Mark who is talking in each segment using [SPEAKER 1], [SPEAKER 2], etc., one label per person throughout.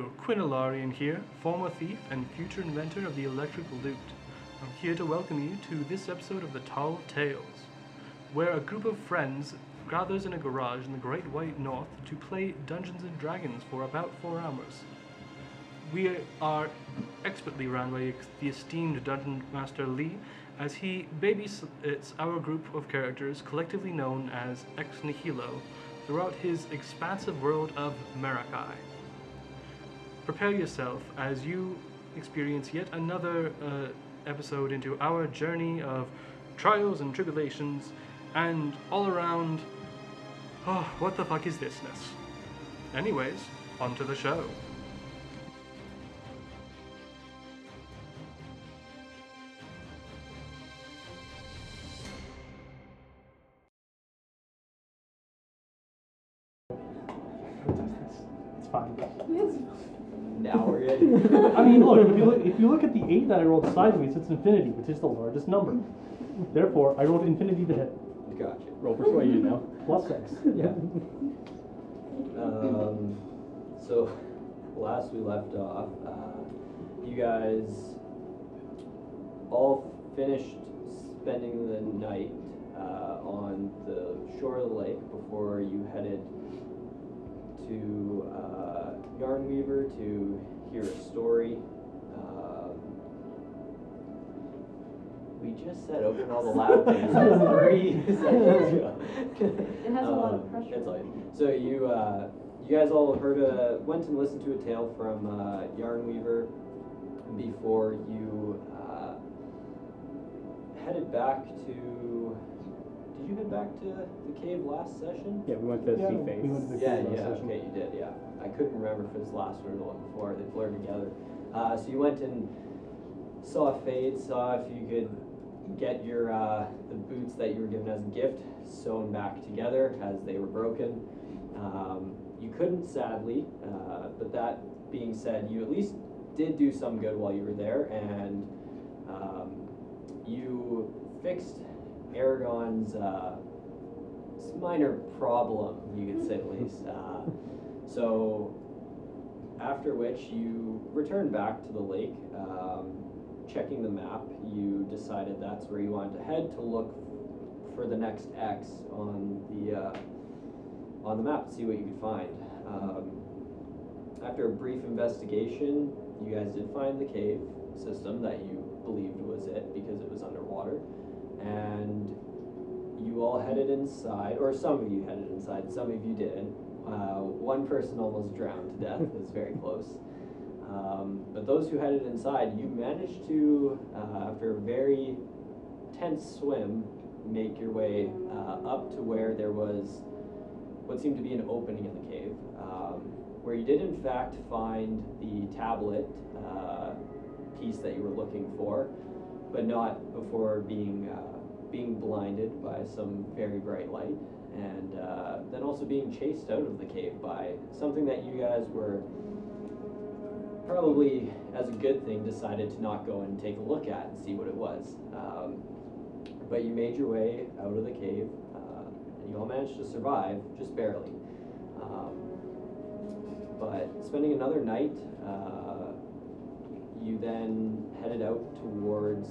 [SPEAKER 1] Dr. Quinilarian here, former thief and future inventor of the electric lute. I'm here to welcome you to this episode of The Tall Tales, where a group of friends gathers in a garage in the Great White North to play Dungeons and Dragons for about four hours. We are expertly run by ex- the esteemed Dungeon Master Lee as he babysits our group of characters, collectively known as Ex Nihilo, throughout his expansive world of Marakai. Prepare yourself as you experience yet another uh, episode into our journey of trials and tribulations and all around. Oh, what the fuck is thisness? Anyways, on to the show. It's fine.
[SPEAKER 2] Now we're good.
[SPEAKER 1] I mean, look if, you look, if you look at the 8 that I rolled sideways, it's infinity, which is the largest number. Therefore, I rolled infinity to hit.
[SPEAKER 2] gotcha. Roll persuasion now.
[SPEAKER 1] Plus 6.
[SPEAKER 2] Yeah. Um, so, last we left off, uh, you guys all finished spending the night uh, on the shore of the lake before you headed to uh, Yarnweaver to hear a story. Um, we just said open all the loud things. Three seconds ago.
[SPEAKER 3] It has a lot of
[SPEAKER 2] Um,
[SPEAKER 3] pressure.
[SPEAKER 2] That's all right. So you, uh, you guys all heard, a, went and listened to a tale from uh, Yarnweaver before you uh, headed back to. Did you head back to the cave last session?
[SPEAKER 4] Yeah, we went to
[SPEAKER 1] Yeah,
[SPEAKER 4] see
[SPEAKER 1] we
[SPEAKER 4] face.
[SPEAKER 1] went to the-
[SPEAKER 2] Yeah,
[SPEAKER 1] cave last
[SPEAKER 2] yeah,
[SPEAKER 1] session.
[SPEAKER 2] okay, you did, yeah. I couldn't remember if it was last one or the one before, they blurred together. Uh, so you went and saw Fade, saw if you could get your, uh, the boots that you were given as a gift sewn back together as they were broken. Um, you couldn't sadly, uh, but that being said, you at least did do some good while you were there and, um, you fixed Aragon's, uh, s- minor problem, you could say at least. Uh, so, after which you return back to the lake. Um, checking the map, you decided that's where you wanted to head to look for the next X on the uh, on the map, see what you could find. Um, after a brief investigation, you guys did find the cave system that you believed was it because it was underwater, and you all headed inside, or some of you headed inside, some of you didn't. Uh, one person almost drowned to death, it was very close. Um, but those who headed inside, you managed to, uh, after a very tense swim, make your way uh, up to where there was what seemed to be an opening in the cave, um, where you did in fact find the tablet uh, piece that you were looking for, but not before being uh, being blinded by some very bright light, and uh, then also being chased out of the cave by something that you guys were probably, as a good thing, decided to not go and take a look at and see what it was. Um, but you made your way out of the cave, uh, and you all managed to survive, just barely. Um, but spending another night, uh, you then headed out towards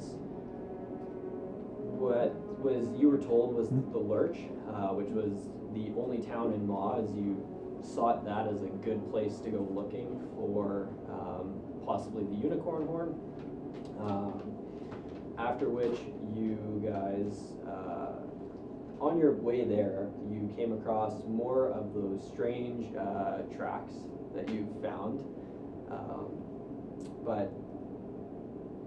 [SPEAKER 2] what was you were told was the Lurch, uh, which was the only town in Maw. As you sought that as a good place to go looking for um, possibly the unicorn horn. Um, after which you guys, uh, on your way there, you came across more of those strange uh, tracks that you found, um, but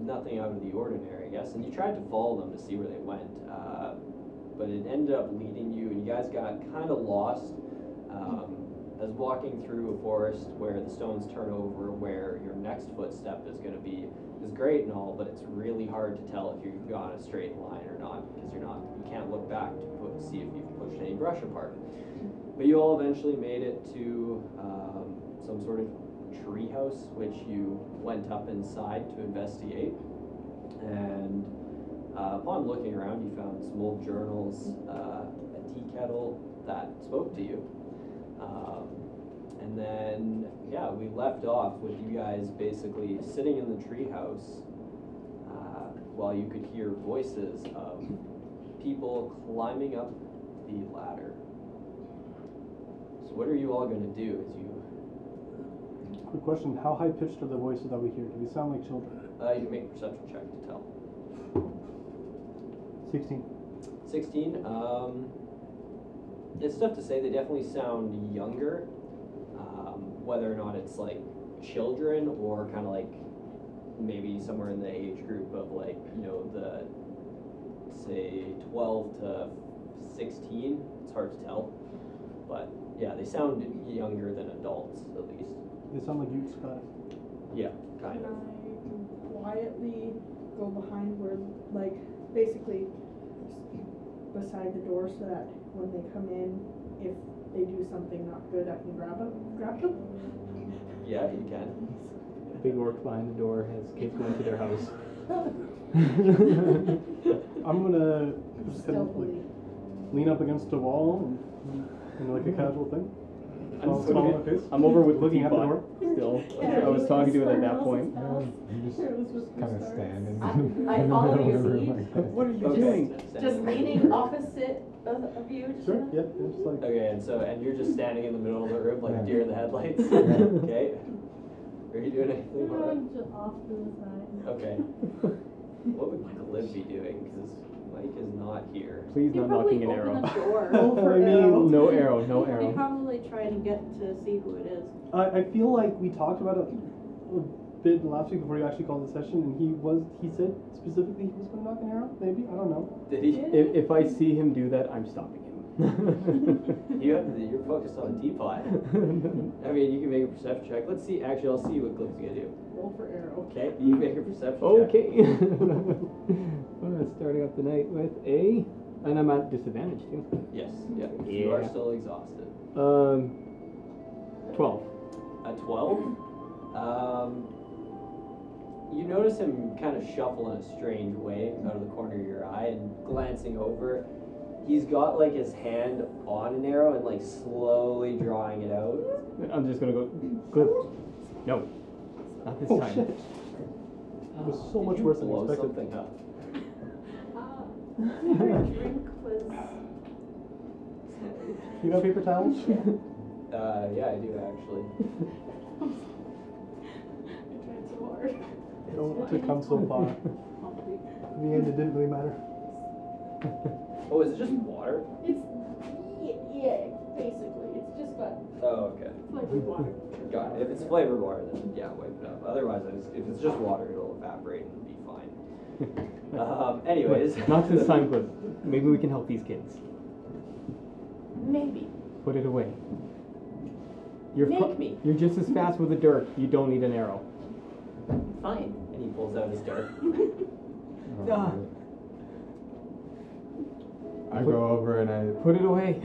[SPEAKER 2] nothing out of the ordinary, I guess. And you tried to follow them to see where they went, uh, but it ended up leading you, and you guys got kind of lost. Um, as walking through a forest where the stones turn over, where your next footstep is going to be, is great and all, but it's really hard to tell if you've gone a straight line or not because you're not you can't look back to put, see if you've pushed any brush apart. But you all eventually made it to um, some sort of treehouse, which you went up inside to investigate, and uh, upon looking around, you found some old journals, uh, a tea kettle that spoke to you. Um, And then, yeah, we left off with you guys basically sitting in the treehouse uh, while you could hear voices of people climbing up the ladder. So, what are you all going to do as you
[SPEAKER 3] Quick question: How high pitched are the voices that we hear? Do they sound like children?
[SPEAKER 2] uh, you can make a perception check to tell?
[SPEAKER 3] Sixteen.
[SPEAKER 2] 16. Um, it's tough to say. They definitely sound younger. Um, whether or not it's like children or kind of like maybe somewhere in the age group of like, you know, the say 12 to 16, it's hard to tell. But yeah, they sound younger than adults at least.
[SPEAKER 3] They sound like youths, got it.
[SPEAKER 2] Yeah,
[SPEAKER 4] Can
[SPEAKER 2] kind of.
[SPEAKER 4] I quietly go behind where, like, basically beside the door so that when they come in, if they do something not good, I can grab them, grab them?
[SPEAKER 2] Yeah, you can.
[SPEAKER 5] Big orc behind the door has kids going to their house.
[SPEAKER 3] I'm gonna just kind of like
[SPEAKER 4] Stealthily.
[SPEAKER 3] lean up against a wall and, and like a casual thing.
[SPEAKER 5] I'm
[SPEAKER 3] Smile-
[SPEAKER 5] just
[SPEAKER 3] smile on
[SPEAKER 5] looking-
[SPEAKER 3] my face.
[SPEAKER 5] I'm over with the
[SPEAKER 3] looking at the
[SPEAKER 5] teapot.
[SPEAKER 3] door.
[SPEAKER 5] Still,
[SPEAKER 4] Yeah,
[SPEAKER 5] I was talking to it at that point.
[SPEAKER 6] You just
[SPEAKER 4] It was just
[SPEAKER 6] kind of
[SPEAKER 4] stars.
[SPEAKER 6] stand and.
[SPEAKER 7] I- I follow your
[SPEAKER 6] Whatever
[SPEAKER 7] lead.
[SPEAKER 6] my God.
[SPEAKER 5] What are you
[SPEAKER 2] Okay.
[SPEAKER 5] doing?
[SPEAKER 7] Just leaning opposite of, of you. just
[SPEAKER 3] Sure.
[SPEAKER 7] kinda-
[SPEAKER 3] Yeah. yeah, Just like
[SPEAKER 2] Okay, and so and you're just standing in the middle of the room like
[SPEAKER 6] Yeah.
[SPEAKER 2] deer in the headlights.
[SPEAKER 6] Yeah.
[SPEAKER 2] okay. Are you doing anything? Laura?
[SPEAKER 7] off to the side.
[SPEAKER 2] Okay. What would Michael Lib be doing? Because Mike is not here.
[SPEAKER 5] Please,
[SPEAKER 7] He
[SPEAKER 5] not
[SPEAKER 7] probably
[SPEAKER 5] knocking an
[SPEAKER 7] opened
[SPEAKER 5] arrow.
[SPEAKER 7] the door.
[SPEAKER 3] Go for
[SPEAKER 5] I
[SPEAKER 3] arrow.
[SPEAKER 5] mean, no arrow, no
[SPEAKER 7] He- He
[SPEAKER 5] arrow.
[SPEAKER 7] probably tried to get to see who it is.
[SPEAKER 3] I, I feel like we talked about it a bit last week before you actually called the session, and he was he said specifically he was going to knock an arrow. Maybe I don't know.
[SPEAKER 2] Did he?
[SPEAKER 5] If, if I see him do that, I'm stopping him.
[SPEAKER 2] You have to, you're focused on the teapot. I mean, you can make a perception check. Let's see. Actually, I'll see what Glib's gonna do.
[SPEAKER 4] Roll for arrow.
[SPEAKER 2] Okay. You make a perception check.
[SPEAKER 5] okay. Uh, Starting off the night with a, and I'm at disadvantage too.
[SPEAKER 2] Yes. Yeah. You are
[SPEAKER 5] Yeah.
[SPEAKER 2] still exhausted.
[SPEAKER 5] Um, twelve.
[SPEAKER 2] A twelve. Um. You notice him kind of shuffle in a strange way out of the corner of your eye and glancing over. He's got like his hand on an arrow and like slowly drawing it out.
[SPEAKER 5] I'm just gonna go. Clip. No, not this
[SPEAKER 3] Oh
[SPEAKER 5] time.
[SPEAKER 3] shit! It was so
[SPEAKER 2] Did
[SPEAKER 3] much
[SPEAKER 2] you
[SPEAKER 3] worse than
[SPEAKER 2] blow
[SPEAKER 3] expected.
[SPEAKER 2] something up?
[SPEAKER 7] Ah, Your drink was.
[SPEAKER 3] You got paper towels?
[SPEAKER 2] Uh, yeah, I do actually.
[SPEAKER 7] I tried so hard.
[SPEAKER 3] Don't to come so far. In the end, it didn't really matter.
[SPEAKER 2] Oh, is it just water?
[SPEAKER 7] It's. Yeah, yeah, basically. It's just got
[SPEAKER 2] Oh, okay.
[SPEAKER 7] flavored water.
[SPEAKER 2] Got it. If it's flavored water, then yeah, wipe it up. Otherwise, it's- if it's just water, it'll evaporate and be fine. Um, anyways.
[SPEAKER 5] Uh-huh. Not this time, Clip. Maybe we can help these kids.
[SPEAKER 7] Maybe.
[SPEAKER 5] Put it away. You're
[SPEAKER 7] Make
[SPEAKER 5] fu-
[SPEAKER 7] me.
[SPEAKER 5] You're just as fast with a dirk. You don't need an arrow.
[SPEAKER 7] Fine.
[SPEAKER 2] And he pulls out his dart.
[SPEAKER 6] Oh,
[SPEAKER 5] Ah.
[SPEAKER 6] really. I go over and I,
[SPEAKER 5] Put it away.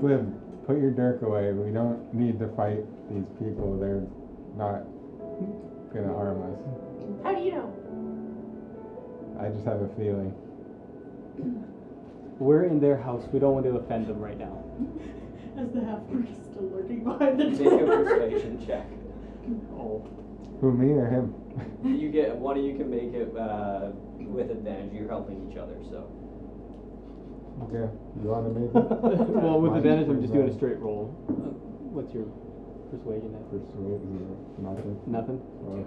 [SPEAKER 6] Glib, put your dirk away. We don't need to fight these people. They're not gonna harm us.
[SPEAKER 7] How do you know?
[SPEAKER 6] I just have a feeling.
[SPEAKER 5] We're in their house. We don't want to offend them right now.
[SPEAKER 4] As the half orc is still lurking behind the
[SPEAKER 2] Make
[SPEAKER 4] door.
[SPEAKER 2] a persuasion check.
[SPEAKER 5] Oh.
[SPEAKER 6] Who, me or him?
[SPEAKER 2] You get one of you can make it uh, with advantage. You're helping each other, so
[SPEAKER 6] okay, you wanna make it?
[SPEAKER 5] well, with
[SPEAKER 6] Mine's
[SPEAKER 5] advantage, I'm just doing a
[SPEAKER 6] persuade.
[SPEAKER 5] straight roll. Uh, what's your persuasion at?
[SPEAKER 6] Persuade zero. Nothing.
[SPEAKER 5] Nothing.
[SPEAKER 6] Well,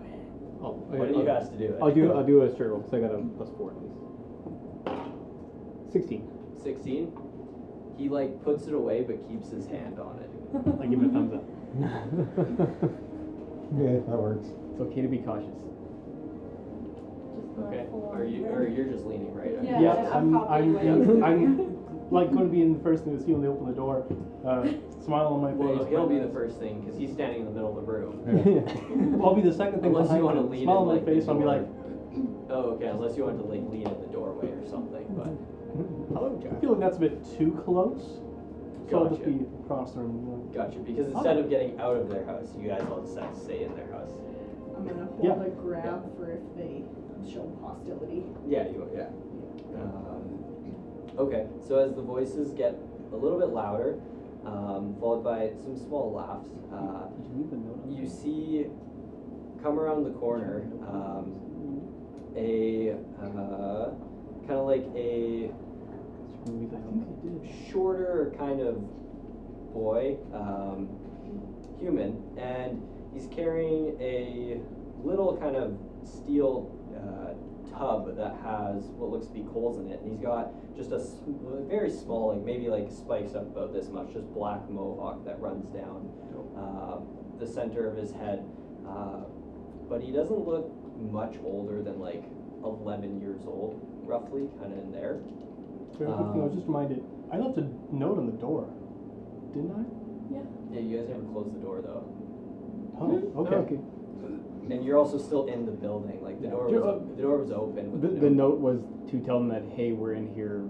[SPEAKER 5] Oh,
[SPEAKER 2] what do you
[SPEAKER 5] I'll,
[SPEAKER 2] guys to do? It?
[SPEAKER 5] I'll do. I'll do a straight roll because I got a plus four at least. Sixteen.
[SPEAKER 2] 16. He like puts it away but keeps his hand on it.
[SPEAKER 5] I give it a thumbs up.
[SPEAKER 6] Yeah, that works.
[SPEAKER 5] it's okay to be cautious.
[SPEAKER 7] Just not
[SPEAKER 5] Okay.
[SPEAKER 7] full on
[SPEAKER 2] Or you, or
[SPEAKER 7] red.
[SPEAKER 2] you're just leaning right.
[SPEAKER 7] Yeah,
[SPEAKER 3] Yeah,
[SPEAKER 7] I'm
[SPEAKER 3] I'm, I'm,
[SPEAKER 7] copying what
[SPEAKER 3] I'm,
[SPEAKER 7] you
[SPEAKER 3] like going to be in the first thing to see when they open the door. Uh, smile on my face.
[SPEAKER 2] Well, he'll
[SPEAKER 3] my
[SPEAKER 2] be the
[SPEAKER 3] eyes.
[SPEAKER 2] first thing because he's standing in the middle of the room.
[SPEAKER 6] Yeah.
[SPEAKER 3] Well, I'll be the second thing.
[SPEAKER 2] Unless you want
[SPEAKER 3] behind
[SPEAKER 2] to
[SPEAKER 3] them.
[SPEAKER 2] lean
[SPEAKER 3] Smile
[SPEAKER 2] in,
[SPEAKER 3] on my
[SPEAKER 2] like, the
[SPEAKER 3] face. I'll be
[SPEAKER 2] door.
[SPEAKER 3] like,
[SPEAKER 2] Oh, okay. Unless you want to like lean in the doorway or something, but
[SPEAKER 5] Hello,
[SPEAKER 3] I Mm-hmm. feel like that's a bit too close. So I'll just
[SPEAKER 2] Gotcha.
[SPEAKER 3] be across the room.
[SPEAKER 2] gotcha. Because instead of getting out of their house, you guys all decide to stay in their house.
[SPEAKER 4] I'm gonna hold
[SPEAKER 3] Yeah.
[SPEAKER 4] a grab for if they show hostility.
[SPEAKER 2] Yeah, you yeah. Um, okay. So as the voices get a little bit louder, um, followed by some small laughs. Uh,
[SPEAKER 5] Did you leave a note on
[SPEAKER 2] you
[SPEAKER 5] that?
[SPEAKER 2] see, come around the corner, um, a uh, kind of like a
[SPEAKER 5] Screw it, I think you did.
[SPEAKER 2] shorter kind of boy, um, human, and he's carrying a little kind of steel uh, tub that has what looks to be coals in it, and he's got just a s- very small, like maybe like spikes up about this much, just black mohawk that runs down uh, the center of his head. Uh, but he doesn't look much older than like 11 years old, roughly, kind of in there.
[SPEAKER 3] Very quick thing, I was
[SPEAKER 2] Um,
[SPEAKER 3] just reminded. I left a note on the door, didn't I?
[SPEAKER 2] Yeah, you guys never close the door though. Hmm?
[SPEAKER 3] Oh, okay.
[SPEAKER 5] okay.
[SPEAKER 2] And you're also still in the building. Like the door
[SPEAKER 5] Yeah.
[SPEAKER 2] was the door was open. With
[SPEAKER 5] The,
[SPEAKER 2] the,
[SPEAKER 5] the note was to tell them that, hey, we're in here.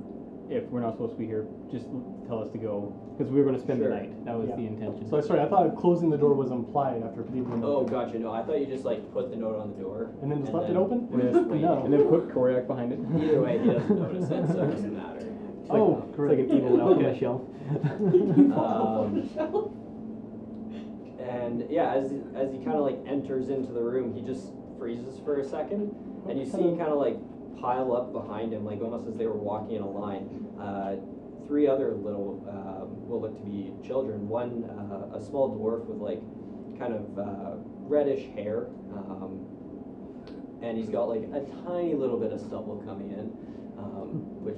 [SPEAKER 5] If we're not supposed to be here, just tell us to go. Because we were going to spend
[SPEAKER 2] Sure.
[SPEAKER 5] the night. That was
[SPEAKER 3] Yeah.
[SPEAKER 5] the intention.
[SPEAKER 3] So sorry, I thought closing the door was implied after leaving the note.
[SPEAKER 2] Oh gotcha. No, I thought you just like put the note on the door
[SPEAKER 3] And then just left it open?
[SPEAKER 2] we're just waiting.
[SPEAKER 3] No.
[SPEAKER 5] and then put Koryak behind it.
[SPEAKER 2] Either way, he doesn't notice it, so it doesn't matter.
[SPEAKER 5] It's like,
[SPEAKER 3] Oh,
[SPEAKER 5] it's like
[SPEAKER 3] correct.
[SPEAKER 5] an evil elf on
[SPEAKER 3] Okay.
[SPEAKER 5] a shelf.
[SPEAKER 2] Um, and yeah, as as he kind of like enters into the room, he just freezes for a second, and you see
[SPEAKER 3] Hello.
[SPEAKER 2] kind of like pile up behind him, like almost as they were walking in a line. Uh, three other little um, will look to be children. One, uh, a small dwarf with like kind of uh, reddish hair, um, and he's got like a tiny little bit of stubble coming in, um, which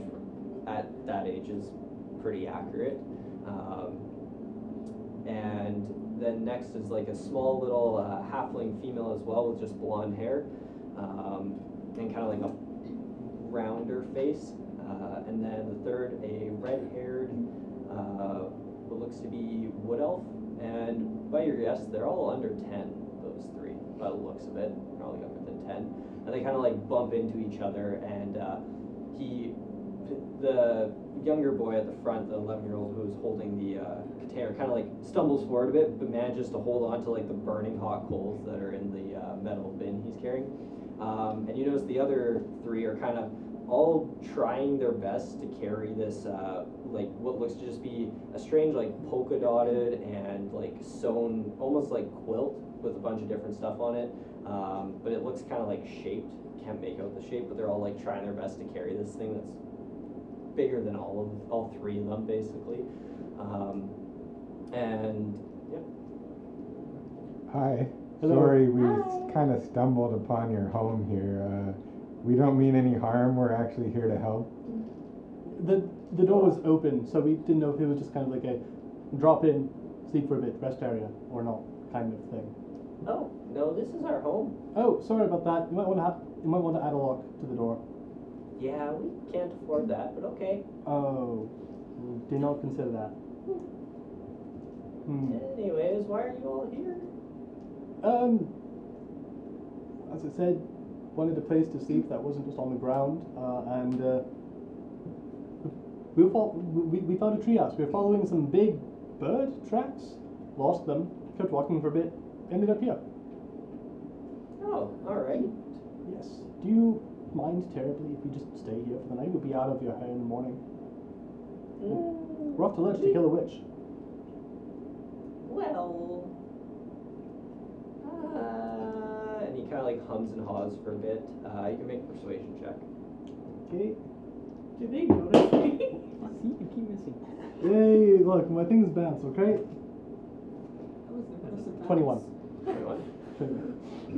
[SPEAKER 2] at that age is pretty accurate. Um, and then next is like a small little uh, halfling female as well with just blonde hair um, and kind of like a rounder face. Uh, and then the third, a red haired, uh, what looks to be wood elf. And by your guess, they're all under 10, those three, by the looks of it, probably younger than 10. And they kind of like bump into each other, and uh, he, the younger boy at the front, the 11 year old who's holding the uh, container, kind of like stumbles forward a bit, but manages to hold on to like the burning hot coals that are in the uh, metal bin he's carrying. Um, and you notice the other three are kind of all trying their best to carry this, uh, like what looks to just be a strange, like polka dotted and like sewn, almost like quilt with a bunch of different stuff on it. Um, but it looks kind of like shaped. Can't make out the shape, but they're all like trying their best to carry this thing that's bigger than all of all three of them basically. Um, and
[SPEAKER 6] Hi.
[SPEAKER 3] Hello.
[SPEAKER 6] Sorry, we
[SPEAKER 7] Hi.
[SPEAKER 6] kind of stumbled upon your home here. Uh, we don't mean any harm. We're actually here to help.
[SPEAKER 3] The the door was open, so we didn't know if it was just kind of like a drop in, sleep for a bit, rest area, or not kind of thing.
[SPEAKER 2] oh no, this is our home.
[SPEAKER 3] Oh, sorry about that. You might want to have, you might want to add a lock to the door.
[SPEAKER 2] Yeah, we can't afford that, but okay.
[SPEAKER 3] Oh, did not consider that. Hmm.
[SPEAKER 2] Anyways, why are you all here?
[SPEAKER 3] Um, as I said, wanted a place to sleep that wasn't just on the ground, uh, and uh, we, were fol- we, we found a treehouse. We were following some big bird tracks, lost them, kept walking for a bit, ended up here.
[SPEAKER 2] Oh, all right.
[SPEAKER 3] Yes. Do you mind terribly if we just stay here for the night? We'll be out of your hair in the morning. We're off to lunch to kill a witch.
[SPEAKER 2] Well, uh, and he kind of like hums and haws for a bit. Uh, you can make a persuasion check.
[SPEAKER 3] Okay.
[SPEAKER 4] Do they notice me?
[SPEAKER 5] See, you keep missing.
[SPEAKER 3] Hey, look, my thing's bounced, okay?
[SPEAKER 4] That was the most advanced.
[SPEAKER 3] 21.
[SPEAKER 2] Everyone.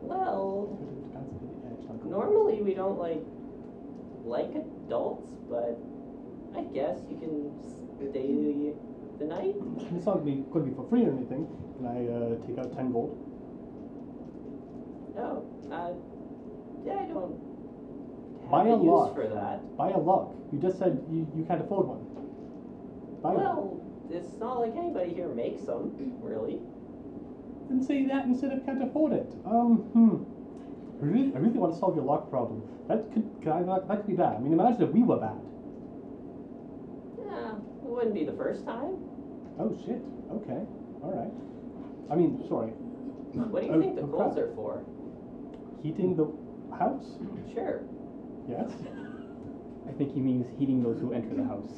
[SPEAKER 2] Well, normally we don't like like adults, but I guess you can stay the, the night.
[SPEAKER 3] It's not be, could be for free or anything. Can I uh, take out 10 gold?
[SPEAKER 2] No, uh, yeah, I don't have
[SPEAKER 3] Buy
[SPEAKER 2] a
[SPEAKER 3] a
[SPEAKER 2] use
[SPEAKER 3] lot.
[SPEAKER 2] for that.
[SPEAKER 3] Buy a lock. You just said you, you can't afford one. Buy one.
[SPEAKER 2] Well, it's not like anybody here makes them, really.
[SPEAKER 3] Then say that instead of can't afford it. Um, hmm. I really, I really want to solve your lock problem. That could, could I, that could be bad. I mean, imagine if we were bad.
[SPEAKER 2] Yeah, it wouldn't be the first time.
[SPEAKER 3] Oh shit. Okay. All right. I mean, sorry.
[SPEAKER 2] What do you
[SPEAKER 3] Oh,
[SPEAKER 2] think the
[SPEAKER 3] oh,
[SPEAKER 2] goals
[SPEAKER 3] crap.
[SPEAKER 2] are for?
[SPEAKER 3] Heating the house?
[SPEAKER 2] Sure.
[SPEAKER 3] Yes.
[SPEAKER 5] I think he means heating those who enter the house.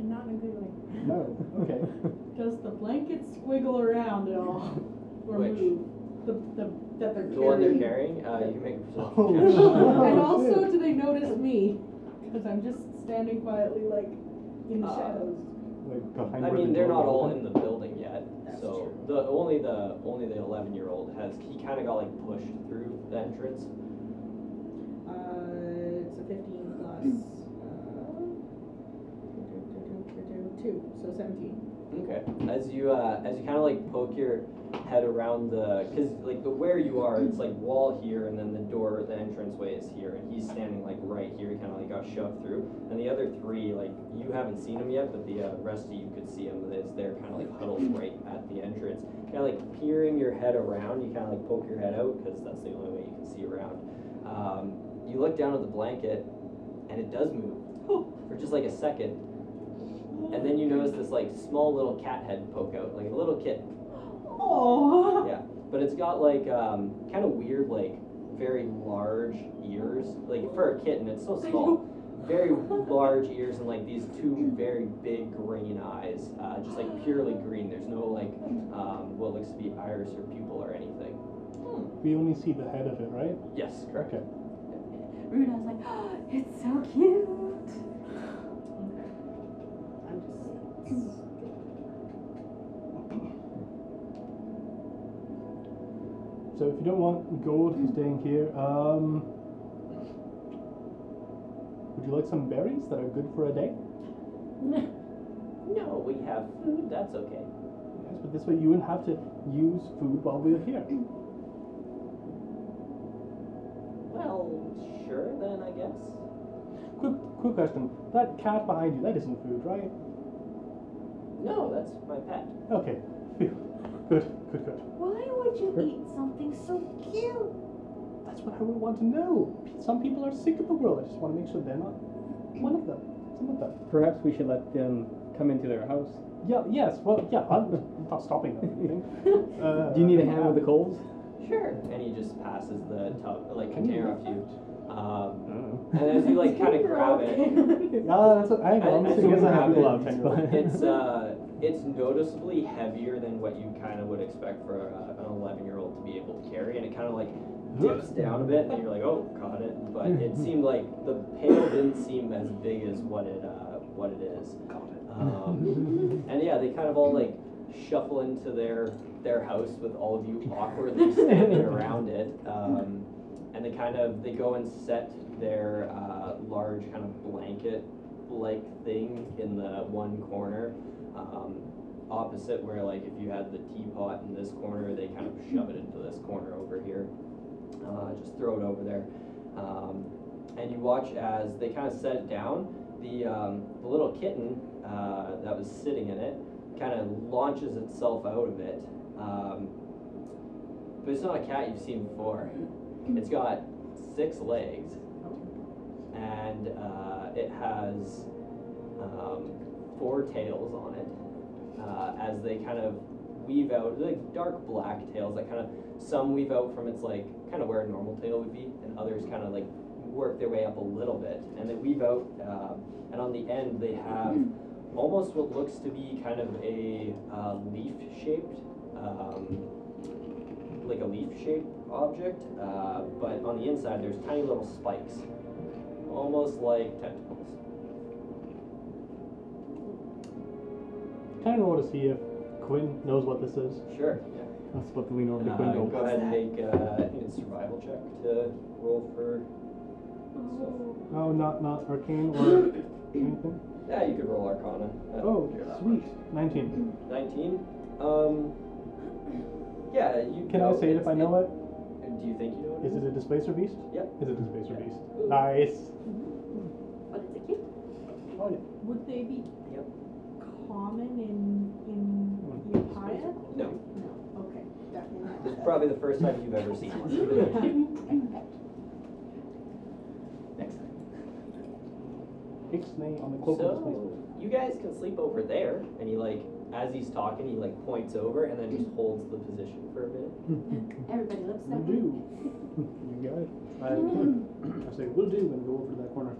[SPEAKER 4] not in a good way.
[SPEAKER 5] No. Okay.
[SPEAKER 4] Does the blanket squiggle around at all? Or
[SPEAKER 2] Which?
[SPEAKER 4] move? The, the, that they're
[SPEAKER 2] The one they're
[SPEAKER 4] carrying.
[SPEAKER 2] carrying, uh, you make a
[SPEAKER 5] Oh,
[SPEAKER 2] perception check.
[SPEAKER 5] shit.
[SPEAKER 4] And also, do they notice me? Because I'm just standing quietly like in the
[SPEAKER 2] Uh,
[SPEAKER 4] shadows.
[SPEAKER 5] Like behind
[SPEAKER 2] I
[SPEAKER 5] where
[SPEAKER 2] mean,
[SPEAKER 5] the
[SPEAKER 2] they're not
[SPEAKER 5] door
[SPEAKER 2] all
[SPEAKER 5] opened.
[SPEAKER 2] in the building yet,
[SPEAKER 4] That's
[SPEAKER 2] so the only the only the eleven year old has he kind of got like pushed through the entrance.
[SPEAKER 4] Uh, it's a fifteen plus, uh, two, so seventeen.
[SPEAKER 2] Okay. As you uh, as you kind of like poke your head around the because like the where you are, it's like wall here, and then the door, the entranceway is here, and he's standing like right here. He kind of like got shoved through, and the other three like you haven't seen him yet, but the uh, rest of you could see him. As they're kind of like huddled right at the entrance, kind of like peering your head around. You kind of like poke your head out because that's the only way you can see around. Um, you look down at the blanket, and it does move for just like a second. And then you notice this like small little cat head poke out, like a little kitten.
[SPEAKER 4] Aww.
[SPEAKER 2] Yeah. But it's got like um, kind of weird, like very large ears. Like for a kitten, it's so small. Very large ears and like these two very big green eyes, uh, just like purely green. There's no like um, what looks to be iris or pupil or anything.
[SPEAKER 3] We only see the head of it, right?
[SPEAKER 2] Yes, correct.
[SPEAKER 3] Okay.
[SPEAKER 7] Runa was like, oh, it's so cute.
[SPEAKER 4] I'm just.
[SPEAKER 3] So if you don't want gold, you're staying here. Um, would you like some berries that are good for a day?
[SPEAKER 2] No, we have food. That's okay.
[SPEAKER 3] Yes, but this way you wouldn't have to use food while we're here.
[SPEAKER 2] Well, sure then, I guess.
[SPEAKER 3] Quick, quick question. That cat behind you, that isn't food, right?
[SPEAKER 2] No, that's my pet.
[SPEAKER 3] Okay. Phew. Good, good, good.
[SPEAKER 7] Why would you eat something so cute?
[SPEAKER 3] That's what I would want to know. Some people are sick of the world. I just want to make sure they're not one of them. Some of them.
[SPEAKER 5] Perhaps we should let them come into their house.
[SPEAKER 3] Yeah. Yes. Well. Yeah. I'm I'm not stopping them. or anything. Uh,
[SPEAKER 5] Do you need a hand with the coals?
[SPEAKER 2] Sure. And he just passes the tub, like
[SPEAKER 3] Can you
[SPEAKER 2] container up
[SPEAKER 3] lift
[SPEAKER 2] to you. Um,
[SPEAKER 5] don't
[SPEAKER 2] and as you like kind of grab it,
[SPEAKER 3] No, that's what I
[SPEAKER 2] I- I
[SPEAKER 3] am. I'm
[SPEAKER 2] think
[SPEAKER 3] sitting as
[SPEAKER 2] we
[SPEAKER 3] a
[SPEAKER 2] have
[SPEAKER 3] happy
[SPEAKER 2] it.
[SPEAKER 3] glove.
[SPEAKER 2] it's uh, it's noticeably heavier than what you kind of would expect for uh, an 11 year old to be able to carry, and it kind of like dips down a bit, and you're like, oh, caught it. But it seemed like the pail didn't seem as big as what it uh, what it is.
[SPEAKER 3] Caught it.
[SPEAKER 2] Um, and yeah, they kind of all like shuffle into their their house with all of you awkwardly standing around it. Um, and they kind of they go and set their uh, large kind of blanket like thing in the one corner, um, opposite where like if you had the teapot in this corner, they kind of shove it into this corner over here. Uh, just throw it over there. Um, and you watch as they kind of set it down. The, um, the little kitten uh, that was sitting in it kind of launches itself out of it. Um, but it's not a cat you've seen before. It's got six legs, and uh, it has um, four tails on it. Uh, as they kind of weave out, they're like dark black tails that kind of some weave out from its like kind of where a normal tail would be, and others kind of like work their way up a little bit, and they weave out. Um, and on the end, they have almost what looks to be kind of a uh, leaf-shaped, um, like a leaf-shaped object, uh, but on the inside there's tiny little spikes, almost like tentacles.
[SPEAKER 3] Kind of want to see if Quinn knows what this is.
[SPEAKER 2] Sure.
[SPEAKER 5] Let's let the lean over the
[SPEAKER 2] Uh,
[SPEAKER 5] window.
[SPEAKER 2] go ahead and make uh, I think it's survival check to roll for.
[SPEAKER 3] Oh, not not arcane or anything.
[SPEAKER 2] Yeah, you could roll Arcana. Uh, I don't
[SPEAKER 3] Oh,
[SPEAKER 2] care that much.
[SPEAKER 3] sweet. Nineteen.
[SPEAKER 2] 19. Um, yeah, you
[SPEAKER 3] Can I
[SPEAKER 2] know
[SPEAKER 3] say it if
[SPEAKER 2] it's-
[SPEAKER 3] I know it?
[SPEAKER 2] Do you think you know
[SPEAKER 3] Is it a displacer beast?
[SPEAKER 2] Yep.
[SPEAKER 3] Is it a displacer beast?
[SPEAKER 2] Ooh.
[SPEAKER 3] Nice.
[SPEAKER 7] But it's a cute.
[SPEAKER 3] Oh yeah.
[SPEAKER 4] Would they be
[SPEAKER 2] Yep.
[SPEAKER 4] common in,
[SPEAKER 2] Mm.
[SPEAKER 4] in Upiah?
[SPEAKER 2] No.
[SPEAKER 4] No, okay,
[SPEAKER 2] This
[SPEAKER 4] definitely
[SPEAKER 2] is
[SPEAKER 4] not.
[SPEAKER 2] probably the first time you've ever seen one.
[SPEAKER 5] Next time.
[SPEAKER 3] Ixnay on the cloak of displacer
[SPEAKER 2] so, you guys can sleep over there. And he, like, as he's talking, he, like, points over and then just holds the position for a minute.
[SPEAKER 7] Everybody looks
[SPEAKER 3] Will
[SPEAKER 7] that
[SPEAKER 3] do.
[SPEAKER 7] way.
[SPEAKER 3] You got it. I, I say will do and go over to that corner.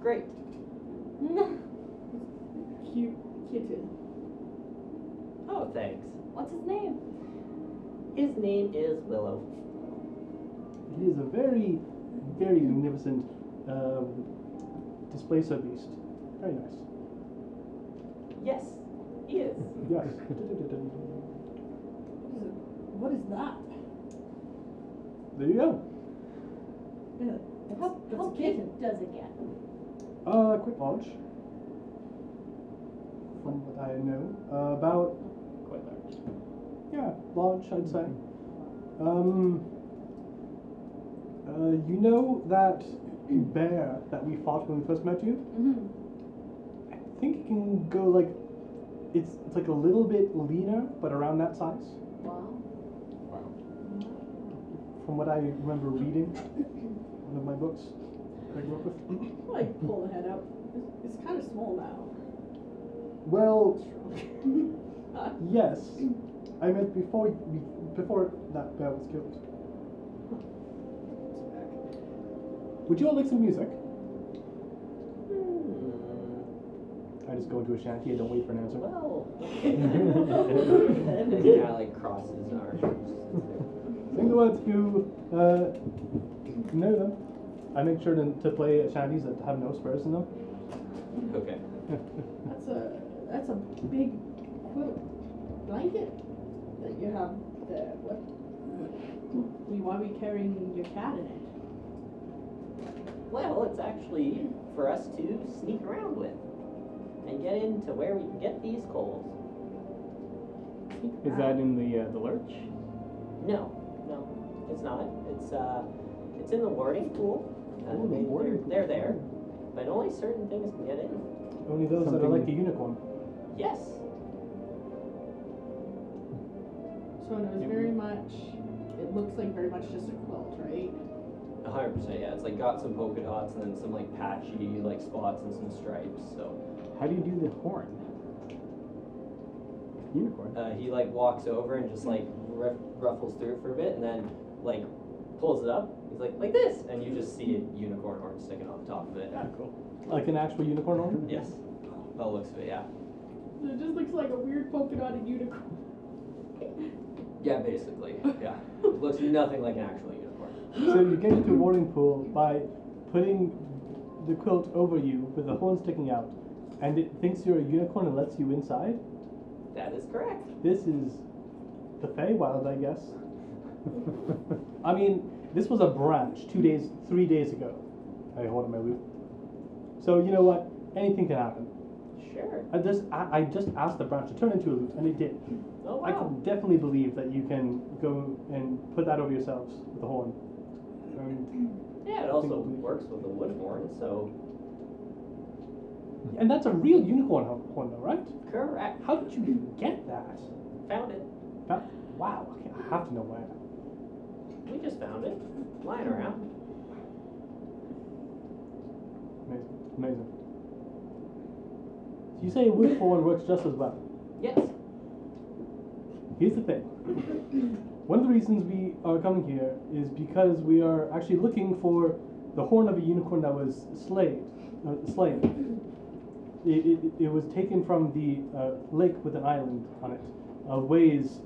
[SPEAKER 2] Great.
[SPEAKER 4] cute kitten.
[SPEAKER 2] Oh, thanks.
[SPEAKER 7] What's his name?
[SPEAKER 2] His name is Willow.
[SPEAKER 3] It is a very, very magnificent um, displacer beast. Very nice.
[SPEAKER 2] Yes, he is.
[SPEAKER 3] Yes.
[SPEAKER 4] What is it? What is that?
[SPEAKER 3] there you go.
[SPEAKER 4] Yeah, that's,
[SPEAKER 7] How,
[SPEAKER 4] that's
[SPEAKER 7] how
[SPEAKER 4] a
[SPEAKER 7] big
[SPEAKER 4] kitten.
[SPEAKER 7] does it get?
[SPEAKER 3] Uh, quick launch. From what I know, uh, about
[SPEAKER 5] Quite large.
[SPEAKER 3] yeah, large I'd say. Um, uh, you know that bear that we fought when we first met you?
[SPEAKER 7] Mm-hmm.
[SPEAKER 3] I think it can go like it's it's like a little bit leaner, but around that size,
[SPEAKER 7] Wow.
[SPEAKER 3] from what I remember reading one of my books. that I grew up with.
[SPEAKER 4] Like pull the head up. It's, it's kind of small now.
[SPEAKER 3] Well,
[SPEAKER 4] It's shrunk.
[SPEAKER 3] Yes, I meant before we, before that bear was killed. Would you all like some music? I just go into a shanty. I don't wait for an answer.
[SPEAKER 2] Well,
[SPEAKER 7] Then.
[SPEAKER 2] kind of like crosses his arms.
[SPEAKER 3] Sing the words if you uh, know them. I make sure to, to play shanties that have no spares in them.
[SPEAKER 2] Okay.
[SPEAKER 4] That's a that's a big quilt blanket that you have there. What? what- Why are we carrying your cat in it?
[SPEAKER 2] Well, it's actually for us to sneak around with and get into where we can get these coals.
[SPEAKER 5] Is that in the uh, the lurch?
[SPEAKER 2] No, no, it's not. It's uh, it's in the warding pool. Uh,
[SPEAKER 3] Ooh, the
[SPEAKER 2] they-
[SPEAKER 3] warding
[SPEAKER 2] they're-
[SPEAKER 3] pool.
[SPEAKER 2] they're there, but only certain things can get in.
[SPEAKER 3] Only those that are
[SPEAKER 5] Something-
[SPEAKER 3] like a unicorn.
[SPEAKER 2] Yes.
[SPEAKER 4] So it was very much. It looks like very much just a quilt, right?
[SPEAKER 2] A hundred percent, yeah. It's like got some polka dots and then some like patchy like spots and some stripes. So
[SPEAKER 5] How do you do the horn? Unicorn.
[SPEAKER 2] uh, he like walks over and just like ruff- ruffles through it for a bit and then like pulls it up. He's like like this, and you just see a unicorn horn sticking off the top of it.
[SPEAKER 5] Ah, cool.
[SPEAKER 3] Like an actual unicorn horn?
[SPEAKER 2] Yes, by the looks of it, yeah.
[SPEAKER 4] So it just looks like a weird polka dotted unicorn.
[SPEAKER 2] Yeah, basically, yeah. It looks nothing like an actual unicorn.
[SPEAKER 3] So you get into a boarding pool by putting the quilt over you with the horn sticking out, and it thinks you're a unicorn and lets you inside.
[SPEAKER 2] That is correct.
[SPEAKER 3] This is the Feywild, I guess. I mean, this was a branch two days, three days ago. I hold on my loop. So you know what? Anything can happen.
[SPEAKER 2] Sure.
[SPEAKER 3] I just, I, I just asked the branch to turn into a loot, and it did.
[SPEAKER 2] Oh
[SPEAKER 3] I
[SPEAKER 2] wow.
[SPEAKER 3] can definitely believe that you can go and put that over yourselves with the horn. Um, I mean,
[SPEAKER 2] Yeah, it also works with the wood horn, so
[SPEAKER 3] And that's a real unicorn ho- horn, though, right?
[SPEAKER 2] correct.
[SPEAKER 3] How did you get that?
[SPEAKER 2] Found it.
[SPEAKER 3] That wow, okay, I have to know where.
[SPEAKER 2] We just found it, lying around.
[SPEAKER 3] Amazing, amazing. So you say a wood horn works just as well.
[SPEAKER 2] Yes.
[SPEAKER 3] Here's the thing. One of the reasons we are coming here is because we are actually looking for the horn of a unicorn that was slayed, uh, slain. It, it, it was taken from the uh, lake with an island on it. Uh, ways,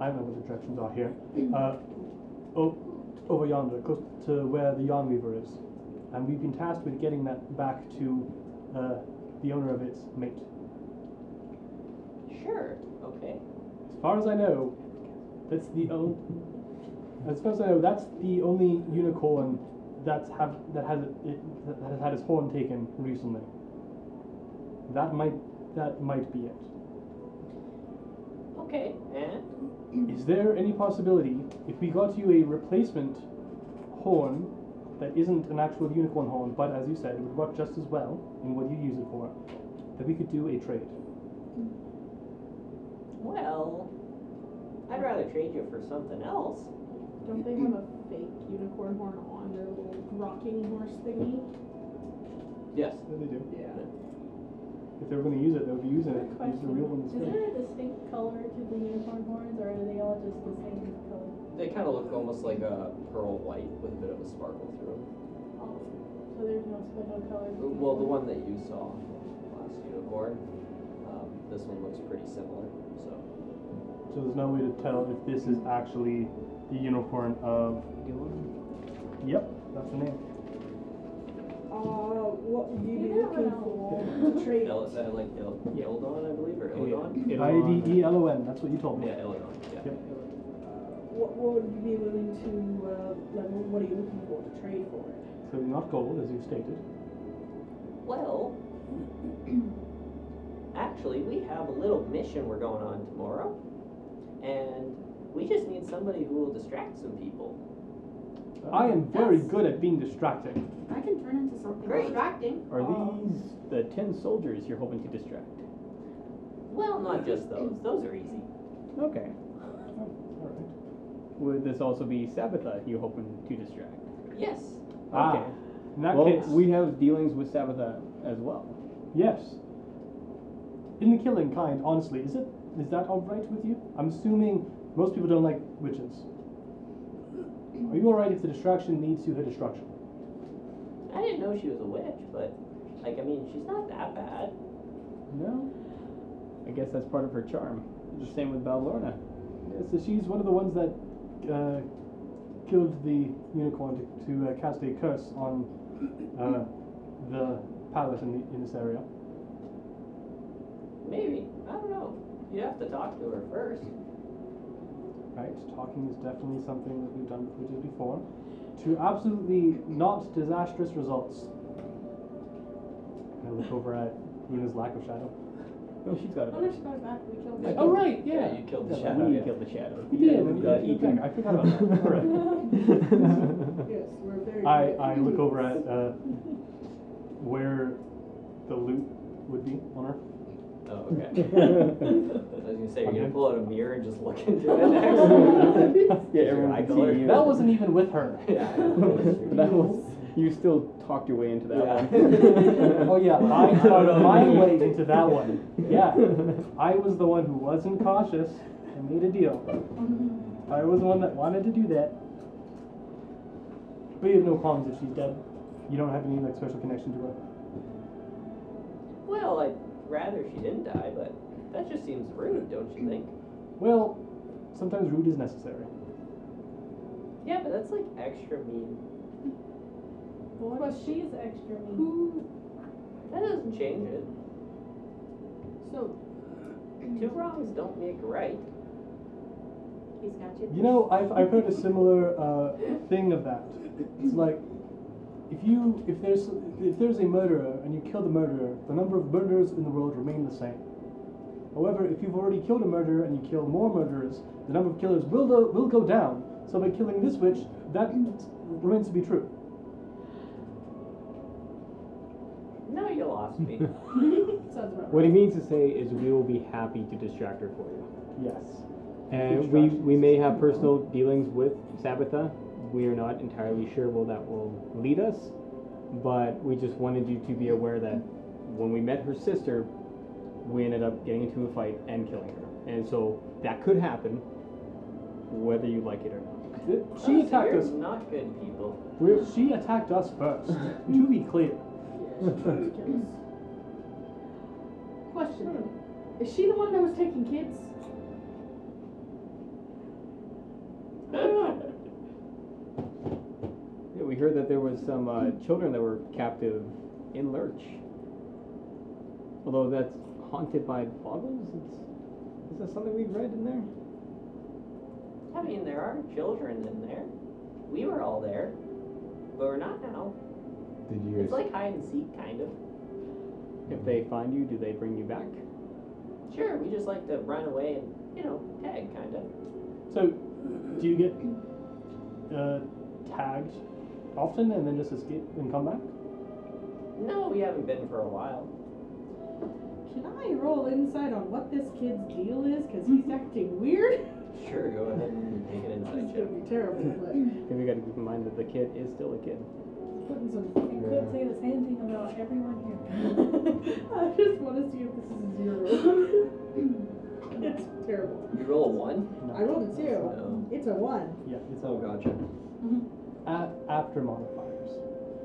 [SPEAKER 3] I don't know what the directions are here. Uh, o- over yonder, close to where the yarn weaver is, and we've been tasked with getting that back to uh, the owner of its mate.
[SPEAKER 2] Sure. Okay.
[SPEAKER 3] As far as I know, that's the only. As far as I know, that's the only unicorn that's have that has it, it, that has had his horn taken recently. That might that might be it.
[SPEAKER 2] Okay. And
[SPEAKER 3] Is there any possibility if we got you a replacement horn that isn't an actual unicorn horn, but as you said, would work just as well in what you use it for, that we could do a trade?
[SPEAKER 2] well, I'd rather trade you for something else.
[SPEAKER 4] Don't they have a fake unicorn horn on their little rocking horse thingy?
[SPEAKER 2] Yes.
[SPEAKER 3] Yeah, they do.
[SPEAKER 4] Yeah.
[SPEAKER 3] If they were going to use it, they would be using it.
[SPEAKER 4] Good
[SPEAKER 3] Use the real one
[SPEAKER 7] Is
[SPEAKER 3] instead.
[SPEAKER 7] there a distinct color to the unicorn horns, or are they all just the same color?
[SPEAKER 2] They kind of look almost like a pearl white with a bit of a sparkle through
[SPEAKER 7] Oh, So there's no special color.
[SPEAKER 2] them. Well, the one that you saw last this unicorn. Um, this one looks pretty similar, so.
[SPEAKER 3] So there's no way to tell if this is actually the unicorn of. Yep, that's the name.
[SPEAKER 4] Uh, what would you be
[SPEAKER 7] You never
[SPEAKER 4] looking
[SPEAKER 7] know.
[SPEAKER 4] for to trade?
[SPEAKER 2] Del- is that uh, like Il-
[SPEAKER 3] Yeah.
[SPEAKER 2] Ildon, I believe, or Ildon?
[SPEAKER 5] It'll,
[SPEAKER 3] I D E L O N. That's what you told me.
[SPEAKER 2] Yeah, Ildon, yeah.
[SPEAKER 3] Yep.
[SPEAKER 4] What, what would you be willing to, uh, like, what what are you looking for to trade for it?
[SPEAKER 3] So not gold, as you stated.
[SPEAKER 2] Well, actually, we have a little mission we're going on tomorrow, and we just need somebody who will distract some people.
[SPEAKER 3] I am very
[SPEAKER 8] That's-
[SPEAKER 3] good at being distracting.
[SPEAKER 8] I can turn into something
[SPEAKER 2] Great.
[SPEAKER 8] distracting.
[SPEAKER 5] Are these the ten soldiers you're hoping to distract?
[SPEAKER 2] Well, not just those; those are easy.
[SPEAKER 5] Okay. Oh,
[SPEAKER 3] All right.
[SPEAKER 5] Would this also be Sabbatha you're hoping to distract?
[SPEAKER 2] Yes.
[SPEAKER 3] Ah,
[SPEAKER 5] Okay.
[SPEAKER 3] in that
[SPEAKER 5] well,
[SPEAKER 3] case,
[SPEAKER 5] we have dealings with Sabbatha as well.
[SPEAKER 3] yes. In the killing kind, honestly, is it is that all right with you? I'm assuming most people don't like witches. Are you all right if the distraction leads to her destruction?
[SPEAKER 2] I didn't know she was a witch, but like, I mean, she's not that bad.
[SPEAKER 5] No. I guess that's part of her charm. The same with Balorna.
[SPEAKER 3] Yeah, so she's one of the ones that uh, killed the unicorn to, to uh, cast a curse on uh, the palace in, the, in this area.
[SPEAKER 2] Maybe I don't know. You have to talk to her first.
[SPEAKER 3] Right, talking is definitely something that we've done with witches before. To absolutely not disastrous results. I look over at Runa's lack of shadow.
[SPEAKER 5] No, she's got it.
[SPEAKER 7] Oh no, she got it back. We killed
[SPEAKER 2] Yeah.
[SPEAKER 7] her.
[SPEAKER 3] Oh right, yeah.
[SPEAKER 2] you killed the
[SPEAKER 3] Yeah,
[SPEAKER 2] shadow.
[SPEAKER 5] We
[SPEAKER 2] yeah.
[SPEAKER 5] killed the shadow.
[SPEAKER 3] You did.
[SPEAKER 2] Yeah,
[SPEAKER 3] and
[SPEAKER 2] we
[SPEAKER 3] you
[SPEAKER 2] got
[SPEAKER 3] got eaten.
[SPEAKER 5] eaten.
[SPEAKER 3] I forgot about that. All right.
[SPEAKER 4] Yes, we're very.
[SPEAKER 3] I, I look over at uh, where the loot would be on her.
[SPEAKER 2] Oh, okay. I was gonna say you're gonna pull out a mirror and just look into it next.
[SPEAKER 5] yeah,
[SPEAKER 2] Is your
[SPEAKER 5] everyone
[SPEAKER 2] eye
[SPEAKER 5] can see
[SPEAKER 2] color?
[SPEAKER 5] you.
[SPEAKER 3] That wasn't even with her.
[SPEAKER 2] yeah.
[SPEAKER 5] that was. You still talked your way into that
[SPEAKER 2] Yeah.
[SPEAKER 5] one.
[SPEAKER 3] Oh yeah, I
[SPEAKER 2] Oh, no,
[SPEAKER 3] talked my
[SPEAKER 2] you-
[SPEAKER 3] way into that one. Yeah, I was the one who wasn't cautious and made a deal. I was the one that wanted to do that. But you have no problems if she's dead. You don't have any like special connection to her.
[SPEAKER 2] Well, I'd rather she didn't die, but that just seems rude, don't you think?
[SPEAKER 3] Well, sometimes rude is necessary.
[SPEAKER 2] Yeah, but that's like extra mean.
[SPEAKER 7] But she's extra mean.
[SPEAKER 4] Who,
[SPEAKER 2] That doesn't change it.
[SPEAKER 4] so,
[SPEAKER 2] Two wrongs don't make a right.
[SPEAKER 8] He's got you.
[SPEAKER 3] You know, I've, I've heard a similar uh, thing of that. It's like if you if there's if there's a murderer and you kill the murderer, the number of murderers in the world remain the same. However, if you've already killed a murderer and you kill more murderers, the number of killers will go, will go down. So by killing this witch, that remains to be true.
[SPEAKER 2] No, you lost me.
[SPEAKER 4] sounds about right.
[SPEAKER 5] What he means to say is we will be happy to distract her for you.
[SPEAKER 3] Yes.
[SPEAKER 5] And we, we may have personal dealings with Sabbatha. We are not entirely sure where that will lead us, but we just wanted you to be aware that when we met her sister, we ended up getting into a fight and killing her. And so that could happen, whether you like it or not.
[SPEAKER 3] She
[SPEAKER 2] Oh, so
[SPEAKER 3] attacked
[SPEAKER 2] you're
[SPEAKER 3] us.
[SPEAKER 2] Not good people.
[SPEAKER 3] We're- She attacked us first. to be clear.
[SPEAKER 8] Question.
[SPEAKER 4] Hmm.
[SPEAKER 8] Is she the one that was taking kids?
[SPEAKER 5] Yeah, we heard that there was some uh, children that were captive in Lurch. Although that's haunted by boggles? It's, is that something we've read in there?
[SPEAKER 2] I mean, there are children in there. We were all there, but we're not now.
[SPEAKER 6] Did you
[SPEAKER 2] It's like hide and seek, kind of.
[SPEAKER 5] If they find you, do they bring you back?
[SPEAKER 2] Sure, we just like to run away and, you know, tag, kind of.
[SPEAKER 3] So, do you get uh, tagged often and then just escape and come back?
[SPEAKER 2] No, we haven't been for a while.
[SPEAKER 4] Can I roll insight on what this kid's deal is? Cause he's acting weird.
[SPEAKER 2] Sure, go ahead and take
[SPEAKER 4] This
[SPEAKER 2] an
[SPEAKER 4] is
[SPEAKER 2] inside
[SPEAKER 4] gonna
[SPEAKER 2] check.
[SPEAKER 4] be terrible, but
[SPEAKER 5] Because we got to keep in mind that the kid is still a kid.
[SPEAKER 4] putting some.
[SPEAKER 7] You could say the same thing about everyone here.
[SPEAKER 4] I just wanna see if this is a zero. It's terrible.
[SPEAKER 2] You roll a one?
[SPEAKER 4] I rolled a two.
[SPEAKER 2] No.
[SPEAKER 4] It's a one.
[SPEAKER 3] Yeah, it's
[SPEAKER 2] Oh, gotcha.
[SPEAKER 3] a- after modifiers.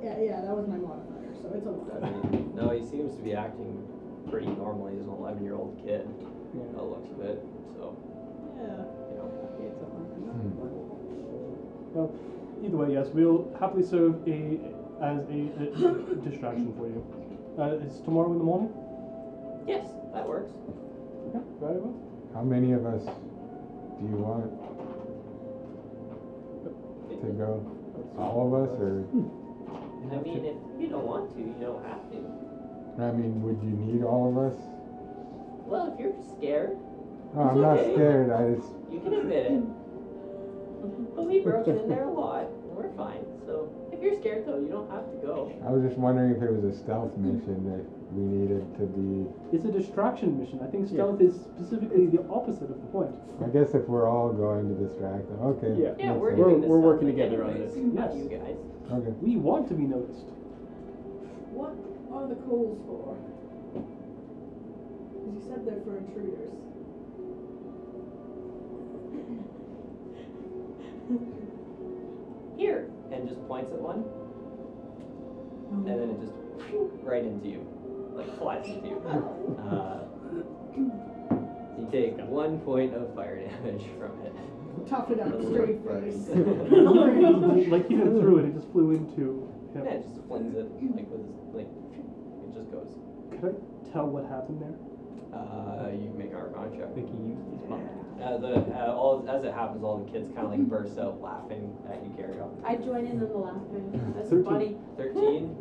[SPEAKER 4] Yeah, yeah, that was my modifier, so it's a one.
[SPEAKER 2] I mean, no, he seems to be acting pretty normally as an 11 year old kid.
[SPEAKER 3] Yeah.
[SPEAKER 2] That looks of it. So,
[SPEAKER 4] Yeah.
[SPEAKER 2] you know.
[SPEAKER 3] Hmm. Well, either way, yes, we'll happily serve a as a, a distraction for you. Uh, it's tomorrow in the morning.
[SPEAKER 2] Yes, that works.
[SPEAKER 3] Okay, very well.
[SPEAKER 6] How many of us do you want to go? All of us, or
[SPEAKER 2] I mean, if you don't want to, you don't have to.
[SPEAKER 6] I mean, would you need all of us?
[SPEAKER 2] Well, if you're scared,
[SPEAKER 6] No, I'm not scared. I just
[SPEAKER 2] you can admit it. But we broke in there a lot, and we're fine. So, if you're scared though, you don't have to go.
[SPEAKER 6] I was just wondering if it was a stealth mission that we needed to be.
[SPEAKER 3] It's a distraction mission. I think
[SPEAKER 5] Yeah.
[SPEAKER 3] stealth is specifically the opposite of the point.
[SPEAKER 6] I guess if we're all going to distract them, okay.
[SPEAKER 3] Yeah.
[SPEAKER 2] Yeah,
[SPEAKER 6] makes
[SPEAKER 2] we're
[SPEAKER 6] sense.
[SPEAKER 2] doing this
[SPEAKER 5] we're
[SPEAKER 2] stuff
[SPEAKER 5] working together on
[SPEAKER 2] anyways.
[SPEAKER 5] this.
[SPEAKER 2] Not
[SPEAKER 3] Yes.
[SPEAKER 2] you guys.
[SPEAKER 6] Okay.
[SPEAKER 3] We want to be noticed.
[SPEAKER 4] What are the calls for? Because you said they're for intruders.
[SPEAKER 2] Here, and just points at one, and then it just right into you, like flies into you. Uh, you take one point of fire damage from it.
[SPEAKER 4] Tough it out, straight face.
[SPEAKER 3] like he didn't throw it; it just flew into him.
[SPEAKER 2] Yeah, it just flings it like with his, like it just goes.
[SPEAKER 3] Could I tell what happened there?
[SPEAKER 2] Uh, you make an Arcana check.
[SPEAKER 5] Mickey used his mind.
[SPEAKER 2] Uh, the, uh, all, as it happens, all the kids kind of like burst out laughing at you, carry on.
[SPEAKER 8] I join in on the laughter. That's
[SPEAKER 3] Thirteen.
[SPEAKER 8] funny.
[SPEAKER 2] 13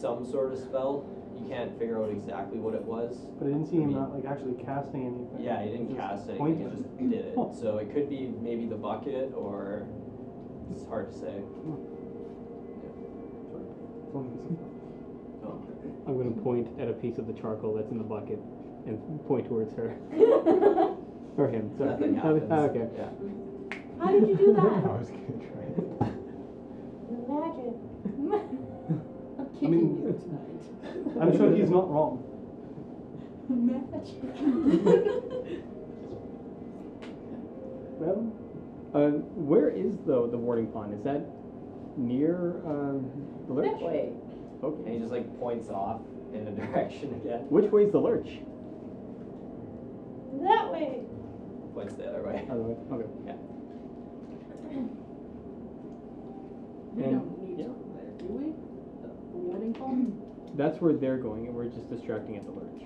[SPEAKER 2] some sort of spell you can't figure out exactly what it was
[SPEAKER 3] But I didn't see him not like actually casting anything.
[SPEAKER 2] yeah you didn't
[SPEAKER 3] Just
[SPEAKER 2] cast anything
[SPEAKER 3] pointing.
[SPEAKER 2] you just did it
[SPEAKER 3] Huh.
[SPEAKER 2] so it could be maybe the bucket or it's hard to say oh.
[SPEAKER 5] I'm gonna point at a piece of the charcoal that's in the bucket and point towards her or him. Sorry.
[SPEAKER 2] nothing
[SPEAKER 5] Oh,
[SPEAKER 2] happens
[SPEAKER 5] oh, okay.
[SPEAKER 2] yeah
[SPEAKER 8] How did you do
[SPEAKER 6] I
[SPEAKER 8] that?
[SPEAKER 6] was gonna try it.
[SPEAKER 8] Magic.
[SPEAKER 3] I
[SPEAKER 5] I'm
[SPEAKER 3] mean-
[SPEAKER 5] you tonight.
[SPEAKER 3] I'm sure he's not wrong. Well,
[SPEAKER 5] Uh, where is though the warding pond? Is that near um, the lurch?
[SPEAKER 8] That way.
[SPEAKER 5] Okay.
[SPEAKER 2] and he just like points off in a direction again
[SPEAKER 5] Which way's the lurch?
[SPEAKER 8] That way.
[SPEAKER 2] points the other way
[SPEAKER 5] Other way. Okay.
[SPEAKER 4] We
[SPEAKER 5] And-
[SPEAKER 4] don't need to go there, do we? The warning call?
[SPEAKER 5] That's where they're going, and we're just distracting at the lurch.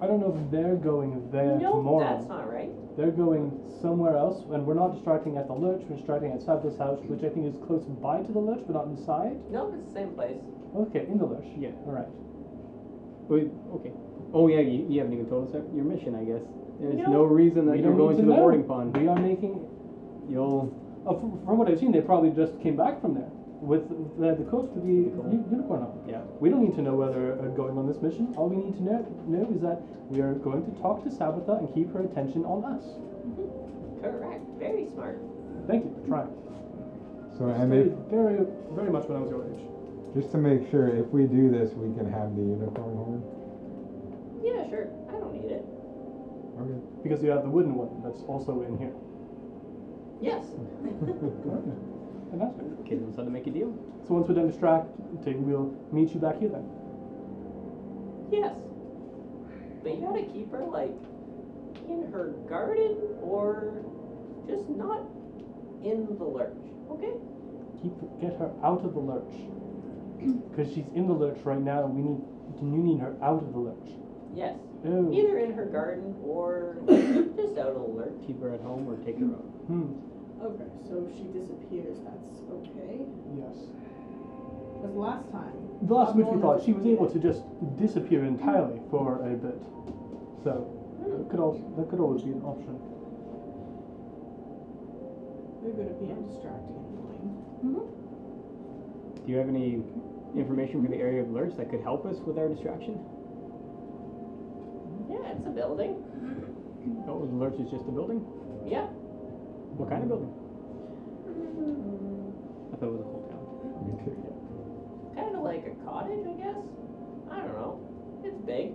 [SPEAKER 3] I don't know if they're going there
[SPEAKER 2] no
[SPEAKER 3] tomorrow.
[SPEAKER 2] that's not right
[SPEAKER 3] They're going somewhere else, and we're not distracting at the lurch. We're distracting outside this house, which I think is close by to the lurch, but not inside.
[SPEAKER 2] no it's the same place
[SPEAKER 3] Okay, in the lurch.
[SPEAKER 5] Yeah.
[SPEAKER 3] All right.
[SPEAKER 5] Wait, okay. Oh yeah, you, you haven't even told us that- your mission, I guess. There's
[SPEAKER 3] We
[SPEAKER 5] no reason
[SPEAKER 3] We
[SPEAKER 5] that you're
[SPEAKER 3] don't
[SPEAKER 5] going
[SPEAKER 3] need
[SPEAKER 5] to
[SPEAKER 3] to
[SPEAKER 5] the
[SPEAKER 3] know.
[SPEAKER 5] boarding pond.
[SPEAKER 3] We are making.
[SPEAKER 5] You'll
[SPEAKER 3] Uh, from, from what I've seen, they probably just came back from there with the, the coast of the u- unicorn on.
[SPEAKER 5] yeah.
[SPEAKER 3] We don't need to know whether they're going on this mission. All we need to know, know is that we are going to talk to Sabatha and keep her attention on us.
[SPEAKER 2] correct very smart
[SPEAKER 3] Thank you for trying.
[SPEAKER 6] So and if,
[SPEAKER 3] Studied very, very much when I was your age.
[SPEAKER 6] just to make sure, if we do this, we can have the unicorn horn.
[SPEAKER 2] yeah sure i don't need it
[SPEAKER 6] Okay.
[SPEAKER 3] Because you have the wooden one that's also in here.
[SPEAKER 2] yes
[SPEAKER 3] Fantastic.
[SPEAKER 5] Kids decide to make a deal.
[SPEAKER 3] So once we're done distracting, we'll meet you back here then.
[SPEAKER 2] Yes. But you gotta keep her like in her garden or just not in the lurch, okay?
[SPEAKER 3] Keep get her out of the lurch. Because she's in the lurch right now, and we need you need her out of the lurch.
[SPEAKER 2] Yes.
[SPEAKER 3] Oh.
[SPEAKER 2] Either in her garden or just out of the lurch.
[SPEAKER 5] Keep her at home or take her out.
[SPEAKER 3] Hmm.
[SPEAKER 4] Okay, so she disappears, that's okay.
[SPEAKER 3] Yes.
[SPEAKER 4] Because last time,
[SPEAKER 3] The last which we thought she was able to just disappear entirely for a bit. So that could also that could always be an option.
[SPEAKER 4] we're good at being distracting and annoying.
[SPEAKER 5] Do you have any information for the area of lurch that could help us with our distraction?
[SPEAKER 2] Yeah, it's a building.
[SPEAKER 5] Oh, the lurch is just a building.
[SPEAKER 2] Yeah.
[SPEAKER 5] What kind of building? I thought it was a whole town.
[SPEAKER 6] Me too.
[SPEAKER 2] Kinda like a cottage, I guess. I don't know. It's big.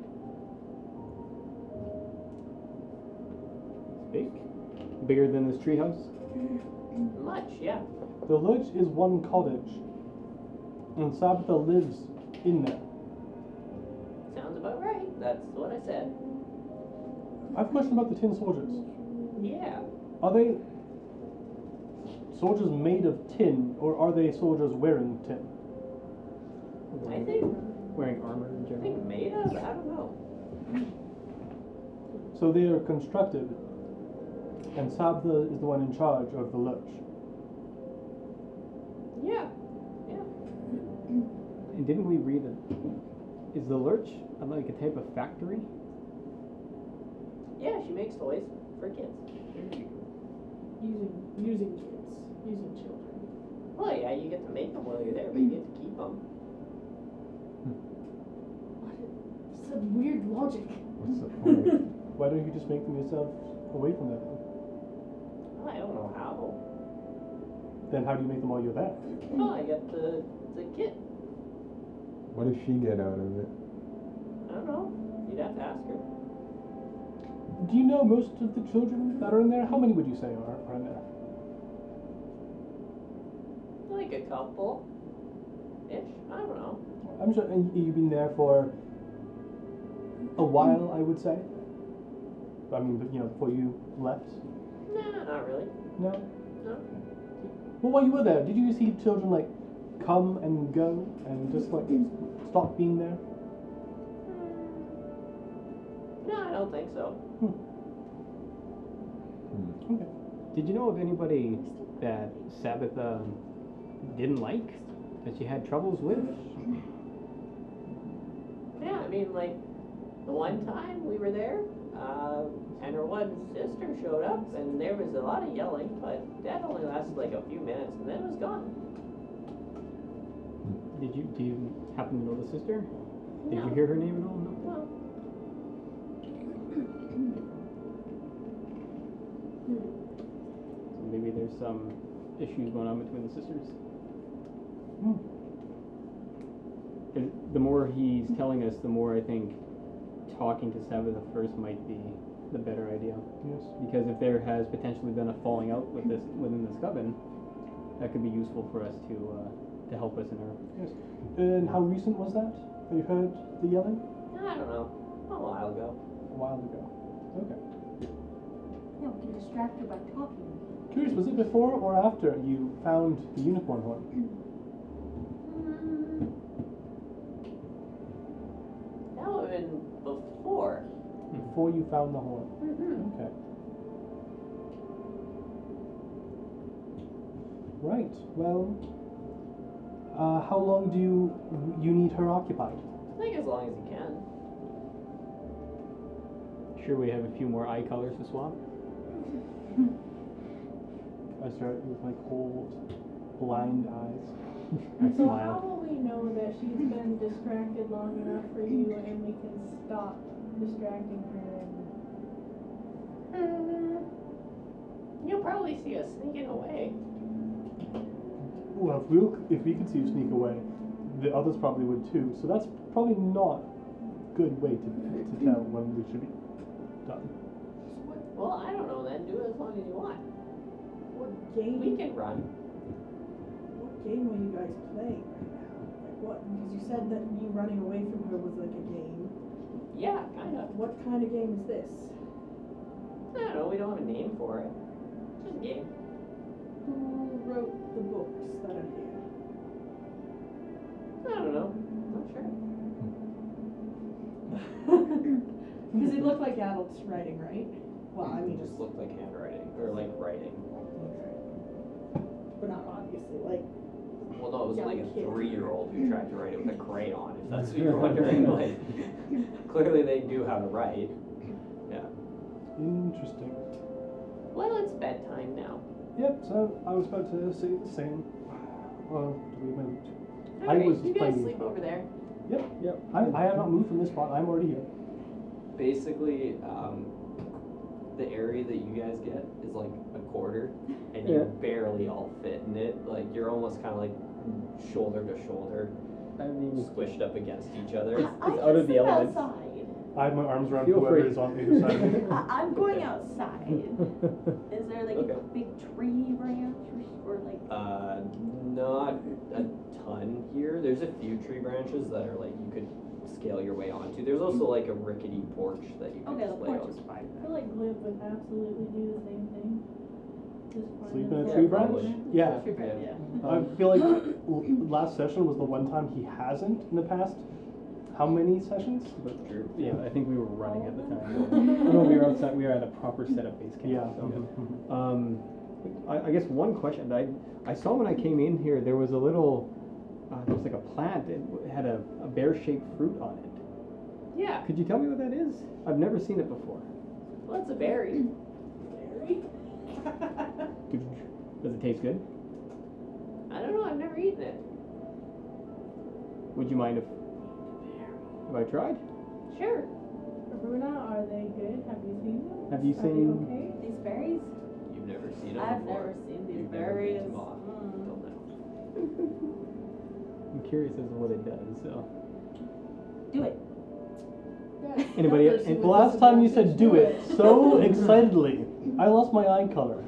[SPEAKER 5] It's big, bigger than this treehouse.
[SPEAKER 2] Much, yeah.
[SPEAKER 3] The lurch is one cottage, and Sabatha lives in there.
[SPEAKER 2] what I said.
[SPEAKER 3] I have a question about the tin soldiers.
[SPEAKER 2] Yeah.
[SPEAKER 3] Are they soldiers made of tin, or are they soldiers wearing tin?
[SPEAKER 2] I think
[SPEAKER 5] Wearing armor in
[SPEAKER 2] I
[SPEAKER 5] general.
[SPEAKER 2] think made of. I don't know.
[SPEAKER 3] So they are constructed, and Sabda is the one in charge of the lurch.
[SPEAKER 2] Yeah.
[SPEAKER 5] And didn't we read that? Is the lurch uh, like a type of factory?
[SPEAKER 2] Yeah, she makes toys for kids.
[SPEAKER 7] Using, using kids, using children.
[SPEAKER 2] Well, yeah, you get to make them while you're there, but you get to keep them.
[SPEAKER 7] Some weird logic.
[SPEAKER 6] What's the point?
[SPEAKER 3] Why don't you just make them yourself away from that?
[SPEAKER 2] I don't know how.
[SPEAKER 3] Then how do you make them while you're there?
[SPEAKER 2] Well, I get the the kit.
[SPEAKER 6] What does she get out of it?
[SPEAKER 2] I don't know. You'd have to ask her.
[SPEAKER 3] Do you know most of the children that are in there? How many would you say are, are in there?
[SPEAKER 2] Like a couple. Ish. I don't know.
[SPEAKER 3] I'm sure and you've been there for a while, I would say. I mean, but, you know, before you left.
[SPEAKER 2] Nah, not really.
[SPEAKER 3] No.
[SPEAKER 2] No.
[SPEAKER 3] Well, while you were there, did you see children like come and go and just like stop being there?
[SPEAKER 2] No, I don't think so.
[SPEAKER 5] Did you know of anybody that Sabitha um, didn't like? That she had troubles with?
[SPEAKER 2] Yeah, I mean, like, the one time we were there, uh, and her one sister showed up, and there was a lot of yelling, but that only lasted like a few minutes, and then it was gone.
[SPEAKER 5] Did you do you happen to know the sister? Did
[SPEAKER 2] No.
[SPEAKER 5] you hear her name at all? No.
[SPEAKER 2] No.
[SPEAKER 5] So maybe there's some issues going on between the sisters.
[SPEAKER 3] Hmm.
[SPEAKER 5] And the more he's telling us, the more I think talking to Sabitha first might be the better idea.
[SPEAKER 3] Yes.
[SPEAKER 5] Because if there has potentially been a falling out with this within this coven, that could be useful for us to uh, to help us in our
[SPEAKER 3] And how recent was that? Have you heard the yelling?
[SPEAKER 2] I don't know. A while ago.
[SPEAKER 3] A while ago. Okay.
[SPEAKER 8] No, we can distract her by talking.
[SPEAKER 3] Curious, was it before or after you found the unicorn horn?
[SPEAKER 8] Mm.
[SPEAKER 2] That would have been before.
[SPEAKER 3] Before you found the horn.
[SPEAKER 9] Mm-hmm.
[SPEAKER 3] Okay. Right. Well, uh, how long do you you need her occupied?
[SPEAKER 2] I think as long as you can.
[SPEAKER 5] Sure, we have a few more eye colors to swap.
[SPEAKER 3] I start with my cold, blind eyes.
[SPEAKER 5] I
[SPEAKER 7] So
[SPEAKER 5] smile.
[SPEAKER 7] how will we know that she's been distracted long enough for you and we can stop distracting her and
[SPEAKER 2] Hmm. You'll probably see us sneaking away.
[SPEAKER 3] Well, if we if we could see you sneak away, the others probably would too. So that's probably not a good way to, to tell when we should be done.
[SPEAKER 2] Well, I don't know then. Do it as long as you want.
[SPEAKER 4] What game?
[SPEAKER 2] We can run.
[SPEAKER 4] What game are you guys playing right now? Like what? Because you said that me running away from her was like a game.
[SPEAKER 2] Yeah, kind of.
[SPEAKER 4] What kind of game is this?
[SPEAKER 2] I don't know. We don't have a name for it. Just a game.
[SPEAKER 4] Who wrote the books that are here?
[SPEAKER 2] I don't know. Not sure.
[SPEAKER 4] Because it looked like adults writing, right? Well, I mean,
[SPEAKER 2] just looked like handwriting or like writing.
[SPEAKER 4] but not obviously like
[SPEAKER 2] Well, no, it was
[SPEAKER 4] Yeah,
[SPEAKER 2] like
[SPEAKER 4] like
[SPEAKER 2] a
[SPEAKER 4] kids.
[SPEAKER 2] three-year-old who tried to write it with a crayon. If that's what you're wondering, like clearly they do how to write.
[SPEAKER 3] Interesting.
[SPEAKER 2] Well, it's bedtime now.
[SPEAKER 3] Yep. So I was about to say the same. Well, do we move? I
[SPEAKER 2] Alright,
[SPEAKER 3] was
[SPEAKER 2] you guys
[SPEAKER 3] playing-
[SPEAKER 2] sleep over there.
[SPEAKER 3] Yep. Yep. I, I have not moved from this spot. I'm already here.
[SPEAKER 2] Basically, um, the area that you guys get is like a quarter, and
[SPEAKER 5] Yeah.
[SPEAKER 2] you barely all fit in it. Like you're almost kind of like shoulder to shoulder,
[SPEAKER 5] I mean,
[SPEAKER 2] squished up against each other.
[SPEAKER 8] I- I
[SPEAKER 5] it's
[SPEAKER 8] can
[SPEAKER 5] out of the
[SPEAKER 8] sleep
[SPEAKER 5] elements.
[SPEAKER 8] outside.
[SPEAKER 3] I have my arms around
[SPEAKER 5] Feel
[SPEAKER 3] whoever
[SPEAKER 5] free.
[SPEAKER 3] is on either side of me.
[SPEAKER 8] I- I'm going outside. Is there like a
[SPEAKER 2] Okay.
[SPEAKER 8] big tree branch or, or like?
[SPEAKER 2] Uh, not a ton here. There's a few tree branches that are like you could scale your way onto. There's also like a rickety porch that you
[SPEAKER 8] Mm-hmm.
[SPEAKER 2] can
[SPEAKER 8] Okay, the
[SPEAKER 2] just lay
[SPEAKER 8] porch
[SPEAKER 2] on.
[SPEAKER 8] is fine.
[SPEAKER 7] I feel like Glib would absolutely do the same thing. Just find
[SPEAKER 3] Sleep in a
[SPEAKER 7] himself-
[SPEAKER 3] tree
[SPEAKER 2] Yeah,
[SPEAKER 3] branch?
[SPEAKER 2] probably.
[SPEAKER 3] Yeah.
[SPEAKER 8] Tree branch, yeah.
[SPEAKER 3] I feel like l- last session was the one time he hasn't in the past. How many sessions? But
[SPEAKER 2] True.
[SPEAKER 10] Yeah, I think we were running at the time.
[SPEAKER 8] Oh,
[SPEAKER 10] no, we were outside. We were at a proper setup base camp.
[SPEAKER 3] Yeah. Mm-hmm.
[SPEAKER 10] So,
[SPEAKER 5] Um, I, I guess one question I I saw when I came in here there was a little uh, there was like a plant it w- had a, a bear shaped fruit on it.
[SPEAKER 9] Yeah,
[SPEAKER 5] Could you tell me what that is? I've never seen it before.
[SPEAKER 9] well, it's a berry.
[SPEAKER 5] Does it taste good?
[SPEAKER 9] I don't know. I've never eaten it.
[SPEAKER 5] Would you mind if if I tried?
[SPEAKER 9] Sure.
[SPEAKER 7] Aruna, are they good? Have you seen them?
[SPEAKER 5] Have you
[SPEAKER 7] Are they
[SPEAKER 5] seen?
[SPEAKER 7] okay?
[SPEAKER 8] These berries?
[SPEAKER 2] You've never seen it
[SPEAKER 8] I've
[SPEAKER 2] before.
[SPEAKER 8] never seen these
[SPEAKER 2] You've never been
[SPEAKER 8] berries.
[SPEAKER 2] to Moth
[SPEAKER 8] Mm.
[SPEAKER 2] until now.
[SPEAKER 5] I'm curious as to what it does. So
[SPEAKER 8] Do it.
[SPEAKER 9] Yeah.
[SPEAKER 5] Anybody-
[SPEAKER 9] That person
[SPEAKER 5] and
[SPEAKER 9] with
[SPEAKER 3] last time you said
[SPEAKER 9] disabilities
[SPEAKER 3] do it so excitedly, I lost my eye color.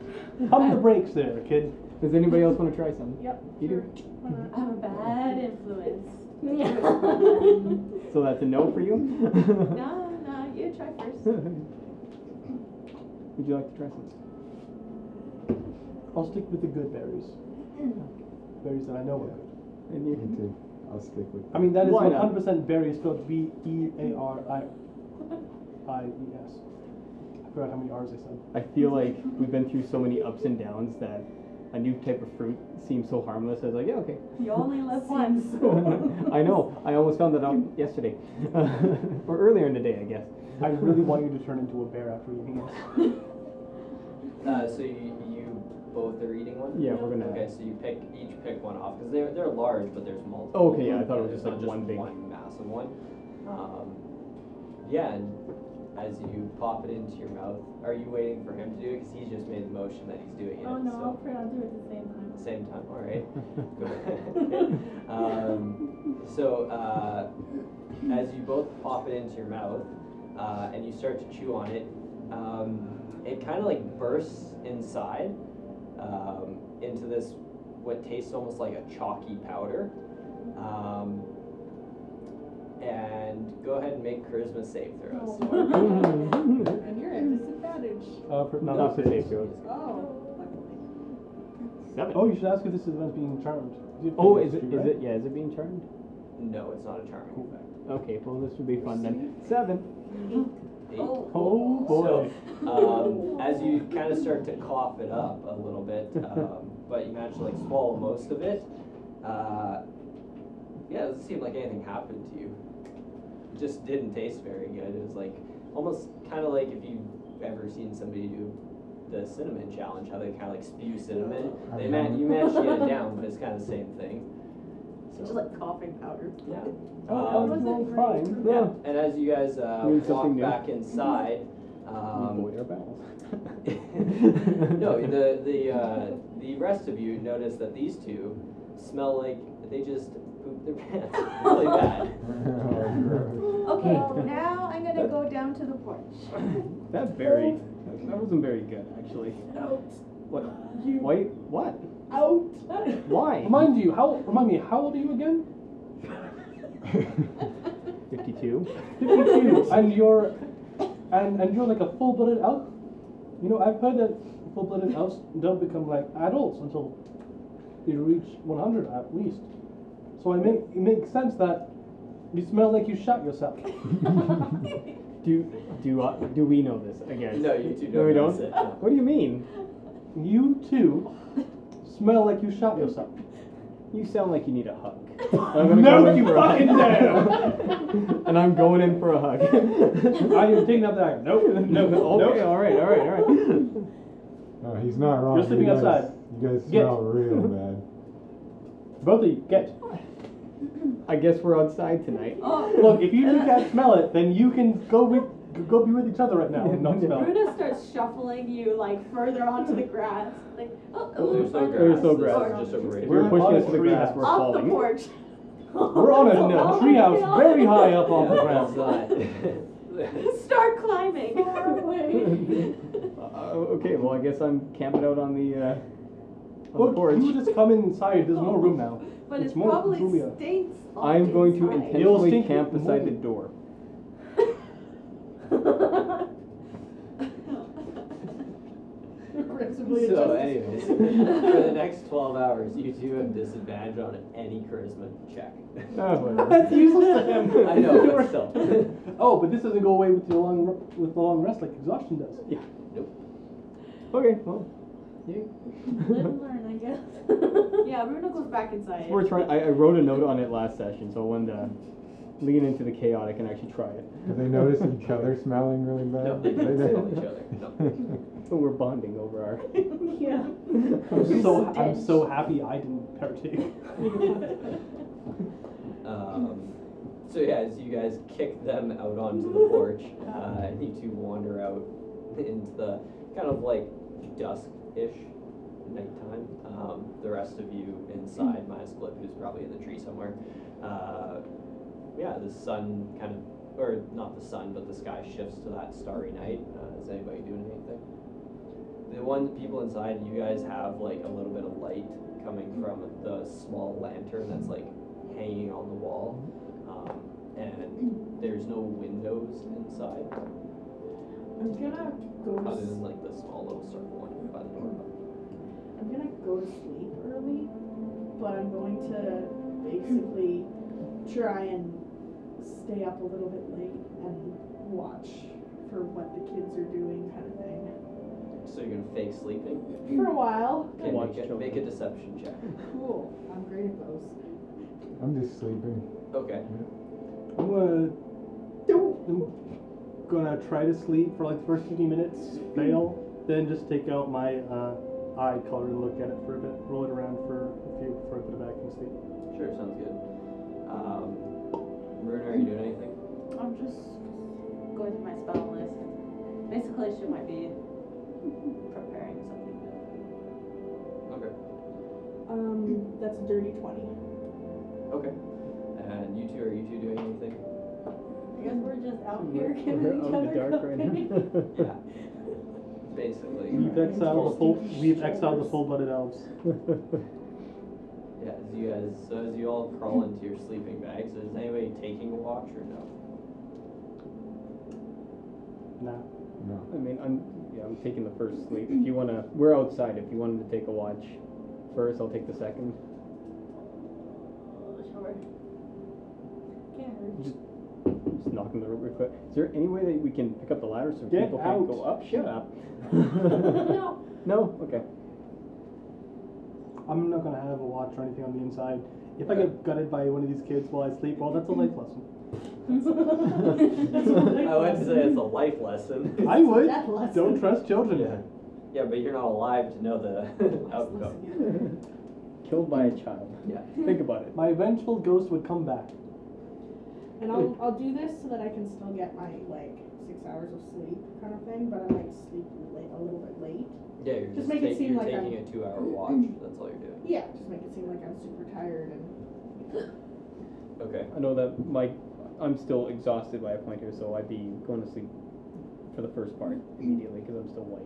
[SPEAKER 3] Pump the brakes there, kid.
[SPEAKER 5] does anybody else want to try some?
[SPEAKER 7] Yep.
[SPEAKER 5] You do?
[SPEAKER 7] sure. Why not?
[SPEAKER 8] I'm a bad influence.
[SPEAKER 5] So that's a no for you.
[SPEAKER 8] No, no, you try first.
[SPEAKER 5] Would you like to try some?
[SPEAKER 3] I'll stick with the good berries. Berries that I know are good.
[SPEAKER 5] And
[SPEAKER 6] Me
[SPEAKER 5] you
[SPEAKER 6] too. I'll stick with.
[SPEAKER 3] I mean, that is
[SPEAKER 5] Why not?
[SPEAKER 3] 100% berries spelled B E A R I I E S. I forgot how many R's I said.
[SPEAKER 5] I feel like we've been through so many ups and downs that a new type of fruit seems so harmless. I was like, yeah, okay.
[SPEAKER 8] You only live once.
[SPEAKER 5] I know. I almost found that out yesterday, or earlier in the day, I guess.
[SPEAKER 3] I really want you to turn into a bear after eating this.
[SPEAKER 2] Uh, so you, you both are eating one.
[SPEAKER 5] Yeah, we're gonna.
[SPEAKER 2] Okay, so you pick each pick one off because they're they're large, but there's multiple.
[SPEAKER 5] Oh, Okay, yeah, I thought it was
[SPEAKER 2] There's
[SPEAKER 5] just, like,
[SPEAKER 2] not
[SPEAKER 5] one big-
[SPEAKER 2] one massive one. Um, yeah, and as you pop it into your mouth, are you waiting for him to do it? Because he's just made the motion that he's doing it.
[SPEAKER 7] Oh, no, I'll
[SPEAKER 2] So
[SPEAKER 7] pray I'll do it at the same time.
[SPEAKER 2] same time, all right. Okay. um, so uh, as you both pop it into your mouth uh, and you start to chew on it, um, it kind of like bursts inside um, into this what tastes almost like a chalky powder. Um, and go ahead and make charisma save
[SPEAKER 8] Oh.
[SPEAKER 2] throws.
[SPEAKER 9] And you're at disadvantage.
[SPEAKER 3] Uh, for, not
[SPEAKER 5] Not
[SPEAKER 3] for
[SPEAKER 5] for
[SPEAKER 3] saves.
[SPEAKER 5] safe throws.
[SPEAKER 9] Oh, luckily.
[SPEAKER 5] Seven.
[SPEAKER 3] Oh, you should ask if this event's being charmed.
[SPEAKER 5] Oh, is it? Is it? Yeah, is it being charmed?
[SPEAKER 2] No, it's not a charming effect.
[SPEAKER 5] Okay, well this would be fun then. Seven.
[SPEAKER 2] Eight.
[SPEAKER 3] Oh boy.
[SPEAKER 2] um, as you kind of start to cough it up a little bit, um, but you manage to like swallow most of it. Uh, yeah, it doesn't seem like anything happened to you. It just didn't taste very good. It was like almost kind of like if you've ever seen somebody do the cinnamon challenge, how they kind of like spew cinnamon. They man- you manage to get it down, but it's kind of the same thing.
[SPEAKER 9] It's just like coughing powder.
[SPEAKER 2] Yeah.
[SPEAKER 3] Oh,
[SPEAKER 2] Um,
[SPEAKER 3] that was fine.
[SPEAKER 5] Yeah.
[SPEAKER 2] and as you guys uh,
[SPEAKER 5] Learn
[SPEAKER 2] walk
[SPEAKER 5] something new. Mm-hmm.
[SPEAKER 2] back inside, um,
[SPEAKER 5] Boy, our battles.
[SPEAKER 2] no, the the uh, the rest of you notice that these two smell like they just pooped their pants really bad.
[SPEAKER 6] Oh,
[SPEAKER 8] Okay, now I'm gonna go down to the porch.
[SPEAKER 5] That berry. That wasn't very good actually. What? Wait. What?
[SPEAKER 9] Out.
[SPEAKER 5] Why?
[SPEAKER 3] Remind you, how? Remind me, how old are you again?
[SPEAKER 5] Fifty-two.
[SPEAKER 3] 52. and you're, and and you're like a full-blooded elf. You know, I've heard that full-blooded elves don't become like adults until they reach 100 at least. So I make it makes sense that you smell like you shot yourself.
[SPEAKER 5] Do do uh, do we know this? I guess.
[SPEAKER 2] No, you two
[SPEAKER 5] No, we
[SPEAKER 2] don't notice
[SPEAKER 5] don't.
[SPEAKER 2] it, no.
[SPEAKER 5] What do you mean?
[SPEAKER 3] You too smell like you shot yourself.
[SPEAKER 5] You sound like you need a hug.
[SPEAKER 3] No,
[SPEAKER 5] go in
[SPEAKER 3] you
[SPEAKER 5] for a
[SPEAKER 3] fucking
[SPEAKER 5] hug. and I'm going in for a hug.
[SPEAKER 3] I am taking up that. Nope.
[SPEAKER 5] no,
[SPEAKER 3] Nope.
[SPEAKER 5] okay,
[SPEAKER 3] nope.
[SPEAKER 5] all right, all right, all right.
[SPEAKER 6] No, he's not wrong.
[SPEAKER 3] You're sleeping
[SPEAKER 6] you guys,
[SPEAKER 3] outside.
[SPEAKER 6] You guys
[SPEAKER 3] Get.
[SPEAKER 6] smell real bad.
[SPEAKER 3] Both of you get.
[SPEAKER 5] I guess we're outside tonight.
[SPEAKER 3] Look, if you two can't smell it, then you can go with go be with each other right now and not smell it.
[SPEAKER 8] Bruna starts shuffling you like further onto the grass, like, oh,
[SPEAKER 2] Oh, there's no
[SPEAKER 8] ooh,
[SPEAKER 2] grass.
[SPEAKER 5] There's no
[SPEAKER 2] this is
[SPEAKER 5] grass.
[SPEAKER 2] Just a
[SPEAKER 5] If
[SPEAKER 2] raid.
[SPEAKER 3] We're
[SPEAKER 5] you're pushing
[SPEAKER 3] on
[SPEAKER 5] us
[SPEAKER 3] a
[SPEAKER 5] to the
[SPEAKER 3] tree
[SPEAKER 5] grass,
[SPEAKER 3] house.
[SPEAKER 5] we're
[SPEAKER 8] off
[SPEAKER 5] falling.
[SPEAKER 8] the porch.
[SPEAKER 3] We're on a
[SPEAKER 8] Oh my
[SPEAKER 3] treehouse
[SPEAKER 8] God.
[SPEAKER 3] very high up on the
[SPEAKER 2] Yeah,
[SPEAKER 3] ground.
[SPEAKER 2] it's
[SPEAKER 8] Start climbing.
[SPEAKER 5] Uh, okay, well, I guess I'm camping out on the uh, on the
[SPEAKER 3] Look,
[SPEAKER 5] porch.
[SPEAKER 3] you would just come inside. There's no room now.
[SPEAKER 8] But it's
[SPEAKER 3] more
[SPEAKER 8] probably
[SPEAKER 3] roomier.
[SPEAKER 8] stinks on
[SPEAKER 5] I'm going to
[SPEAKER 8] inside.
[SPEAKER 3] You'll
[SPEAKER 5] intentionally
[SPEAKER 3] stink
[SPEAKER 5] camp
[SPEAKER 3] with
[SPEAKER 5] beside the
[SPEAKER 3] mold.
[SPEAKER 5] door.
[SPEAKER 9] Aggressively
[SPEAKER 5] So,
[SPEAKER 9] adjusted.
[SPEAKER 5] anyways.
[SPEAKER 2] For the next 12 hours, you two have disadvantage on any charisma check.
[SPEAKER 5] Oh,
[SPEAKER 3] Ah, whatever. That's useless to him.
[SPEAKER 2] I know, but still.
[SPEAKER 3] oh, but this doesn't go away with the long r- with the long rest like exhaustion does.
[SPEAKER 2] Yeah, nope.
[SPEAKER 5] Okay, well,
[SPEAKER 7] Live and learn, I guess.
[SPEAKER 9] Yeah, Bruno goes back inside.
[SPEAKER 5] we're trying. I, I wrote a note on it last session, so I wanted to lean into the chaotic and actually try it.
[SPEAKER 6] Do they notice each other smelling really bad?
[SPEAKER 2] No, they don't smell each other. No.
[SPEAKER 5] But we're bonding over our.
[SPEAKER 7] yeah.
[SPEAKER 3] I'm so I'm so happy I didn't partake.
[SPEAKER 2] Um, so yeah, as you guys kick them out onto the porch, uh, and you two wander out into the kind of like dusk-ish nighttime. Um, the rest of you inside, minus Clip, who's probably in the tree somewhere. Uh, yeah, the sun kind of, or not the sun, but the sky shifts to that starry night. Uh, is anybody doing anything? The one people inside, you guys have like a little bit of light coming from the small lantern that's like hanging on the wall, um, and there's no windows inside
[SPEAKER 4] I'm gonna go to,
[SPEAKER 2] other
[SPEAKER 4] s-
[SPEAKER 2] than like the small little circle one by the door.
[SPEAKER 4] I'm gonna go to sleep early, but I'm going to basically try and stay up a little bit late and watch for what the kids are doing kind of thing.
[SPEAKER 2] So you're gonna fake sleeping.
[SPEAKER 4] For a while.
[SPEAKER 2] Okay, make,
[SPEAKER 5] Watch
[SPEAKER 2] a,
[SPEAKER 5] children.
[SPEAKER 2] make a deception check.
[SPEAKER 4] Cool. I'm great at those.
[SPEAKER 6] I'm just sleeping.
[SPEAKER 2] Okay.
[SPEAKER 3] I'm gonna I'm gonna try to sleep for like the first 15 minutes, fail, then just take out my uh, eye color and look at it for a bit, roll it around for a few before I put it back in sleep.
[SPEAKER 2] Sure, sounds good. Um, Bruno, are you doing anything?
[SPEAKER 9] I'm just going through my spell list. Basically, she might be preparing something.
[SPEAKER 2] Okay.
[SPEAKER 4] Um, that's a dirty twenty.
[SPEAKER 2] Okay. And you two, are you two doing anything?
[SPEAKER 9] I guess we're just out here
[SPEAKER 5] We're,
[SPEAKER 9] giving each
[SPEAKER 5] out in the
[SPEAKER 9] other
[SPEAKER 5] dark right
[SPEAKER 9] company.
[SPEAKER 5] now.
[SPEAKER 2] Yeah. Basically.
[SPEAKER 3] We've exiled the full. We've exiled the full-blooded elves.
[SPEAKER 2] Yeah. As you guys, so as you all crawl into your sleeping bags, is anybody taking a watch or no?
[SPEAKER 3] Nah.
[SPEAKER 6] No.
[SPEAKER 5] I mean, I'm yeah, I'm taking the first sleep. If you wanna, we're outside. If you wanted to take a watch first, I'll take the second.
[SPEAKER 9] Sure.
[SPEAKER 7] Can't hurt.
[SPEAKER 5] Just knocking the real quick. Is there any way that we can pick up the ladder so
[SPEAKER 3] Get
[SPEAKER 5] people
[SPEAKER 3] out.
[SPEAKER 5] can go up? Shut up.
[SPEAKER 9] No.
[SPEAKER 5] no. Okay.
[SPEAKER 3] I'm not gonna have a watch or anything on the inside. If I get gutted by one of these kids while I sleep, well, that's a life lesson.
[SPEAKER 2] I would say it's a life lesson.
[SPEAKER 3] I would.
[SPEAKER 8] Death lesson.
[SPEAKER 3] Don't trust children.
[SPEAKER 2] Yeah. Yeah, but you're not alive to know the outcome.
[SPEAKER 5] Killed by a child.
[SPEAKER 2] Yeah.
[SPEAKER 5] Think about it.
[SPEAKER 3] My vengeful ghost would come back.
[SPEAKER 4] And I'll, I'll do this so that I can still get my like six hours of sleep kind of thing, but I might sleep late, a little bit late.
[SPEAKER 2] Yeah, you're
[SPEAKER 4] Just
[SPEAKER 2] just,
[SPEAKER 4] make it
[SPEAKER 2] take-
[SPEAKER 4] seem
[SPEAKER 2] you're
[SPEAKER 4] like
[SPEAKER 2] taking a two-hour watch. That's all you're doing.
[SPEAKER 4] Yeah, just make it seem like I'm super tired and
[SPEAKER 2] Okay.
[SPEAKER 5] I know that my I'm still exhausted by a point here, so I'd be going to sleep for the first part immediately because I'm still white.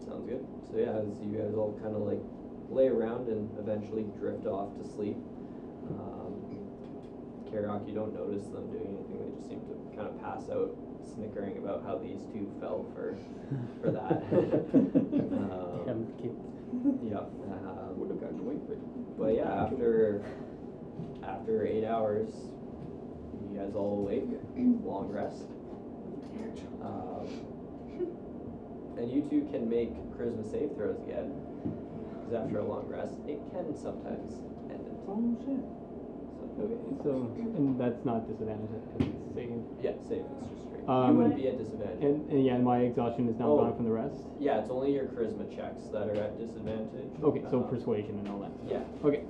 [SPEAKER 2] Sounds good. So yeah, as you guys all kind of like lay around and eventually drift off to sleep. Um, Karak, you don't notice them doing anything. They just seem to kind of pass out, snickering about how these two fell for for that. um,
[SPEAKER 5] Damn kids.
[SPEAKER 2] yeah. Um, Would have gotten away with it. But yeah, after after eight hours, you guys all awake, long rest. Um, and you two can make charisma save throws again. Because after a long rest, it can sometimes end in
[SPEAKER 3] Oh shit.
[SPEAKER 2] so,
[SPEAKER 5] So and that's not disadvantage. That's saved.
[SPEAKER 2] Yeah, save. It's just straight. you
[SPEAKER 5] Um,
[SPEAKER 2] wouldn't be at disadvantage.
[SPEAKER 5] And, and yeah, and my exhaustion is now
[SPEAKER 2] Oh.
[SPEAKER 5] gone from the rest.
[SPEAKER 2] yeah, it's only your charisma checks that are at disadvantage.
[SPEAKER 5] Okay, so
[SPEAKER 2] Um,
[SPEAKER 5] persuasion and all that.
[SPEAKER 2] yeah,
[SPEAKER 5] Okay.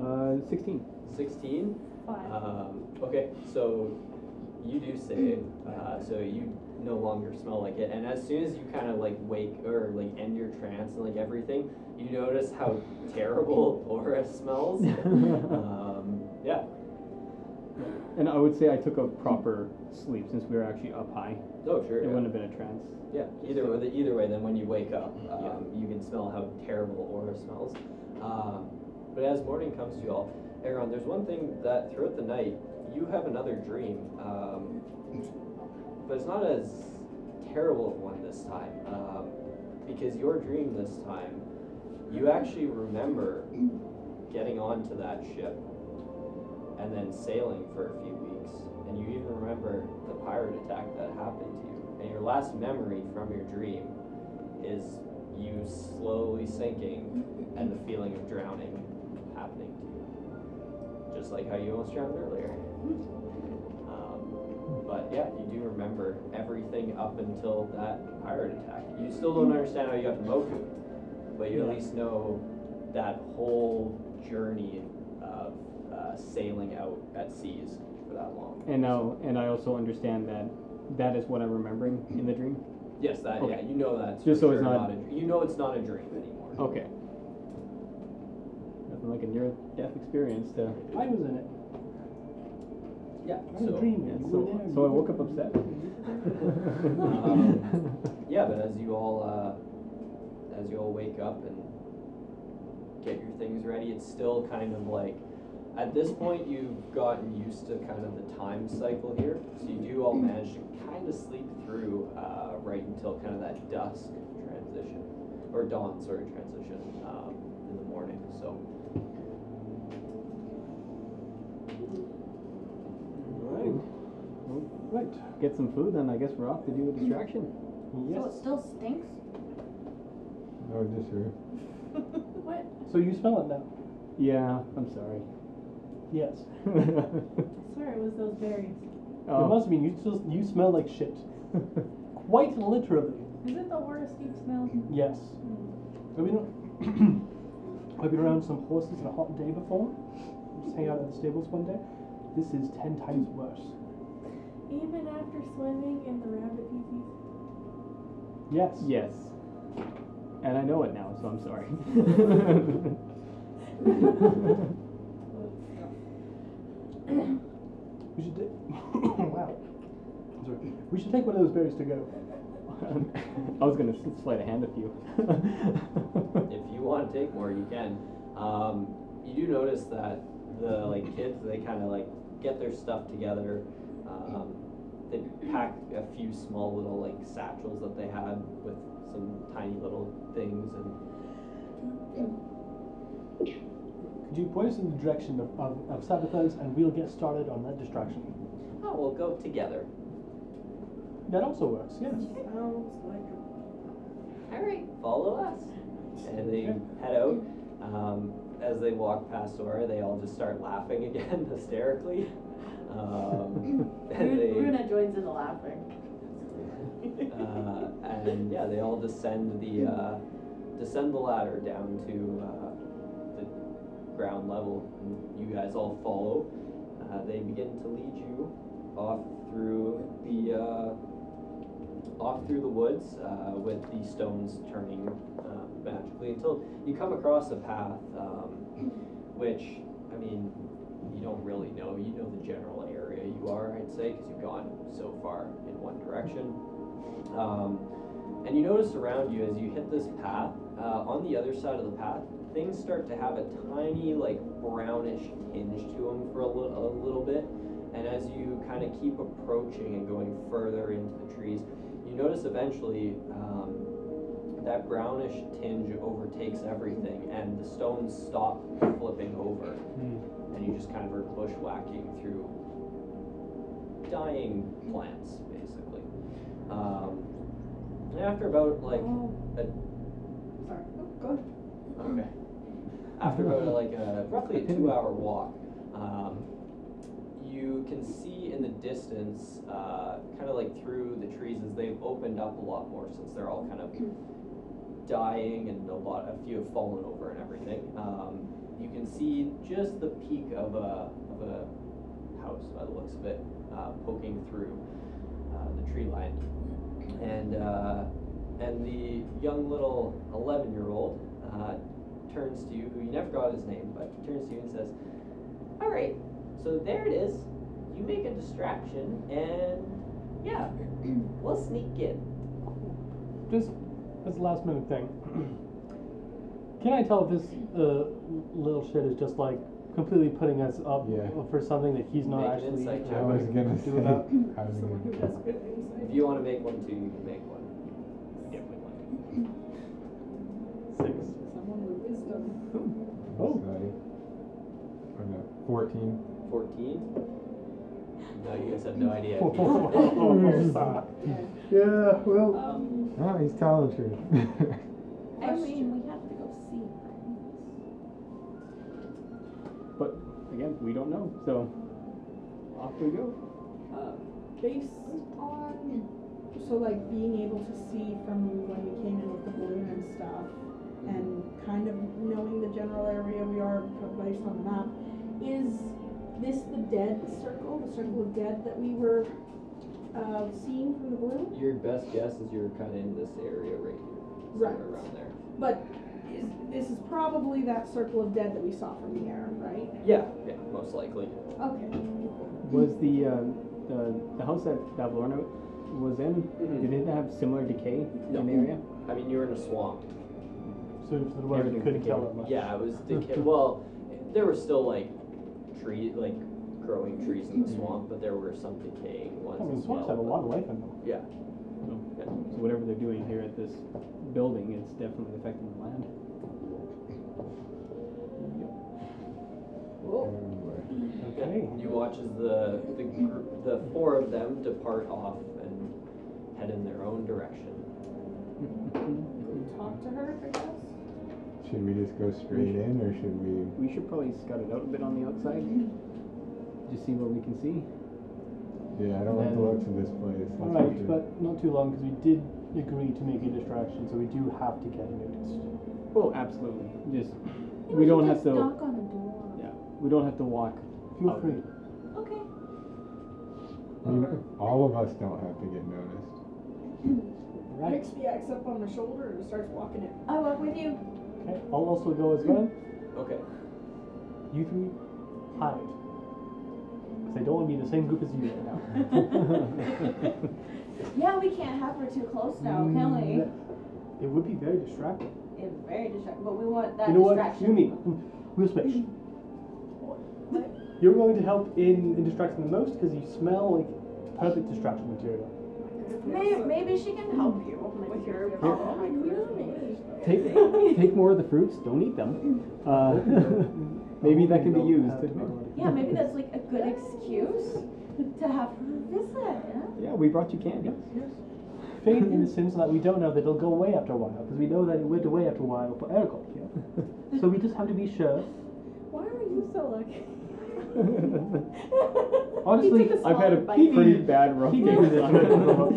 [SPEAKER 5] Uh, sixteen.
[SPEAKER 2] sixteen.
[SPEAKER 7] Five.
[SPEAKER 2] Um, okay, so you do save, uh, so you no longer smell like it. And as soon as you kind of like wake or like end your trance and like everything, you notice how terrible Aura smells. um, yeah.
[SPEAKER 5] And I would say I took a proper sleep since we were actually up high.
[SPEAKER 2] Oh, sure.
[SPEAKER 5] It
[SPEAKER 2] yeah.
[SPEAKER 5] wouldn't have been a trance.
[SPEAKER 2] Yeah, either way, either way, then when you wake up, um, you can smell how terrible the aura smells. Um, but as morning comes to you all, Aaron, there's one thing that throughout the night you have another dream, um, but it's not as terrible of one this time um, because your dream this time, you actually remember getting onto that ship and then sailing for a few weeks, and you even remember the pirate attack that happened to you. And your last memory from your dream is you slowly sinking and the feeling of drowning happening to you. Just like how you almost drowned earlier. Um, but yeah, you do remember everything up until that pirate attack. You still don't understand how you got to Moku, but you at least know that whole journey of uh, sailing out at seas for that long.
[SPEAKER 5] And now, and I also understand that that is what I'm remembering in the dream.
[SPEAKER 2] Yes, that yeah,
[SPEAKER 5] Okay.
[SPEAKER 2] you know that's
[SPEAKER 5] Just
[SPEAKER 2] for
[SPEAKER 5] so it's
[SPEAKER 2] sure
[SPEAKER 5] not-
[SPEAKER 2] a, dr- you know it's not a dream anymore.
[SPEAKER 5] Okay. Nothing like a near-death experience to.
[SPEAKER 3] I was in it.
[SPEAKER 2] Yeah.
[SPEAKER 3] I was
[SPEAKER 2] So
[SPEAKER 3] dreaming.
[SPEAKER 5] Yeah,
[SPEAKER 3] You were
[SPEAKER 5] so,
[SPEAKER 3] there,
[SPEAKER 5] so I
[SPEAKER 3] you
[SPEAKER 5] woke
[SPEAKER 3] were-
[SPEAKER 5] up upset.
[SPEAKER 2] Um, yeah, but as you all uh, as you all wake up and get your things ready, it's still kind of like at this point you've gotten used to kind of the time cycle here, so you do all manage to kind of sleep through uh, right until kind of that dusk transition or dawn sort of transition um, in the morning. So.
[SPEAKER 3] Right. Right.
[SPEAKER 5] Get some food, then I guess we're off to do a distraction.
[SPEAKER 3] Yes.
[SPEAKER 8] So it still stinks?
[SPEAKER 6] No, just here.
[SPEAKER 9] What?
[SPEAKER 3] So you smell it now.
[SPEAKER 5] Yeah, I'm sorry.
[SPEAKER 3] Yes.
[SPEAKER 7] I swear it was those berries.
[SPEAKER 5] Oh.
[SPEAKER 3] It must mean you still you smell like shit. Quite literally.
[SPEAKER 7] Is it the worst you smell?
[SPEAKER 3] Yes.
[SPEAKER 9] Mm-hmm.
[SPEAKER 3] Have you been, I've been around some horses on a hot day before. Just hang out at the stables one day. This is ten times worse.
[SPEAKER 7] Even after swimming in the rabbit feces?
[SPEAKER 3] Yes.
[SPEAKER 5] Yes. And I know it now, so I'm sorry.
[SPEAKER 3] We should. Ta- wow. Sorry. We should take one of those berries to go.
[SPEAKER 5] I was gonna s- sleight a hand a few.
[SPEAKER 2] if you want to take more, you can. Um, you do notice that the like kids, they kind of like get their stuff together. Um, they pack a few small little like satchels that they had with some tiny little things, and
[SPEAKER 3] Could you point us in the direction of, of, of Sabathun's and we'll get started on that distraction?
[SPEAKER 2] oh, we'll go together.
[SPEAKER 3] That also works, yes.
[SPEAKER 4] Sounds like a
[SPEAKER 2] All right, follow us. And they head out. Um, as they walk past Sora, they all just start laughing again hysterically. Um, and they,
[SPEAKER 9] Runa joins in the laughing.
[SPEAKER 2] uh, and yeah, they all descend the uh, descend the ladder down to uh, the ground level. And you guys all follow. Uh, they begin to lead you off through the uh, off through the woods uh, with the stones turning uh, magically until you come across a path, um, which I mean. You don't really know. You know the general area you are, I'd say, because you've gone so far in one direction. Um, and you notice around you as you hit this path, uh, on the other side of the path, things start to have a tiny, like, brownish tinge to them for a, li- a little bit. And as you kind of keep approaching and going further into the trees, you notice eventually um, that brownish tinge overtakes everything, and the stones stop flipping over. And you just kind of are bushwhacking through dying plants, basically. Um, and after about like
[SPEAKER 4] Oh.
[SPEAKER 2] sorry, go ahead. Okay. After about like a, roughly a two-hour walk, um, you can see in the distance, uh, kind of like through the trees, as they've opened up a lot more since they're all kind of dying and a lot, a few have fallen over and everything. Um, you can see just the peak of a of a house by the looks of it, uh, poking through uh, the tree line, and uh, and the young little eleven year old uh, turns to you, who you never got his name, but turns to you and says, "All right, so there it is. you make a distraction, and yeah, we'll sneak in.
[SPEAKER 3] Just as a last minute thing. Can I tell if this uh, little shit is just like completely putting us up
[SPEAKER 6] Yeah.
[SPEAKER 3] for something that he's not
[SPEAKER 2] Make an
[SPEAKER 3] actually
[SPEAKER 2] insight check.
[SPEAKER 6] I was gonna
[SPEAKER 3] Do that.
[SPEAKER 6] say. I was
[SPEAKER 4] Someone who
[SPEAKER 6] gonna-
[SPEAKER 4] has good insight.
[SPEAKER 2] If you want to make one too, you can make one. You definitely want to.
[SPEAKER 10] Six.
[SPEAKER 4] Someone with wisdom.
[SPEAKER 3] Oh.
[SPEAKER 6] Sorry. Oh, no. Fourteen.
[SPEAKER 2] 14? No, you guys have no idea.
[SPEAKER 3] Oh,
[SPEAKER 6] Yeah, well.
[SPEAKER 9] Um,
[SPEAKER 6] No, he's telling the truth.
[SPEAKER 9] Eileen, we have to go see friends.
[SPEAKER 10] But again, we don't know. So off we go.
[SPEAKER 4] Uh, Based on, so like being able to see from when we came in with the balloon and stuff, and kind of knowing the general area we are based on the map, is this the dead circle, the circle of dead that we were uh, seeing from the balloon?
[SPEAKER 2] Your best guess is you're kind of in this area right here.
[SPEAKER 4] Right.
[SPEAKER 2] somewhere Around there.
[SPEAKER 4] But is, this is probably that circle of dead that we saw from the air, right?
[SPEAKER 2] Yeah, yeah, most likely.
[SPEAKER 4] Okay.
[SPEAKER 10] Was the uh, the, the house that Dablorna was in? Did it have similar decay
[SPEAKER 2] No.
[SPEAKER 10] in the area?
[SPEAKER 2] I mean, you were in a swamp.
[SPEAKER 3] So if the weather
[SPEAKER 10] Everything's
[SPEAKER 3] couldn't tell
[SPEAKER 10] decayed.
[SPEAKER 3] that much.
[SPEAKER 2] Yeah, it was decay. well, there were still like tree, like growing trees in the swamp, but there were some decaying
[SPEAKER 3] I
[SPEAKER 2] ones.
[SPEAKER 3] mean,
[SPEAKER 2] as
[SPEAKER 3] Mm-hmm. Oh, swamps
[SPEAKER 2] well,
[SPEAKER 3] have a
[SPEAKER 2] but-
[SPEAKER 3] lot of life in them.
[SPEAKER 2] Yeah.
[SPEAKER 10] So whatever they're doing here at this building, it's definitely affecting the land.
[SPEAKER 6] Oh. Anyway.
[SPEAKER 3] Okay.
[SPEAKER 2] You watch as the the group, the four of them depart off and head in their own direction.
[SPEAKER 4] Talk to her, I guess.
[SPEAKER 6] Should we just go straight in or should we?
[SPEAKER 10] We should probably scout it out a bit on the outside. Just see what we can see.
[SPEAKER 6] Yeah, I don't like the looks of this place. that's for
[SPEAKER 3] All right,
[SPEAKER 6] sure.
[SPEAKER 3] but not too long because we did agree to make a distraction, so we do have to get noticed.
[SPEAKER 10] Oh, absolutely. Just
[SPEAKER 8] Maybe
[SPEAKER 10] we don't
[SPEAKER 8] should
[SPEAKER 10] have
[SPEAKER 8] just
[SPEAKER 10] to.
[SPEAKER 8] knock on the door.
[SPEAKER 10] Yeah, we don't have to walk.
[SPEAKER 3] Feel
[SPEAKER 10] out.
[SPEAKER 3] free.
[SPEAKER 8] Okay.
[SPEAKER 6] You know, all of us don't have to get noticed.
[SPEAKER 3] All right.
[SPEAKER 4] Picks the axe up on her shoulder and starts walking it.
[SPEAKER 8] I walk with you.
[SPEAKER 3] Okay. I'll also go as well.
[SPEAKER 2] Okay.
[SPEAKER 3] You three, hide. Because I don't want to be in the same group as you right now.
[SPEAKER 8] Yeah, we can't have her too close now, can
[SPEAKER 3] Mm.
[SPEAKER 8] we?
[SPEAKER 3] It would be very distracting.
[SPEAKER 9] It's very distracting, but we want that
[SPEAKER 3] you know what?
[SPEAKER 9] distraction.
[SPEAKER 3] You mean we'll switch. You're going to help in, in distracting the most because you smell like perfect distraction material.
[SPEAKER 8] May, maybe she can help you with your problem.
[SPEAKER 5] Take, take more of the fruits. Don't eat them. Uh, maybe that can be used.
[SPEAKER 8] Yeah, maybe that's like a good excuse to have her visit. huh?
[SPEAKER 5] Yeah, we brought you candy.
[SPEAKER 3] Fade in the sense that we don't know that it'll go away after a while because we know that it went away after a while for Ericol here. so we just have to be sure.
[SPEAKER 7] Why are you so lucky?
[SPEAKER 3] Honestly,
[SPEAKER 7] took a
[SPEAKER 5] I've had a
[SPEAKER 7] smaller bite.
[SPEAKER 5] pretty bad rough
[SPEAKER 3] He
[SPEAKER 5] day.
[SPEAKER 3] needed a turn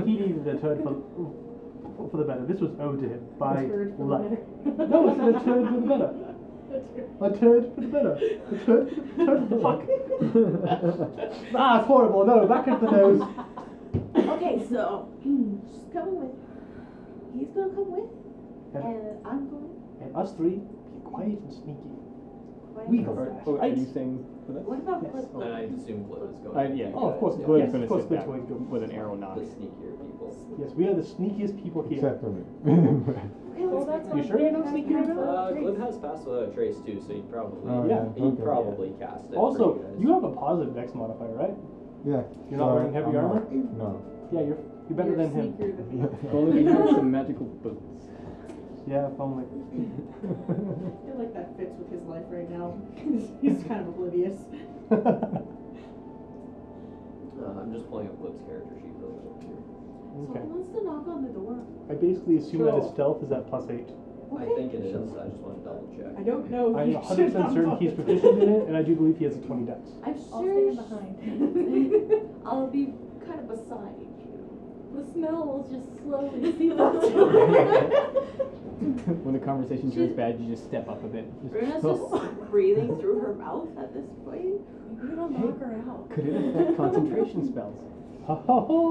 [SPEAKER 3] for he needed a turn for, for the better. This was owed to him by luck. No, it's a turn for the better. A turd for the better. A turd, turd for the fuck. ah, it's horrible. No, back up the nose.
[SPEAKER 8] Okay, so she's coming with. He's gonna come with, and I'm going.
[SPEAKER 3] And us three, be quiet and sneaky.
[SPEAKER 8] quiet.
[SPEAKER 3] We go
[SPEAKER 10] Are,
[SPEAKER 3] fast.
[SPEAKER 10] oh, are you
[SPEAKER 3] Right?
[SPEAKER 10] saying for that?
[SPEAKER 8] What about
[SPEAKER 3] Yes.
[SPEAKER 8] Cliff?
[SPEAKER 2] And I assume Glit is going.
[SPEAKER 10] I, yeah.
[SPEAKER 3] Oh, of course,
[SPEAKER 2] Yeah.
[SPEAKER 10] Glenn's
[SPEAKER 3] Yes,
[SPEAKER 10] gonna
[SPEAKER 3] of course,
[SPEAKER 10] sit back
[SPEAKER 3] Glenn's going to go.
[SPEAKER 10] with an arrow knock.
[SPEAKER 2] The sneakier people.
[SPEAKER 3] Yes, we are the sneakiest people here.
[SPEAKER 6] Except for me.
[SPEAKER 8] Okay, let's go.
[SPEAKER 3] You sure you're not sneaky right now?
[SPEAKER 2] Uh, Glit has passed without a trace too, so you probably
[SPEAKER 6] Oh,
[SPEAKER 3] yeah,
[SPEAKER 2] you
[SPEAKER 6] okay.
[SPEAKER 2] probably cast it. for
[SPEAKER 3] Also,
[SPEAKER 2] guys.
[SPEAKER 3] you have a positive dex modifier, right?
[SPEAKER 6] Yeah.
[SPEAKER 3] You're not
[SPEAKER 6] so
[SPEAKER 3] wearing heavy
[SPEAKER 6] I'm not-
[SPEAKER 3] armor?
[SPEAKER 6] No.
[SPEAKER 3] Yeah, you're you're better than him.
[SPEAKER 10] If only we had some magical boots.
[SPEAKER 3] Yeah, if only.
[SPEAKER 4] I feel like that fits with his life right now. He's kind of oblivious.
[SPEAKER 2] Uh, I'm just pulling up Glit's character sheet really quick here.
[SPEAKER 8] So
[SPEAKER 3] okay.
[SPEAKER 8] who wants to knock on the door?
[SPEAKER 3] I basically assume that his stealth is at plus eight.
[SPEAKER 2] I think it is. I just want to double
[SPEAKER 4] I
[SPEAKER 2] check.
[SPEAKER 4] don't know if
[SPEAKER 3] I'm
[SPEAKER 4] he Oh, should
[SPEAKER 3] 100% certain
[SPEAKER 4] unlock
[SPEAKER 3] he's
[SPEAKER 4] it.
[SPEAKER 3] proficient in it, and I do believe he has a 20 dex.
[SPEAKER 8] I'm
[SPEAKER 7] I'll
[SPEAKER 8] sure.
[SPEAKER 7] stand behind.
[SPEAKER 8] I'll be kind of beside you.
[SPEAKER 7] The smell will just slowly seal it.
[SPEAKER 10] When the conversation turns bad, you just step up a bit. Just-
[SPEAKER 9] Bruna's just breathing through her mouth at this point.
[SPEAKER 7] We don't knock her out.
[SPEAKER 10] Could it affect concentration spells?
[SPEAKER 3] Ho ho ho!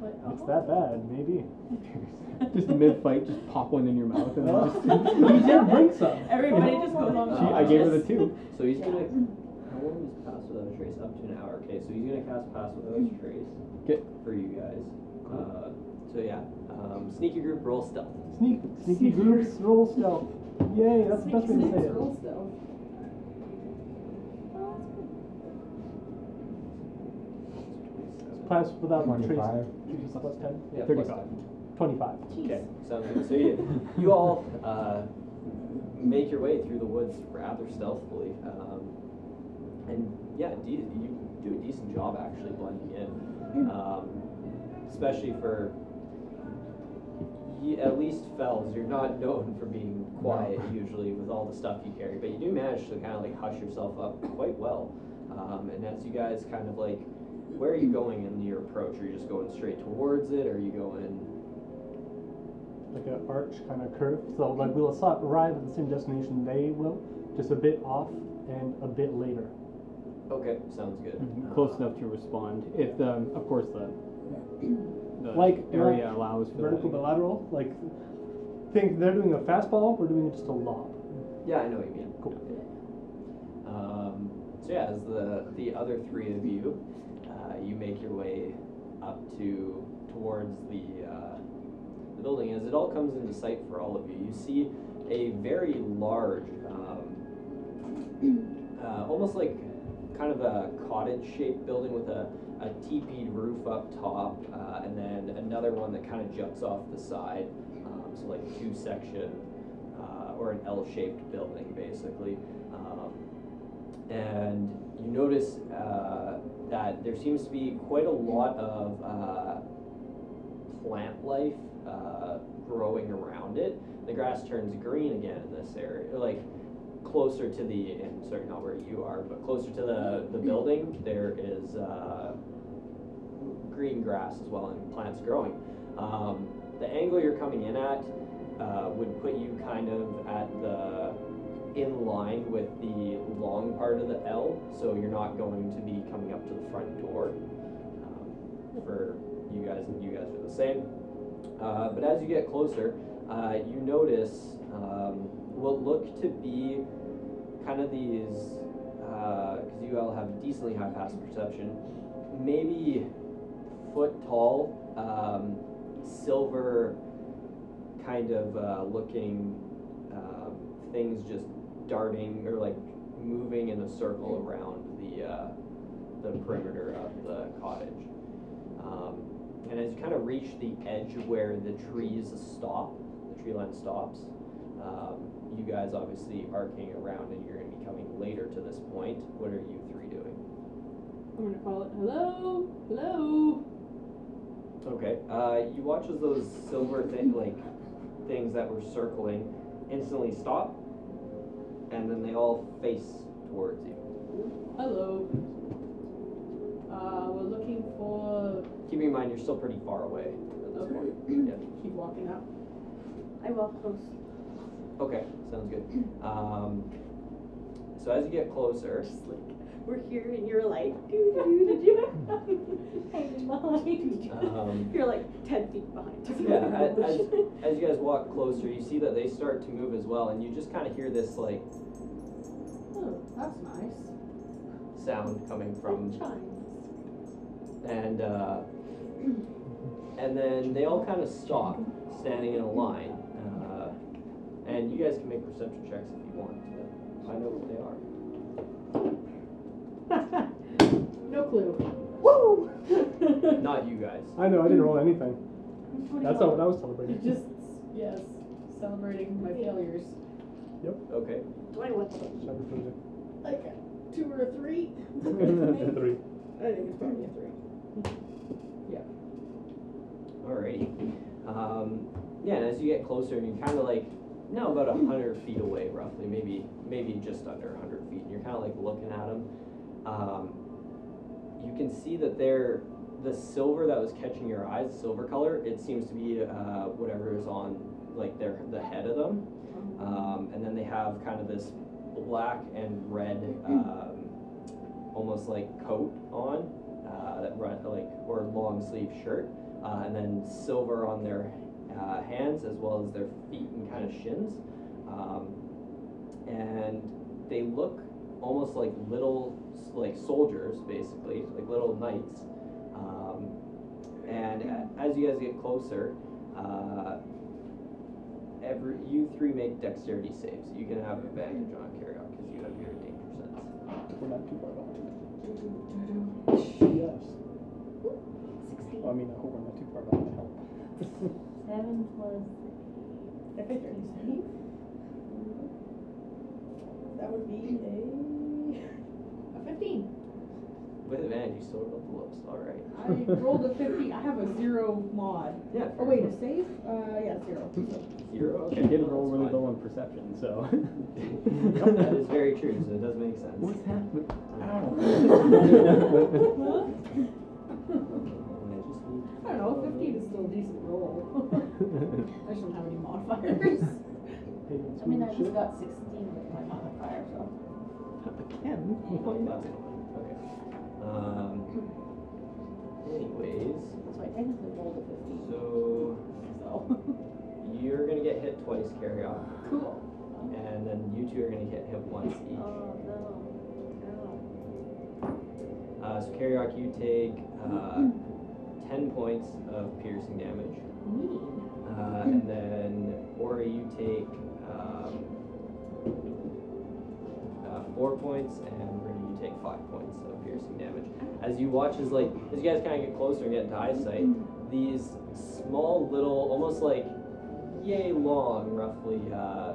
[SPEAKER 7] But,
[SPEAKER 4] oh,
[SPEAKER 3] It's that bad, maybe.
[SPEAKER 10] Just mid-fight, just pop one in your mouth and then just.
[SPEAKER 3] you did bring some.
[SPEAKER 9] Everybody just goes on.
[SPEAKER 10] She- I gave her the two.
[SPEAKER 2] So he's gonna form is pass without a trace up to an hour. Okay, so he's gonna cast pass without
[SPEAKER 4] Mm-hmm.
[SPEAKER 2] a trace.
[SPEAKER 10] Okay.
[SPEAKER 2] For you guys. Uh, so yeah, um, sneaky group roll stealth.
[SPEAKER 3] Sneak, sneaky groups, roll stealth. Yay, that's the best way to say it.
[SPEAKER 4] Roll stealth.
[SPEAKER 8] Oh,
[SPEAKER 3] Plus without a trace.
[SPEAKER 6] 25.
[SPEAKER 3] Which is plus 10.
[SPEAKER 2] Yeah, plus
[SPEAKER 3] 35. 25.
[SPEAKER 2] Okay, sounds good. So you, you all uh, make your way through the woods rather stealthily, um, and yeah, de- you do a decent job actually blending in, um, especially for ye- at least fells. You're not known for being quiet usually with all the stuff you carry, but you do manage to kind of like hush yourself up quite well. Um, and as you guys kind of like, where are you going in your approach? Are you just going straight towards it? Or are you going?
[SPEAKER 3] Like an arch kind of curve. So like we'll so- arrive at the same destination they will, just a bit off and a bit later.
[SPEAKER 2] Okay, sounds good.
[SPEAKER 5] Mm-hmm,
[SPEAKER 2] Uh,
[SPEAKER 5] Close enough to respond. If the, um, of course, the, the
[SPEAKER 3] Like
[SPEAKER 5] area
[SPEAKER 3] not
[SPEAKER 5] allows for
[SPEAKER 3] Vertical
[SPEAKER 5] that.
[SPEAKER 3] bilateral, like think they're doing a fastball, we're doing just a lob.
[SPEAKER 2] Yeah, I know what you mean.
[SPEAKER 3] Cool.
[SPEAKER 2] Um, so yeah, as the the other three of you, uh, you make your way up to towards the uh, the building. As it all comes into sight for all of you, you see a very large, um, uh, almost like kind of a cottage-shaped building with a a teepeed roof up top, uh, and then another one that kind of juts off the side. Um, so like two section uh, or an L-shaped building, basically. Um, and you notice uh, that there seems to be quite a lot of uh, plant life uh, growing around it. The grass turns green again in this area, like closer to the. And sorry, not where you are, but closer to the the building. There is uh, green grass as well and plants growing. Um, the angle you're coming in at uh, would put you kind of at the in line with the long part of the L, so you're not going to be coming up to the front door. Um, for you guys, and you guys are the same. Uh, but as you get closer, uh, you notice um, what look to be kind of these, because you all have decently high passive perception, maybe foot tall, um, silver kind of uh, looking um, things just darting or like moving in a circle around the uh, the perimeter of the cottage. Um, and as you kind of reach the edge where the trees stop, the tree line stops, um, you guys obviously arcing around and you're going to be coming later to this point. What are you three doing?
[SPEAKER 7] I'm gonna call it, hello, hello.
[SPEAKER 2] Okay. Uh, you watch as those silver thing, like things that were circling, instantly stop, and then they all face towards you.
[SPEAKER 7] Hello. Uh, we're looking for.
[SPEAKER 2] Keep in mind, you're still pretty far away at this point. Yeah.
[SPEAKER 4] Keep walking up.
[SPEAKER 8] I walk close.
[SPEAKER 2] Okay. Sounds good. Um, so as you get closer,
[SPEAKER 8] Just like we're here, and you're like, doo doo did you? Hanging behind.
[SPEAKER 2] Um,
[SPEAKER 8] you're like ten feet behind. us.
[SPEAKER 2] Yeah, a- as, as you guys walk closer, you see that they start to move as well, and you just kind of hear this like
[SPEAKER 4] Oh, that's nice.
[SPEAKER 2] sound coming from,
[SPEAKER 8] Chimes.
[SPEAKER 2] and uh, and then they all kind of stop, standing in a line, uh, and you guys can make perception checks if you want to find out what they are.
[SPEAKER 4] No clue.
[SPEAKER 8] Woo!
[SPEAKER 2] Not you guys.
[SPEAKER 3] I know, I didn't roll anything. That's not what I was
[SPEAKER 4] You
[SPEAKER 3] celebrating.
[SPEAKER 4] just, yes, celebrating my failures.
[SPEAKER 2] Okay.
[SPEAKER 8] Do I want to?
[SPEAKER 4] Like a two or a three?
[SPEAKER 3] Three.
[SPEAKER 4] I think it's probably a three.
[SPEAKER 2] Alrighty. Um, yeah, and as you get closer, and you're kind of like now about a hundred feet away, roughly, maybe maybe just under a hundred feet, and you're kind of like looking at them. Um, you can see that they're the silver that was catching your eyes, silver color. It seems to be uh, whatever is on like their the head of them, um, and then they have kind of this black and red, um, almost like coat on uh, that red like or long sleeve shirt uh, and then silver on their uh, hands as well as their feet and kind of shins. Um, and they look almost like little like soldiers, basically, like little knights. Um, and a- as you guys get closer, uh, every you three make dexterity saves. You can have advantage on carry out because you have your danger sense.
[SPEAKER 10] We're not too far behind. Yes.
[SPEAKER 8] Sixteen.
[SPEAKER 10] Well, I mean, I hope we're not too far behind.
[SPEAKER 9] Seven plus
[SPEAKER 4] That would be a, a fifteen.
[SPEAKER 2] With advantage, you still roll the lowest. All right.
[SPEAKER 4] I rolled a fifty, I have a zero mod.
[SPEAKER 2] Yeah.
[SPEAKER 4] Oh, wait, a save? Uh, yeah, zero.
[SPEAKER 2] Zero. Okay.
[SPEAKER 10] She did
[SPEAKER 2] no,
[SPEAKER 10] roll really
[SPEAKER 2] that's fine.
[SPEAKER 10] low on perception, so.
[SPEAKER 2] Yep, that is very true. So it does make sense.
[SPEAKER 10] What's happening?
[SPEAKER 4] I don't know, fifteen is still a decent roll. I just don't have any modifiers.
[SPEAKER 9] I mean, I just got sixteen with my modifier, so.
[SPEAKER 2] Okay. Um, anyways,
[SPEAKER 9] So I technically rolled a fifteen,
[SPEAKER 2] so
[SPEAKER 9] so.
[SPEAKER 2] you're gonna get hit twice, carry off,
[SPEAKER 9] Cool.
[SPEAKER 2] and then you two are gonna get hit once
[SPEAKER 9] Oh,
[SPEAKER 2] each.
[SPEAKER 9] no.
[SPEAKER 2] Uh, so Karyok, you take uh, 10 points of piercing damage.
[SPEAKER 8] Oh.
[SPEAKER 2] Uh, and then Ori, you take um, uh, 4 points, and Rudy, you take 5 points of piercing damage. As you watch, as like as you guys kind of get closer and get into eyesight, these small little, almost like yay long, roughly, uh,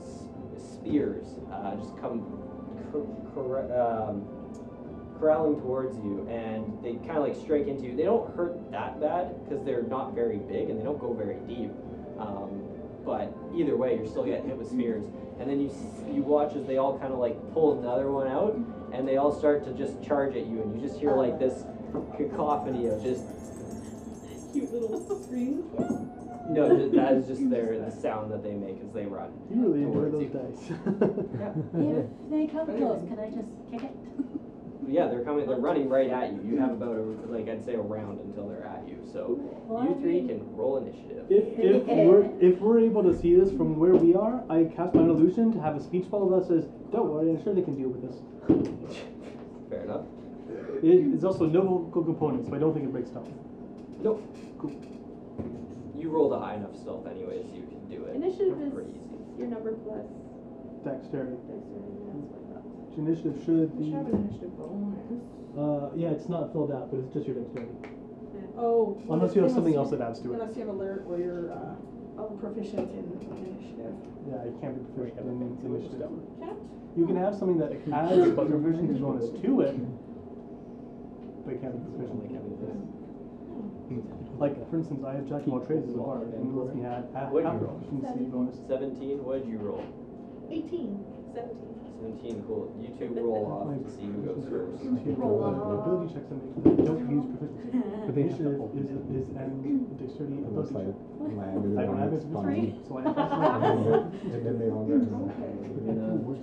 [SPEAKER 2] s- spears uh, just come cor- corre- um, corralling towards you, and they kind of like strike into you. They don't hurt that bad because they're not very big and they don't go very deep. Um, but either way, you're still getting hit with spears. And then you s- you watch as they all kind of like pull another one out, and they all start to just charge at you, and you just hear like this cacophony of just
[SPEAKER 4] Cute little screen.
[SPEAKER 2] no, th- that is just their the sound that they make as they run.
[SPEAKER 10] You really enjoy those
[SPEAKER 2] towards you.
[SPEAKER 10] dice.
[SPEAKER 9] If they come close, can I just kick it?
[SPEAKER 2] Yeah, they're coming. They're running right at you. You have about a, like I'd say a round until they're at you. So
[SPEAKER 9] Well,
[SPEAKER 2] you
[SPEAKER 9] I
[SPEAKER 2] three
[SPEAKER 9] mean-
[SPEAKER 2] can roll initiative.
[SPEAKER 3] If, if, we're, if we're able to see this from where we are, I cast my illusion to have a speech bubble that says, Don't worry, I'm sure they can deal with this.
[SPEAKER 2] Fair enough.
[SPEAKER 3] It is also no vocal components, so I don't think it breaks down.
[SPEAKER 2] Nope. You rolled a high enough stealth anyway, so you can do it.
[SPEAKER 8] Initiative is
[SPEAKER 2] pretty easy.
[SPEAKER 8] your number plus
[SPEAKER 3] Dexterity.
[SPEAKER 8] dexterity. That's what I thought.
[SPEAKER 3] Which Initiative should
[SPEAKER 4] We
[SPEAKER 3] be.
[SPEAKER 4] should have an initiative bonus.
[SPEAKER 3] Uh, yeah, it's not filled out, but it's just your dexterity.
[SPEAKER 4] Oh.
[SPEAKER 3] Unless you have something else that adds to it.
[SPEAKER 4] Unless you have alert or you're, uh,
[SPEAKER 9] Oh,
[SPEAKER 4] proficient in initiative.
[SPEAKER 3] Yeah, you can't be proficient in initiative.
[SPEAKER 4] Can't?
[SPEAKER 3] You can have something that adds proficiency bonus to it, but it can't be proficient. Like, for instance, I have Jack of all trades as a bard, and it lets me add half
[SPEAKER 2] What'd you
[SPEAKER 3] half
[SPEAKER 2] roll?
[SPEAKER 3] proficiency bonus.
[SPEAKER 2] Seventeen. What did you roll?
[SPEAKER 8] Eighteen. Seventeen.
[SPEAKER 2] Seventeen. Cool. You two roll off to see who goes first.
[SPEAKER 3] Roll Ability checks and make they don't use proficiency.
[SPEAKER 6] But they have to
[SPEAKER 3] Initiative is,
[SPEAKER 6] open it.
[SPEAKER 3] is an dexterity
[SPEAKER 6] It looks
[SPEAKER 3] ability check.
[SPEAKER 6] like landed
[SPEAKER 3] I don't have it.
[SPEAKER 6] on its spine.
[SPEAKER 3] So I have
[SPEAKER 6] And then they all get
[SPEAKER 4] Okay.
[SPEAKER 6] You know,
[SPEAKER 3] So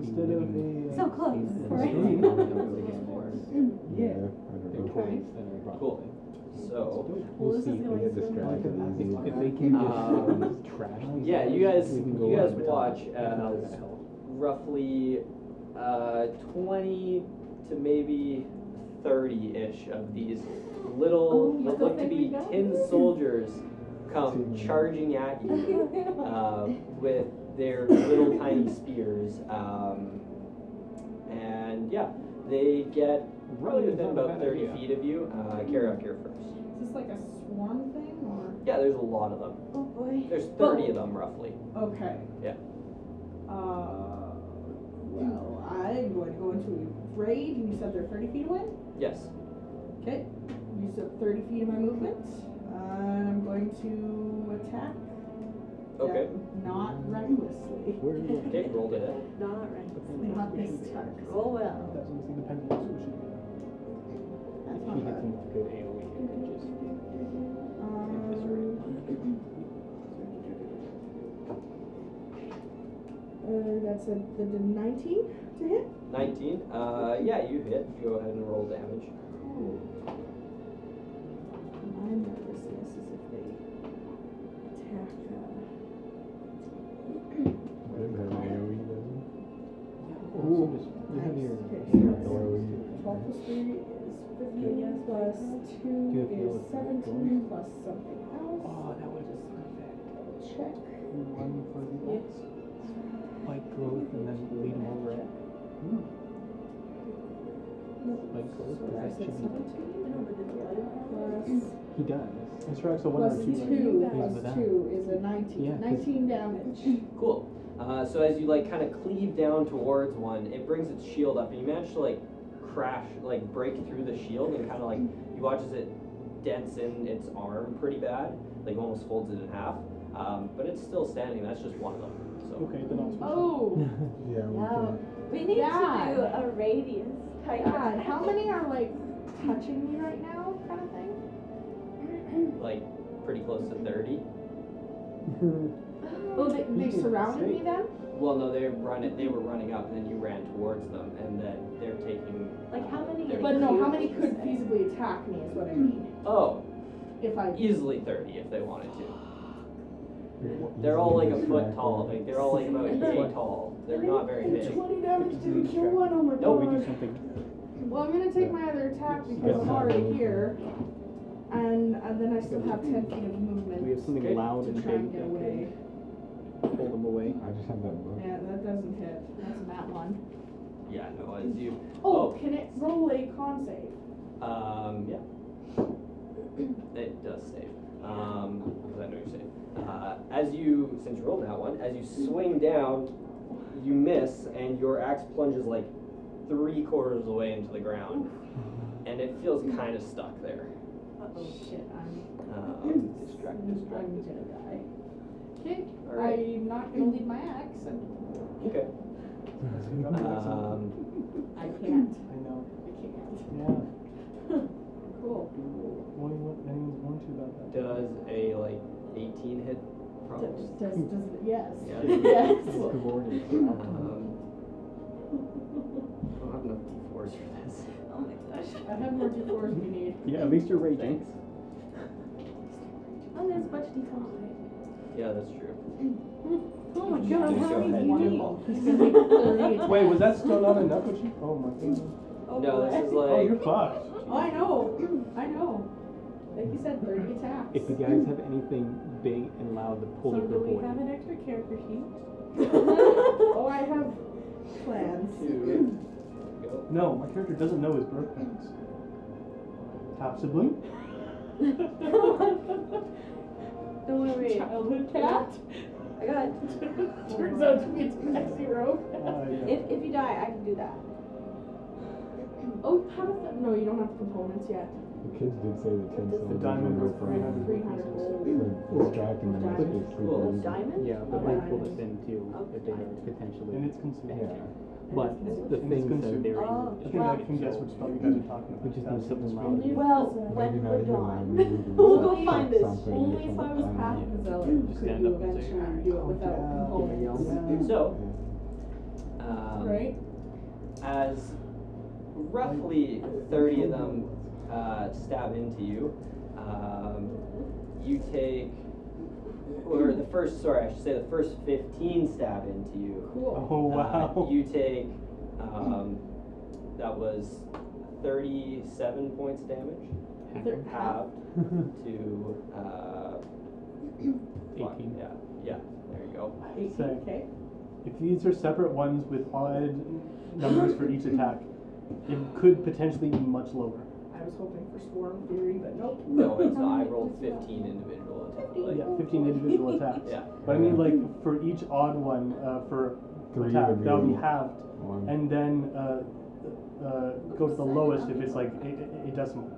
[SPEAKER 3] instead of a. uh,
[SPEAKER 9] So close, right?
[SPEAKER 6] Yeah. I don't know.
[SPEAKER 2] Cool. So
[SPEAKER 9] Well, this is going
[SPEAKER 6] They get
[SPEAKER 9] so
[SPEAKER 6] distracted easy.
[SPEAKER 2] um, yeah, you guys, you guys watch as
[SPEAKER 10] hell.
[SPEAKER 2] roughly uh, 20 to maybe 30 ish of these
[SPEAKER 9] Oh,
[SPEAKER 2] little,
[SPEAKER 9] you
[SPEAKER 2] what
[SPEAKER 9] still
[SPEAKER 2] look to
[SPEAKER 9] think
[SPEAKER 2] be
[SPEAKER 9] we got
[SPEAKER 2] tin
[SPEAKER 9] it?
[SPEAKER 2] soldiers come charging at you uh, with their little tiny spears. Um, and yeah, they get probably within about 30 feet of you. Uh, carry out here first.
[SPEAKER 4] Is this like a swarm thing or?
[SPEAKER 2] Yeah, there's a lot of them.
[SPEAKER 8] Oh boy.
[SPEAKER 2] There's 30 of them roughly.
[SPEAKER 4] Okay.
[SPEAKER 2] Yeah.
[SPEAKER 4] Uh, well, I'm going to go into a raid and you said they're thirty feet away?
[SPEAKER 2] Yes.
[SPEAKER 4] Okay. Use up thirty feet of my movement. Uh, and I'm going to attack.
[SPEAKER 2] Okay.
[SPEAKER 4] them, Not recklessly.
[SPEAKER 2] Okay, roll it.
[SPEAKER 8] Not right.
[SPEAKER 4] Not this time.
[SPEAKER 9] Roll Oh, well.
[SPEAKER 3] That's almost independent, so it should be.
[SPEAKER 4] That's not bad. Um, Uh, that's a, the the nineteen to hit?
[SPEAKER 2] 19. Uh, yeah, you hit. Go ahead and roll damage.
[SPEAKER 4] My nervousness is if they attack, uh,
[SPEAKER 6] They have AoE, E, doesn't it?
[SPEAKER 2] Ooh.
[SPEAKER 6] E.
[SPEAKER 4] plus something else.
[SPEAKER 3] Oh, that would have
[SPEAKER 4] Check.
[SPEAKER 3] one for the
[SPEAKER 4] Yeah.
[SPEAKER 10] Spike growth and then lead them over it. Spike growth.
[SPEAKER 4] So I
[SPEAKER 10] Does that
[SPEAKER 4] said
[SPEAKER 10] change?
[SPEAKER 4] Plus
[SPEAKER 10] He does.
[SPEAKER 3] It's right, so one
[SPEAKER 4] Plus
[SPEAKER 3] or two.
[SPEAKER 4] two,
[SPEAKER 10] Yeah,
[SPEAKER 4] plus
[SPEAKER 10] but that-
[SPEAKER 4] two is a nineteen.
[SPEAKER 10] Yeah, 'cause-
[SPEAKER 4] Nineteen damage.
[SPEAKER 2] Cool. Uh, so as you like kind of cleave down towards one, it brings its shield up, and you manage to like crash, like break through the shield, and kind of like you watch as it dents in its arm pretty bad, like almost folds it in half. Um, but it's still standing. That's just one of them. So
[SPEAKER 3] Okay, then I'll switch.
[SPEAKER 4] Oh,
[SPEAKER 6] Yeah, we
[SPEAKER 9] No,
[SPEAKER 6] can.
[SPEAKER 9] we need
[SPEAKER 4] Yeah.
[SPEAKER 9] to do a radius. type of
[SPEAKER 4] God, how many are like touching me right now, kind of thing?
[SPEAKER 2] like pretty close to thirty.
[SPEAKER 4] Oh, they, they surrounded me then?
[SPEAKER 2] Well, no, they run it. They were running up, and then you ran towards them, and then they're taking.
[SPEAKER 9] Like, how many
[SPEAKER 2] they're-
[SPEAKER 9] did
[SPEAKER 4] But no, how many could feasibly attack me is what I mean.
[SPEAKER 2] Oh,
[SPEAKER 4] If I,
[SPEAKER 2] easily thirty if they wanted to.
[SPEAKER 6] You're
[SPEAKER 2] They're all like a
[SPEAKER 6] easily
[SPEAKER 2] foot tall. Like they're all like about
[SPEAKER 4] And
[SPEAKER 2] yay
[SPEAKER 4] then-
[SPEAKER 2] tall. They're not very big.
[SPEAKER 4] Twenty damage to the kill one, oh my
[SPEAKER 10] Oh, we do
[SPEAKER 4] god.
[SPEAKER 10] something.
[SPEAKER 4] Well, I'm gonna take my other attack
[SPEAKER 10] Yes.
[SPEAKER 4] because I'm already here. And, and then I still have ten feet of movement.
[SPEAKER 10] We have something
[SPEAKER 2] Okay.
[SPEAKER 10] loud
[SPEAKER 4] To
[SPEAKER 10] and
[SPEAKER 4] try and
[SPEAKER 10] big
[SPEAKER 4] get
[SPEAKER 10] that
[SPEAKER 4] away.
[SPEAKER 10] can pull them away.
[SPEAKER 6] I just had that book.
[SPEAKER 4] Yeah, that doesn't hit. That's that one.
[SPEAKER 2] Yeah, no, as you.
[SPEAKER 4] Oh,
[SPEAKER 2] Oh.
[SPEAKER 4] can it roll a con save?
[SPEAKER 2] Um, yeah. It does save. Um, because I know you save. Uh, as you, since you rolled that one, as you swing down, you miss, and your axe plunges like three quarters of the way into the ground, and it feels kind of stuck there.
[SPEAKER 4] Oh shit, I'm,
[SPEAKER 2] Um,
[SPEAKER 4] I'm gonna die. Okay,
[SPEAKER 2] All right.
[SPEAKER 4] I'm not gonna leave my axe and
[SPEAKER 2] okay.
[SPEAKER 3] Um,
[SPEAKER 2] Um,
[SPEAKER 4] I can't,
[SPEAKER 3] I know.
[SPEAKER 4] I can't.
[SPEAKER 3] Yeah.
[SPEAKER 4] Cool.
[SPEAKER 3] Wondering what anyone's warned you about that.
[SPEAKER 2] does a like 18 hit?
[SPEAKER 4] Does,
[SPEAKER 2] Probably.
[SPEAKER 4] does, does, yes.
[SPEAKER 2] Yeah.
[SPEAKER 4] Yes.
[SPEAKER 10] Good lord.
[SPEAKER 2] Um, I don't have enough d4s for this.
[SPEAKER 9] Oh my gosh.
[SPEAKER 4] I have more D4s we need.
[SPEAKER 10] Yeah, at least you're raging.
[SPEAKER 9] Oh, there's a bunch of decals.
[SPEAKER 2] Yeah, that's true.
[SPEAKER 4] Oh my
[SPEAKER 2] God, how many do you
[SPEAKER 4] Wonderful. He's gonna make 30 attacks.
[SPEAKER 3] Wait, was that still not enough with you? Oh my god.
[SPEAKER 2] no, this is like.
[SPEAKER 3] Oh, you're fucked.
[SPEAKER 4] Oh, I know, I know. Like you said, thirty attacks.
[SPEAKER 5] If the guys have anything big and loud to pull
[SPEAKER 7] So do
[SPEAKER 5] the group
[SPEAKER 7] we
[SPEAKER 5] away.
[SPEAKER 7] have an extra character sheet?
[SPEAKER 4] Oh, I have plans.
[SPEAKER 2] two. Go.
[SPEAKER 3] No, my character doesn't know his birth parents. Top sibling?
[SPEAKER 7] Don't worry.
[SPEAKER 4] Childhood cat.
[SPEAKER 9] I got it.
[SPEAKER 4] Turns out to be a taxi rope.
[SPEAKER 3] Uh, yeah.
[SPEAKER 9] If, if you die, I can do that.
[SPEAKER 4] Oh, how does that, no, you don't have components yet.
[SPEAKER 6] The kids did say the ten
[SPEAKER 4] The
[SPEAKER 6] soldiers
[SPEAKER 3] diamond
[SPEAKER 6] were
[SPEAKER 3] was
[SPEAKER 6] for-
[SPEAKER 3] 300.
[SPEAKER 4] Three hundred gold.
[SPEAKER 6] For distracting them,
[SPEAKER 4] Diamond.
[SPEAKER 6] especially
[SPEAKER 2] Cool.
[SPEAKER 6] sleeping.
[SPEAKER 9] Diamond?
[SPEAKER 5] Yeah, but
[SPEAKER 4] Okay.
[SPEAKER 5] they pull us in too if they are
[SPEAKER 3] And
[SPEAKER 5] potentially.
[SPEAKER 3] it's consumed.
[SPEAKER 6] Yeah.
[SPEAKER 5] But the
[SPEAKER 3] it's
[SPEAKER 5] things that
[SPEAKER 3] consumed.
[SPEAKER 5] they're
[SPEAKER 3] I
[SPEAKER 9] Oh,
[SPEAKER 5] in.
[SPEAKER 3] think I can guess which spell you guys are talking about.
[SPEAKER 5] We just need something
[SPEAKER 3] That's-
[SPEAKER 5] loud.
[SPEAKER 9] Well,
[SPEAKER 6] Maybe
[SPEAKER 9] when
[SPEAKER 6] not
[SPEAKER 9] we're
[SPEAKER 6] even
[SPEAKER 9] gone.
[SPEAKER 6] that, maybe
[SPEAKER 9] We'll
[SPEAKER 6] just
[SPEAKER 9] go
[SPEAKER 6] like
[SPEAKER 9] find this.
[SPEAKER 6] something
[SPEAKER 4] Only if I
[SPEAKER 6] different.
[SPEAKER 4] was
[SPEAKER 6] Um,
[SPEAKER 4] half
[SPEAKER 6] yeah.
[SPEAKER 4] the zealot
[SPEAKER 5] Just
[SPEAKER 4] could
[SPEAKER 5] stand
[SPEAKER 4] you
[SPEAKER 5] up and say,
[SPEAKER 4] eventually do it without
[SPEAKER 3] yeah.
[SPEAKER 4] components.
[SPEAKER 2] So,
[SPEAKER 4] All
[SPEAKER 2] um,
[SPEAKER 4] right.
[SPEAKER 2] as roughly 30 of them uh, stab into you, um, you take, or the first, sorry, I should say the first 15 stab into you.
[SPEAKER 4] Cool.
[SPEAKER 3] Oh,
[SPEAKER 2] Uh,
[SPEAKER 3] wow.
[SPEAKER 2] you take, um, that was 37 points damage,
[SPEAKER 4] They're half.
[SPEAKER 2] halved to, uh, what?
[SPEAKER 5] 18.
[SPEAKER 2] Yeah, yeah, there you go.
[SPEAKER 4] Eighteen,
[SPEAKER 3] Sorry.
[SPEAKER 4] okay.
[SPEAKER 3] If these are separate ones with odd numbers for each attack, it could potentially be much lower.
[SPEAKER 4] I was hoping for swarm theory, but nope.
[SPEAKER 2] No, it's not. I rolled 15 individual attacks. Like,
[SPEAKER 3] Yeah, 15 individual attacks.
[SPEAKER 2] Yeah.
[SPEAKER 3] But I mean, like, for each odd one uh, for
[SPEAKER 6] Three
[SPEAKER 3] attack,
[SPEAKER 6] would be
[SPEAKER 3] that would be
[SPEAKER 6] the
[SPEAKER 3] halved,
[SPEAKER 6] one.
[SPEAKER 3] and then uh, uh, go to the lowest if it's like a, a- a decimal.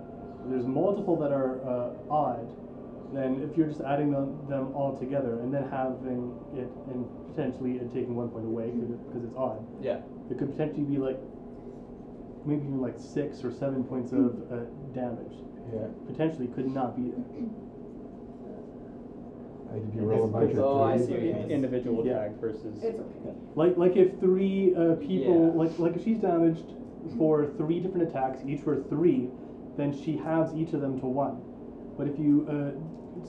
[SPEAKER 3] There's multiple that are uh, odd, then if you're just adding them, them all together and then having it and potentially it taking one point away because it's odd,
[SPEAKER 2] Yeah.
[SPEAKER 3] it could potentially be like maybe even like six or seven points of uh, damage.
[SPEAKER 6] Yeah,
[SPEAKER 3] Potentially could not be there.
[SPEAKER 6] like if you roll a bunch of.
[SPEAKER 2] Oh, I
[SPEAKER 6] threes,
[SPEAKER 2] see what you
[SPEAKER 6] it's-
[SPEAKER 2] mean.
[SPEAKER 10] Individual
[SPEAKER 3] Yeah.
[SPEAKER 10] attack versus.
[SPEAKER 4] It's okay.
[SPEAKER 3] Like like if three uh, people
[SPEAKER 2] Yeah.
[SPEAKER 3] like like if she's damaged for three different attacks, each for three, then she halves each of them to one. But if you uh,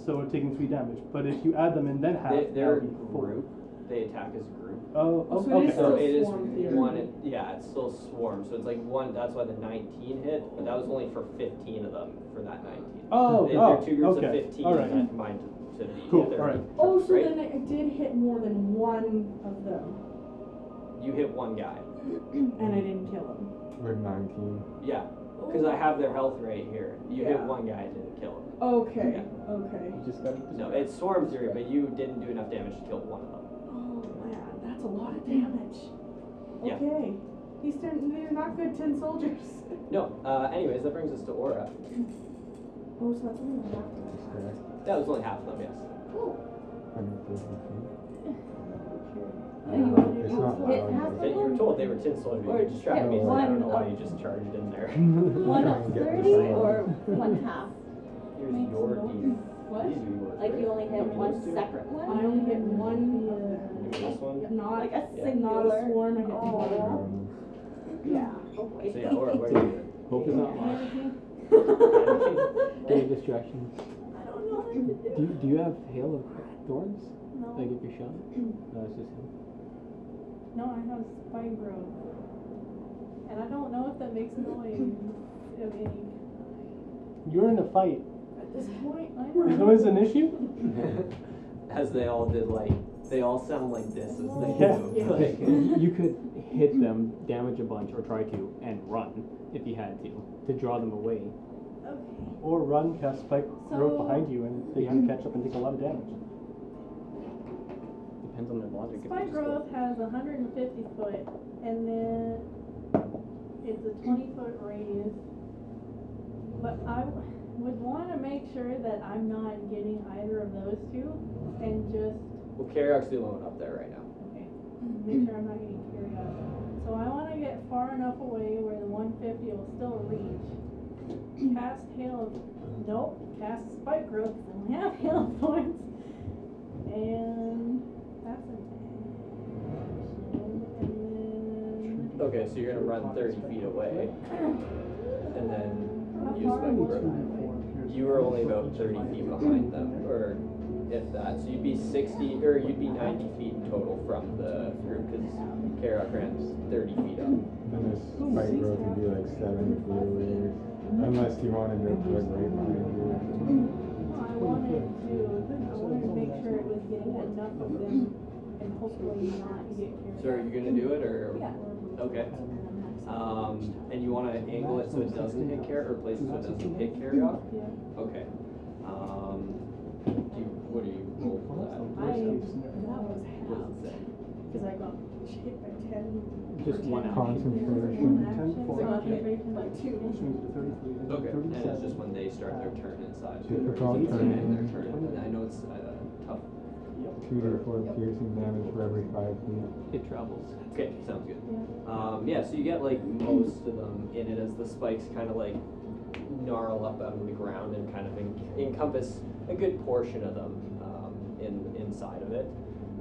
[SPEAKER 3] so taking three damage. But if you add them and then half,
[SPEAKER 2] They,
[SPEAKER 3] that
[SPEAKER 2] they're a
[SPEAKER 3] would be four.
[SPEAKER 2] group. they attack as a group.
[SPEAKER 3] Oh,
[SPEAKER 4] Oh,
[SPEAKER 3] okay.
[SPEAKER 4] so it is
[SPEAKER 3] okay.
[SPEAKER 2] So
[SPEAKER 4] still
[SPEAKER 2] it is
[SPEAKER 4] swarm theory.
[SPEAKER 2] one. Yeah, it's still swarm. So it's like one. That's why the 19 hit, but that was only for 15 of them for that 19.
[SPEAKER 3] Oh,
[SPEAKER 2] They-
[SPEAKER 3] oh,
[SPEAKER 2] they're two groups
[SPEAKER 3] okay.
[SPEAKER 2] of 15
[SPEAKER 3] All right.
[SPEAKER 2] that combined to, to be
[SPEAKER 3] Cool,
[SPEAKER 2] 30.
[SPEAKER 3] all right.
[SPEAKER 4] Oh, so
[SPEAKER 2] Right.
[SPEAKER 4] then it did hit more than one of them,
[SPEAKER 2] You hit one guy.
[SPEAKER 4] and I didn't kill him.
[SPEAKER 6] We're 19.
[SPEAKER 2] Yeah, because I have their health right here. You hit
[SPEAKER 4] Yeah.
[SPEAKER 2] one guy and didn't kill him.
[SPEAKER 4] Okay, okay.
[SPEAKER 10] You just got it.
[SPEAKER 2] No, it's swarm theory, but you didn't do enough damage to kill one of them.
[SPEAKER 4] Oh man, that's a lot of damage.
[SPEAKER 2] Yeah.
[SPEAKER 4] Okay, he's turn- they're not good tin soldiers.
[SPEAKER 2] No. Uh, anyways, that brings us to Aura.
[SPEAKER 4] Oh, so that's only half.
[SPEAKER 6] Correct.
[SPEAKER 2] That was only half of them. Yes.
[SPEAKER 6] 150 feet.
[SPEAKER 9] Anyone
[SPEAKER 6] It's
[SPEAKER 9] who
[SPEAKER 6] not
[SPEAKER 9] wants to- it
[SPEAKER 6] loud.
[SPEAKER 9] has
[SPEAKER 2] They- you were told they were tin soldiers. but You
[SPEAKER 9] Or
[SPEAKER 2] distracted me. So I
[SPEAKER 9] one
[SPEAKER 2] don't know why
[SPEAKER 9] of-
[SPEAKER 2] you just charged in there.
[SPEAKER 9] One
[SPEAKER 6] Trying
[SPEAKER 9] of
[SPEAKER 6] to get
[SPEAKER 9] thirty
[SPEAKER 6] this out.
[SPEAKER 9] or one half?
[SPEAKER 2] Here's
[SPEAKER 9] Makes
[SPEAKER 2] your
[SPEAKER 9] no-
[SPEAKER 2] D.
[SPEAKER 9] What?
[SPEAKER 2] These are yours.
[SPEAKER 9] Like
[SPEAKER 2] right?
[SPEAKER 9] you only hit
[SPEAKER 2] Give me
[SPEAKER 9] one
[SPEAKER 2] those two.
[SPEAKER 9] separate
[SPEAKER 4] I
[SPEAKER 9] one?
[SPEAKER 4] only get one of them.
[SPEAKER 2] Give me this one.
[SPEAKER 4] Not
[SPEAKER 9] Like a
[SPEAKER 4] not a
[SPEAKER 2] Yeah.
[SPEAKER 9] singular. Oh.
[SPEAKER 4] swarm. I get one.
[SPEAKER 6] Um,
[SPEAKER 9] Yeah. Oh,
[SPEAKER 2] So yeah, Aura, what are you doing?
[SPEAKER 5] Hope is not lost. Any distraction?
[SPEAKER 9] I don't know what to
[SPEAKER 5] Do you, do you have hail of thorns?
[SPEAKER 9] No,
[SPEAKER 5] Like if you're shot? No, it's just him.
[SPEAKER 7] No, I have spine growth. And I don't know if that makes noise of any.
[SPEAKER 3] You're in a fight.
[SPEAKER 7] At this point, I
[SPEAKER 3] Is
[SPEAKER 7] don't know.
[SPEAKER 3] noise an issue?
[SPEAKER 2] as they all did like they all sound like this as they
[SPEAKER 3] Yeah.
[SPEAKER 2] move.
[SPEAKER 4] Yeah.
[SPEAKER 2] Like,
[SPEAKER 5] You you could hit them, damage a bunch, or try to, and run if you had to to draw them away.
[SPEAKER 9] okay.
[SPEAKER 3] Or run, cast spike rope
[SPEAKER 7] So-
[SPEAKER 3] behind you, and they can catch up and take a lot of damage.
[SPEAKER 5] Depends on their logic. if
[SPEAKER 7] Spine
[SPEAKER 5] it's cool.
[SPEAKER 7] growth has hundred and fifty foot, and then it's a twenty foot radius. But I w- would wanna make sure that I'm not getting either of those two, and just
[SPEAKER 2] well Karyok's the only one up there right now.
[SPEAKER 7] Okay, make sure I'm not getting carried out. So I wanna get far enough away where the one fifty will still reach. Cast hail of, nope, cast spike growth, 'cause I don't have hail of thorns. And that's an action, and then.
[SPEAKER 2] Okay, so you're gonna run thirty feet away. And then
[SPEAKER 7] how
[SPEAKER 2] use
[SPEAKER 7] far
[SPEAKER 2] my
[SPEAKER 7] was
[SPEAKER 2] growth.
[SPEAKER 7] my way?
[SPEAKER 2] you were only about thirty feet behind them, or if that. So you'd be sixty or you'd be ninety feet total from the group because Karyok ran thirty feet up.
[SPEAKER 6] Then this fight growth would be like 7 feet away. Unless you wanted to put right behind you.
[SPEAKER 7] Well, I wanted to, I wanted to make sure it was getting enough of them and hopefully not get carried out.
[SPEAKER 2] So are you Oh. gonna do it or
[SPEAKER 7] Yeah.
[SPEAKER 2] okay. Um, and you wanna angle it so it doesn't hit Karyok or place it so it doesn't hit Karyok?
[SPEAKER 7] Yeah.
[SPEAKER 2] Okay. Um, do you, what do you roll for that?
[SPEAKER 4] I that was
[SPEAKER 2] What does it
[SPEAKER 4] half
[SPEAKER 2] say?
[SPEAKER 4] because I got hit by ten.
[SPEAKER 5] Just one out.
[SPEAKER 6] Concentration.
[SPEAKER 3] Ten,
[SPEAKER 7] So
[SPEAKER 3] four,
[SPEAKER 7] concentration by
[SPEAKER 3] which means you're 33, and
[SPEAKER 2] Okay, and it's
[SPEAKER 3] 37.
[SPEAKER 2] just when they start their turn inside.
[SPEAKER 6] Difficult
[SPEAKER 2] It's the
[SPEAKER 6] turn.
[SPEAKER 2] end of Their turn. I know it's uh, tough.
[SPEAKER 6] 2 to 4 piercing damage for every 5 feet.
[SPEAKER 5] It travels.
[SPEAKER 2] Okay, sounds good. Um, yeah, so you get like most of them in it as the spikes kind of like gnarl up out of the ground and kind of en- encompass a good portion of them um, in inside of it.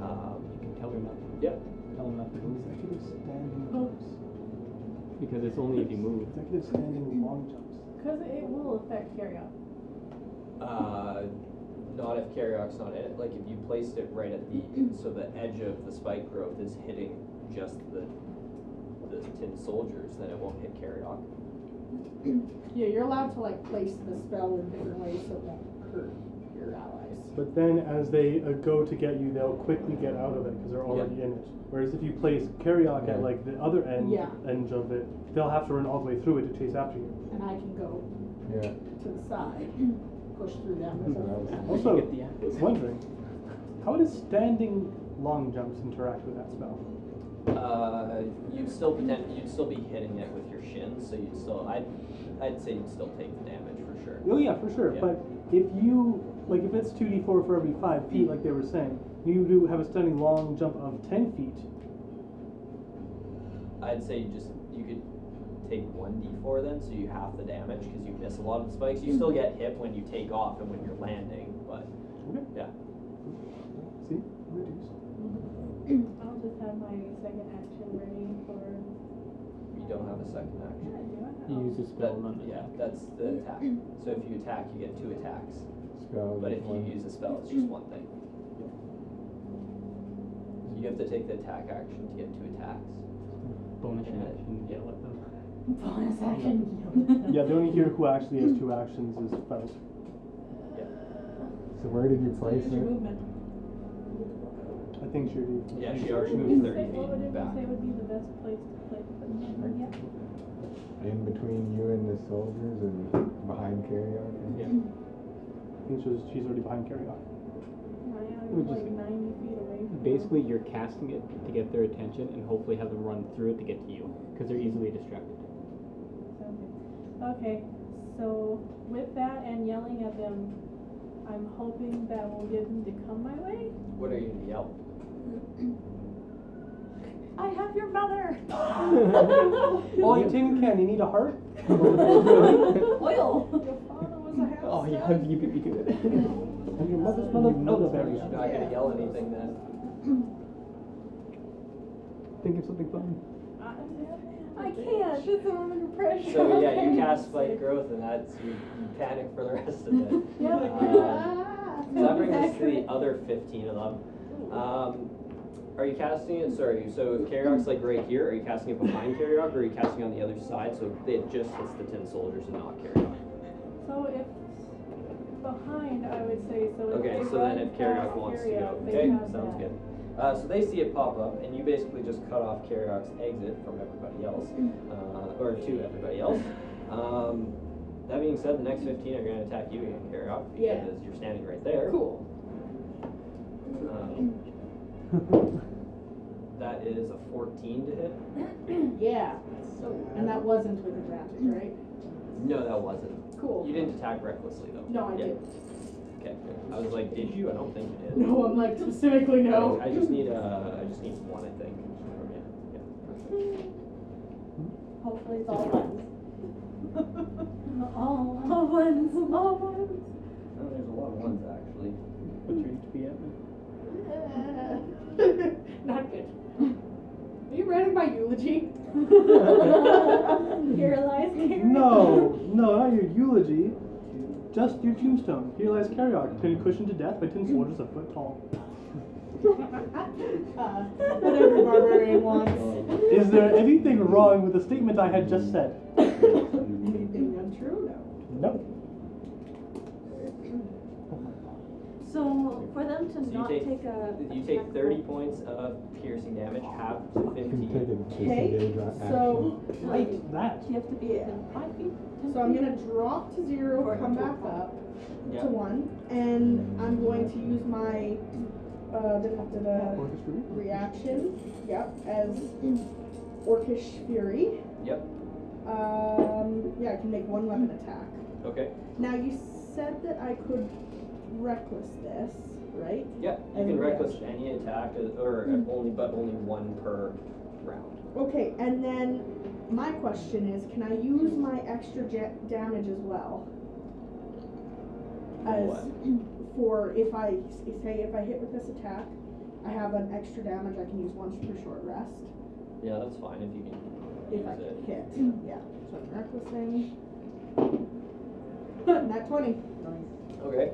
[SPEAKER 2] Um,
[SPEAKER 5] You can tell him nothing.
[SPEAKER 2] Yep.
[SPEAKER 5] Tell him nothing.
[SPEAKER 3] Executive standing jumps.
[SPEAKER 5] Because it's only if you move.
[SPEAKER 3] Executive standing long jumps.
[SPEAKER 7] Because it will affect carryout.
[SPEAKER 2] Uh, not if Karyok's not in it. Like if you placed it right at the so the edge of the spike growth is hitting just the the tin soldiers, then it won't hit Karyok.
[SPEAKER 4] Yeah, you're allowed to like place the spell in different ways so it won't hurt your allies.
[SPEAKER 3] But then, as they uh, go to get you, they'll quickly get out of it because they're already in it. Whereas if you place Karyok at like the other end
[SPEAKER 4] Yeah.
[SPEAKER 3] end of it, they'll have to run all the way through it to chase after you.
[SPEAKER 4] And I can go
[SPEAKER 6] Yeah.
[SPEAKER 4] to the side, push through them.
[SPEAKER 6] That's what I was thinking.
[SPEAKER 3] Also, I was wondering, how does standing long jumps interact with that spell?
[SPEAKER 2] Uh, you'd still pretend, you'd still be hitting it with your shins, so you'd still I'd I'd say you'd still take the damage for sure.
[SPEAKER 3] Oh yeah, for sure.
[SPEAKER 2] Yeah.
[SPEAKER 3] But if you like, if it's two d four for every five feet, like they were saying, you do have a stunning long jump of ten feet.
[SPEAKER 2] I'd say you just you could take one d4 then, so you half the damage because you miss a lot of the spikes. You still get hit when you take off and when you're landing, but
[SPEAKER 3] See, reduce.
[SPEAKER 7] I'll just have my second action ready for.
[SPEAKER 2] you don't have a second action.
[SPEAKER 7] Yeah, I do. I
[SPEAKER 5] You
[SPEAKER 7] have-
[SPEAKER 5] use a spell,
[SPEAKER 2] That,
[SPEAKER 5] not an
[SPEAKER 2] yeah,
[SPEAKER 5] attack.
[SPEAKER 2] that's the attack. So if you attack, you get two attacks.
[SPEAKER 6] Spell.
[SPEAKER 2] But if you
[SPEAKER 6] one.
[SPEAKER 2] use a spell, it's just one thing.
[SPEAKER 3] It's
[SPEAKER 2] You have to take the attack action to get two attacks.
[SPEAKER 5] Bonus
[SPEAKER 2] Yeah.
[SPEAKER 5] action. Yeah, let them.
[SPEAKER 9] Bonus action.
[SPEAKER 3] Yeah, the only here who actually has two actions is Faust.
[SPEAKER 6] So where did you place
[SPEAKER 7] Use your
[SPEAKER 6] it?
[SPEAKER 7] movement.
[SPEAKER 3] I think Judy.
[SPEAKER 2] Yeah, she already
[SPEAKER 7] What would you say-
[SPEAKER 2] moved thirty
[SPEAKER 7] What would
[SPEAKER 2] feet
[SPEAKER 7] you
[SPEAKER 2] back.
[SPEAKER 7] say would be the best place to play? But- Yeah.
[SPEAKER 2] E,
[SPEAKER 6] In between you and the soldiers and behind karaoke?
[SPEAKER 2] Yeah.
[SPEAKER 3] I think she's, she's already behind carry
[SPEAKER 7] I
[SPEAKER 3] on.
[SPEAKER 5] We're
[SPEAKER 7] am
[SPEAKER 5] just-
[SPEAKER 7] like ninety feet away. from
[SPEAKER 5] Basically, you're casting it to get their attention and hopefully have them run through it to get to you because they're easily distracted.
[SPEAKER 7] them. Okay, so with that and yelling at them, I'm hoping that will get them to come my way.
[SPEAKER 2] What are you gonna yell?
[SPEAKER 9] I have your mother.
[SPEAKER 3] Oh, you tin can, you need a heart?
[SPEAKER 9] Oil.
[SPEAKER 7] Your father was a house.
[SPEAKER 5] Oh, yeah, you beat me to it.
[SPEAKER 3] And your mother's mother?
[SPEAKER 2] You're
[SPEAKER 3] Elderberry.
[SPEAKER 2] not gonna yell anything then.
[SPEAKER 5] Think of something fun.
[SPEAKER 7] I, I can't. It's a moment of pressure.
[SPEAKER 2] So yeah, you cast spike growth, and that's you, you panic for the rest of it.
[SPEAKER 7] Yeah, like,
[SPEAKER 2] Uh, So that brings us to the other fifteen of them. Um, are you casting it? Sorry, so if Karyok's like right here, are you casting it behind Karyok, or are you casting it on the other side so it just hits the tin soldiers and not Karyok?
[SPEAKER 5] Oh.
[SPEAKER 7] So if behind, I would say so. if
[SPEAKER 2] Okay,
[SPEAKER 7] they
[SPEAKER 2] so then
[SPEAKER 7] run
[SPEAKER 2] if Karyok
[SPEAKER 7] past
[SPEAKER 2] wants to
[SPEAKER 7] Carrier,
[SPEAKER 2] go,
[SPEAKER 7] they
[SPEAKER 2] okay,
[SPEAKER 7] have that.
[SPEAKER 2] sounds good. Uh, so they see it pop up, and you basically just cut off Karyok's exit from everybody else,
[SPEAKER 4] Mm.
[SPEAKER 2] uh, or to everybody else. Um, that being said, the next 15 are going to attack you again, Karyok,
[SPEAKER 4] Yeah.
[SPEAKER 2] because you're standing right there.
[SPEAKER 4] Cool.
[SPEAKER 2] Um, that is a 14 to hit.
[SPEAKER 4] Yeah, so, and that wasn't with advantage, right?
[SPEAKER 2] No, that wasn't. You
[SPEAKER 4] Cool.
[SPEAKER 2] didn't attack recklessly, though.
[SPEAKER 4] No, I
[SPEAKER 2] Yeah,
[SPEAKER 4] didn't.
[SPEAKER 2] Okay, good. I was like, did you? I don't think you did.
[SPEAKER 4] No, I'm like specifically no.
[SPEAKER 2] I just need a, I just need one, I think, from you. Yeah.
[SPEAKER 9] Hopefully it's all ones.
[SPEAKER 7] All one.
[SPEAKER 9] All ones. All ones.
[SPEAKER 2] Oh, there's a lot of ones actually.
[SPEAKER 10] What's your HP at? man?
[SPEAKER 4] Not good. Are you writing my eulogy?
[SPEAKER 7] Here lies Carrier.
[SPEAKER 3] No, no, not your eulogy. Just your tombstone. Here lies Karyok, tin cushioned to death by tin soldiers a foot tall.
[SPEAKER 4] Uh, whatever barbarian
[SPEAKER 2] Oh.
[SPEAKER 4] wants.
[SPEAKER 3] Is there anything wrong with the statement I had just said?
[SPEAKER 4] Anything untrue? No.
[SPEAKER 3] No.
[SPEAKER 9] So for them to
[SPEAKER 2] you
[SPEAKER 9] not
[SPEAKER 2] take-
[SPEAKER 9] take a.
[SPEAKER 2] You take 30 points of piercing damage, half to
[SPEAKER 6] You can take
[SPEAKER 2] 15.
[SPEAKER 6] a
[SPEAKER 4] Okay,
[SPEAKER 6] disengage on action.
[SPEAKER 4] So,
[SPEAKER 9] Like,
[SPEAKER 3] That.
[SPEAKER 9] you have to be
[SPEAKER 4] Yeah.
[SPEAKER 9] within five feet?
[SPEAKER 4] so I'm gonna drop to zero, come back up
[SPEAKER 2] Yeah.
[SPEAKER 4] to one, and I'm going to use my uh, da, da, da, da, reaction. Yep, as orcish fury.
[SPEAKER 2] Yep.
[SPEAKER 4] Um, yeah, I can make one weapon attack.
[SPEAKER 2] Okay.
[SPEAKER 4] Now you said that I could reckless this, right?
[SPEAKER 2] Yeah. You can reckless any attack, uh, or
[SPEAKER 4] Hmm.
[SPEAKER 2] uh, only, but only one per round.
[SPEAKER 4] Okay, and then my question is, can I use my extra ja- damage as well? As
[SPEAKER 2] What?
[SPEAKER 4] for if I s- say if I hit with this attack, I have an extra damage. I can use once per short rest
[SPEAKER 2] Yeah, that's fine if you can
[SPEAKER 4] if I
[SPEAKER 2] use it.
[SPEAKER 4] hit. Yeah, so I'm recklessing. Not twenty.
[SPEAKER 2] Okay.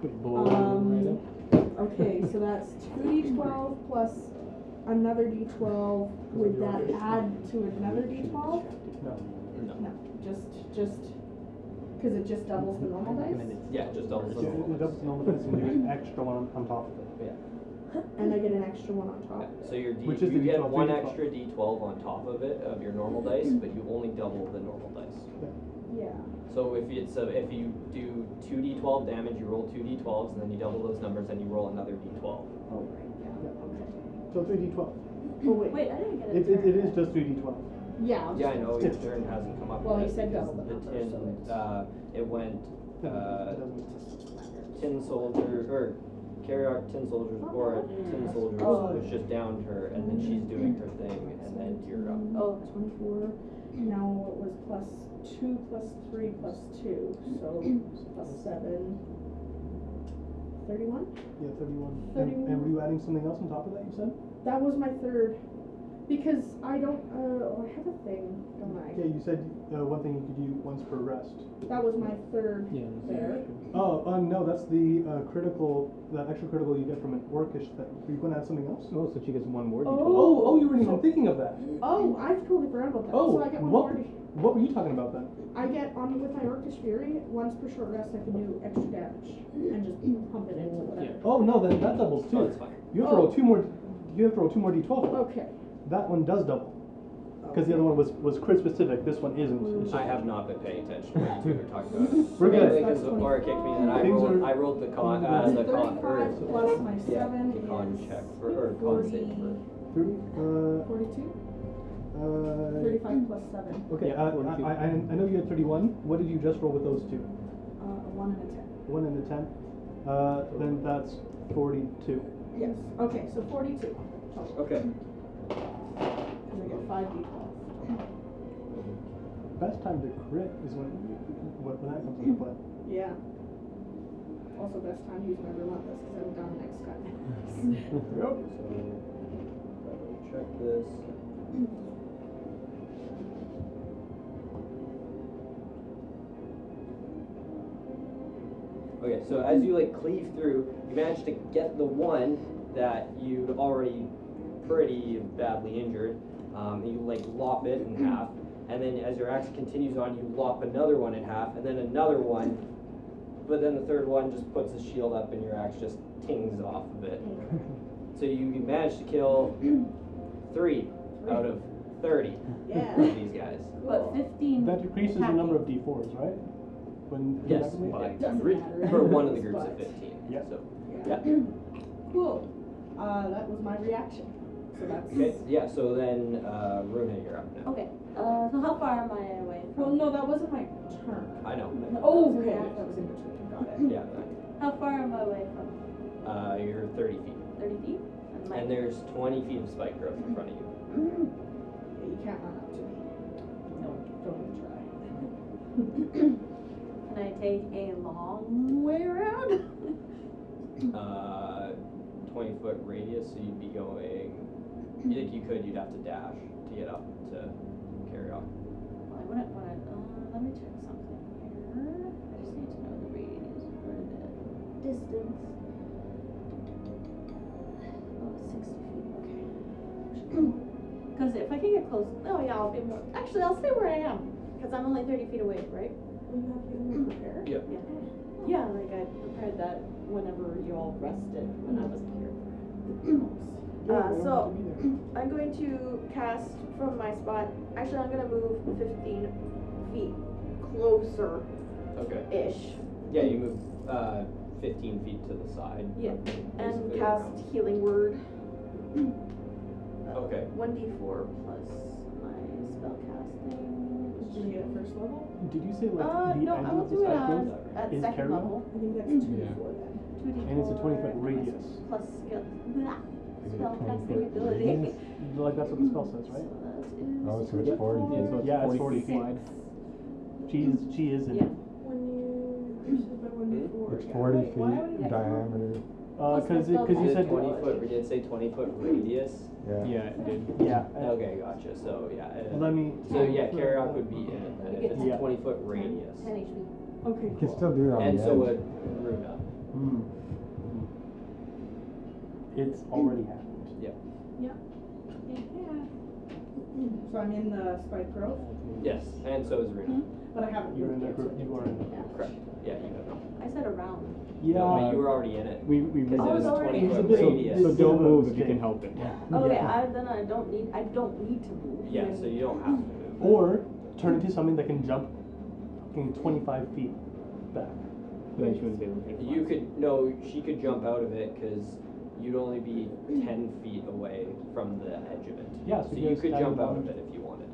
[SPEAKER 5] Good boy. right
[SPEAKER 4] Um,
[SPEAKER 5] up.
[SPEAKER 4] okay, so that's two d twelve plus another d twelve. Would that add to another d twelve?
[SPEAKER 2] No.
[SPEAKER 4] No, just, just, because it just doubles the normal dice,
[SPEAKER 2] Yeah, just double
[SPEAKER 3] It, it doubles the normal dice and there's an extra one on, on top of it.
[SPEAKER 4] and I get an extra one on top.
[SPEAKER 2] So your D,
[SPEAKER 3] Which is
[SPEAKER 2] you
[SPEAKER 3] the
[SPEAKER 2] get
[SPEAKER 3] D12,
[SPEAKER 2] one
[SPEAKER 3] D12.
[SPEAKER 2] extra D12 on top of it of your normal dice, but you only double the normal dice.
[SPEAKER 4] Yeah.
[SPEAKER 2] So if it's a, if you do two d12 damage, you roll two d12s, and then you double those numbers, and you roll another d12.
[SPEAKER 3] So 3d12.
[SPEAKER 4] Oh, wait,
[SPEAKER 9] Wait, I didn't get a
[SPEAKER 3] It, it,
[SPEAKER 9] turn.
[SPEAKER 3] it is just 3d12.
[SPEAKER 4] yeah. I'll
[SPEAKER 2] Yeah, I
[SPEAKER 4] just-
[SPEAKER 2] know your turn hasn't come up
[SPEAKER 4] Well,
[SPEAKER 2] yet
[SPEAKER 4] you said
[SPEAKER 2] because
[SPEAKER 4] double the
[SPEAKER 2] the
[SPEAKER 4] number, so
[SPEAKER 2] tin.
[SPEAKER 4] it's-
[SPEAKER 2] Uh, it went uh,
[SPEAKER 3] It doesn't exist.
[SPEAKER 2] tin soldier or Karyok tin soldiers or tin soldiers
[SPEAKER 4] Oh.
[SPEAKER 2] was just down to her, and then she's doing her thing, and then you're up.
[SPEAKER 9] Oh,
[SPEAKER 4] Twenty-four, now it was plus two, plus three, plus two, so plus seven. Thirty-one?
[SPEAKER 3] Yeah, 31. And,
[SPEAKER 4] 31.
[SPEAKER 3] and were you adding something else on top of that, you said?
[SPEAKER 4] That was my third, Because I don't, uh, oh, I have a thing, don't
[SPEAKER 3] Yeah,
[SPEAKER 4] I?
[SPEAKER 3] you said uh, one thing you could do once per rest.
[SPEAKER 4] That was my third
[SPEAKER 10] Yeah.
[SPEAKER 4] there.
[SPEAKER 3] Oh, uh, no, that's the uh, critical, the extra critical you get from an orcish thing. Were you going to add something else?
[SPEAKER 10] Oh, so she gets one more.
[SPEAKER 4] Oh.
[SPEAKER 3] Oh, oh, you weren't even thinking of that.
[SPEAKER 4] Oh, I've totally forgot about that.
[SPEAKER 3] Oh,
[SPEAKER 4] so I get one
[SPEAKER 3] what,
[SPEAKER 4] more.
[SPEAKER 3] what were you talking about then?
[SPEAKER 4] I get on with my Orcish Fury, once per short rest, I can do extra damage and just pump it into whatever.
[SPEAKER 3] Oh no, then that doubles too.
[SPEAKER 2] Oh, that's fine.
[SPEAKER 3] You have to roll two more. You have to roll two more d12.
[SPEAKER 4] Okay.
[SPEAKER 3] That one does double because the other one was was crit specific. This one isn't. It's
[SPEAKER 2] I
[SPEAKER 3] just-
[SPEAKER 2] have not been paying attention to what you two are talking about.
[SPEAKER 3] We're good.
[SPEAKER 2] Because Laura kicked me, and I
[SPEAKER 3] Things
[SPEAKER 2] rolled,
[SPEAKER 3] are-
[SPEAKER 2] I rolled the con, uh,
[SPEAKER 4] It's
[SPEAKER 2] the con, or,
[SPEAKER 4] 35 plus my
[SPEAKER 2] yeah,
[SPEAKER 4] 7
[SPEAKER 2] the con
[SPEAKER 4] is
[SPEAKER 2] check, for- or con save for.
[SPEAKER 3] Thirty. Uh,
[SPEAKER 4] 42?
[SPEAKER 3] uh,
[SPEAKER 4] 35 plus 7.
[SPEAKER 3] okay.
[SPEAKER 10] Yeah,
[SPEAKER 3] uh,
[SPEAKER 10] one, two.
[SPEAKER 3] I, I, I know you had 31. What did you just roll with those two?
[SPEAKER 4] Uh, a 1 and a 10.
[SPEAKER 3] One and a ten. Uh, then that's 42.
[SPEAKER 4] Yes. Okay, so 42.
[SPEAKER 2] Okay.
[SPEAKER 4] Because I get 5 d12.
[SPEAKER 3] Best time to crit is when when when that comes into play.
[SPEAKER 4] Yeah. Also, best time to use my relentless because I'm done next time.
[SPEAKER 3] Yep.
[SPEAKER 2] So, let me check this. Okay, so as you like cleave through, you manage to get the one that you'd already pretty badly injured. Um, and you like lop it in half, and then as your axe continues on, you lop another one in half, and then another one. But then the third one just puts his shield up, and your axe just tings off of it. So you you managed to kill three out of thirty
[SPEAKER 4] yeah.
[SPEAKER 2] of these guys.
[SPEAKER 9] But fifteen.
[SPEAKER 3] That decreases the number of d4s, right? When when
[SPEAKER 2] Yes,
[SPEAKER 3] that comes in?
[SPEAKER 2] by
[SPEAKER 4] doesn't
[SPEAKER 2] three-
[SPEAKER 4] matter.
[SPEAKER 2] for one of the groups
[SPEAKER 4] But-
[SPEAKER 2] of fifteen.
[SPEAKER 3] Yeah.
[SPEAKER 2] So
[SPEAKER 4] Yeah. Cool. Uh, that was my reaction. So that's.
[SPEAKER 2] okay, yeah. So then, uh, Rune, you're up now.
[SPEAKER 9] Okay, uh, so how far am I away
[SPEAKER 4] Well,
[SPEAKER 9] from?
[SPEAKER 4] no, that wasn't my turn.
[SPEAKER 2] I know.
[SPEAKER 4] Oh, okay. That was in between. Got it.
[SPEAKER 2] Yeah.
[SPEAKER 9] How far am I away from?
[SPEAKER 2] Uh, you're thirty feet,
[SPEAKER 9] Thirty feet? And my-
[SPEAKER 2] and there's twenty feet of spike growth in front of you.
[SPEAKER 4] Yeah, you can't run up to me. No, don't even try.
[SPEAKER 9] Can I take a long way around?
[SPEAKER 4] Mm-hmm.
[SPEAKER 2] Uh, twenty foot radius, so you'd be going. You think you could? You'd have to dash to get up to carry off.
[SPEAKER 9] Well, I wouldn't want to. Uh, let me check something here. I just need to know the radius or the distance. Oh, it's 60 feet. Okay. Because if I can get close, oh yeah, I'll be more. Actually, I'll stay where I am because I'm only 30 feet away, right?
[SPEAKER 2] Yeah.
[SPEAKER 9] Yeah. Yeah, like I prepared that whenever you all rested when I wasn't here.
[SPEAKER 8] Uh, so I'm going to cast from my spot. Actually, I'm gonna move 15 feet closer
[SPEAKER 2] Okay.
[SPEAKER 8] ish
[SPEAKER 2] Yeah, you move uh, 15 feet to the side.
[SPEAKER 8] Yeah, and
[SPEAKER 2] Basically
[SPEAKER 8] cast
[SPEAKER 2] around.
[SPEAKER 8] Healing Word.
[SPEAKER 2] Okay.
[SPEAKER 8] 1d4 plus my spell casting.
[SPEAKER 4] Did you get it first level?
[SPEAKER 3] Did you say like
[SPEAKER 9] Uh,
[SPEAKER 3] the
[SPEAKER 9] no,
[SPEAKER 3] end
[SPEAKER 9] I
[SPEAKER 3] of
[SPEAKER 9] will
[SPEAKER 3] the
[SPEAKER 9] do it
[SPEAKER 3] spike
[SPEAKER 9] on
[SPEAKER 3] growth?
[SPEAKER 9] at
[SPEAKER 3] Is
[SPEAKER 9] second
[SPEAKER 3] carry on?
[SPEAKER 9] level.
[SPEAKER 4] I think that's two
[SPEAKER 6] Yeah.
[SPEAKER 4] before then.
[SPEAKER 9] Two D
[SPEAKER 3] And it's a 20 foot
[SPEAKER 9] four
[SPEAKER 3] radius.
[SPEAKER 9] Plus skill, blah,
[SPEAKER 6] Is it
[SPEAKER 9] spell
[SPEAKER 6] 20
[SPEAKER 9] casting
[SPEAKER 6] foot
[SPEAKER 9] ability.
[SPEAKER 6] radius?
[SPEAKER 3] Like that's what the spell says,
[SPEAKER 9] So
[SPEAKER 3] right?
[SPEAKER 9] that is.
[SPEAKER 6] Oh, so it's 40 feet.
[SPEAKER 10] Yeah, so it's
[SPEAKER 3] Yeah,
[SPEAKER 10] 40
[SPEAKER 3] it's 40
[SPEAKER 10] feet
[SPEAKER 3] feet.
[SPEAKER 10] wide.
[SPEAKER 3] She's she is in.
[SPEAKER 9] Yeah.
[SPEAKER 4] When you increase it by one to four.
[SPEAKER 6] Hmm? It's
[SPEAKER 4] Wait, why
[SPEAKER 6] 40
[SPEAKER 4] would it-
[SPEAKER 6] feet in diameter.
[SPEAKER 3] Uh, because
[SPEAKER 9] Plus the spell
[SPEAKER 3] you
[SPEAKER 2] Is it
[SPEAKER 3] said
[SPEAKER 2] 20 foot? Did it say 20 foot
[SPEAKER 8] Mm-hmm.
[SPEAKER 2] radius?
[SPEAKER 6] Yeah.
[SPEAKER 10] Yeah, it did.
[SPEAKER 3] Yeah. uh,
[SPEAKER 2] Okay, gotcha. So yeah. uh,
[SPEAKER 3] Let me.
[SPEAKER 2] So yeah, carry off would be in, and if it's
[SPEAKER 3] Yeah.
[SPEAKER 2] 20 foot radius,
[SPEAKER 9] Ten HP.
[SPEAKER 4] Okay,
[SPEAKER 6] You can
[SPEAKER 4] cool.
[SPEAKER 6] still do it on
[SPEAKER 2] and
[SPEAKER 6] the
[SPEAKER 2] so would
[SPEAKER 6] edge.
[SPEAKER 2] Runa.
[SPEAKER 3] Hmm. It's already happened.
[SPEAKER 7] Yeah.
[SPEAKER 4] So I'm in the spike growth,
[SPEAKER 2] Yes, and so is Runa.
[SPEAKER 4] but I haven't
[SPEAKER 3] You're in
[SPEAKER 4] moved
[SPEAKER 3] that
[SPEAKER 4] yet. so
[SPEAKER 3] group. You are in that.
[SPEAKER 2] Correct.
[SPEAKER 8] Mm-hmm.
[SPEAKER 2] Yeah, you don't know.
[SPEAKER 9] I said around.
[SPEAKER 3] Yeah.
[SPEAKER 2] No, but you were already in it
[SPEAKER 10] We we
[SPEAKER 2] because it
[SPEAKER 9] I
[SPEAKER 2] was
[SPEAKER 9] was
[SPEAKER 10] so,
[SPEAKER 9] already
[SPEAKER 2] 20
[SPEAKER 3] in
[SPEAKER 2] foot
[SPEAKER 3] it. So-
[SPEAKER 2] radius.
[SPEAKER 10] so don't move if you
[SPEAKER 3] Yeah.
[SPEAKER 10] can help it.
[SPEAKER 9] Okay,
[SPEAKER 3] Yeah.
[SPEAKER 9] Oh, I, then I don't need, I don't need to move.
[SPEAKER 2] yeah, so you don't have to move.
[SPEAKER 3] Or turn into something that can jump fucking 25 feet back.
[SPEAKER 10] Then she wouldn't be able to. get
[SPEAKER 2] You
[SPEAKER 10] across.
[SPEAKER 2] could no. She could jump out of it because you'd only be 10 feet away from the edge of it.
[SPEAKER 3] Yeah, so
[SPEAKER 2] So
[SPEAKER 3] you
[SPEAKER 2] you
[SPEAKER 3] guys
[SPEAKER 2] could
[SPEAKER 3] dive
[SPEAKER 2] jump out of
[SPEAKER 3] down.
[SPEAKER 2] it if you wanted.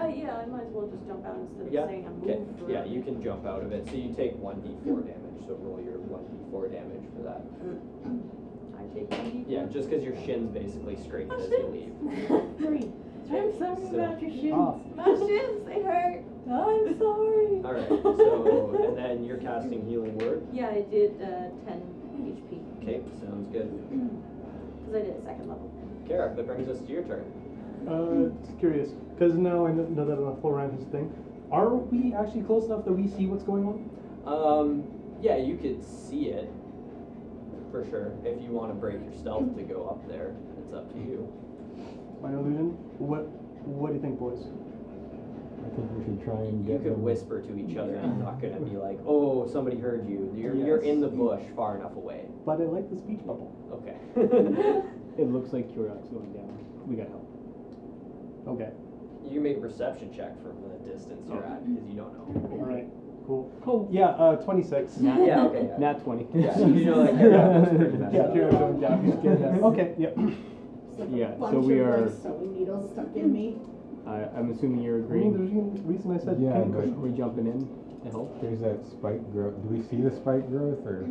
[SPEAKER 9] Uh, yeah, I might as well just jump out instead of
[SPEAKER 2] Yeah,
[SPEAKER 9] saying I'm
[SPEAKER 2] Okay,
[SPEAKER 9] moved.
[SPEAKER 2] yeah, you can jump out of it, so you take one D four damage, so roll your one D four damage for that.
[SPEAKER 9] I take one D.
[SPEAKER 2] Yeah, just cause your shin's basically straightened as you leave.
[SPEAKER 7] Three. I'm sorry
[SPEAKER 2] So-
[SPEAKER 7] about your shoes.
[SPEAKER 3] Ah.
[SPEAKER 9] My shins, they hurt.
[SPEAKER 7] I'm sorry.
[SPEAKER 2] Alright, so, and then you're casting healing word,
[SPEAKER 9] Yeah, I did, uh, ten HP,
[SPEAKER 2] okay, sounds good.
[SPEAKER 9] cause I did a second level.
[SPEAKER 2] Karak, that brings us to your turn.
[SPEAKER 3] Uh, just curious, because now I kn- know that I'm a full round his thing. Are we actually close enough that we see what's going on?
[SPEAKER 2] Um, yeah, you could see it for sure. If you want to break your stealth to go up there, it's up to you.
[SPEAKER 3] My illusion. What What do you think, boys?
[SPEAKER 6] I think we should try and
[SPEAKER 2] You
[SPEAKER 6] get
[SPEAKER 2] could
[SPEAKER 6] them.
[SPEAKER 2] whisper to each other. I'm not gonna be like, oh, somebody heard you. You're you're in the bush, far enough away.
[SPEAKER 3] But I like the speech bubble.
[SPEAKER 2] Okay.
[SPEAKER 5] It looks like Curiox going down. We got help. Okay.
[SPEAKER 2] you make a perception check from the distance you're at because you don't know.
[SPEAKER 3] All right. Cool.
[SPEAKER 5] Cool.
[SPEAKER 3] Yeah. Uh, twenty six.
[SPEAKER 5] Nah.
[SPEAKER 2] Yeah. Okay. Yeah.
[SPEAKER 5] Not 20.
[SPEAKER 2] Yeah, you know, like, yeah, that's pretty
[SPEAKER 3] Yeah.
[SPEAKER 2] bad.
[SPEAKER 3] Kieran's going down. He's scared now. Okay. Yep.
[SPEAKER 4] It's like a
[SPEAKER 5] Yeah, so
[SPEAKER 4] bunch of,
[SPEAKER 5] we are-
[SPEAKER 4] like, sewing needles stuck in me.
[SPEAKER 5] I, I'm assuming you're
[SPEAKER 3] I mean,
[SPEAKER 5] agreeing.
[SPEAKER 3] the reason- reason I said
[SPEAKER 6] Yeah,
[SPEAKER 3] pin
[SPEAKER 6] but-
[SPEAKER 3] cushion.
[SPEAKER 5] We're jumping in to help.
[SPEAKER 6] There's that spike growth. Do we see the spike growth, or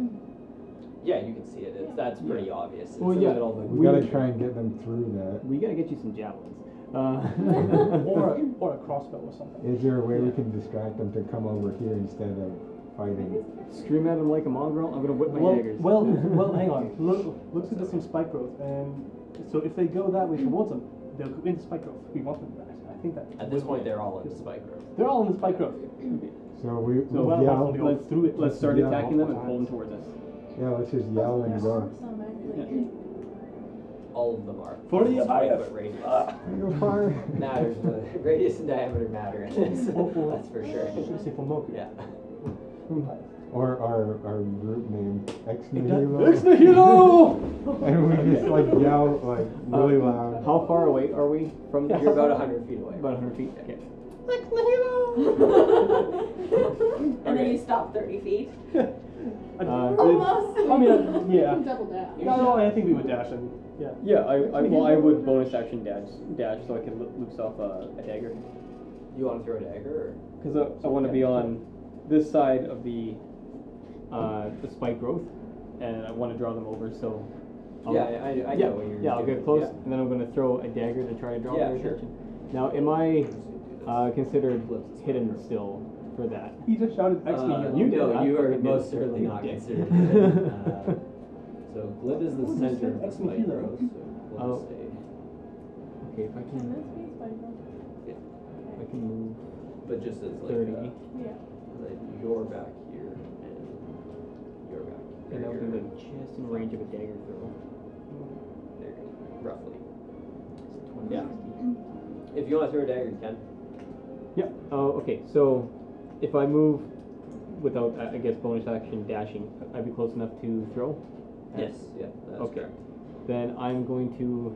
[SPEAKER 2] Yeah, you can see it. It's, that's pretty obvious. It's
[SPEAKER 5] Well,
[SPEAKER 2] in
[SPEAKER 5] yeah.
[SPEAKER 2] the middle of the
[SPEAKER 6] we gotta try and get them through that?
[SPEAKER 5] We gotta get you some javelins.
[SPEAKER 3] or
[SPEAKER 5] Uh,
[SPEAKER 3] a, or a crossbow or something.
[SPEAKER 6] Is there a way we can distract them to come over here instead of fighting?
[SPEAKER 5] scream at him like a mongrel. I'm gonna whip my
[SPEAKER 3] well,
[SPEAKER 5] daggers.
[SPEAKER 3] well, well, hang on. Look, looks into some spike growth, and so if they go that way towards them, they'll go into spike growth. We want them. I think that.
[SPEAKER 2] At this point, they're all in the spike growth.
[SPEAKER 3] They're all in the spike growth.
[SPEAKER 6] So we we
[SPEAKER 5] So
[SPEAKER 3] well,
[SPEAKER 6] yell.
[SPEAKER 3] go
[SPEAKER 5] let's
[SPEAKER 3] through it.
[SPEAKER 5] let's start
[SPEAKER 6] Yeah.
[SPEAKER 5] attacking them and pull them towards us.
[SPEAKER 6] Yeah, let's just yell and go.
[SPEAKER 2] All of them are.
[SPEAKER 3] 40
[SPEAKER 2] It's
[SPEAKER 3] above.
[SPEAKER 2] 20 foot radius.
[SPEAKER 6] Go far.
[SPEAKER 2] Matters. but radius and diameter matter in this.
[SPEAKER 5] Oh,
[SPEAKER 3] Hopeful.
[SPEAKER 2] That's for sure.
[SPEAKER 3] Should I say for Moku?
[SPEAKER 2] Yeah.
[SPEAKER 6] Or our our group name, Ex
[SPEAKER 3] It
[SPEAKER 6] Nihilo.
[SPEAKER 3] does- Ex nihilo!
[SPEAKER 6] And we just like yell like really
[SPEAKER 3] Um,
[SPEAKER 5] Uh,
[SPEAKER 6] loud.
[SPEAKER 5] How far away are we from the
[SPEAKER 2] You're about 100 feet away.
[SPEAKER 5] About 100 feet. Okay.
[SPEAKER 9] and then
[SPEAKER 2] Okay.
[SPEAKER 9] you stop 30 feet.
[SPEAKER 5] Uh,
[SPEAKER 3] I mean, uh, yeah.
[SPEAKER 4] Double down.
[SPEAKER 3] No, no, I think we would dash and yeah.
[SPEAKER 5] yeah, I, I well I would bonus action dash dash so I can lo- loose off a, a dagger
[SPEAKER 2] You want to throw a dagger?
[SPEAKER 5] because I, I want to be on this side of the uh, the spike growth and I want to draw them over so.
[SPEAKER 2] Or?
[SPEAKER 5] I'll-
[SPEAKER 2] Yeah, I, I know
[SPEAKER 5] Oh. yeah,
[SPEAKER 2] what you're
[SPEAKER 5] yeah, I'll
[SPEAKER 2] doing.
[SPEAKER 5] get close, and then I'm gonna throw a dagger to try to draw
[SPEAKER 2] Yeah,
[SPEAKER 5] their
[SPEAKER 2] sure.
[SPEAKER 5] attention. Now, am I uh, considered
[SPEAKER 2] Flips this
[SPEAKER 5] hidden still for that?
[SPEAKER 3] He just shouted Ex
[SPEAKER 2] Uh,
[SPEAKER 3] nihilo.
[SPEAKER 5] You did.
[SPEAKER 2] no,
[SPEAKER 5] I
[SPEAKER 2] you are
[SPEAKER 5] fucking did.
[SPEAKER 2] most certainly
[SPEAKER 5] You
[SPEAKER 2] not
[SPEAKER 5] did.
[SPEAKER 2] considered. hidden. Uh, so Glib is the
[SPEAKER 3] Who just
[SPEAKER 2] center
[SPEAKER 3] said
[SPEAKER 2] of the
[SPEAKER 3] ex
[SPEAKER 2] spike
[SPEAKER 3] nihilo?
[SPEAKER 2] growth. So we'll
[SPEAKER 5] Oh.
[SPEAKER 2] just say.
[SPEAKER 5] Okay, if I
[SPEAKER 11] Can
[SPEAKER 5] can,
[SPEAKER 11] this be spider?
[SPEAKER 5] if I can move
[SPEAKER 2] But just as like,
[SPEAKER 5] 30,
[SPEAKER 2] uh,
[SPEAKER 11] Yeah.
[SPEAKER 2] like you're back here and you're back here.
[SPEAKER 5] and I'll be like just in range of a dagger throw.
[SPEAKER 2] there you go, roughly.
[SPEAKER 5] It's 20,
[SPEAKER 2] Yeah.
[SPEAKER 5] 60.
[SPEAKER 2] If you want to throw a dagger, you can.
[SPEAKER 5] Yeah. Oh, okay. So if I move without, I I guess, bonus action dashing, I'd be close enough to throw.
[SPEAKER 2] Yes. Yeah. That's
[SPEAKER 5] Okay.
[SPEAKER 2] correct.
[SPEAKER 5] Then I'm going to.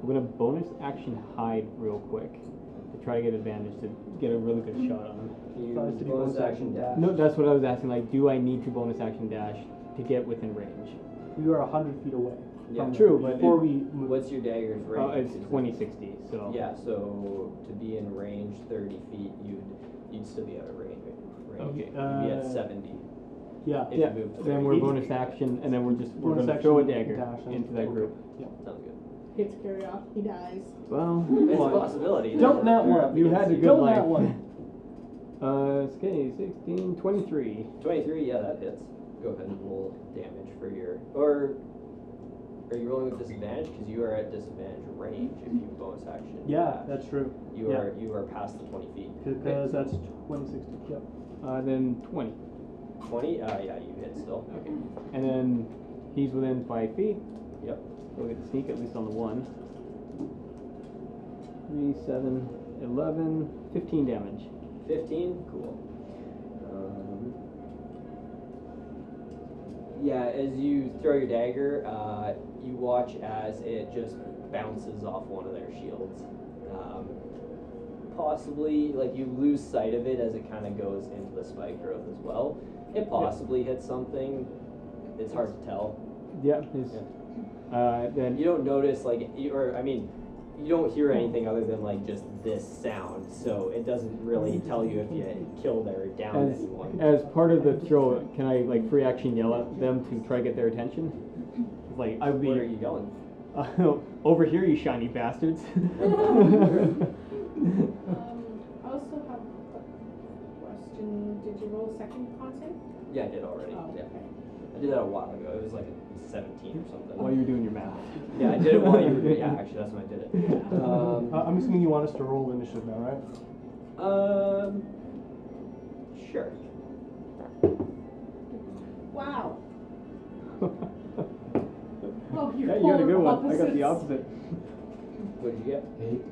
[SPEAKER 5] I'm gonna bonus action hide real quick to try to get advantage to get a really good shot on him.
[SPEAKER 2] You
[SPEAKER 3] Bonus to be
[SPEAKER 2] bonus
[SPEAKER 3] bonus
[SPEAKER 2] action dash.
[SPEAKER 5] No, that's what I was asking. Like, do I need to bonus action dash to get within range?
[SPEAKER 3] We are hundred feet away.
[SPEAKER 2] Yeah.
[SPEAKER 3] from
[SPEAKER 5] True,
[SPEAKER 3] them
[SPEAKER 5] but
[SPEAKER 3] before
[SPEAKER 5] it-
[SPEAKER 3] we move.
[SPEAKER 2] What's your dagger's range?
[SPEAKER 5] Uh, it's
[SPEAKER 2] Is it-
[SPEAKER 5] 2060. So
[SPEAKER 2] Yeah. So to be in range thirty feet, you'd you'd still be out of range. range.
[SPEAKER 5] Okay.
[SPEAKER 2] You'd be at
[SPEAKER 3] Uh,
[SPEAKER 2] seventy.
[SPEAKER 3] Yeah.
[SPEAKER 2] If
[SPEAKER 5] Yeah,
[SPEAKER 2] you move to
[SPEAKER 5] Then
[SPEAKER 2] 30.
[SPEAKER 5] we're bonus action, and then we're just we're
[SPEAKER 3] Bonus
[SPEAKER 5] gonna throw a
[SPEAKER 3] action,
[SPEAKER 5] dagger
[SPEAKER 3] dash, and-
[SPEAKER 5] into that group.
[SPEAKER 2] Sounds good.
[SPEAKER 4] Hits carry off. He dies.
[SPEAKER 5] Well,
[SPEAKER 2] It's a possibility.
[SPEAKER 3] Don't nat one.
[SPEAKER 5] You had a good
[SPEAKER 3] Don't
[SPEAKER 5] life.
[SPEAKER 3] nat one.
[SPEAKER 5] Uh, it's okay, 16, 23.
[SPEAKER 2] Twenty-three. Yeah, that hits. Go ahead and roll damage for your or. Are you rolling with disadvantage? Because you are at disadvantage range if you bonus action.
[SPEAKER 3] Yeah, that's true.
[SPEAKER 2] You
[SPEAKER 3] yeah.
[SPEAKER 2] are you are past the twenty feet.
[SPEAKER 3] Because that's twenty sixty. Yep.
[SPEAKER 5] Uh, then 20.
[SPEAKER 2] Twenty? Uh, yeah, you hit still. Okay.
[SPEAKER 5] And then he's within 5 feet.
[SPEAKER 2] Yep.
[SPEAKER 5] We'll get to sneak at least on the 1. 3, 7, 11, 15 damage.
[SPEAKER 2] Fifteen. Cool. Um, yeah, as you throw your dagger, uh, you watch as it just bounces off one of their shields. Um, possibly, like you lose sight of it as it kind of goes into the spike growth as well. It possibly hits something. It's hard to tell.
[SPEAKER 5] Yeah, his, Uh, then,
[SPEAKER 2] You don't notice like you- or I mean, you don't hear anything other than like just this sound, so it doesn't really tell you if you killed or downed
[SPEAKER 5] As-
[SPEAKER 2] anyone.
[SPEAKER 5] as part of the throw, can I, like, free action yell at them to try to get their attention? Like, I would
[SPEAKER 2] Where are
[SPEAKER 5] be,
[SPEAKER 2] you going?
[SPEAKER 5] over here, you shiny bastards.
[SPEAKER 11] Um, I also have a question. Did you roll second content?
[SPEAKER 2] Yeah, I did already.
[SPEAKER 11] Oh,
[SPEAKER 2] Yeah.
[SPEAKER 11] okay.
[SPEAKER 2] I did that a while ago. It was like a 17 or something.
[SPEAKER 10] While you're doing your math.
[SPEAKER 2] Yeah, I did it while you were. Yeah, actually, that's when I did it. Um,
[SPEAKER 3] Uh, I'm assuming you want us to roll initiative now, right?
[SPEAKER 2] um, sure.
[SPEAKER 7] Wow. Oh, you're
[SPEAKER 10] yeah, you got a good
[SPEAKER 7] polar
[SPEAKER 10] one. I got the
[SPEAKER 7] opposites.
[SPEAKER 10] opposite.
[SPEAKER 2] What did you get? Eight.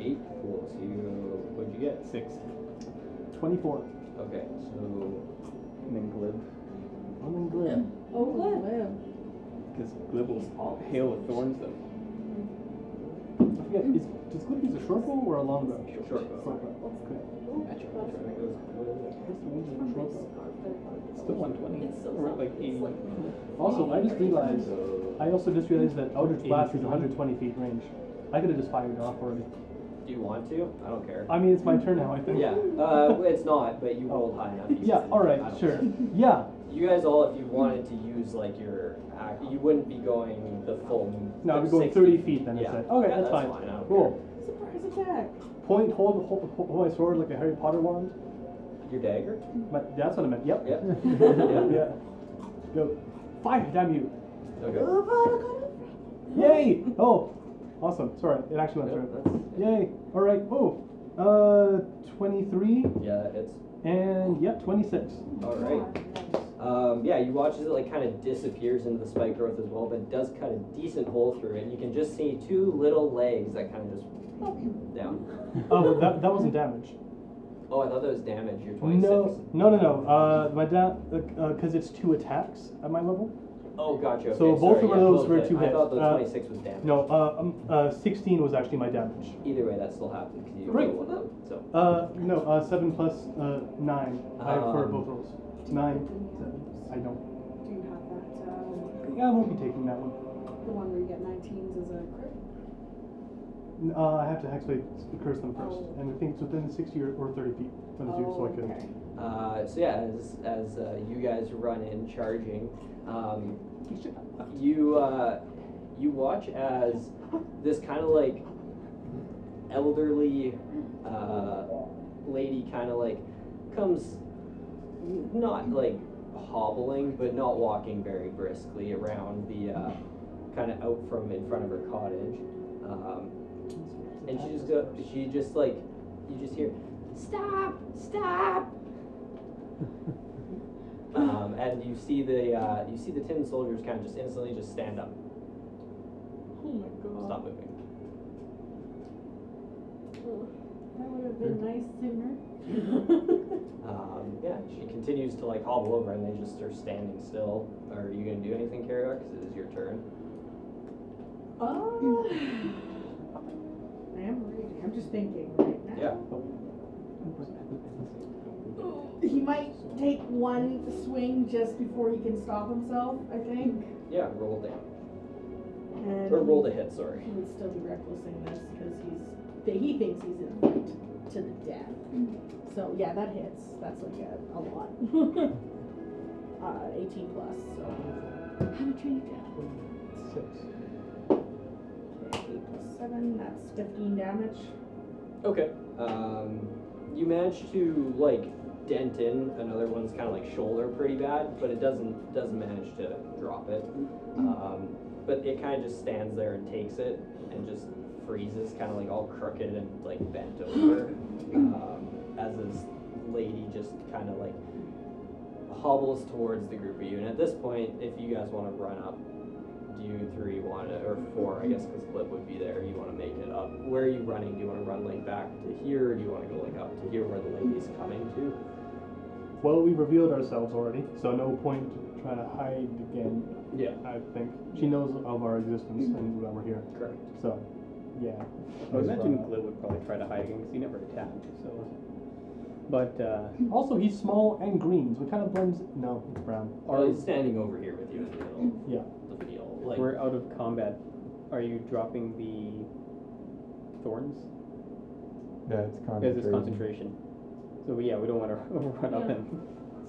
[SPEAKER 2] Eight. Cool. So you. What did you get?
[SPEAKER 10] Six.
[SPEAKER 3] 24.
[SPEAKER 2] Okay. So.
[SPEAKER 10] And then Glib.
[SPEAKER 3] I'm in Glim.
[SPEAKER 7] Oh, good.
[SPEAKER 10] Because Glib was all hail of thorns, though.
[SPEAKER 3] I forget, is, does Glib use a short bow or a long bow?
[SPEAKER 2] Short bow.
[SPEAKER 3] Short bow. Okay. What's the range of a short bow?
[SPEAKER 10] Still 120.
[SPEAKER 9] It's so
[SPEAKER 10] We're at
[SPEAKER 9] soft.
[SPEAKER 10] like
[SPEAKER 9] It's
[SPEAKER 10] 80.
[SPEAKER 9] like-
[SPEAKER 3] Also, I just realized,
[SPEAKER 2] So.
[SPEAKER 3] I also just realized that Eldritch Blast is
[SPEAKER 10] 80%.
[SPEAKER 3] 120 feet range. I could have just fired it off already.
[SPEAKER 2] Do you want to? I don't care.
[SPEAKER 3] I mean, it's my turn now, I think.
[SPEAKER 2] Yeah. Uh, well, it's not, but you rolled high enough. You
[SPEAKER 3] Yeah,
[SPEAKER 2] just- I
[SPEAKER 3] alright,
[SPEAKER 2] don't-
[SPEAKER 3] sure. Yeah,
[SPEAKER 2] You guys all, if you wanted to use like your, act, you wouldn't be going the full.
[SPEAKER 3] No,
[SPEAKER 2] the
[SPEAKER 3] we're going
[SPEAKER 2] 60.
[SPEAKER 3] 30 feet then, I
[SPEAKER 2] Yeah.
[SPEAKER 3] said. Okay,
[SPEAKER 2] Yeah,
[SPEAKER 3] that's fine.
[SPEAKER 2] I don't
[SPEAKER 3] Cool.
[SPEAKER 4] Surprise attack.
[SPEAKER 3] Point, hold, hold, hold my sword like a Harry Potter wand.
[SPEAKER 2] care. Your dagger?
[SPEAKER 3] My, that's what I meant. Yep.
[SPEAKER 2] Yep.
[SPEAKER 3] Yeah. Go. Fire, damn you.
[SPEAKER 2] Okay.
[SPEAKER 3] Yay! Oh, awesome. Sorry, it actually went
[SPEAKER 2] Yeah,
[SPEAKER 3] through.
[SPEAKER 2] that's-
[SPEAKER 3] Yay. All right. Oh, uh, 23
[SPEAKER 2] Yeah, that hits.
[SPEAKER 3] and, yep, 26.
[SPEAKER 2] All right. Um, yeah, you watch as it like kind of disappears into the spike growth as well, but does cut a decent hole through it. And you can just see two little legs that kind of just down.
[SPEAKER 3] Oh, but that, that wasn't damage.
[SPEAKER 2] Oh, I thought that was damage. You're 26.
[SPEAKER 3] No, no, no, no. Uh, my da- uh, because it's two attacks at my level.
[SPEAKER 2] Oh, gotcha.
[SPEAKER 3] So
[SPEAKER 2] okay,
[SPEAKER 3] both
[SPEAKER 2] sorry,
[SPEAKER 3] of
[SPEAKER 2] yeah,
[SPEAKER 3] those
[SPEAKER 2] both
[SPEAKER 3] were
[SPEAKER 2] hit.
[SPEAKER 3] two
[SPEAKER 2] I thought the
[SPEAKER 3] hits. Uh,
[SPEAKER 2] 26 was damage.
[SPEAKER 3] No, uh, um, uh, 16 was actually my damage.
[SPEAKER 2] Either way, that still happened because you
[SPEAKER 3] Great.
[SPEAKER 2] rolled one up. So.
[SPEAKER 3] Uh, no, uh, seven plus uh, nine I for
[SPEAKER 2] Um,
[SPEAKER 3] both rolls. Nine. Seven. I don't.
[SPEAKER 4] Do you have that, um,
[SPEAKER 3] Yeah, I won't be taking that one.
[SPEAKER 4] the one where you get 19s as a crit?
[SPEAKER 3] N- Uh, I have to actually curse them first,
[SPEAKER 4] Oh.
[SPEAKER 3] and I think it's within sixty or, or thirty feet. That is you, so I can.
[SPEAKER 4] okay.
[SPEAKER 2] Uh, so yeah, as, as uh, you guys run in charging, um, you uh, you watch as this kind of like elderly uh, lady kind of like comes n- not like hobbling but not walking very briskly around the uh, kind of out from in front of her cottage, um, and she just go she just like you just hear stop stop um, and you see the uh, you see the tin soldiers kind of just instantly just stand up,
[SPEAKER 7] Oh my god.
[SPEAKER 2] stop moving.
[SPEAKER 7] That would have been nice sooner.
[SPEAKER 2] Um, yeah, she continues to like hobble over, and they just are standing still. Are you gonna do anything, Kara? Because it is your turn.
[SPEAKER 7] Oh.
[SPEAKER 4] I am reading. I'm just thinking right now.
[SPEAKER 2] Yeah.
[SPEAKER 4] He might take one swing just before he can stop himself, I think.
[SPEAKER 2] Yeah, roll down
[SPEAKER 4] And
[SPEAKER 2] or roll to hit. Sorry.
[SPEAKER 4] He would still be reckless in this because he's that he thinks he's in fight to the death. So yeah, that hits. That's like a, a lot. uh, 18 plus. So
[SPEAKER 9] How to train your dad.
[SPEAKER 3] Six.
[SPEAKER 4] 8 plus 7. That's 15 damage.
[SPEAKER 2] Okay. Um, you manage to like dent in another one's kind of like shoulder pretty bad, but it doesn't doesn't manage to drop it. Um, but it kind of just stands there and takes it and just freezes, kind of like all crooked and like bent over, um, as this lady just kind of like hobbles towards the group of you. And at this point, if you guys want to run up. Do you three want to, or four, I guess, because Clip would be there. You want to make it up. Where are you running? Do you want to run like back to here, or do you want to go like up to here where the lady's coming to?
[SPEAKER 3] Well, we revealed ourselves already, so no point trying to hide again.
[SPEAKER 2] Yeah.
[SPEAKER 3] I think she knows of our existence and that we're here.
[SPEAKER 2] Correct.
[SPEAKER 3] So, yeah.
[SPEAKER 10] I would imagine Glib would probably try to hide again because he never attacked. So, but uh,
[SPEAKER 3] Also, he's small and green, so it kind of blends. No, it's brown.
[SPEAKER 2] Or he's standing over here with you in the middle
[SPEAKER 3] Yeah.
[SPEAKER 2] of the field. Like,
[SPEAKER 10] we're out of combat. Are you dropping the thorns?
[SPEAKER 6] Yeah, it's
[SPEAKER 10] Because
[SPEAKER 6] concentration.
[SPEAKER 10] it's concentration. So yeah, we don't want to run up and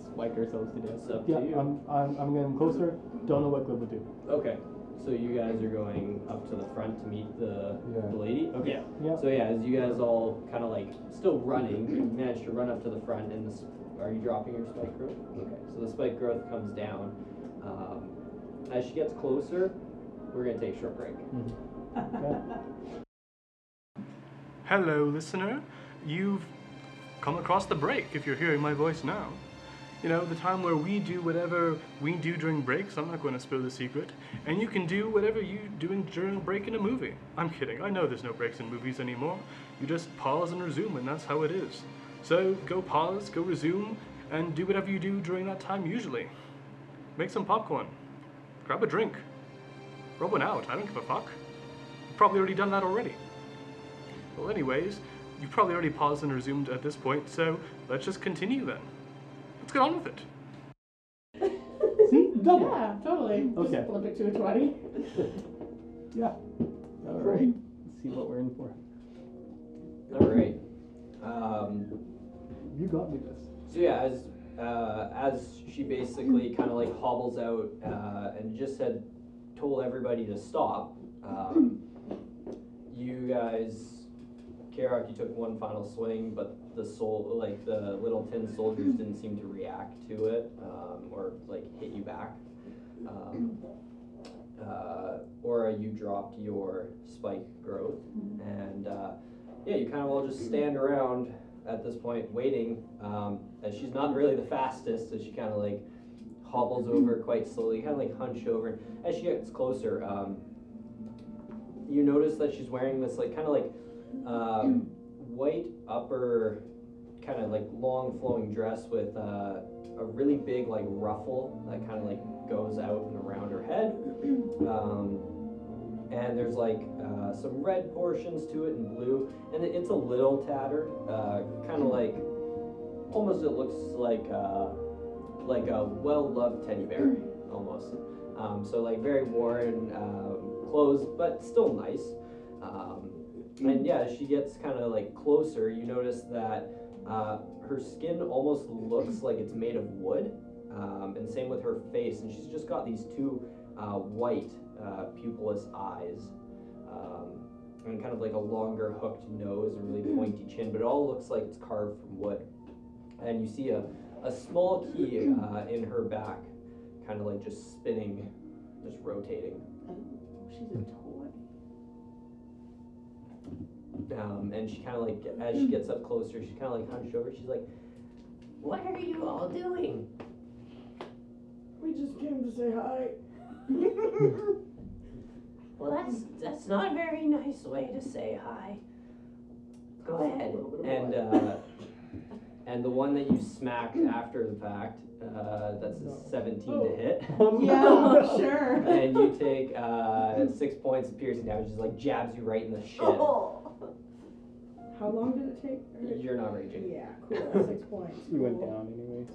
[SPEAKER 10] spike ourselves to death.
[SPEAKER 2] it's up
[SPEAKER 3] Yeah,
[SPEAKER 2] to you.
[SPEAKER 3] I'm, I'm, I'm getting closer. Don't know what Glib would do.
[SPEAKER 2] okay. So you guys are going up to the front to meet the,
[SPEAKER 6] Yeah.
[SPEAKER 2] the lady? Okay.
[SPEAKER 3] Yeah.
[SPEAKER 2] So yeah, as you guys all kind of like still running, you manage to run up to the front, and the sp- are you dropping your spike growth? Okay. So the spike growth comes down, Um, as she gets closer, we're gonna take a short break.
[SPEAKER 1] Hello, listener. You've come across the break if you're hearing my voice now. You know, the time where we do whatever we do during breaks, I'm not going to spill the secret, and you can do whatever you doing during a break in a movie. I'm kidding, I know there's no breaks in movies anymore. You just pause and resume, and that's how it is. So go pause, go resume, and do whatever you do during that time usually. Make some popcorn, grab a drink, rub one out, I don't give a fuck. You've probably already done that already. Well, anyways, you've probably already paused and resumed at this point, so let's just continue then. Let's get on with it.
[SPEAKER 3] See? Double.
[SPEAKER 4] Yeah, totally.
[SPEAKER 3] Okay.
[SPEAKER 4] Just flip it to a twenty.
[SPEAKER 3] Yeah.
[SPEAKER 2] All right.
[SPEAKER 5] Let's see what we're in for.
[SPEAKER 2] All right. Um,
[SPEAKER 3] You got me this.
[SPEAKER 2] So yeah, as uh, as she basically kind of like hobbles out uh, and just had told everybody to stop, um, you guys, Karak, you took one final swing, but the soul, like the little tin soldiers, didn't seem to react to it um, or like hit you back. Um, uh, Aura, you dropped your spike growth, and uh, yeah, you kind of all just stand around at this point waiting um, as she's not really the fastest so she kind of like hobbles over quite slowly kind of like hunch over as she gets closer um, you notice that she's wearing this like kind of like um, white upper kind of like long flowing dress with uh, a really big like ruffle that kind of like goes out and around her head um, and there's like uh, some red portions to it and blue and it- it's a little tattered, uh, kind of like almost it looks like a, like a well-loved teddy bear almost. Um, so like very worn um, clothes, but still nice. Um, and yeah, as she gets kind of like closer, you notice that uh, her skin almost looks like it's made of wood, um, and same with her face. And she's just got these two uh, white uh, pupilless eyes. Um, and kind of like a longer hooked nose and
[SPEAKER 9] Mm-hmm.
[SPEAKER 2] really pointy chin, but it all looks like it's carved from wood. And you see a, a small key
[SPEAKER 9] Mm-hmm.
[SPEAKER 2] uh, in her back, kind of like just spinning, just rotating.
[SPEAKER 9] Oh, She's a toy.
[SPEAKER 2] Um, and she kind of like, as
[SPEAKER 9] Mm-hmm.
[SPEAKER 2] she gets up closer, she kind of like hunched over. She's like, What are you all doing?
[SPEAKER 4] We just came to say hi.
[SPEAKER 2] Well, that's that's not a very nice way to say hi. Go ahead. And uh, and the one that you smacked after the fact, uh, that's a seventeen to hit,
[SPEAKER 9] Oh,
[SPEAKER 4] Yeah,
[SPEAKER 3] Oh,
[SPEAKER 4] sure.
[SPEAKER 2] and you take uh, six points of piercing damage. Just like jabs you right in the shin.
[SPEAKER 9] Oh.
[SPEAKER 4] How long did it take?
[SPEAKER 2] You're not raging.
[SPEAKER 4] Yeah, cool. That's six points.
[SPEAKER 5] You went
[SPEAKER 4] Cool.
[SPEAKER 5] down anyways.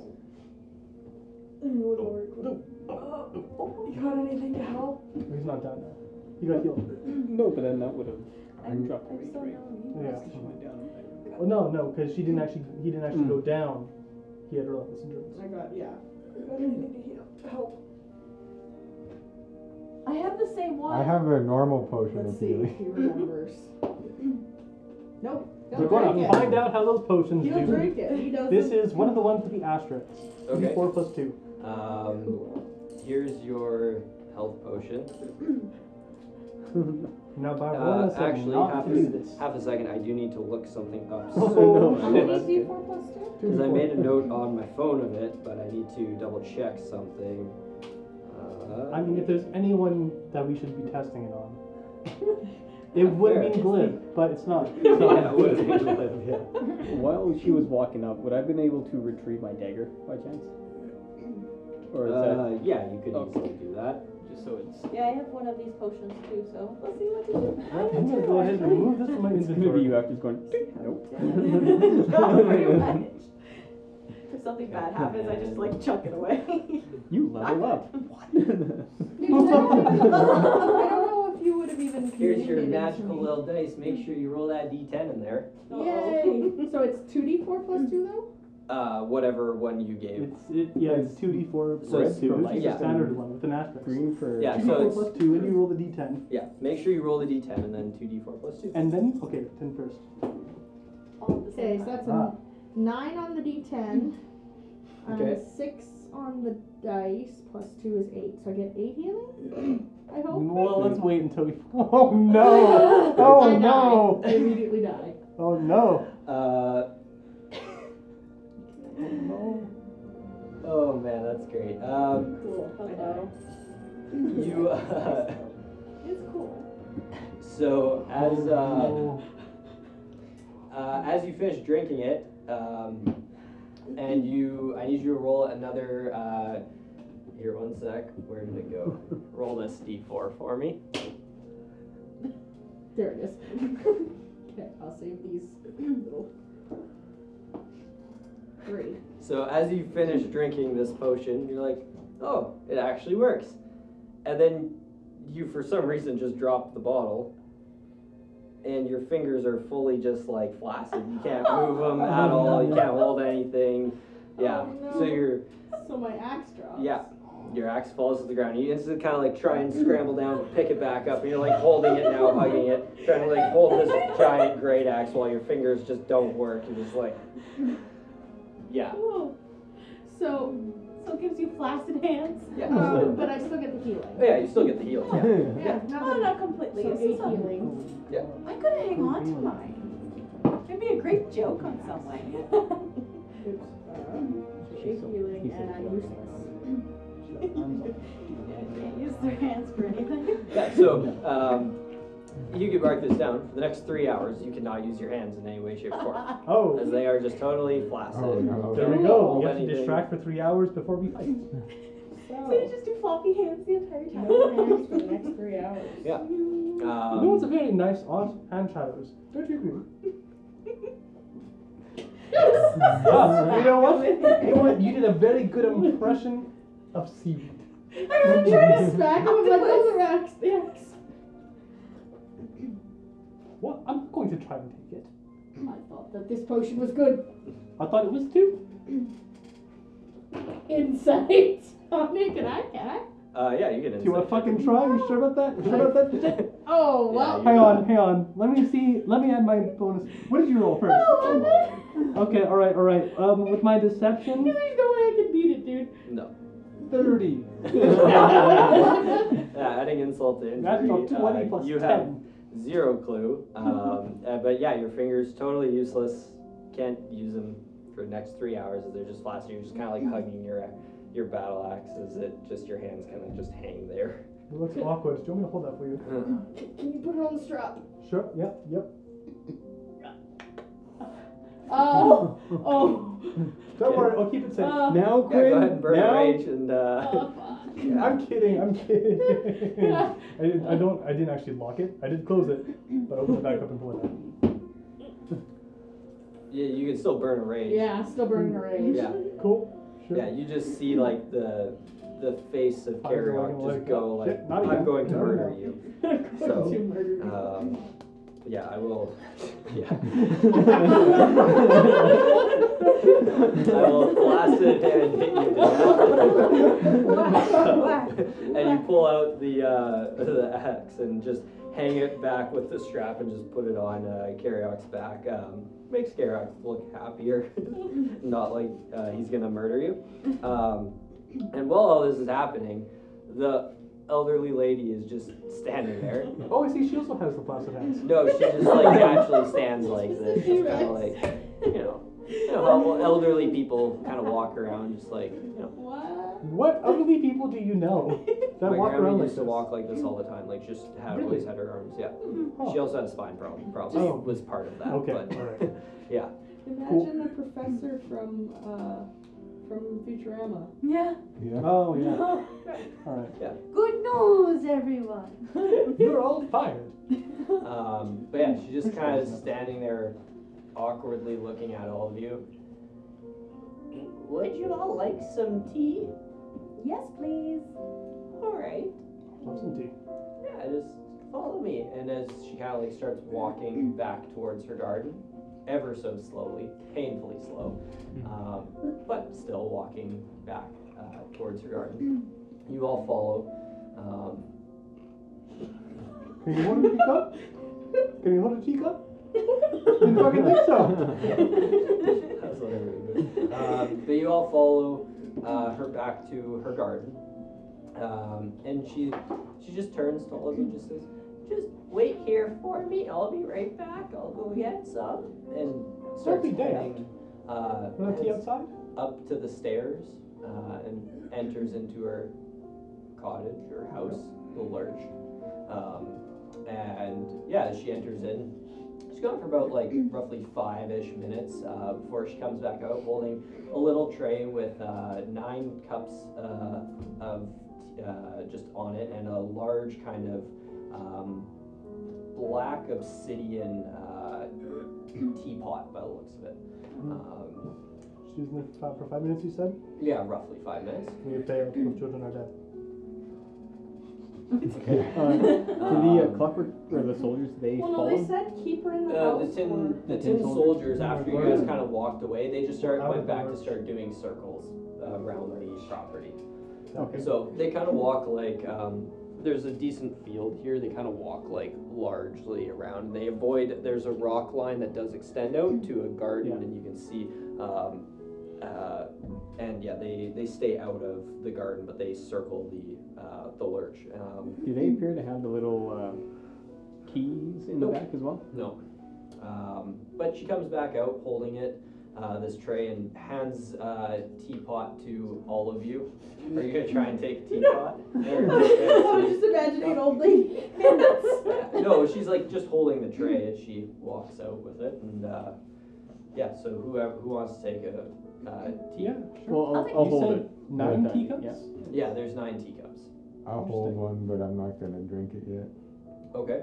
[SPEAKER 4] Mm, we'll go real quick. Oh, you got anything to help?
[SPEAKER 3] He's not down now. He got healed.
[SPEAKER 5] No, but then that would have
[SPEAKER 6] I'm-
[SPEAKER 5] dropped
[SPEAKER 9] I'm
[SPEAKER 5] away,
[SPEAKER 9] so
[SPEAKER 5] right?
[SPEAKER 9] numb.
[SPEAKER 3] Yeah.
[SPEAKER 5] She went down.
[SPEAKER 3] Well, no, no, because she didn't actually. He didn't actually
[SPEAKER 5] Mm.
[SPEAKER 2] Hmm.
[SPEAKER 3] go down. He had relentless endurance.
[SPEAKER 4] I got, yeah. You got anything to heal? Help.
[SPEAKER 7] I have the same one.
[SPEAKER 6] I have a normal potion
[SPEAKER 4] Let's
[SPEAKER 6] of
[SPEAKER 4] see if
[SPEAKER 6] healing.
[SPEAKER 4] he remembers. Nope.
[SPEAKER 3] We're
[SPEAKER 4] He'll
[SPEAKER 3] going
[SPEAKER 4] drink
[SPEAKER 3] to find out how those
[SPEAKER 4] it.
[SPEAKER 3] potions
[SPEAKER 4] He'll
[SPEAKER 3] do.
[SPEAKER 4] drink it. He doesn't.
[SPEAKER 3] This is one of the ones with the asterisks.
[SPEAKER 2] Okay.
[SPEAKER 3] Four plus two.
[SPEAKER 2] Um, here's your health potion.
[SPEAKER 3] Now, by
[SPEAKER 2] Uh,
[SPEAKER 3] one
[SPEAKER 2] actually,
[SPEAKER 3] not
[SPEAKER 2] half
[SPEAKER 3] to do
[SPEAKER 2] a,
[SPEAKER 3] this.
[SPEAKER 2] half a second. I do need to look something up.
[SPEAKER 3] Oh,
[SPEAKER 9] How
[SPEAKER 3] no,
[SPEAKER 9] many
[SPEAKER 3] that's
[SPEAKER 9] is D4 plus 2?
[SPEAKER 2] Because I made a note on my phone of it, but I need to double check something. Uh,
[SPEAKER 3] I mean, if there's anyone that we should be testing it on, it would have been Glib, but it's not.
[SPEAKER 2] Yeah, it would've been
[SPEAKER 5] While she was walking up, would I have been able to retrieve my dagger by chance? Or is
[SPEAKER 2] uh, yeah, you could
[SPEAKER 5] Okay.
[SPEAKER 2] easily do that.
[SPEAKER 5] that just so it's
[SPEAKER 9] Yeah, I have one of these potions too, so let's see what to do.
[SPEAKER 3] I'm gonna go ahead and remove this from my
[SPEAKER 5] it's gonna be you
[SPEAKER 3] inventory.
[SPEAKER 5] after going nope.
[SPEAKER 9] No, pretty much. If something bad happens, I just like chuck it away.
[SPEAKER 5] You level up.
[SPEAKER 4] I
[SPEAKER 3] um,
[SPEAKER 4] don't know if you would have even
[SPEAKER 2] Here's your
[SPEAKER 4] communicated to
[SPEAKER 2] magical
[SPEAKER 4] me.
[SPEAKER 2] little dice. Make sure you roll that d10 in there.
[SPEAKER 4] Yay! so it's two D four plus two though?
[SPEAKER 2] Uh, whatever one you gave.
[SPEAKER 3] It's it, yeah, it's two d four
[SPEAKER 2] So
[SPEAKER 3] plus
[SPEAKER 2] it's
[SPEAKER 3] two,
[SPEAKER 5] for
[SPEAKER 3] which is
[SPEAKER 2] life.
[SPEAKER 3] the standard one with an asterisk.
[SPEAKER 5] Green for
[SPEAKER 2] Yeah,
[SPEAKER 3] Two
[SPEAKER 2] so
[SPEAKER 3] d4
[SPEAKER 2] it's-
[SPEAKER 3] plus two, and you roll the d10,
[SPEAKER 2] Yeah, make sure you roll the d10 Mm-hmm. and then 2d4 plus 2.
[SPEAKER 3] and then okay, 10 first.
[SPEAKER 9] All at the same
[SPEAKER 4] Okay, so
[SPEAKER 9] time.
[SPEAKER 4] that's
[SPEAKER 3] Ah.
[SPEAKER 4] a nine on the D ten,
[SPEAKER 2] Okay.
[SPEAKER 4] a six on
[SPEAKER 9] on the dice, plus two is eight, so I get eight healing? I
[SPEAKER 4] Oh.
[SPEAKER 9] hope.
[SPEAKER 3] Well, let's wait until we. Oh no! Oh
[SPEAKER 9] I die.
[SPEAKER 3] no!
[SPEAKER 9] I immediately die.
[SPEAKER 3] Oh no!
[SPEAKER 2] Uh,
[SPEAKER 3] Oh no!
[SPEAKER 2] oh man, that's great. Um,
[SPEAKER 4] Cool, hello.
[SPEAKER 2] you. Uh,
[SPEAKER 4] It's cool.
[SPEAKER 2] so as uh,
[SPEAKER 3] Oh,
[SPEAKER 2] uh, as you finish drinking it, um, and you, I need you to roll another. Uh, here, one sec. Where did it go? roll this d4 for me.
[SPEAKER 9] There it is. okay, I'll save these little. Three.
[SPEAKER 2] So as you finish drinking this potion, you're like, oh, it actually works. And then you, for some reason, just drop the bottle, and your fingers are fully just like flaccid. You can't move them at all. You can't hold anything. Yeah.
[SPEAKER 4] Oh,
[SPEAKER 2] So
[SPEAKER 4] no.
[SPEAKER 2] your
[SPEAKER 4] So my axe drops.
[SPEAKER 2] yeah, your axe falls to the ground. You instantly kind of like try
[SPEAKER 4] Mm.
[SPEAKER 2] and scramble down, pick it back up, and you're like holding it now, hugging it, trying to like hold this giant great axe while your fingers just don't work. You're just like, yeah,
[SPEAKER 9] Cool. So, so it gives you flaccid hands,
[SPEAKER 2] yeah.
[SPEAKER 9] um,
[SPEAKER 4] Oh,
[SPEAKER 9] but I still get the healing.
[SPEAKER 2] Oh, yeah, you still get the heal. Yeah.
[SPEAKER 9] Yeah,
[SPEAKER 4] that-
[SPEAKER 9] not, Oh, not completely.
[SPEAKER 4] so
[SPEAKER 9] This
[SPEAKER 4] eight
[SPEAKER 9] is a-
[SPEAKER 4] healing.
[SPEAKER 9] I could hang on to mine. It'd be a great joke on someone.
[SPEAKER 4] Oops. Uh, eight healing and I'm useless.
[SPEAKER 9] Can't use their hands for anything.
[SPEAKER 2] Yeah, so um, you can mark this down. For the next three hours, you cannot use your hands in any way, shape, or form. As
[SPEAKER 3] Oh,
[SPEAKER 2] they are just totally flaccid.
[SPEAKER 6] Oh, no.
[SPEAKER 3] there we go. We have to distract for three hours before we fight.
[SPEAKER 9] So you just do floppy hands the entire time.
[SPEAKER 4] Oh. No hands for the next three hours.
[SPEAKER 3] You know, it's a
[SPEAKER 2] Um,
[SPEAKER 3] very nice art hand shadows. Don't you agree? you know what? You, know what? You did a very good impression of seaweed.
[SPEAKER 9] I'm trying to smack him with my little rocks.
[SPEAKER 3] Well, I'm going to try and take it.
[SPEAKER 9] I thought that this potion was good.
[SPEAKER 3] I thought it was two.
[SPEAKER 9] Insight on it. Can I? Can I?
[SPEAKER 2] uh, yeah, you get
[SPEAKER 3] Do
[SPEAKER 2] it.
[SPEAKER 3] you want to fucking try? You sure about that? You sure about that?
[SPEAKER 9] Oh,
[SPEAKER 2] Yeah,
[SPEAKER 9] well.
[SPEAKER 2] you-
[SPEAKER 3] hang on, hang on. Let me see. Let me add my bonus. What did you roll
[SPEAKER 9] Oh,
[SPEAKER 3] first? Okay, all right, all right. Um, with my deception,
[SPEAKER 9] There's no way I can beat it, dude.
[SPEAKER 2] No.
[SPEAKER 3] thirty.
[SPEAKER 2] yeah, adding insult to injury.
[SPEAKER 3] That's a twenty
[SPEAKER 2] uh,
[SPEAKER 3] plus
[SPEAKER 2] you have
[SPEAKER 3] ten.
[SPEAKER 2] zero clue. Um, uh, but yeah, your fingers totally useless. Can't use them for the next three hours. They're just flaccid. You're just kind of
[SPEAKER 3] Mm.
[SPEAKER 2] like hugging your your battle axe. Is it just your hands kind of just hang there?
[SPEAKER 3] It looks awkward. Do you want me to hold that for you?
[SPEAKER 9] Can you put it on the strap?
[SPEAKER 3] Sure. Yep. Yep.
[SPEAKER 9] Oh, oh,
[SPEAKER 3] Don't
[SPEAKER 2] Okay.
[SPEAKER 3] worry. I'll keep it safe.
[SPEAKER 9] Uh,
[SPEAKER 5] Now,
[SPEAKER 2] Yeah, go
[SPEAKER 5] Quinn.
[SPEAKER 2] ahead and burn
[SPEAKER 5] now,
[SPEAKER 2] rage and uh,
[SPEAKER 9] oh, fuck.
[SPEAKER 3] I'm kidding. I'm kidding. I, didn't, I don't. I didn't actually lock it. I did close it, but I opened it back up and pulled it out.
[SPEAKER 2] yeah, you can still burn a rage.
[SPEAKER 9] Yeah, still burning a rage.
[SPEAKER 2] yeah,
[SPEAKER 3] Cool. Sure.
[SPEAKER 2] yeah. You just see like the the face of
[SPEAKER 3] I'm going
[SPEAKER 2] Carrion just
[SPEAKER 3] like,
[SPEAKER 2] go like,
[SPEAKER 3] "Shit, not
[SPEAKER 2] I'm
[SPEAKER 3] again,
[SPEAKER 2] going to
[SPEAKER 3] not
[SPEAKER 2] murder
[SPEAKER 3] again."
[SPEAKER 2] you.
[SPEAKER 9] Going to
[SPEAKER 2] So,
[SPEAKER 9] murder me.
[SPEAKER 2] um, yeah, I will. Yeah, I will flaccid and hit you. down. and you pull out the uh, the axe and just hang it back with the strap and just put it on uh, Carriock's back. Um, makes Carriock look happier, not like uh, he's gonna murder you. Um, and while all this is happening, the elderly lady is just standing there.
[SPEAKER 3] Oh, I see. She also has the plastic hands.
[SPEAKER 2] No, she just like actually stands like this. She's kind of like, you know, you know how well, elderly people kind of walk around just like, you know.
[SPEAKER 9] What?
[SPEAKER 3] What elderly people do you know that
[SPEAKER 2] my
[SPEAKER 3] walk
[SPEAKER 2] grandma
[SPEAKER 3] around like
[SPEAKER 2] used to
[SPEAKER 3] this?
[SPEAKER 2] walk like this all the time. Like just had
[SPEAKER 3] Really?
[SPEAKER 2] always had her arms. Yeah.
[SPEAKER 3] Huh.
[SPEAKER 2] She also had a spine problem. Probably
[SPEAKER 3] Oh.
[SPEAKER 2] was part of that.
[SPEAKER 3] Okay,
[SPEAKER 2] But,
[SPEAKER 3] alright.
[SPEAKER 2] yeah.
[SPEAKER 4] Imagine the professor from, uh, from Futurama.
[SPEAKER 9] Yeah.
[SPEAKER 6] Yeah.
[SPEAKER 3] Oh yeah. All right.
[SPEAKER 9] Good news, everyone.
[SPEAKER 3] You're all fired.
[SPEAKER 2] Um, but yeah, she's just kind of standing there, awkwardly looking at all of you. Would you all like some tea?
[SPEAKER 9] yes, please.
[SPEAKER 2] All right.
[SPEAKER 3] Love some tea.
[SPEAKER 2] Yeah, just follow me. And as she kind of like starts walking back towards her garden, ever so slowly, painfully slow, um, but still walking back uh, towards her garden. You all follow. Um,
[SPEAKER 3] Can you hold a teacup? Can you hold a teacup? Didn't fucking think so.
[SPEAKER 2] that's what I really do. Um, but you all follow uh, her back to her garden, um, and she she just turns to all of you and just says, "Just wait here for me. I'll be right back. I'll go get some." And starts
[SPEAKER 3] Every day.
[SPEAKER 2] heading uh,
[SPEAKER 3] Want a tea
[SPEAKER 2] heads
[SPEAKER 3] outside?
[SPEAKER 2] up to the stairs uh, and enters into her cottage or house, the lurch. Um, and yeah, as she enters in, she's gone for about like roughly five ish minutes uh, before she comes back out holding a little tray with uh, nine cups uh, of uh, just on it and a large kind of um, black obsidian uh, teapot by the looks of it. Um,
[SPEAKER 3] She was in there for five, for five minutes, you said?
[SPEAKER 2] yeah, roughly five minutes.
[SPEAKER 3] We pay our children our debt.
[SPEAKER 5] Do the uh,
[SPEAKER 2] Um,
[SPEAKER 5] clockwork or the soldiers they
[SPEAKER 4] Well, no,
[SPEAKER 5] follow?
[SPEAKER 4] they said keep her in the
[SPEAKER 2] Uh, the
[SPEAKER 4] house for.
[SPEAKER 2] tin, the
[SPEAKER 5] The
[SPEAKER 2] tin
[SPEAKER 5] tin
[SPEAKER 2] soldiers, after you guys
[SPEAKER 3] Yeah.
[SPEAKER 2] kind of walked away, they just started,
[SPEAKER 3] Mm-hmm. Out
[SPEAKER 2] went
[SPEAKER 3] of the
[SPEAKER 2] back to
[SPEAKER 3] lurch.
[SPEAKER 2] start doing circles uh, around the property.
[SPEAKER 3] Okay.
[SPEAKER 2] So they kind of walk like, um, there's a decent field here, they kind of walk like largely around. They avoid, there's a rock line that does extend out to a garden
[SPEAKER 5] Yeah.
[SPEAKER 2] and you can see, um, uh, and yeah, they, they stay out of the garden, but they circle the, uh, the lurch. Um,
[SPEAKER 5] Do they appear to have the little uh, keys in the
[SPEAKER 2] Nope.
[SPEAKER 5] back as well?
[SPEAKER 2] No. Um, but she comes back out holding it, uh, this tray, and hands uh, teapot to all of you. Are you gonna try and take teapot?
[SPEAKER 4] I was just imagining an old lady.
[SPEAKER 2] no, she's like just holding the tray as she walks out with it, and uh, yeah. So whoever who wants to take a uh, tea?
[SPEAKER 3] Yeah, sure.
[SPEAKER 5] Well, I'll,
[SPEAKER 9] think
[SPEAKER 5] I'll
[SPEAKER 3] you
[SPEAKER 5] hold
[SPEAKER 3] said
[SPEAKER 5] it.
[SPEAKER 3] nine
[SPEAKER 5] Like that,
[SPEAKER 3] teacups?
[SPEAKER 5] yeah.
[SPEAKER 2] Yeah, there's nine teacups.
[SPEAKER 6] I'll hold
[SPEAKER 3] Interesting.
[SPEAKER 6] one, but I'm not gonna drink it yet.
[SPEAKER 2] Okay.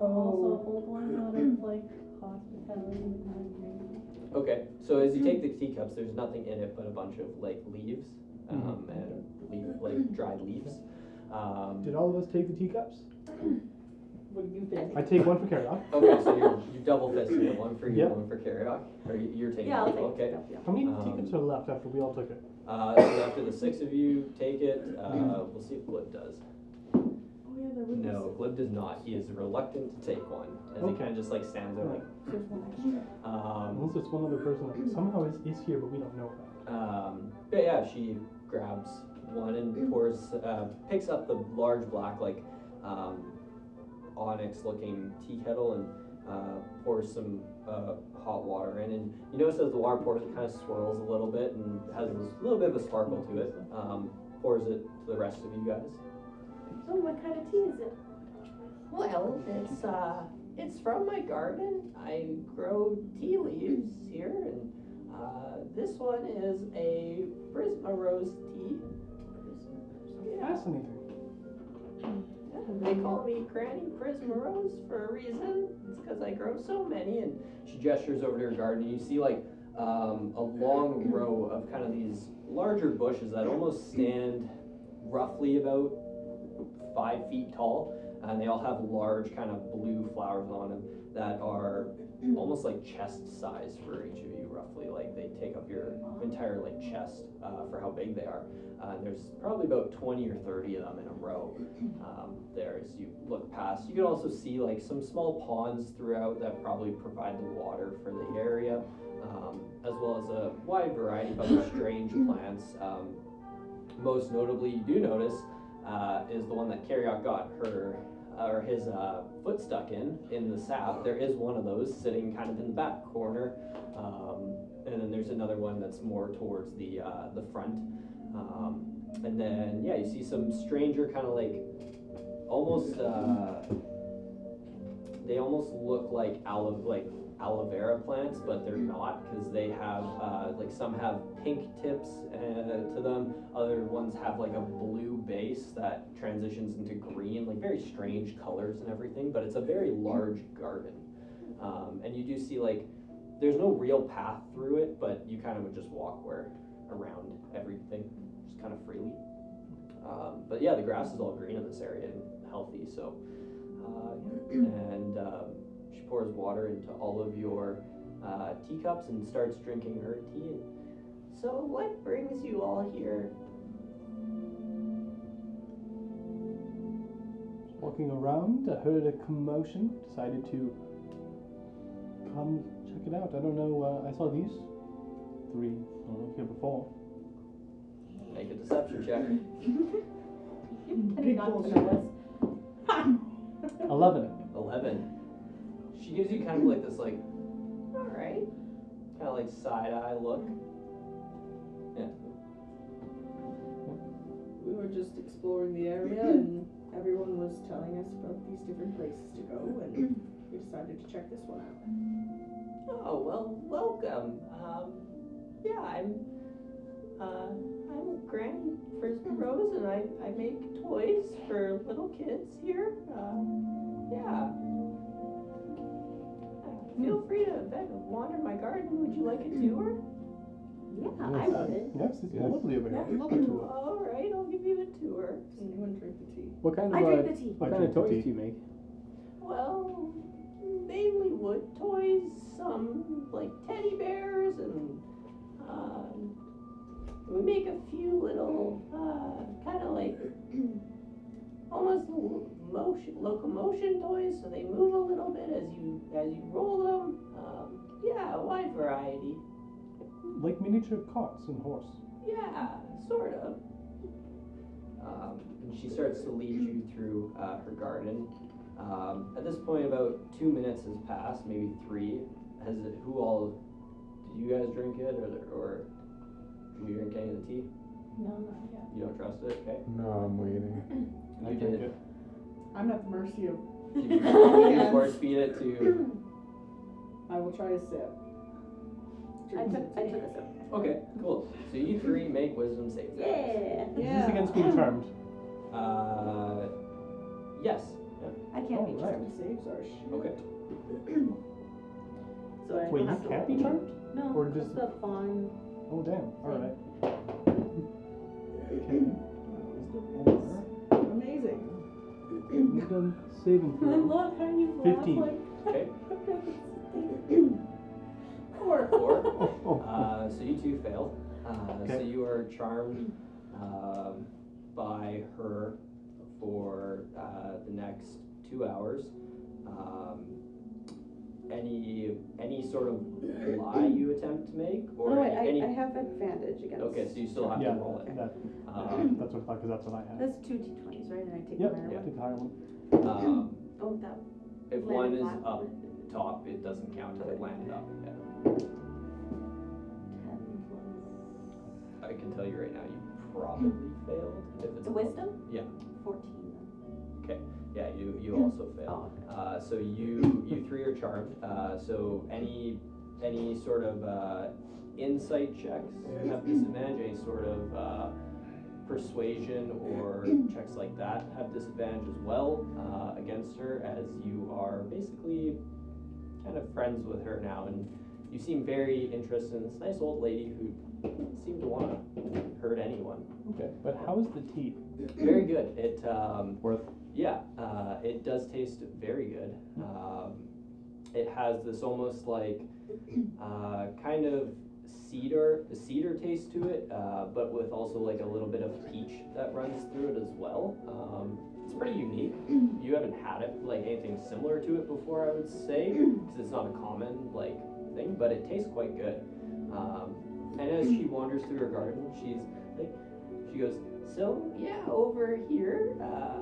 [SPEAKER 7] Also hold one out of like hospitality with my drink.
[SPEAKER 2] Okay. So as you take the teacups, there's nothing in it but a bunch of like leaves, um, and leaf, like dried leaves. Um,
[SPEAKER 3] Did all of us take the teacups?
[SPEAKER 4] What do you think?
[SPEAKER 3] I take one for carry off.
[SPEAKER 2] Okay, so you're, you double fisted it, one for you,
[SPEAKER 3] Yep.
[SPEAKER 2] one for Karaok, or you- you're taking
[SPEAKER 9] Yeah, I'll
[SPEAKER 2] it,
[SPEAKER 9] take
[SPEAKER 2] okay.
[SPEAKER 9] it. Yeah.
[SPEAKER 3] How many
[SPEAKER 2] Um,
[SPEAKER 3] teacups are left after we all took it?
[SPEAKER 2] Uh, so after the six of you take it, uh, we'll see if Glib does.
[SPEAKER 4] Oh, yeah, there was.
[SPEAKER 2] No, Glib does not, he is reluctant to take one, as he
[SPEAKER 3] Okay.
[SPEAKER 2] kinda just like stands there like,
[SPEAKER 4] There's one extra.
[SPEAKER 2] um,
[SPEAKER 3] Unless there's one other person that somehow is, is here, but we don't know about.
[SPEAKER 2] um, but yeah, she grabs one and pours, uh, picks up the large black, like, um, onyx looking tea kettle and uh, pours some uh, hot water in. And you notice as the water pours, it kind of swirls a little bit and has a little bit of a sparkle to it. Um, pours it to the rest of you guys.
[SPEAKER 9] Oh, what kind of tea is it?
[SPEAKER 2] Well, it's uh, it's from my garden. I grow tea leaves here, and uh, this one is a Prisma rose tea.
[SPEAKER 3] Fascinating.
[SPEAKER 2] Yeah, They call me Granny Prisma Rose for a reason. It's because I grow so many. And she gestures over to her garden, and you see like um, a long row of kind of these larger bushes that almost stand roughly about five feet tall, and they all have large kind of blue flowers on them that are almost like chest size for each of you, roughly. Like they take up your entire like chest uh, for how big they are. Uh, there's probably about 20 or 30 of them in a row um, there as you look past. You can also see like some small ponds throughout that probably provide the water for the area, um, as well as a wide variety of other strange plants. Um, most notably, you do notice uh, is the one that Carriot got her or his uh, foot stuck in in the sap. There is one of those sitting kind of in the back corner, um, and then there's another one that's more towards the uh, the front. Um, and then yeah, you see some stranger kind of like almost uh, they almost look like aloe like aloe vera plants, but they're not because they have uh, like some have pink tips uh, to them. Other ones have like a blue base that transitions into green, like very strange colors and everything. But it's a very large garden, um, and you do see like there's no real path through it, but you kind of would just walk where around everything, just kind of freely. Um, but yeah, the grass is all green in this area and healthy. So, uh, and um, she pours water into all of your uh, teacups and starts drinking her tea. And, so, what brings you all here?
[SPEAKER 3] Walking around, I heard a commotion, decided to come check it out. I don't know, uh, I saw these three uh, here before.
[SPEAKER 12] deception check.
[SPEAKER 9] You're
[SPEAKER 4] Big
[SPEAKER 9] kidding not
[SPEAKER 4] balls.
[SPEAKER 9] to know this.
[SPEAKER 5] 11.
[SPEAKER 12] Eleven. She gives you kind of like this like
[SPEAKER 9] All right.
[SPEAKER 12] kind of like side eye look. Yeah.
[SPEAKER 4] We were just exploring the area and everyone was telling us about these different places to go and we decided to check this one out.
[SPEAKER 12] Oh well, welcome. Um, yeah, I'm. Uh, I'm Granny Frisbee Rose, and I, I make toys for little kids here. Uh, yeah. Uh, Feel free to ven- wander my garden. Would you like a tour?
[SPEAKER 9] Yeah, I would.
[SPEAKER 3] Yes, it's
[SPEAKER 6] Yes.
[SPEAKER 3] lovely over here.
[SPEAKER 9] Yeah.
[SPEAKER 3] We love the tour.
[SPEAKER 12] All right, I'll give you a tour.
[SPEAKER 4] Does anyone drink the tea?
[SPEAKER 5] What kind of,
[SPEAKER 9] I
[SPEAKER 5] uh,
[SPEAKER 9] drink the tea.
[SPEAKER 5] what
[SPEAKER 3] I
[SPEAKER 5] kind
[SPEAKER 3] drink
[SPEAKER 5] of
[SPEAKER 3] the
[SPEAKER 5] toys
[SPEAKER 3] tea.
[SPEAKER 5] do you make?
[SPEAKER 12] Well, mainly wood toys, some like teddy bears, and um, we make a few little uh, kind of like almost l- motion locomotion toys, so they move a little bit as you as you roll them. Um, yeah, a wide variety.
[SPEAKER 3] Like miniature carts and horse.
[SPEAKER 12] Yeah, sort of.
[SPEAKER 2] Um, and she starts to lead you through uh, her garden. Um, at this point, about two minutes has passed, maybe three. Has it, who all did you guys drink it, or, or did you drink any of the tea?
[SPEAKER 13] No, not yet.
[SPEAKER 2] You don't trust it, okay?
[SPEAKER 6] No, I'm waiting.
[SPEAKER 2] You
[SPEAKER 5] I drink
[SPEAKER 2] did.
[SPEAKER 5] it.
[SPEAKER 4] I'm at the mercy of.
[SPEAKER 2] Did you, did you force feed it to?
[SPEAKER 4] I will try to sip.
[SPEAKER 9] I took, I took a sip.
[SPEAKER 2] Okay, cool. So you three make wisdom save. throws.
[SPEAKER 9] Yeah.
[SPEAKER 3] Is this against being charmed?
[SPEAKER 2] Uh, yes.
[SPEAKER 9] I can't be
[SPEAKER 3] Alright.
[SPEAKER 9] charmed.
[SPEAKER 4] Saves are shit.
[SPEAKER 2] Okay.
[SPEAKER 9] So I
[SPEAKER 3] Wait, you
[SPEAKER 9] don't have to
[SPEAKER 3] can't
[SPEAKER 9] roll.
[SPEAKER 3] be charmed?
[SPEAKER 9] No,
[SPEAKER 3] or
[SPEAKER 9] it's
[SPEAKER 3] just-
[SPEAKER 9] the fun.
[SPEAKER 3] Oh damn. Alright.
[SPEAKER 4] Oh, Amazing.
[SPEAKER 3] Wisdom saving
[SPEAKER 9] I
[SPEAKER 3] throw.
[SPEAKER 9] love how you laugh
[SPEAKER 3] 15.
[SPEAKER 9] like.
[SPEAKER 2] Okay.
[SPEAKER 9] Or
[SPEAKER 2] Four.
[SPEAKER 3] Oh, oh.
[SPEAKER 2] Uh, so you two fail. Uh, So
[SPEAKER 3] Okay.
[SPEAKER 2] you are charmed um, by her for uh, the next two hours. Um, any any sort of lie you attempt to make, or
[SPEAKER 9] Oh,
[SPEAKER 14] No, wait,
[SPEAKER 2] any, any
[SPEAKER 14] I, I have advantage against.
[SPEAKER 2] okay, so you still have
[SPEAKER 3] Yeah,
[SPEAKER 2] to roll it.
[SPEAKER 3] that,
[SPEAKER 2] Um,
[SPEAKER 3] that's what I thought, because that's what I had.
[SPEAKER 9] that's two d20s, right? And I take
[SPEAKER 3] Yep,
[SPEAKER 9] the
[SPEAKER 2] Yeah.
[SPEAKER 9] one.
[SPEAKER 3] take the higher one.
[SPEAKER 2] um,
[SPEAKER 9] Oh, that.
[SPEAKER 2] if
[SPEAKER 9] landed
[SPEAKER 2] one is
[SPEAKER 9] flat.
[SPEAKER 2] up top, it doesn't count if it landed up. Yeah. I can tell you right now, you probably failed. If it's
[SPEAKER 9] The
[SPEAKER 2] above-
[SPEAKER 9] wisdom?
[SPEAKER 2] Yeah.
[SPEAKER 9] 14.
[SPEAKER 2] Yeah, you, you also failed.
[SPEAKER 9] Oh,
[SPEAKER 2] Uh, so you you three are charmed. Uh, so any any sort of uh, insight checks have disadvantage. Any sort of uh, persuasion or checks like that have disadvantage as well uh, against her, as you are basically kind of friends with her now, and you seem very interested in this nice old lady who doesn't seem to want to hurt anyone.
[SPEAKER 3] Okay, but how is the tea?
[SPEAKER 2] Very good. It um,
[SPEAKER 5] Worth.
[SPEAKER 2] Yeah, uh, it does taste very good. Um, it has this almost like uh, kind of cedar cedar taste to it, uh, but with also like a little bit of peach that runs through it as well. Um, it's pretty unique. You haven't had it like anything similar to it before, I would say, because it's not a common like thing. But it tastes quite good. Um, and as she wanders through her garden, she's like, she goes, so yeah, over here uh,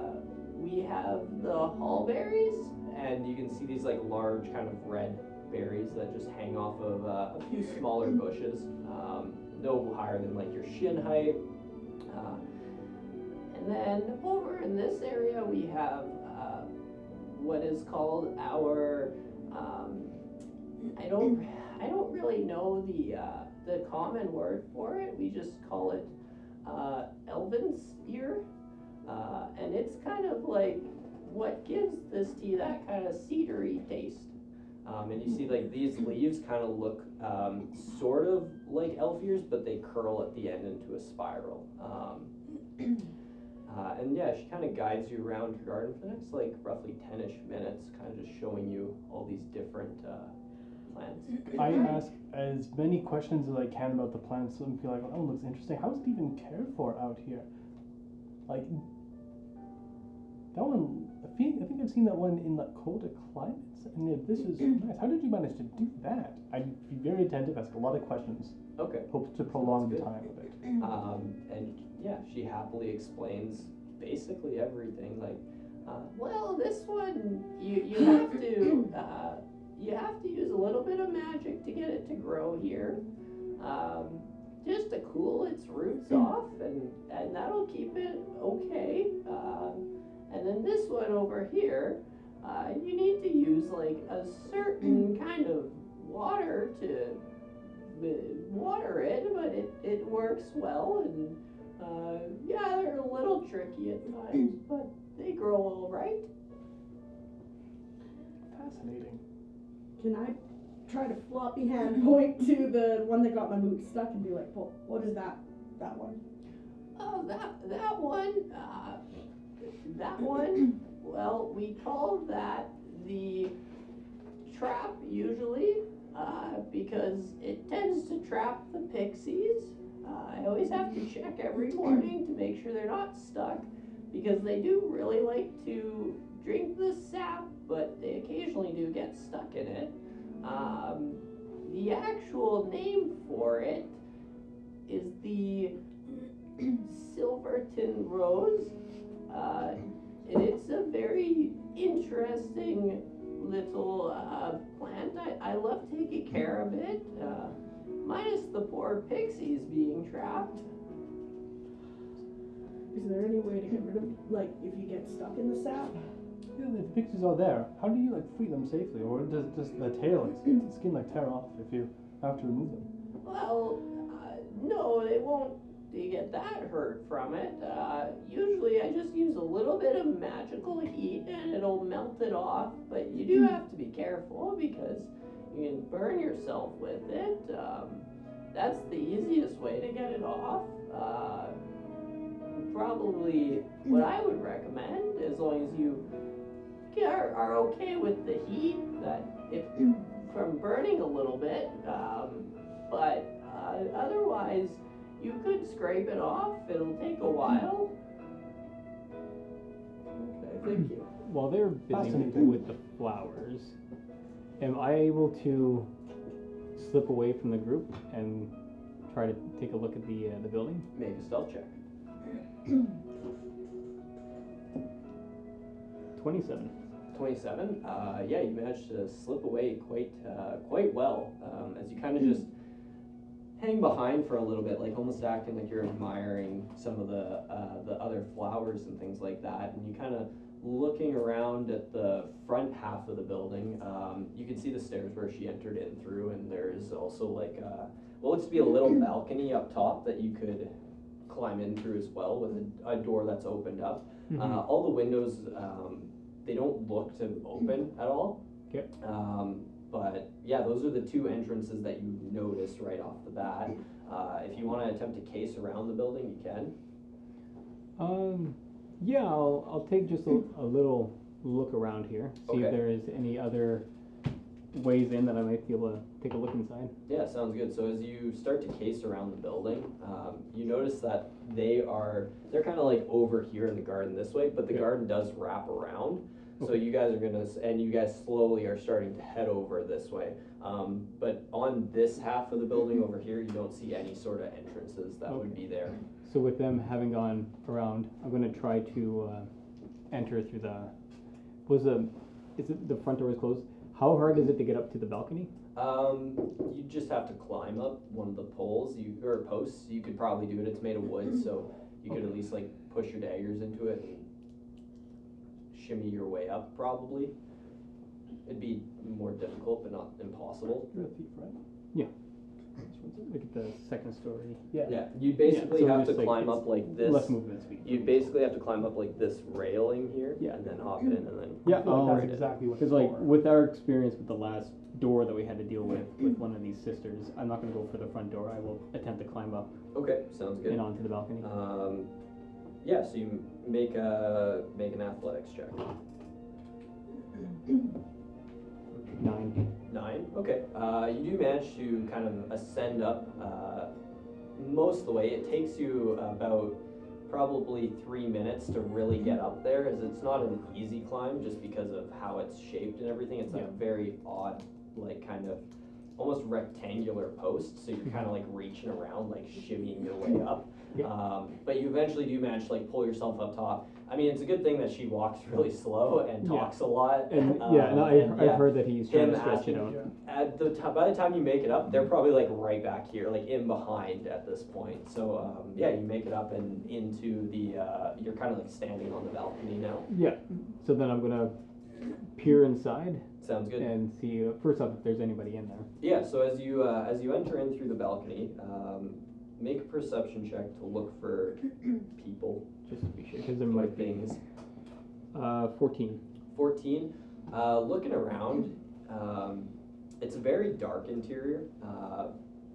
[SPEAKER 2] we have the hallberries, and you can see these like large kind of red berries that just hang off of uh, a few smaller bushes, um, no higher than like your shin height. Uh, and then over in this area we have uh, what is called our um, I don't I don't really know the uh, the common word for it. We just call it uh, elven spear, uh, and it's kind of like what gives this tea that kind of cedary taste. Um, and you see, like these leaves kind of look um, sort of like elf ears, but they curl at the end into a spiral. Um, uh, and yeah, she kind of guides you around her garden for the next like roughly ten-ish minutes, kind of just showing you all these different uh, plants.
[SPEAKER 3] I ask as many questions as I can about the plants and feel like, oh, looks interesting. How is it even cared for out here? Like, that one, I think, I think I've seen that one in like colder climates. And yeah, this is nice. How did you manage to do that? I'd be very attentive, ask a lot of questions,
[SPEAKER 2] Okay.
[SPEAKER 3] hope to prolong the
[SPEAKER 2] good.
[SPEAKER 3] time of it.
[SPEAKER 2] Um, and yeah, she happily explains basically everything. Like, uh, well, this one you you have to uh, you have to use a little bit of magic to get it to grow here. Um, just to cool its roots off, and and that'll keep it okay. Um, and then this one over here, uh, you need to use like a certain kind of water to water it, but it, it works well. And uh, yeah, they're a little tricky at times, but they grow all right.
[SPEAKER 15] Fascinating.
[SPEAKER 4] Can I try to floppy hand point to the one that got my boot stuck and be like, well, what is that? That one.
[SPEAKER 2] Oh, that that one. Uh, that one. Well, we call that the trap usually uh, because it tends to trap the pixies. Uh, I always have to check every morning to make sure they're not stuck because they do really like to drink the sap, but they occasionally do get stuck in it. Um, the actual name for it is the Silverton Rose. Uh, and it's a very interesting little uh, plant. I, I love taking care of it, uh, minus the poor pixies being trapped.
[SPEAKER 4] Is there any way to get rid of, like, if you get stuck in the sap?
[SPEAKER 5] Yeah, the pixies are there. How do you like free them safely, or does does the tail like, skin, skin like tear off if you have to remove them?
[SPEAKER 2] Well, uh, no, they won't to get that hurt from it. Uh, usually I just use a little bit of magical heat and it'll melt it off, but you do have to be careful because you can burn yourself with it. Um, that's the easiest way to get it off. Uh, probably what I would recommend, as long as you are, are okay with the heat, that if from burning a little bit, um, but uh, otherwise, you could scrape it off. It'll take a while. Okay, thank you.
[SPEAKER 3] While they're busy with the flowers, am I able to slip away from the group and try to take a look at the uh, the building?
[SPEAKER 2] Make a stealth check.
[SPEAKER 3] Twenty-seven.
[SPEAKER 2] Twenty-seven. Uh, yeah, you managed to slip away quite uh, quite well um, as you kind of just hang behind for a little bit, like almost acting like you're admiring some of the uh, the other flowers and things like that, and you kind of looking around at the front half of the building. Um, you can see the stairs where she entered in through, and there's also like a, what looks to be a little balcony up top that you could climb in through as well with a, a door that's opened up. Mm-hmm. Uh, all the windows um, they don't look to open at all.
[SPEAKER 3] Okay.
[SPEAKER 2] Um, but yeah, those are the two entrances that you notice right off the bat. Uh, if you want to attempt a case around the building, you can.
[SPEAKER 3] Um, yeah, I'll, I'll take just a, a little look around here, see
[SPEAKER 2] okay.
[SPEAKER 3] if there is any other ways in that I might be able to take a look inside.
[SPEAKER 2] Yeah, sounds good. So as you start to case around the building, um, you notice that they are they're kind of like over here in the garden this way, but the yeah. garden does wrap around. So you guys are gonna, and you guys slowly are starting to head over this way. Um, but on this half of the building over here, you don't see any sort of entrances that Mm-hmm. okay. would be there.
[SPEAKER 3] So with them having gone around, I'm gonna try to uh, enter through the. Was the, is it the front door is closed? How hard is it to get up to the balcony?
[SPEAKER 2] Um, you just have to climb up one of the poles, you or posts. You could probably do it. It's made of wood, so you could okay. at least like push your daggers into it shimmy your way up probably. It'd be more difficult, but not impossible.
[SPEAKER 5] You're a thief, right?
[SPEAKER 3] Yeah. Like at the second story.
[SPEAKER 2] Yeah. Yeah. You basically
[SPEAKER 3] yeah, so
[SPEAKER 2] have to climb
[SPEAKER 3] like,
[SPEAKER 2] up like this.
[SPEAKER 3] Less movement speed.
[SPEAKER 2] You basically have to climb up like this railing here.
[SPEAKER 3] Yeah.
[SPEAKER 2] And then hop in and then.
[SPEAKER 3] Yeah. Oh,
[SPEAKER 5] that's right. exactly what.
[SPEAKER 3] Because like with our experience with the last door that we had to deal with
[SPEAKER 2] Mm.
[SPEAKER 3] with one of these sisters, I'm not going to go for the front door. I will attempt to climb up.
[SPEAKER 2] Okay. Sounds good.
[SPEAKER 3] And onto the balcony.
[SPEAKER 2] Um, yeah, so you make a make an athletics check.
[SPEAKER 3] Nine.
[SPEAKER 2] Nine. Okay. Uh, you do manage to kind of ascend up uh, most of the way. It takes you about probably three minutes to really get up there, as it's not an easy climb just because of how it's shaped and everything. It's like yeah. a very odd, like kind of almost rectangular post. So you're kind of like reaching around, like shimmying your way up.
[SPEAKER 5] Mm-hmm. Yeah.
[SPEAKER 2] Um, but you eventually do manage to like pull yourself up top. I mean, it's a good thing that she walks really slow and
[SPEAKER 5] Yeah.
[SPEAKER 2] talks a lot.
[SPEAKER 5] And
[SPEAKER 2] um,
[SPEAKER 5] yeah, and I,
[SPEAKER 2] and,
[SPEAKER 5] I've
[SPEAKER 2] yeah.
[SPEAKER 5] heard that he's trying
[SPEAKER 2] Him
[SPEAKER 5] to stretch Mm-hmm. it out.
[SPEAKER 2] asking- At the t- by the time you make it up, they're probably like right back here, like in behind at this point. So um, yeah, you make it up and into the. Uh, you're kind of like standing on the balcony now.
[SPEAKER 5] Yeah. So then I'm gonna peer inside
[SPEAKER 2] Sounds good.
[SPEAKER 5] and see uh, first off if there's anybody in there.
[SPEAKER 2] Yeah. So as you uh, as you enter in through the balcony, um, make a perception check to look for people
[SPEAKER 5] Just to be sure, because there
[SPEAKER 2] or
[SPEAKER 5] might be.
[SPEAKER 2] things.
[SPEAKER 5] Uh, 14.
[SPEAKER 2] 14. Uh, looking around, um, it's a very dark interior, uh,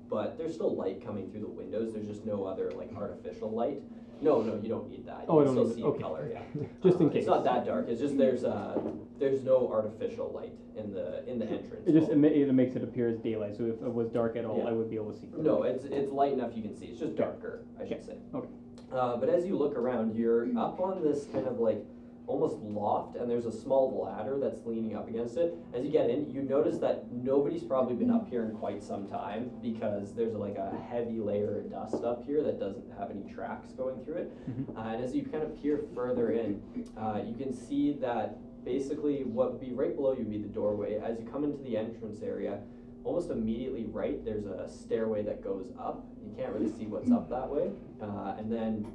[SPEAKER 2] but there's still light coming through the windows. There's just no other like artificial light. No, no, you don't need that. You
[SPEAKER 5] Oh, I
[SPEAKER 2] can still
[SPEAKER 5] don't need it.
[SPEAKER 2] see
[SPEAKER 5] Okay.
[SPEAKER 2] color. Yeah,
[SPEAKER 5] Just in
[SPEAKER 2] Uh,
[SPEAKER 5] case.
[SPEAKER 2] It's not that dark. It's just there's uh, there's no artificial light in the in the entrance.
[SPEAKER 5] It just it,
[SPEAKER 2] hall.
[SPEAKER 5] ma- it makes it appear as daylight. So if it was dark at all,
[SPEAKER 2] Yeah.
[SPEAKER 5] I would be able to see.
[SPEAKER 2] No, it's it's light enough you can see. It's just
[SPEAKER 5] Okay.
[SPEAKER 2] darker, I should say.
[SPEAKER 5] Okay.
[SPEAKER 2] Uh, but as you look around, you're up on this kind of like almost loft, and there's a small ladder that's leaning up against it. As you get in, you notice that nobody's probably been up here in quite some time because there's like a heavy layer of dust up here that doesn't have any tracks going through it. Uh, and as you kind of peer further in, uh, you can see that basically what would be right below you would be the doorway. As you come into the entrance area, almost immediately right, there's a stairway that goes up. You can't really see what's up that way. Uh, and then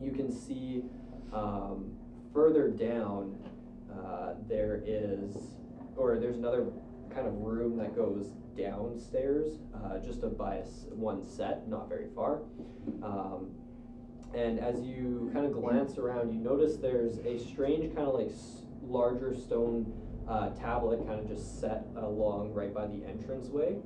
[SPEAKER 2] you can see um, further down, uh, there is, or there's another kind of room that goes downstairs, uh, just a bias one set, not very far. Um, and as you kind of glance around, you notice there's a strange kind of like s- larger stone uh, tablet kind of just set along right by the entranceway.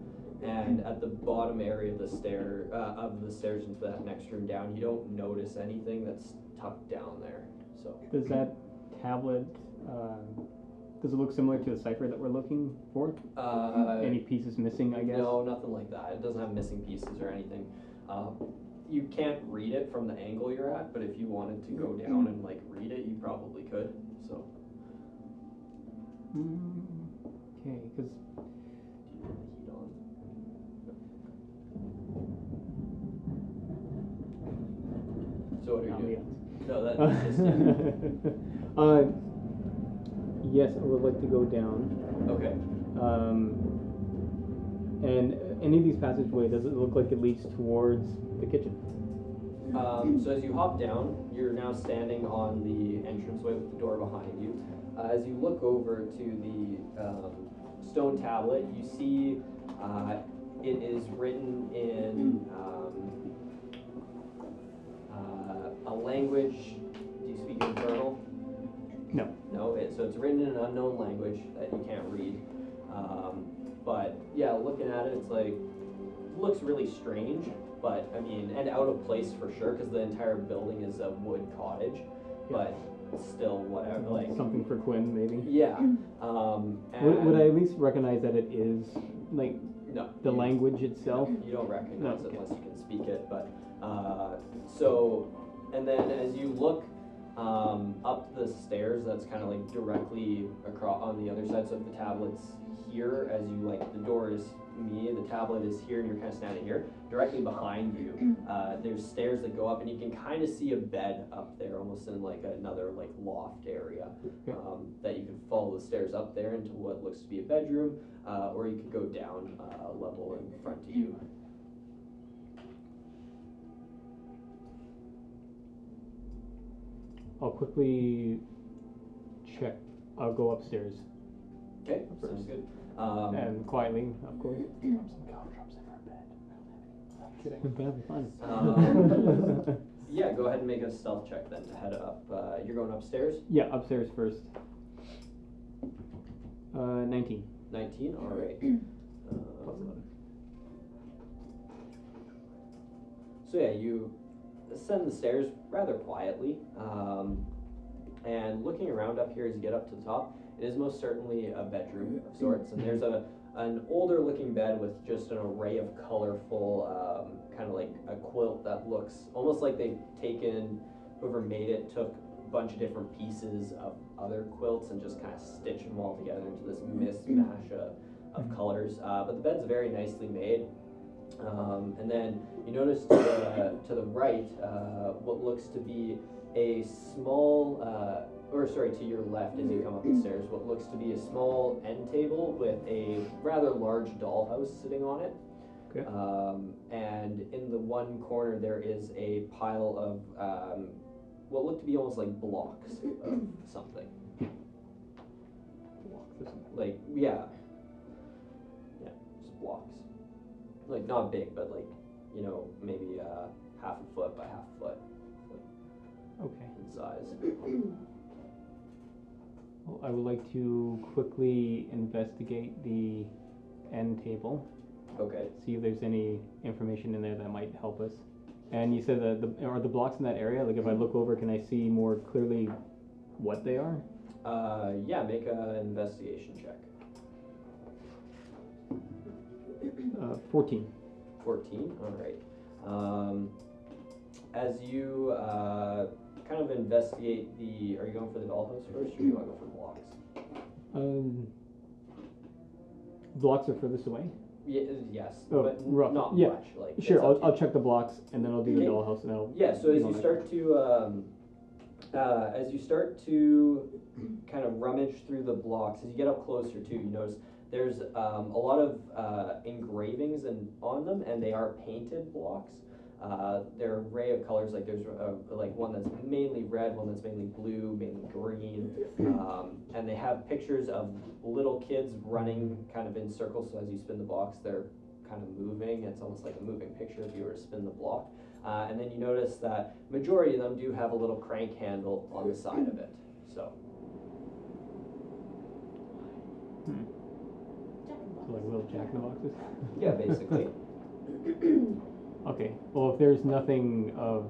[SPEAKER 2] And at the bottom area of the stair uh, of the stairs into that next room down, you don't notice anything that's tucked down there. So
[SPEAKER 5] Does that tablet? Um, does it look similar to the cipher that we're looking for?
[SPEAKER 2] uh,
[SPEAKER 5] Any pieces missing? I guess.
[SPEAKER 2] No, nothing like that. It doesn't have missing pieces or anything. Um, you can't read it from the angle you're at, but if you wanted to
[SPEAKER 5] Mm-hmm.
[SPEAKER 2] go down and like read it, you probably could. So
[SPEAKER 5] Okay, because
[SPEAKER 2] do you want the heat on? So what are you doing? No, that, that's just yeah.
[SPEAKER 5] uh, yes, I would like to go down.
[SPEAKER 2] okay.
[SPEAKER 5] Um, and uh, any of these passageway, does it look like it leads towards the kitchen?
[SPEAKER 2] Um, so as you hop down, you're now standing on the entranceway with the door behind you. Uh, as you look over to the um, stone tablet, you see uh, it is written in um, uh, a language. Do you speak Infernal?
[SPEAKER 5] No.
[SPEAKER 2] No. It, so it's written in an unknown language that you can't read. Um, but yeah, looking at it, it's like looks really strange, but I mean, and out of place for sure, because the entire building is a wood cottage, but still, whatever. Like,
[SPEAKER 5] Something for Quinn, maybe.
[SPEAKER 2] yeah. Um, and
[SPEAKER 5] Would, would I at least recognize that it is like
[SPEAKER 2] No.
[SPEAKER 5] the
[SPEAKER 2] you-
[SPEAKER 5] language itself?
[SPEAKER 2] You don't recognize
[SPEAKER 5] No,
[SPEAKER 2] it
[SPEAKER 5] okay.
[SPEAKER 2] unless you can speak it, but uh, so, and then as you look um, up the stairs, that's kind of like directly across on the other side. So if the tablet's here, as you like, the door is me, the tablet is here, and you're kind of standing here. Directly behind you, uh, there's stairs that go up, and you can kind of see a bed up there, almost in like another like loft area. Um, that you can follow the stairs up there into what looks to be a bedroom, uh, or you could go down uh, a level in front of you.
[SPEAKER 5] I'll quickly check. I'll go upstairs
[SPEAKER 2] Okay, sounds good. Um,
[SPEAKER 5] and quietly, of course. That'd be fun.
[SPEAKER 2] Um, yeah, go ahead and make a stealth check then to head up. Uh, you're going upstairs.
[SPEAKER 5] Yeah, upstairs first. Uh, 19.
[SPEAKER 2] 19. All right.
[SPEAKER 5] Plus
[SPEAKER 2] Um,
[SPEAKER 5] 11.
[SPEAKER 2] so yeah, you ascend the stairs rather quietly, um, and looking around up here as you get up to the top, it is most certainly a bedroom of sorts, and there's a an older looking bed with just an array of colorful, um, kind of like a quilt that looks almost like they've taken whoever made it took a bunch of different pieces of other quilts and just kind of stitched them all together into this mismash of, of colors. Uh, but the bed's very nicely made. Um, and then you notice to the, to the right uh, what looks to be a small, uh, or sorry, to your left as you come up the stairs, what looks to be a small end table with a rather large dollhouse sitting on it.
[SPEAKER 5] Okay.
[SPEAKER 2] Um, and in the one corner, there is a pile of um, what look to be almost like blocks of something. Like, yeah. Yeah, just blocks. Like, not big, but like, you know, maybe uh, half a foot by half a foot
[SPEAKER 5] Okay.
[SPEAKER 2] in size.
[SPEAKER 5] Well, I would like to quickly investigate the end table.
[SPEAKER 2] Okay.
[SPEAKER 5] see if there's any information in there that might help us. And you said that the, are the blocks in that area? Like, if I look over, can I see more clearly what they are?
[SPEAKER 2] Uh, yeah, make an investigation check.
[SPEAKER 5] Uh, 14.
[SPEAKER 2] 14. All right. Um, as you uh, kind of investigate the. Are you going for the dollhouse first or do you want to go for blocks?
[SPEAKER 5] Um, blocks are furthest away.
[SPEAKER 2] Yeah, yes,
[SPEAKER 5] Oh,
[SPEAKER 2] but n-
[SPEAKER 5] rough.
[SPEAKER 2] not
[SPEAKER 5] Yeah.
[SPEAKER 2] much. Like, it's
[SPEAKER 5] Sure,
[SPEAKER 2] up
[SPEAKER 5] I'll,
[SPEAKER 2] to
[SPEAKER 5] I'll check the blocks and then I'll do the
[SPEAKER 2] Okay.
[SPEAKER 5] dollhouse and I'll.
[SPEAKER 2] Yeah, so as
[SPEAKER 5] all
[SPEAKER 2] you
[SPEAKER 5] that.
[SPEAKER 2] start to um, uh, as you start to kind of rummage through the blocks, as you get up closer too, you notice there's um, a lot of uh, engravings and on them, and they are painted blocks. Uh, they're an array of colors. Like there's uh like one that's mainly red, one that's mainly blue, mainly green, um, and they have pictures of little kids running kind of in circles. So as you spin the blocks, they're kind of moving. It's almost like a moving picture if you were to spin the block. Uh, and then you notice that majority of them do have a little crank handle on the side of it. So
[SPEAKER 3] Jack in the
[SPEAKER 5] So, like
[SPEAKER 3] Box.
[SPEAKER 5] little jack in the boxes.
[SPEAKER 2] yeah, basically.
[SPEAKER 5] Okay. Well, if there's nothing of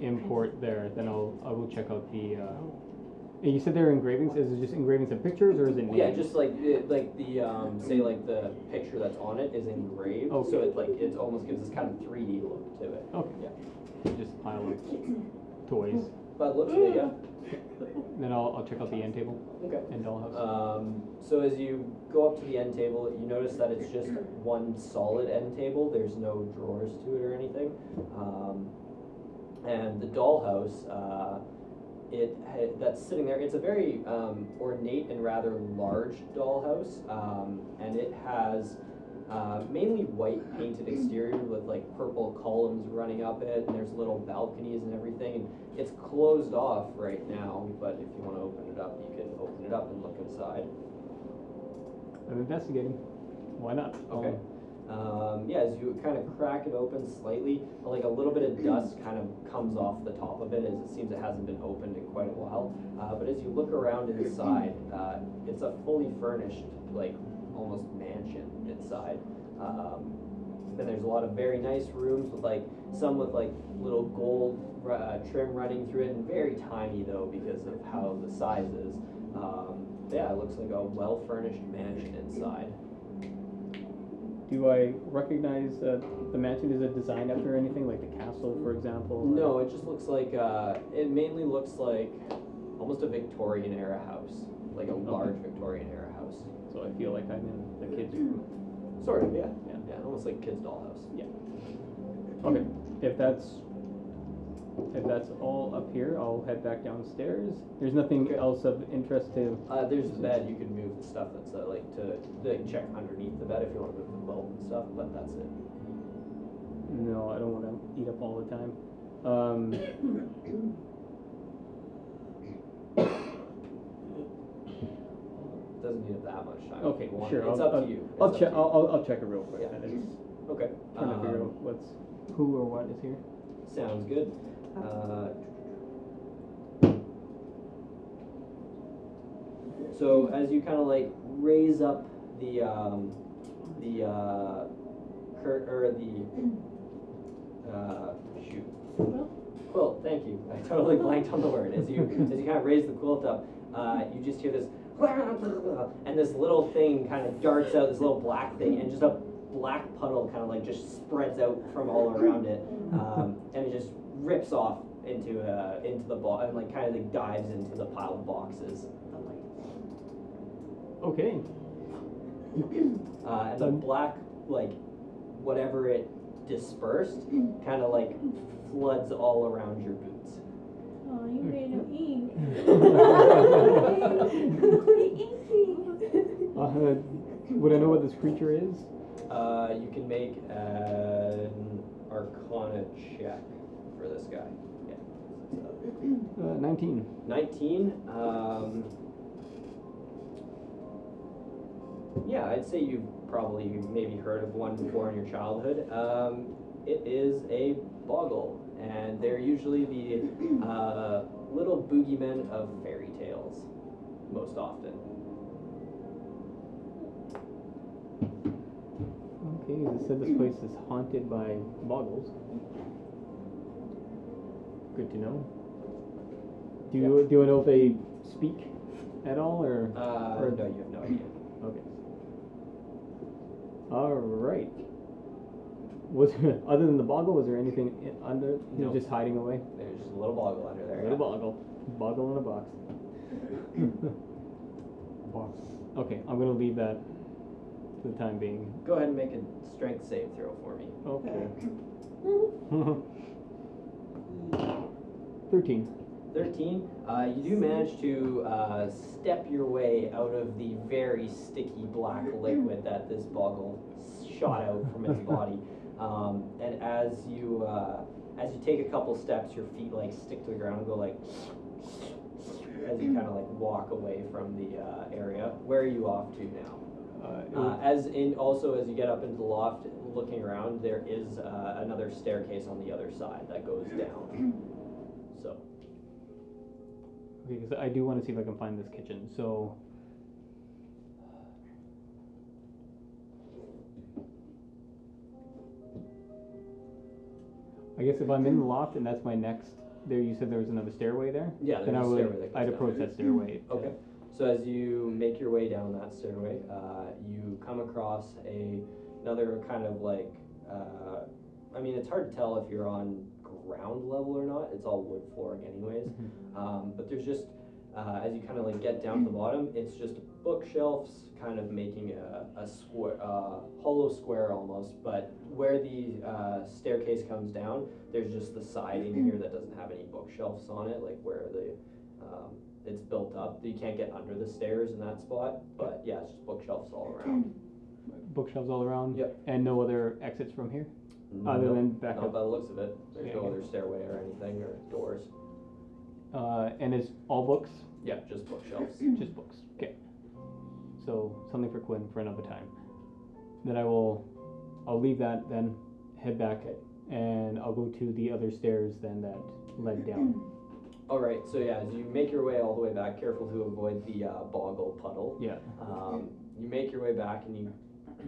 [SPEAKER 5] import there, then I'll I will check out the. Uh, and you said there are engravings. Is it just engravings of pictures, or is it?
[SPEAKER 2] yeah,
[SPEAKER 5] names?
[SPEAKER 2] just like it, like the um, say like the picture that's on it is engraved, so
[SPEAKER 5] Okay.
[SPEAKER 2] it like it almost gives this kind of three D look to it.
[SPEAKER 5] Okay. Just pile of toys.
[SPEAKER 2] But it looks good, yeah.
[SPEAKER 5] Then I'll, I'll check out the end table
[SPEAKER 2] Okay.
[SPEAKER 5] and dollhouse.
[SPEAKER 2] Um, so as you go up to the end table, you notice that it's just one solid end table. There's no drawers to it or anything. Um, and the dollhouse, uh, it ha- that's sitting there. It's a very um, ornate and rather large dollhouse, um, and it has. Uh, mainly white painted exterior with like purple columns running up it, and there's little balconies and everything. And it's closed off right now, but if you want to open it up, you can open it up and look inside.
[SPEAKER 5] I'm investigating. Why not?
[SPEAKER 2] Okay. Um, yeah, as you kind of crack it open slightly, like a little bit of dust kind of comes off the top of it as it seems it hasn't been opened in quite a while. Uh, but as you look around inside, uh, it's a fully furnished, like almost mansion inside. Um, and there's a lot of very nice rooms with like some with like little gold uh, trim running through it, and very tiny though because of how the size is. Um, yeah, it looks like a well furnished mansion inside.
[SPEAKER 5] Do I recognize that the mansion is a design after anything, like the castle, for example? or-
[SPEAKER 2] No, it just looks like uh, it mainly looks like almost a Victorian era house, like a large Victorian era house,
[SPEAKER 5] So I feel like I'm in the kids' room.
[SPEAKER 2] sort of. Yeah,
[SPEAKER 5] Yeah.
[SPEAKER 2] yeah, almost like kids' dollhouse.
[SPEAKER 5] Okay. If that's if that's all up here, I'll head back downstairs. There's nothing
[SPEAKER 2] Okay.
[SPEAKER 5] else of interest to.
[SPEAKER 2] Uh, there's a bed. You can move the stuff that's uh, like to like check underneath the bed if you want to move the quilt and stuff, but that's it.
[SPEAKER 5] No, I don't want to eat up all the time. Um,
[SPEAKER 2] Doesn't need that much time. if
[SPEAKER 5] okay,
[SPEAKER 2] you want.
[SPEAKER 5] sure.
[SPEAKER 2] It's
[SPEAKER 5] I'll,
[SPEAKER 2] up
[SPEAKER 5] I'll,
[SPEAKER 2] to you. It's
[SPEAKER 5] I'll
[SPEAKER 2] up
[SPEAKER 5] check.
[SPEAKER 2] to you.
[SPEAKER 5] I'll, I'll, I'll check it real quick.
[SPEAKER 2] Yeah.
[SPEAKER 5] then. It's
[SPEAKER 2] Okay.
[SPEAKER 5] trying to figure
[SPEAKER 2] um,
[SPEAKER 5] out what's who or what is here.
[SPEAKER 2] Sounds good. Uh, so as you kind of like raise up the um, the uh, cur- or the uh, shoot
[SPEAKER 16] Well,
[SPEAKER 2] quilt. Thank you. I totally blanked on the word. As you as you kind of raise the quilt up, uh, you just hear this and this little thing kind of darts out. This little black thing and just a black puddle kind of like just spreads out from all around it, um, and it just rips off into uh, into the ball and like kind of like dives into the pile of boxes.
[SPEAKER 5] Okay.
[SPEAKER 2] Uh, and the
[SPEAKER 5] Um,
[SPEAKER 2] Uh, black like whatever it dispersed kind of like floods all around your boots.
[SPEAKER 17] Oh, you made an ink.
[SPEAKER 5] Uh, would I know what this creature is?
[SPEAKER 2] Uh, you can make an arcana check for this guy. Yeah. So,
[SPEAKER 5] Uh, 19.
[SPEAKER 2] 19. Um, yeah, I'd say you've probably maybe heard of one before in your childhood. Um, it is a boggle, and they're usually the uh, little boogeymen of fairy tales most often.
[SPEAKER 5] Okay, it said this place is haunted by boggles. Good to know. Do you, do you know if they speak at all, or
[SPEAKER 2] Uh,
[SPEAKER 5] Or-
[SPEAKER 2] no, you have no idea.
[SPEAKER 5] okay? All right. Was other than the boggle, was there anything i- under?
[SPEAKER 2] No.
[SPEAKER 5] Just hiding away.
[SPEAKER 2] There's just a little boggle under there.
[SPEAKER 5] Little
[SPEAKER 2] yeah.
[SPEAKER 5] boggle, boggle in a box.
[SPEAKER 3] Box.
[SPEAKER 5] Okay, I'm gonna leave that for the time being.
[SPEAKER 2] Go ahead and make a strength save throw for me.
[SPEAKER 5] Okay. Thirteen.
[SPEAKER 2] 13. Uh, you do manage to uh, step your way out of the very sticky black liquid that this boggle shot out from its body. Um, and as you uh, as you take a couple steps, your feet like stick to the ground and go like as you kind of like walk away from the uh, area. Where are you off to now?
[SPEAKER 5] Uh, it
[SPEAKER 2] Uh,
[SPEAKER 5] was-
[SPEAKER 2] as in also as you get up into the loft, looking around, there is uh, another staircase on the other side that goes down. So.
[SPEAKER 5] okay, 'cause I do want to see if I can find this kitchen. So. I guess if I'm in the loft and that's my next, there you said there was another stairway there.
[SPEAKER 2] Yeah,
[SPEAKER 5] Then I
[SPEAKER 2] there's a stairway
[SPEAKER 5] would.
[SPEAKER 2] that goes
[SPEAKER 5] I'd
[SPEAKER 2] down.
[SPEAKER 5] approach that stairway. to-
[SPEAKER 2] Okay. So as you make your way down that stairway, uh, you come across a another kind of like. Uh, I mean, it's hard to tell if you're on ground level or not. It's all wood flooring, anyways.
[SPEAKER 5] Mm-hmm.
[SPEAKER 2] Um, but there's just uh, as you kind of like get down to the bottom, it's just bookshelves kind of making a, a square, uh, hollow square almost. But where the uh, staircase comes down, there's just the siding here that doesn't have any bookshelves on it, like where the um, it's built up. You can't get under the stairs in that spot, but yeah, it's just bookshelves all around.
[SPEAKER 5] Bookshelves all around.
[SPEAKER 2] Yep.
[SPEAKER 5] And no other exits from here, other
[SPEAKER 2] Nope,
[SPEAKER 5] than back
[SPEAKER 2] not
[SPEAKER 5] up.
[SPEAKER 2] by the looks of it. There's
[SPEAKER 5] Yeah,
[SPEAKER 2] no
[SPEAKER 5] yeah.
[SPEAKER 2] other stairway or anything or doors.
[SPEAKER 5] Uh, and it's all books,
[SPEAKER 2] Yeah, just bookshelves.
[SPEAKER 5] just books. Okay. So something for Quinn for another time. Then I will, I'll leave that then, head back, and I'll go to the other stairs then that led down.
[SPEAKER 2] All right, so yeah, as you make your way all the way back, careful to avoid the uh, boggle puddle.
[SPEAKER 5] Yeah.
[SPEAKER 2] Um, you make your way back and you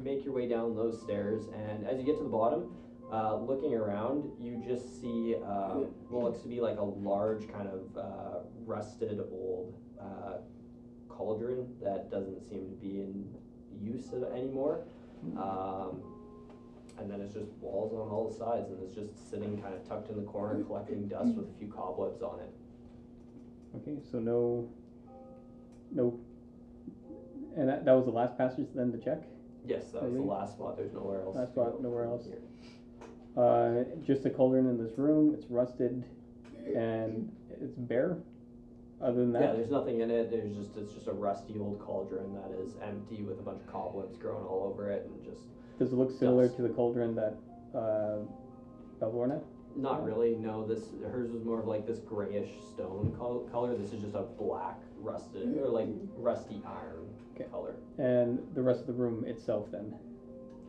[SPEAKER 2] make your way down those stairs, and as you get to the bottom, uh, looking around, you just see um, what looks to be like a large kind of uh, rusted old uh, cauldron that doesn't seem to be in use a- anymore. Um, and then it's just walls on all sides, and it's just sitting kind of tucked in the corner, collecting dust with a few cobwebs on it.
[SPEAKER 5] Okay. So no. No. And that, that was the last passage then to check.
[SPEAKER 2] Yes, that was the
[SPEAKER 5] Really?
[SPEAKER 2] last spot. There's nowhere else.
[SPEAKER 5] Last
[SPEAKER 2] to go
[SPEAKER 5] spot, nowhere else.
[SPEAKER 2] here.
[SPEAKER 5] Uh, just a cauldron in this room. It's rusted, and it's bare. Other than
[SPEAKER 2] Yeah, there's nothing in it. There's just it's just a rusty old cauldron that is empty with a bunch of cobwebs growing all over it, and just
[SPEAKER 5] Does it look
[SPEAKER 2] similar Dust.
[SPEAKER 5] to the cauldron that uh, Belvorna?
[SPEAKER 2] not really. No, this hers was more of like this grayish stone col- color. This is just a black rusted or like rusty iron
[SPEAKER 5] Okay.
[SPEAKER 2] color.
[SPEAKER 5] And the rest of the room itself, then.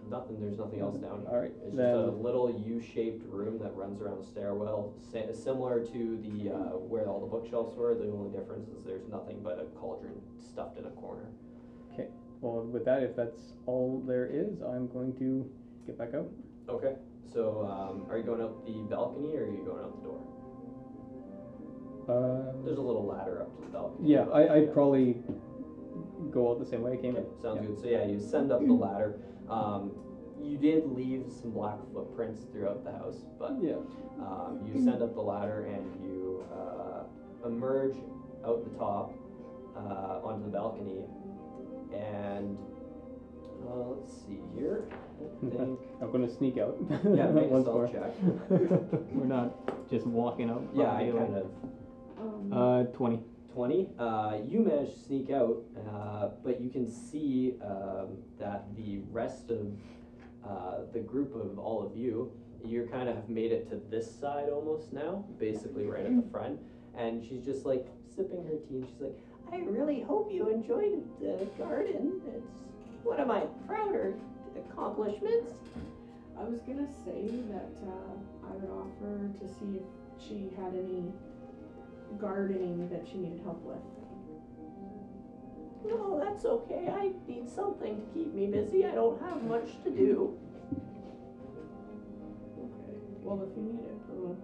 [SPEAKER 2] Nothing. There's nothing else down here.
[SPEAKER 5] All right,
[SPEAKER 2] It's just a
[SPEAKER 5] then-
[SPEAKER 2] little U-shaped room that runs around a stairwell, sa- similar to the uh, where all the bookshelves were. The only difference is there's nothing but a cauldron stuffed in a corner.
[SPEAKER 5] Well, with that, if that's all there is, I'm going to get back out.
[SPEAKER 2] Okay. So, um, are you going up the balcony or are you going out the door? There's a
[SPEAKER 5] Um,
[SPEAKER 2] little ladder up to the balcony.
[SPEAKER 5] yeah,
[SPEAKER 2] but,
[SPEAKER 5] I, I'd
[SPEAKER 2] yeah.
[SPEAKER 5] probably go out the same way I came
[SPEAKER 2] Okay,
[SPEAKER 5] in.
[SPEAKER 2] sounds
[SPEAKER 5] Yeah.
[SPEAKER 2] good. So yeah, you send up the ladder. Um, you did leave some black footprints throughout the house, but
[SPEAKER 5] Yeah.
[SPEAKER 2] um, you send up the ladder and you uh, emerge out the top uh, onto the balcony. And uh, let's see here. think.
[SPEAKER 5] I'm gonna sneak out.
[SPEAKER 2] Yeah, make a
[SPEAKER 5] Once
[SPEAKER 2] stealth
[SPEAKER 5] more.
[SPEAKER 2] check.
[SPEAKER 5] We're not just walking up.
[SPEAKER 2] Yeah, I
[SPEAKER 5] daylight.
[SPEAKER 2] kind of
[SPEAKER 5] Uh, twenty.
[SPEAKER 2] 20. Uh, you manage to sneak out, uh, but you can see um, that the rest of uh, the group of all of you, you kind of have made it to this side almost now, basically right at
[SPEAKER 5] Mm-hmm.
[SPEAKER 2] the front. And she's just like sipping her tea and she's like, I really hope you enjoyed the garden. It's one of my prouder accomplishments.
[SPEAKER 4] I was gonna say that uh, I would offer to see if she had any gardening that she needed help with.
[SPEAKER 2] No, that's okay. I need something to keep me busy. I don't have much to do.
[SPEAKER 4] Okay. Well, if you need it, I will-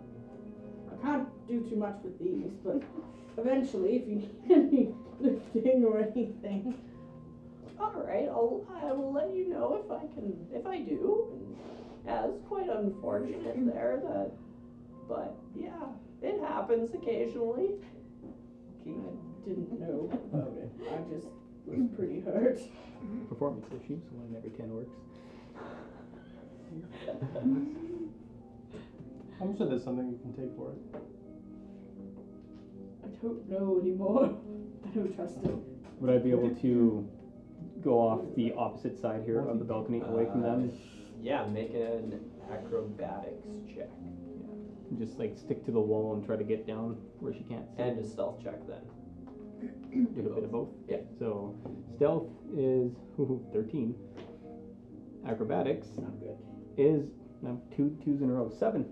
[SPEAKER 4] I can't do too much with these, but eventually, if you need any lifting or anything,
[SPEAKER 2] All right, I'll I will let you know if I can if I do. And yeah, it's quite unfortunate there that, but yeah, it happens occasionally.
[SPEAKER 4] I didn't know about it. I just was pretty hurt.
[SPEAKER 5] Performance issues. One in every ten works.
[SPEAKER 3] I'm sure there's something you can take for it.
[SPEAKER 4] I don't know anymore. I don't trust him.
[SPEAKER 5] Would I be able to go off the opposite side here of the balcony, away from them,
[SPEAKER 2] Uh, Yeah, make an acrobatics check
[SPEAKER 5] and just like stick to the wall and try to get down where she can't see?
[SPEAKER 2] and a stealth check then.
[SPEAKER 5] Do a bit of both.
[SPEAKER 2] Yeah.
[SPEAKER 5] So stealth is thirteen. Acrobatics is no, two twos in a row. Seven.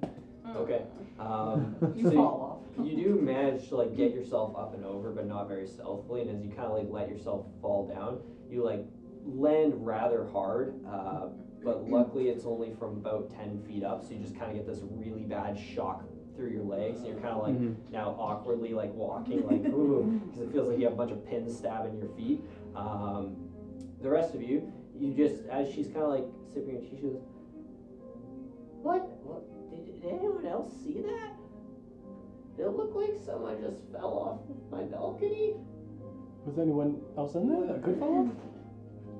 [SPEAKER 2] Okay. Um,
[SPEAKER 4] Mm. You
[SPEAKER 2] so
[SPEAKER 4] fall
[SPEAKER 2] you, you do manage to like get yourself up and over, but not very stealthily. And as you kind of like let yourself fall down, you like land rather hard. Uh, but luckily, it's only from about ten feet up, so you just kind of get this really bad shock through your legs, and you're kind of like
[SPEAKER 5] Mhm.
[SPEAKER 2] now awkwardly like walking like ooh, because it feels like you have a bunch of pins stabbing your feet. Um, the rest of you, you just as she's kind of like sipping her tea, she goes, "What? What? Did, did anyone else see that? It looked like someone just fell off of my balcony.
[SPEAKER 3] Was anyone else in there? A good fellow?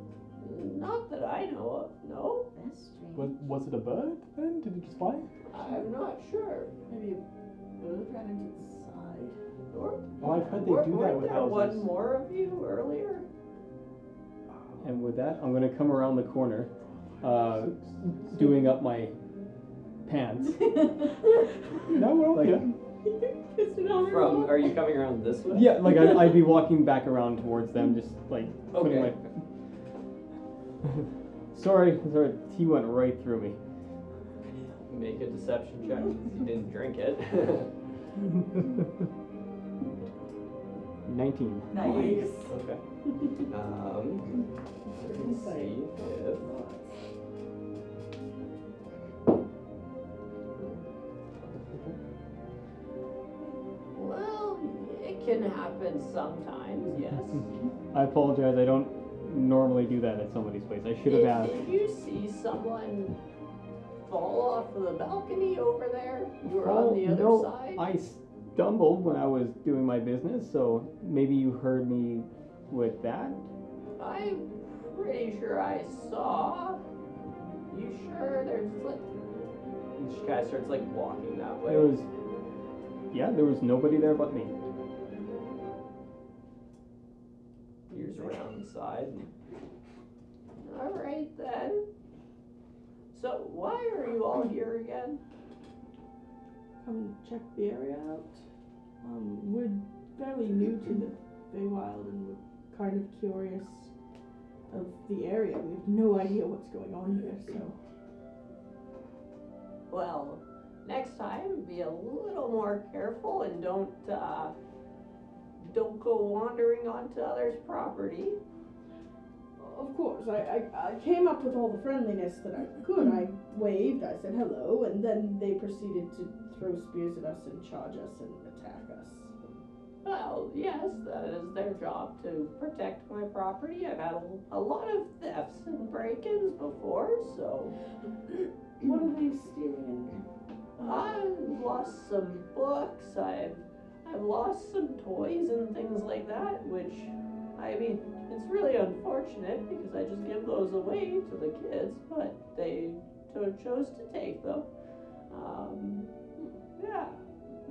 [SPEAKER 2] Not that I know of. No,
[SPEAKER 9] That's strange.
[SPEAKER 3] Was, was it a bird then? Did it just fly?
[SPEAKER 2] I'm not sure.
[SPEAKER 4] Maybe a bird ran into the side.
[SPEAKER 2] Or,
[SPEAKER 3] Oh, I've heard they
[SPEAKER 2] were-
[SPEAKER 3] do that
[SPEAKER 2] weren't
[SPEAKER 3] with
[SPEAKER 2] there
[SPEAKER 3] houses.
[SPEAKER 2] one more of you earlier?
[SPEAKER 5] And with that, I'm gonna come around the corner, uh, doing up my pants.
[SPEAKER 3] No, we're all
[SPEAKER 5] Like-
[SPEAKER 3] here.
[SPEAKER 2] From are you coming around this way?
[SPEAKER 5] Yeah, like I'd, I'd be walking back around towards them, just like putting
[SPEAKER 2] Okay.
[SPEAKER 5] my. sorry, sorry, tea went right through me.
[SPEAKER 2] Make a deception check. since You didn't drink it.
[SPEAKER 5] Nineteen.
[SPEAKER 4] Nice.
[SPEAKER 2] okay. Um, let's see if. Well, it can happen sometimes, yes.
[SPEAKER 5] I apologize. I don't normally do that at somebody's place. I should have asked.
[SPEAKER 2] Did you see someone fall off of the balcony over there? You were
[SPEAKER 5] Well,
[SPEAKER 2] on the other
[SPEAKER 5] no,
[SPEAKER 2] side?
[SPEAKER 5] Oh, I stumbled when I was doing my business, so maybe you heard me with that.
[SPEAKER 2] I'm pretty sure I saw. You sure there's like. And she kind of starts like walking that way.
[SPEAKER 5] There was, yeah, there was nobody there but me.
[SPEAKER 2] Ears around the side. Alright then. So, why are you all here again?
[SPEAKER 4] Come check the area out. Um, we're fairly new to the Baywild and we're kind of curious of the area. We have no idea what's going on here, so.
[SPEAKER 2] Well, next time be a little more careful and don't, uh, don't go wandering onto others' property.
[SPEAKER 4] Of course, I, I, I came up with all the friendliness that I could. I waved, I said hello, and then they proceeded to throw spears at us and charge us and attack us.
[SPEAKER 2] Well, yes, that is their job to protect my property. I've had a, a lot of thefts and break ins before, so
[SPEAKER 4] What are they stealing?
[SPEAKER 2] I've lost some books. I've I've lost some toys and things like that, which
[SPEAKER 4] I mean, it's really unfortunate because I just give those away to the kids, but they to- chose to take them. Um, yeah,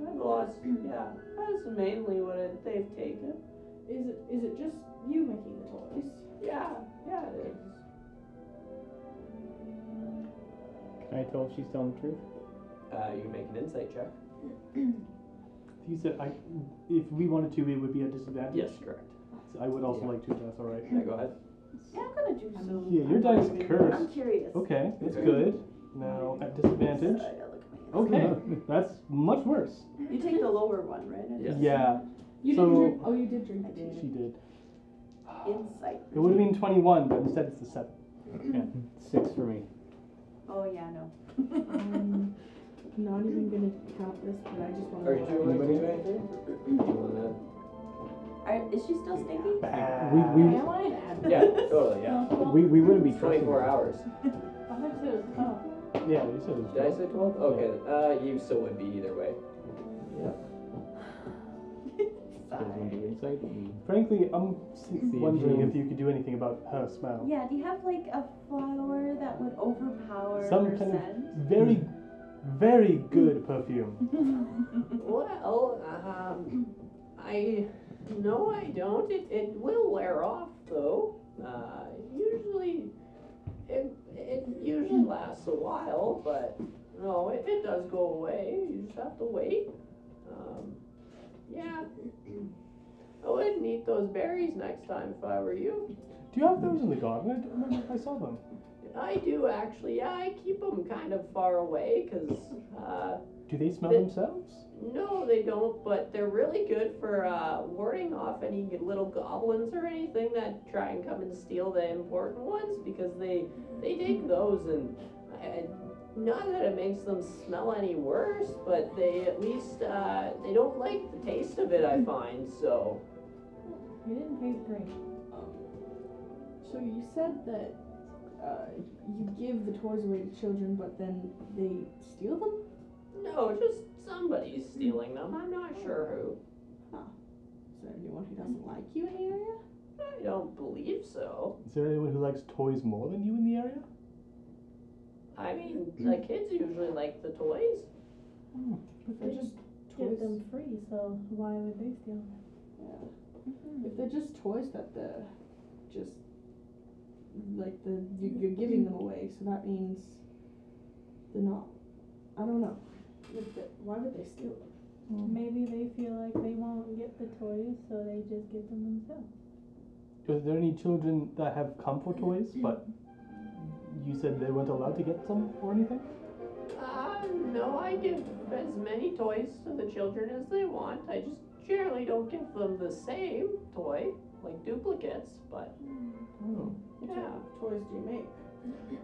[SPEAKER 4] I've lost. Yeah, that's mainly what it, they've taken.
[SPEAKER 2] Is it is it just you making the toys?
[SPEAKER 4] Yeah, yeah, it is.
[SPEAKER 5] Can I tell if she's telling the truth?
[SPEAKER 4] Uh, you make an insight check.
[SPEAKER 3] You said I, if we wanted to, it would be a disadvantage.
[SPEAKER 4] Yes, correct.
[SPEAKER 3] So I would also
[SPEAKER 4] Yeah.
[SPEAKER 3] like to. if That's all right.
[SPEAKER 4] Yeah, go ahead.
[SPEAKER 9] Yeah, I'm gonna do some.
[SPEAKER 3] Yeah, your dice
[SPEAKER 9] I'm
[SPEAKER 3] cursed.
[SPEAKER 9] I'm curious.
[SPEAKER 3] Okay, that's
[SPEAKER 4] Okay.
[SPEAKER 3] good. Now at disadvantage.
[SPEAKER 9] So I gotta look at my
[SPEAKER 3] Okay, that's much worse.
[SPEAKER 9] hands. You take the lower one, right? I
[SPEAKER 4] Yes.
[SPEAKER 3] Yeah,
[SPEAKER 2] You
[SPEAKER 3] So-
[SPEAKER 2] didn't drink. Oh, you did drink
[SPEAKER 9] I
[SPEAKER 2] the
[SPEAKER 9] did.
[SPEAKER 3] she did.
[SPEAKER 9] just- Insight.
[SPEAKER 3] It would have been 21, but instead it's a seven.
[SPEAKER 5] Six for me.
[SPEAKER 9] Oh yeah, no.
[SPEAKER 2] Um, not even gonna count this, but I just want
[SPEAKER 4] Are you
[SPEAKER 2] to.
[SPEAKER 4] doing do anything? Do you wanna?
[SPEAKER 9] Are, is she still stinky?
[SPEAKER 18] Ah.
[SPEAKER 5] We, we,
[SPEAKER 18] Am I?
[SPEAKER 4] Yeah, totally. Yeah.
[SPEAKER 5] we, we wouldn't be
[SPEAKER 4] It's 24
[SPEAKER 5] trusting.
[SPEAKER 4] hours.
[SPEAKER 18] I thought she said it was twelve.
[SPEAKER 3] Yeah, you said it was
[SPEAKER 4] Did I say 12? Okay. Uh, you still would be either way.
[SPEAKER 3] Frankly, I'm s-
[SPEAKER 5] See if
[SPEAKER 3] wondering
[SPEAKER 5] you-
[SPEAKER 3] if you could do anything about her smell.
[SPEAKER 9] Yeah. Do you have like a flower that would overpower
[SPEAKER 3] Some
[SPEAKER 9] her
[SPEAKER 3] kind of-
[SPEAKER 9] scent?
[SPEAKER 18] Hmm.
[SPEAKER 3] Very, very good perfume.
[SPEAKER 4] Well, um, I no, I don't. It it will wear off though. Uh, usually, it it usually lasts a while, but no, it, it does go away. You just have to wait. Um, yeah. I wouldn't eat those berries next time if I were you.
[SPEAKER 3] Do you have those in the garden? I don't remember if I saw them.
[SPEAKER 4] I do actually. Yeah, I keep them kind of far away because. Uh,
[SPEAKER 3] Do they smell
[SPEAKER 4] The-
[SPEAKER 3] themselves?
[SPEAKER 4] No, they don't, but they're really good for uh, warding off any little goblins or anything that try and come and steal the important ones because they they take those and uh, not that it makes them smell any worse, but they at least uh, they don't like the taste of it. I find so.
[SPEAKER 18] You didn't taste great.
[SPEAKER 2] So you said that uh, you give the toys away to children, but then they steal them.
[SPEAKER 4] No, just somebody's stealing them. I'm not sure who.
[SPEAKER 2] Is there anyone who doesn't like you in the area?
[SPEAKER 4] I don't believe so.
[SPEAKER 3] Is there anyone who likes toys more than you in the area?
[SPEAKER 4] I mean, the kids usually like the toys.
[SPEAKER 2] If they're just
[SPEAKER 18] Give
[SPEAKER 2] toys,
[SPEAKER 18] them free, so why would they steal? them?
[SPEAKER 2] if they're just toys that the, just like the you,
[SPEAKER 18] Mm-hmm.
[SPEAKER 2] you're giving them away, so that means they're not. I don't know. Like the- Why would they steal them?
[SPEAKER 18] Maybe they feel like they won't get the toys, so they just give them themselves.
[SPEAKER 3] Are there any children that have come for toys, but you said they weren't allowed to get some or anything?
[SPEAKER 4] Uh, no, I give as many toys to the children as they want. I just generally don't give them the same toy, like duplicates, but
[SPEAKER 3] Oh.
[SPEAKER 4] yeah.
[SPEAKER 2] Toys do you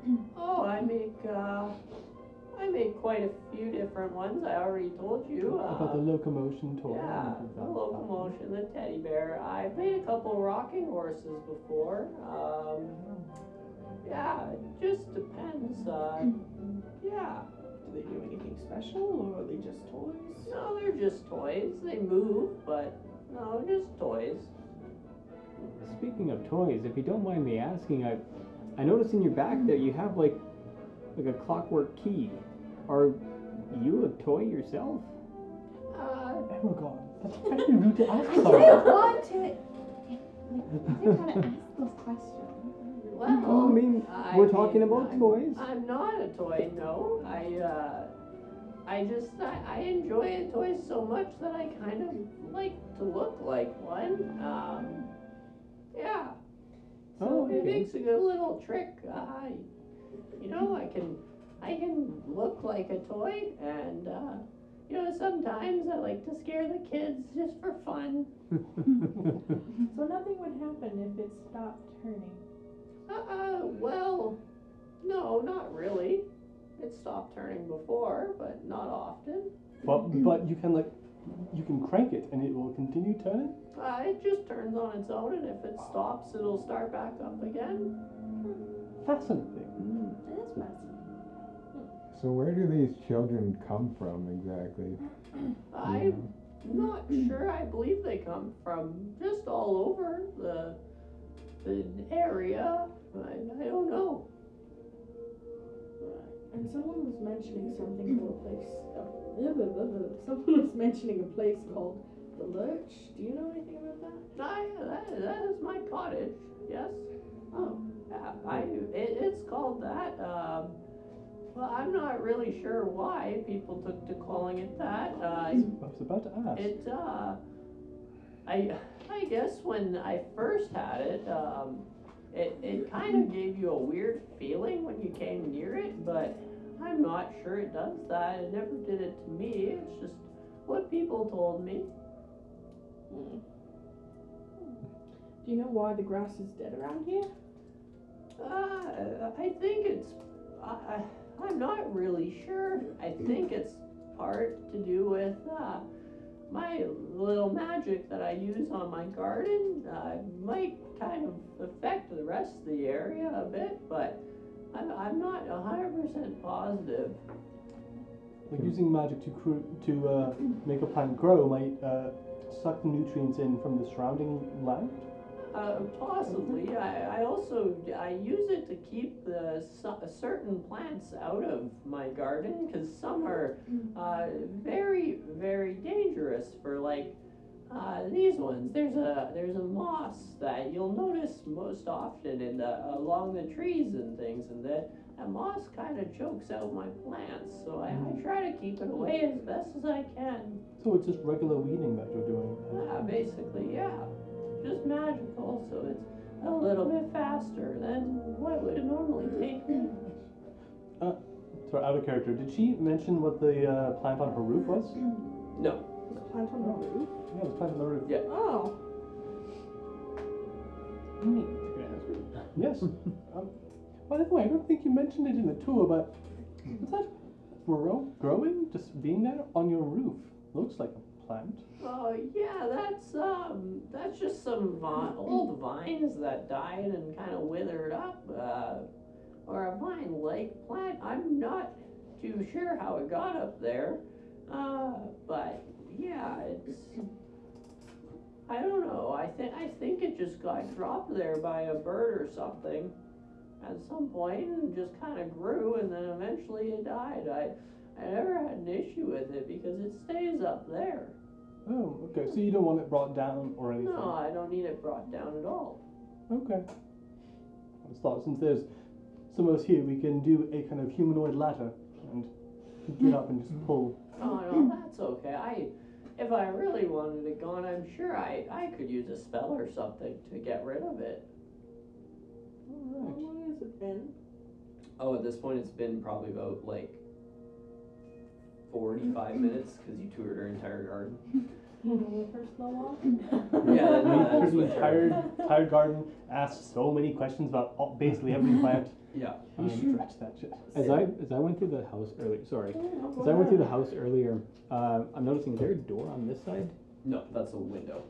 [SPEAKER 2] make?
[SPEAKER 4] Oh, I make, uh, I make quite a few different ones. I already told you.
[SPEAKER 3] About the
[SPEAKER 4] Uh,
[SPEAKER 3] locomotion toy.
[SPEAKER 4] yeah, the locomotion, the teddy bear. I've made a couple rocking horses before. Um, yeah, it just depends. Uh, yeah.
[SPEAKER 2] Do they do anything special, or are they just toys?
[SPEAKER 4] No, they're just toys. They move, but no, they're just toys.
[SPEAKER 5] Speaking of toys, if you don't mind me asking, I I noticed in your back there you have like like a clockwork key. Are you a toy yourself?
[SPEAKER 4] Uh,
[SPEAKER 3] Aragon. That's very rude to ask
[SPEAKER 9] I didn't
[SPEAKER 3] someone.
[SPEAKER 9] want to. Like, I didn't want to ask those questions.
[SPEAKER 4] well,
[SPEAKER 5] Well, I mean,
[SPEAKER 4] I
[SPEAKER 5] we're talking
[SPEAKER 4] mean,
[SPEAKER 5] about
[SPEAKER 4] I'm-
[SPEAKER 5] toys.
[SPEAKER 4] I'm not a toy, no. I, uh, I just, I, I enjoy a toy so much that I kind of like to look like one. Um, yeah. So
[SPEAKER 5] Oh,
[SPEAKER 4] it
[SPEAKER 5] okay.
[SPEAKER 4] makes a good little trick. I, you know, I can, I can look like a toy, and uh, you know, sometimes I like to scare the kids just for fun.
[SPEAKER 18] So nothing would happen if it stopped turning.
[SPEAKER 4] Uh, well, no, not really. It stopped turning before, but not often.
[SPEAKER 3] But, but you can like, you can crank it and it will continue turning.
[SPEAKER 4] Uh, it just turns on its own, and if it stops, it'll start back up again.
[SPEAKER 3] Fascinating.
[SPEAKER 9] It is fascinating.
[SPEAKER 6] So where do these children come from exactly?
[SPEAKER 4] I'm
[SPEAKER 6] You know?
[SPEAKER 4] not not sure. I believe they come from just all over the the area. I, I don't know.
[SPEAKER 2] And someone was mentioning something about a place. uh, Someone was mentioning a place called the Lurch. Do you know anything about that?
[SPEAKER 4] I, that, that is my cottage. Yes.
[SPEAKER 2] Oh,
[SPEAKER 4] Uh, I it, it's called that. Um, well, I'm not really sure why people took to calling it that. Uh,
[SPEAKER 3] I was about to ask.
[SPEAKER 4] It, uh, I, I guess when I first had it, um, it, it kind of gave you a weird feeling when you came near it, but I'm not sure it does that. It never did it to me. It's just what people told me. Mm.
[SPEAKER 2] Do you know why the grass is dead around here?
[SPEAKER 4] Uh, I think it's, I, I, I'm not really sure. I think it's part to do with, uh, my little magic that I use on my garden uh, might kind of affect the rest of the area a bit, but I'm, I'm not 100% positive.
[SPEAKER 3] Like using magic to cru- to uh, make a plant grow might uh, suck the nutrients in from the surrounding land.
[SPEAKER 4] Uh, possibly. I, I also I use it to keep the so- certain plants out of my garden because some are uh, very very dangerous for like uh, these ones. There's a there's a moss that you'll notice most often in the, along the trees and things, and that that moss kind of chokes out my plants. So I, I try to keep it away as best as I can.
[SPEAKER 3] So it's just regular weeding that you're doing.
[SPEAKER 4] Yeah, basically, yeah. Just magical, so it's a little bit faster than what would it normally take me.
[SPEAKER 3] So out of character. Did she mention what the uh, plant on her roof was?
[SPEAKER 4] No.
[SPEAKER 2] This plant on the roof?
[SPEAKER 3] Yeah, the plant on the roof.
[SPEAKER 4] Yeah.
[SPEAKER 2] Oh,
[SPEAKER 3] Yes. um, by the way, I don't think you mentioned it in the tour, but what's that grow- growing? Just being there on your roof looks like a plant.
[SPEAKER 4] Oh yeah, that's um, that's just some vi- old vines that died and kind of withered up, uh, or a vine-like plant. I'm not too sure how it got up there, uh, but yeah, it's. I don't know. I think I think it just got dropped there by a bird or something, at some point, and just kind of grew, and then eventually it died. I. I never had an issue with it because it stays up there.
[SPEAKER 3] Oh, okay. So you don't want it brought down or anything.
[SPEAKER 4] No, I don't need it brought down at all.
[SPEAKER 3] Okay. I just thought since there's some of us here, we can do a kind of humanoid ladder and get up and just pull.
[SPEAKER 4] Oh no, that's okay. I, if I really wanted it gone, I'm sure I I could use a spell or something to get rid of it.
[SPEAKER 2] how long has it been?
[SPEAKER 4] Oh, at this point, it's been probably about like. Forty-five minutes because you toured her entire garden.
[SPEAKER 19] With her slow walk.
[SPEAKER 4] Yeah, that- no,
[SPEAKER 3] Because
[SPEAKER 4] that's
[SPEAKER 3] the
[SPEAKER 4] what her-
[SPEAKER 3] entire, entire garden asks so many questions about all, basically every plant.
[SPEAKER 4] Yeah.
[SPEAKER 3] You stretch that shit.
[SPEAKER 5] As I as I went through the house earlier, sorry, as I went through the house earlier, uh, I'm noticing is there a door on this side?
[SPEAKER 4] No, that's a window.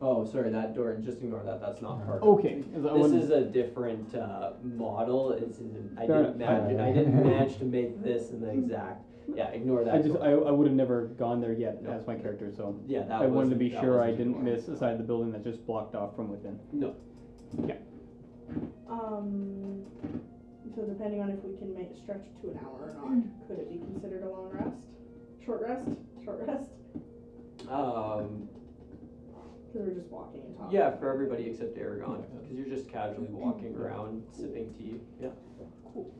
[SPEAKER 4] Oh, sorry, that door. Just ignore that. That's not her.
[SPEAKER 5] Okay, as I
[SPEAKER 4] This
[SPEAKER 5] went-
[SPEAKER 4] is a different uh, model. It's, I
[SPEAKER 5] Fair
[SPEAKER 4] didn't
[SPEAKER 20] enough.
[SPEAKER 4] manage. I didn't manage to make this in the exact. Yeah, ignore that.
[SPEAKER 5] I just
[SPEAKER 4] door.
[SPEAKER 5] I, I would have never gone there yet
[SPEAKER 4] No.
[SPEAKER 5] as my character, so
[SPEAKER 4] yeah, that
[SPEAKER 5] I wanted to
[SPEAKER 4] wasn't-
[SPEAKER 5] be
[SPEAKER 4] that
[SPEAKER 5] sure I
[SPEAKER 4] wasn't
[SPEAKER 5] didn't
[SPEAKER 4] ignore.
[SPEAKER 5] miss a side of the building that's just blocked off from within.
[SPEAKER 4] No.
[SPEAKER 2] Um, so depending on if we can make stretch it to an hour or not, could it be considered a long rest? Short rest? Short rest?
[SPEAKER 4] Um,
[SPEAKER 2] Because we're just walking and talking.
[SPEAKER 4] yeah, for everybody except Aragon, because you're just casually walking around sipping tea. Yeah.
[SPEAKER 2] Cool.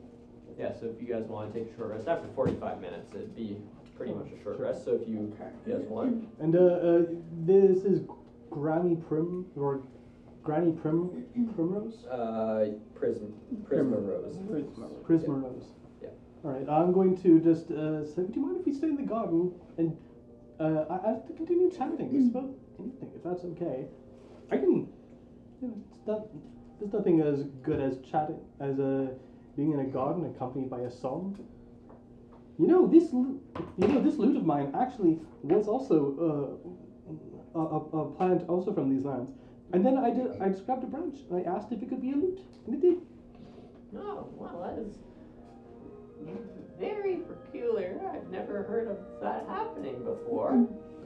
[SPEAKER 4] Yeah, so if you guys want to take a short rest after 45 minutes, it'd be pretty much a short rest. So if you
[SPEAKER 2] Okay.
[SPEAKER 4] guys want,
[SPEAKER 3] And uh, uh, this is Granny Prim or Granny Prim Primrose.
[SPEAKER 4] uh, prism, prisma rose.
[SPEAKER 3] Prismarose.
[SPEAKER 4] Yeah.
[SPEAKER 3] All right, I'm going to just uh, say, do you mind if we stay in the garden and uh, I, I have to continue chatting just about
[SPEAKER 4] Mm.
[SPEAKER 3] anything, if that's okay. I can. You know, it's not, there's nothing as good as chatting as uh, being in a garden accompanied by a song. You know this. lu- You know this lute of mine actually was also uh, a, a, a plant also from these lands. And then I did. I just grabbed a branch and I asked if it could be a lute, and it did.
[SPEAKER 4] Oh, well, that is very peculiar. I've never heard of that happening before.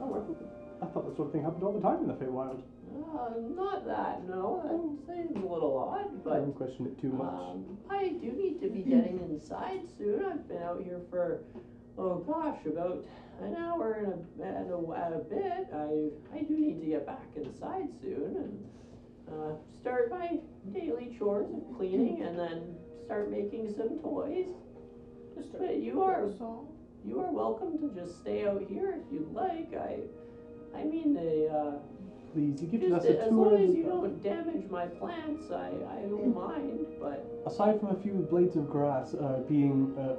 [SPEAKER 3] Oh, Oh, wow. I thought this sort of thing happened all the time in the Feywild.
[SPEAKER 2] Uh, not that, no. I'd say it's a little odd,
[SPEAKER 3] I
[SPEAKER 2] but
[SPEAKER 3] haven't questioned it too much.
[SPEAKER 2] Um, I do need to be getting inside soon. I've been out here for, oh gosh, about an hour and a, and a, and a bit. I, I do need to get back inside soon and uh, start my daily chores of cleaning and then start making some toys. Just, but you are you are welcome to just stay out here if you'd like. I, I mean, they, uh,
[SPEAKER 3] Please, you give us
[SPEAKER 2] just
[SPEAKER 3] a
[SPEAKER 2] as
[SPEAKER 3] tour.
[SPEAKER 2] long
[SPEAKER 3] of
[SPEAKER 2] as
[SPEAKER 3] the-
[SPEAKER 2] you don't damage my plants, I, I don't mind, but.
[SPEAKER 3] Aside from a few blades of grass uh, being uh,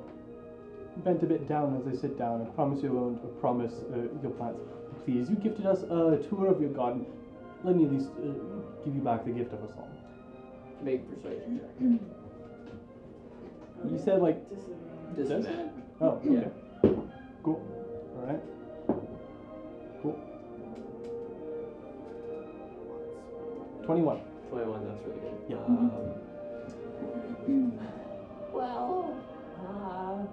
[SPEAKER 3] bent a bit down as they sit down, I promise you won't promise uh, your plants. Please, you gifted us a tour of your garden. Let me at least uh, give you back the gift of us all.
[SPEAKER 2] Make persuasion check.
[SPEAKER 3] You said like,
[SPEAKER 2] Disadvantage.
[SPEAKER 3] oh, okay.
[SPEAKER 2] Yeah.
[SPEAKER 3] Cool. All right. Cool. Twenty-one.
[SPEAKER 2] 21, that's really good.
[SPEAKER 3] Yeah.
[SPEAKER 2] Um, well, uh,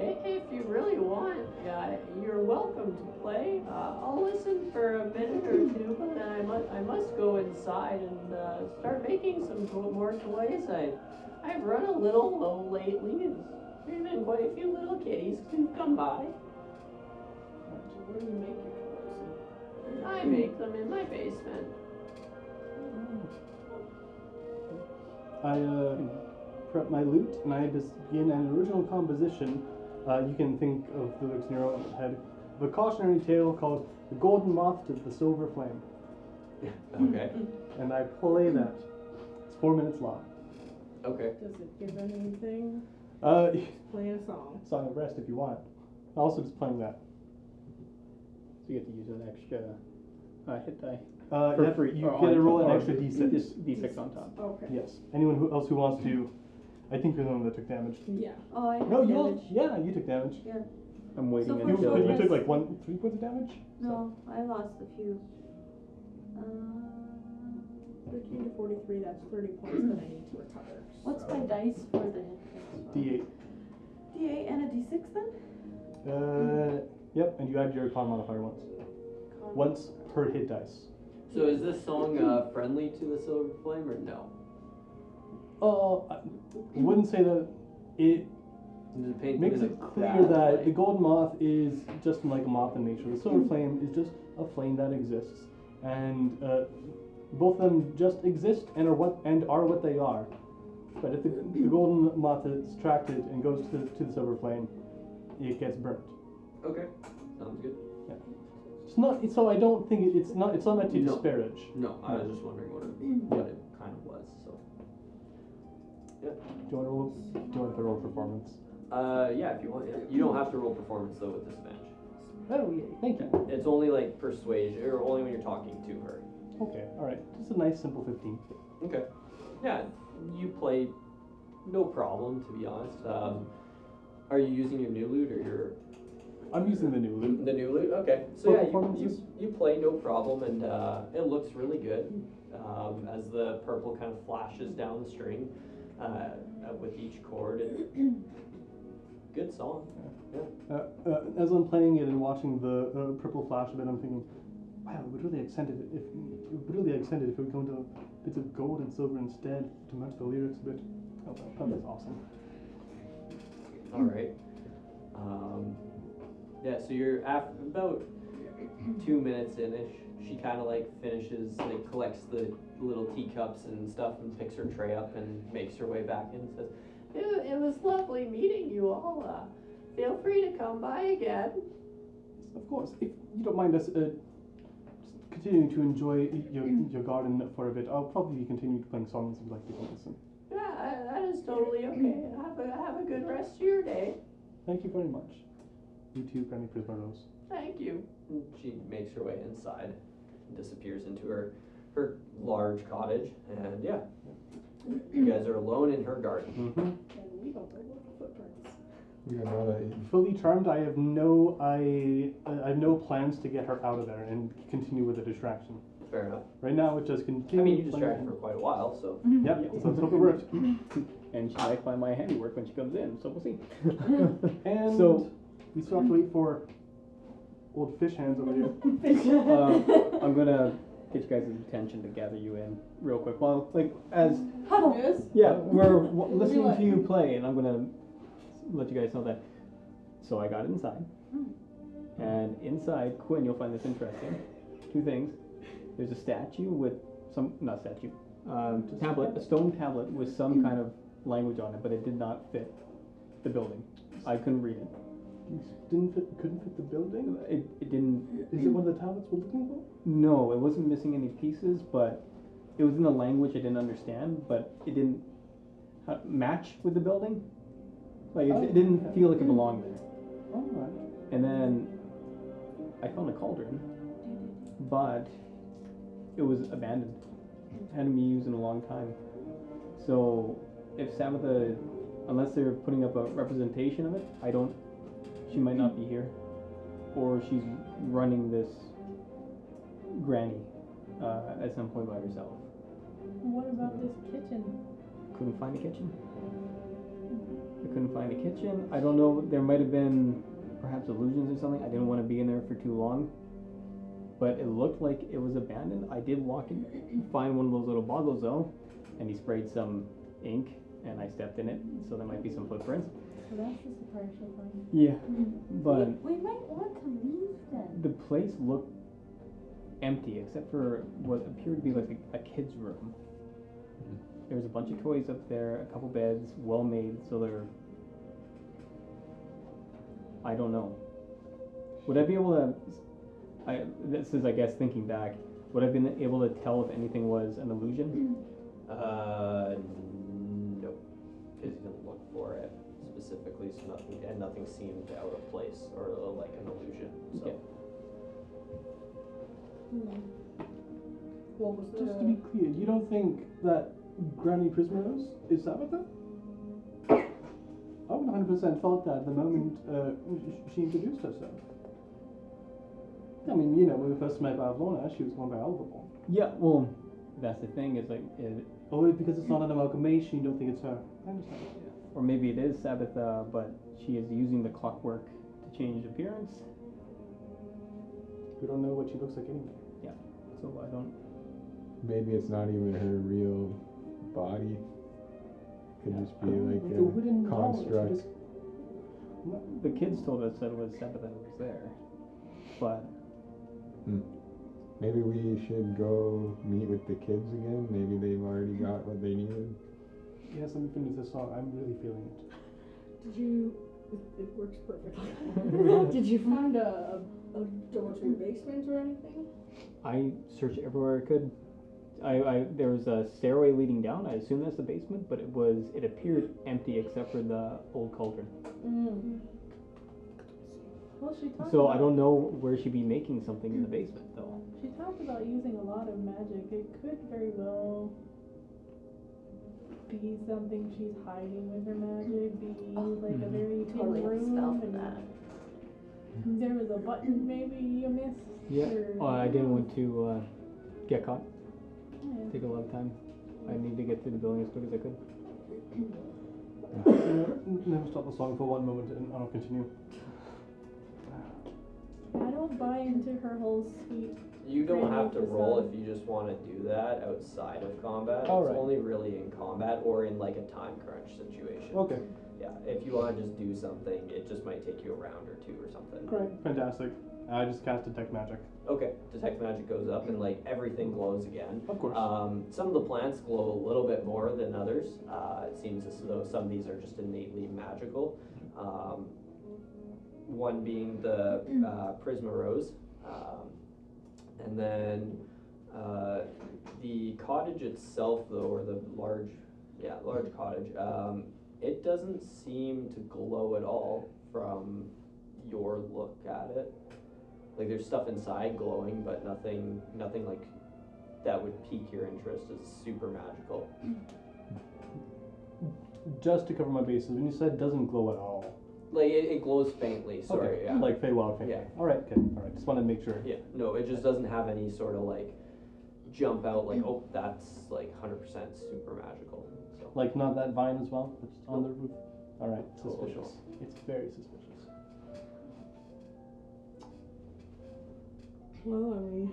[SPEAKER 2] i- if you really want, uh, you're welcome to play. Uh, I'll listen for a minute or two, but then I must, I must go inside and uh, start making some to- more toys. I, I've run a little low lately. and There's been quite a few little kitties who've come by.
[SPEAKER 4] Where do you make your toys?
[SPEAKER 2] I make them in my basement.
[SPEAKER 3] I uh, prep my loot and I just begin an original composition. Uh, you can think of the lyrics in your own head. The cautionary tale called The Golden Moth to the Silver Flame.
[SPEAKER 4] Um,
[SPEAKER 2] Okay.
[SPEAKER 3] And I play
[SPEAKER 2] Hmm.
[SPEAKER 3] that. It's four minutes long.
[SPEAKER 2] Okay.
[SPEAKER 4] Does it give anything?
[SPEAKER 3] Uh,
[SPEAKER 4] Play a song.
[SPEAKER 3] Song of Rest if you want. Also, just playing that.
[SPEAKER 5] So you get to use an extra uh, hit die.
[SPEAKER 3] Uh,
[SPEAKER 5] For
[SPEAKER 3] yep,
[SPEAKER 5] free,
[SPEAKER 2] Oh,
[SPEAKER 3] You
[SPEAKER 5] or
[SPEAKER 3] get
[SPEAKER 5] on
[SPEAKER 3] to roll
[SPEAKER 5] top-
[SPEAKER 3] an
[SPEAKER 5] or
[SPEAKER 3] extra d6.
[SPEAKER 5] Just d6 on top.
[SPEAKER 4] Oh, Okay.
[SPEAKER 3] Yes. Anyone who else who wants to. I think you're the one that took damage.
[SPEAKER 4] Yeah.
[SPEAKER 9] Oh, I have
[SPEAKER 3] No, you all.
[SPEAKER 9] damage.
[SPEAKER 3] Yeah, you took damage.
[SPEAKER 5] I'm waiting
[SPEAKER 9] So
[SPEAKER 3] You,
[SPEAKER 9] for
[SPEAKER 5] until.
[SPEAKER 9] sure.
[SPEAKER 3] you took like one, three points of damage?
[SPEAKER 9] No, I lost a few. Uh,
[SPEAKER 4] Thirteen to forty-three, that's thirty points that I need to recover.
[SPEAKER 9] What's my dice for the
[SPEAKER 3] D8.
[SPEAKER 9] hit? D8 and a D6 then?
[SPEAKER 3] Uh, yep, and you add your con modifier once. Once per hit dice.
[SPEAKER 2] So is this song uh, friendly to the Silver Flame or no?
[SPEAKER 3] Oh, I I wouldn't say that. It
[SPEAKER 2] Does it paint them
[SPEAKER 3] makes
[SPEAKER 2] in a
[SPEAKER 3] it clear
[SPEAKER 2] bad
[SPEAKER 3] that
[SPEAKER 2] light?
[SPEAKER 3] the golden moth is just like a moth in nature. The silver flame is just a flame that exists, and uh, both of them just exist and are what and are what they are. But if the, the golden moth is attracted and goes to the, to the silver flame, it gets burnt.
[SPEAKER 2] Okay, sounds good.
[SPEAKER 3] It's not. So I don't think it, it's not. It's not meant to
[SPEAKER 2] No.
[SPEAKER 3] disparage.
[SPEAKER 2] No, I was just wondering what it,
[SPEAKER 3] Hmm.
[SPEAKER 2] what it kind of was. So,
[SPEAKER 3] Do you want to roll? Do you want to roll performance?
[SPEAKER 2] uh, yeah, if you want, yeah. you don't have to roll performance though with this bench.
[SPEAKER 3] Oh, yeah. Thank you.
[SPEAKER 2] It's only like persuasion, or only when you're talking to her.
[SPEAKER 3] Okay, all right. Just a nice, simple 15.
[SPEAKER 2] Okay. Yeah, you play no problem to be honest. Um, are you using your new loot or your
[SPEAKER 3] I'm using the new loot.
[SPEAKER 2] The new loot. Okay. So
[SPEAKER 3] What
[SPEAKER 2] yeah, you,
[SPEAKER 3] performances?
[SPEAKER 2] you, you play no problem, and uh, it looks really good um, as the purple kind of flashes down the string uh, uh, with each chord. And good song.
[SPEAKER 3] Uh, uh, as I'm playing it and watching the uh, purple flash of it, I'm thinking, wow, it would really accent it if it would really accent it if it would go into bits of gold and silver instead to match the lyrics a bit. Oh, wow, that was awesome.
[SPEAKER 2] All right. Um, yeah. So you're after about two minutes in ish. She kind of like finishes, like collects the little teacups and stuff, and picks her tray up and makes her way back in. And says, "It, it was lovely meeting you all. Uh, feel free to come by again."
[SPEAKER 3] Of course, if you don't mind us uh, just continuing to enjoy y- your your garden for a bit, I'll probably continue playing songs if you'd like to go listen.
[SPEAKER 2] Yeah, that is totally okay. Have a have a good rest of your day.
[SPEAKER 3] Thank you very much. You too, Granny Prismaros.
[SPEAKER 2] Thank you. She makes her way inside, and disappears into her her large cottage, and yeah, you guys are alone in her garden.
[SPEAKER 3] Mm-hmm.
[SPEAKER 4] And we don't know what footprints.
[SPEAKER 6] You don't know that you
[SPEAKER 3] Fully charmed, I have no I uh, I have no plans to get her out of there and continue with the distraction.
[SPEAKER 2] Fair enough.
[SPEAKER 3] Right now, it just
[SPEAKER 2] I
[SPEAKER 3] continues.
[SPEAKER 2] mean, you distracted for quite a while, so
[SPEAKER 3] Yep, so let's hope it works.
[SPEAKER 5] And she might find my handiwork when she comes in, so we'll see.
[SPEAKER 3] And
[SPEAKER 5] So-
[SPEAKER 3] We still have to wait for old fish hands over here. Uh,
[SPEAKER 5] Um, I'm gonna get you guys' attention to gather you in real quick. Well, like as
[SPEAKER 4] Huddle.
[SPEAKER 5] yeah, we're w- listening
[SPEAKER 4] what?
[SPEAKER 5] to you play, and I'm gonna let you guys know that. So I got inside, and inside Quinn, you'll find this interesting. Two things. There's a statue with some not statue, um, tablet, a stone tablet with some kind of language on it, but it did not fit the building. I couldn't read it.
[SPEAKER 3] Didn't fit, couldn't fit the building.
[SPEAKER 5] It, it didn't
[SPEAKER 3] Is it one of the tablets we're looking for?
[SPEAKER 5] No, it wasn't missing any pieces, but it was in a language I didn't understand, but it didn't uh, match with the building. Like, it,
[SPEAKER 3] Oh,
[SPEAKER 5] it didn't
[SPEAKER 3] okay.
[SPEAKER 5] feel like it belonged there.
[SPEAKER 3] All right.
[SPEAKER 5] And then I found a cauldron, but it was abandoned. Hadn't been used in a long time. So, if Sabbatha, unless they're putting up a representation of it, I don't, she might not be here. Or she's running this granny uh, at some point by herself.
[SPEAKER 4] What about this kitchen?
[SPEAKER 5] Couldn't find a kitchen. I couldn't find a kitchen. I don't know, there might have been perhaps illusions or something. I didn't want to be in there for too long. But it looked like it was abandoned. I did walk in, find one of those little boggles though, and he sprayed some ink and I stepped in it, so there might be some footprints.
[SPEAKER 4] So that's the surprise she'll find.
[SPEAKER 5] Yeah.
[SPEAKER 9] We,
[SPEAKER 5] But
[SPEAKER 9] we might want to leave then.
[SPEAKER 5] the place looked empty except for what appeared to be like a, a kid's room. There was a bunch of toys up there, a couple beds, well made, so they're. I don't know. Would I be able to? I this is I guess thinking back. Would I have been able to tell if anything was an illusion?
[SPEAKER 3] Mm-hmm.
[SPEAKER 2] Uh, no, because you didn't look for it specifically, so nothing and nothing seemed out of place or uh, like an illusion. So.
[SPEAKER 5] Yeah.
[SPEAKER 4] Hmm.
[SPEAKER 21] What was the?
[SPEAKER 3] Just to be clear, you don't think that Granny Prismeros is Sabata? I 100% thought that the moment uh, sh- she introduced herself. I mean, you know, when we first met Bavlona, she was gone by Alvamor.
[SPEAKER 5] Yeah. Well, that's the thing. Is like, it,
[SPEAKER 3] Oh, it's because it's not an amalgamation, you don't think it's her. I understand.
[SPEAKER 5] or maybe it is Sabitha, but she is using the clockwork to change appearance.
[SPEAKER 3] We don't know what she looks like anyway.
[SPEAKER 5] So I don't.
[SPEAKER 6] Maybe it's not even her real body. Could just be like
[SPEAKER 3] It's a Um, wooden
[SPEAKER 6] a
[SPEAKER 3] doll, it's
[SPEAKER 6] construct.
[SPEAKER 3] just-
[SPEAKER 5] The kids told us that it was Sabbath that was there, but
[SPEAKER 6] Maybe we should go meet with the kids again. Maybe they've already got what they needed.
[SPEAKER 3] Yes, I'm finished this song. I'm really feeling it.
[SPEAKER 21] Did you? It, it works perfectly. Did you find a, a door to your basement or anything?
[SPEAKER 5] I searched everywhere I could. I, I there was a stairway leading down. I assume that's the basement, but it was it appeared empty except for the old cauldron.
[SPEAKER 9] Mm-hmm.
[SPEAKER 4] Well, she talked.
[SPEAKER 5] So
[SPEAKER 4] about,
[SPEAKER 5] I don't know where she'd be making something in the basement though.
[SPEAKER 4] She talked about using a lot of magic. It could very well be something she's hiding with her magic. Be like a
[SPEAKER 5] Mhm.
[SPEAKER 4] very big
[SPEAKER 9] Totally have a
[SPEAKER 4] room.
[SPEAKER 9] spell for
[SPEAKER 4] and
[SPEAKER 9] that.
[SPEAKER 4] There was a button maybe you missed.
[SPEAKER 5] Yeah.
[SPEAKER 4] Or,
[SPEAKER 5] Uh, I didn't want to uh, get caught.
[SPEAKER 4] Yeah.
[SPEAKER 5] Take a lot of time. I need to get through the building as quick as I could.
[SPEAKER 3] never, never stop the song for one moment and I'll continue.
[SPEAKER 4] I don't buy into her whole sweet.
[SPEAKER 2] You don't
[SPEAKER 4] Granny
[SPEAKER 2] have to roll
[SPEAKER 4] Prism.
[SPEAKER 2] if you just want to do that outside of combat.
[SPEAKER 3] uh, All
[SPEAKER 2] it's
[SPEAKER 3] right.
[SPEAKER 2] only really in combat or in like a time crunch situation.
[SPEAKER 3] Okay.
[SPEAKER 2] Yeah, if you want to just do something, it just might take you a round or two or something.
[SPEAKER 3] Great. Fantastic. I just cast Detect Magic.
[SPEAKER 2] Okay, detect magic goes up and like everything glows again.
[SPEAKER 3] Of course.
[SPEAKER 2] Um, some of the plants glow a little bit more than others. Uh, it seems as though some of these are just innately magical. Um, one being the uh, Prisma Rose. Um, and then uh, the cottage itself, though, or the large, yeah, large cottage, um, it doesn't seem to glow at all from your look at it. Like there's stuff inside glowing, but nothing, nothing like that would pique your interest is super magical.
[SPEAKER 3] Just to cover my bases, when you said doesn't glow at all.
[SPEAKER 2] Like it, it glows faintly. Sorry.
[SPEAKER 3] okay.
[SPEAKER 2] Yeah.
[SPEAKER 3] Like Feywild Fae.
[SPEAKER 2] Yeah.
[SPEAKER 3] All right. Good. All right. Just wanted to make sure.
[SPEAKER 2] yeah. No, it just doesn't have any sort of like jump out like oh that's like hundred percent super magical. So
[SPEAKER 3] Like not that vine as well that's on the roof. All right.
[SPEAKER 2] Totally
[SPEAKER 3] Suspicious. It's very suspicious.
[SPEAKER 22] Well, are we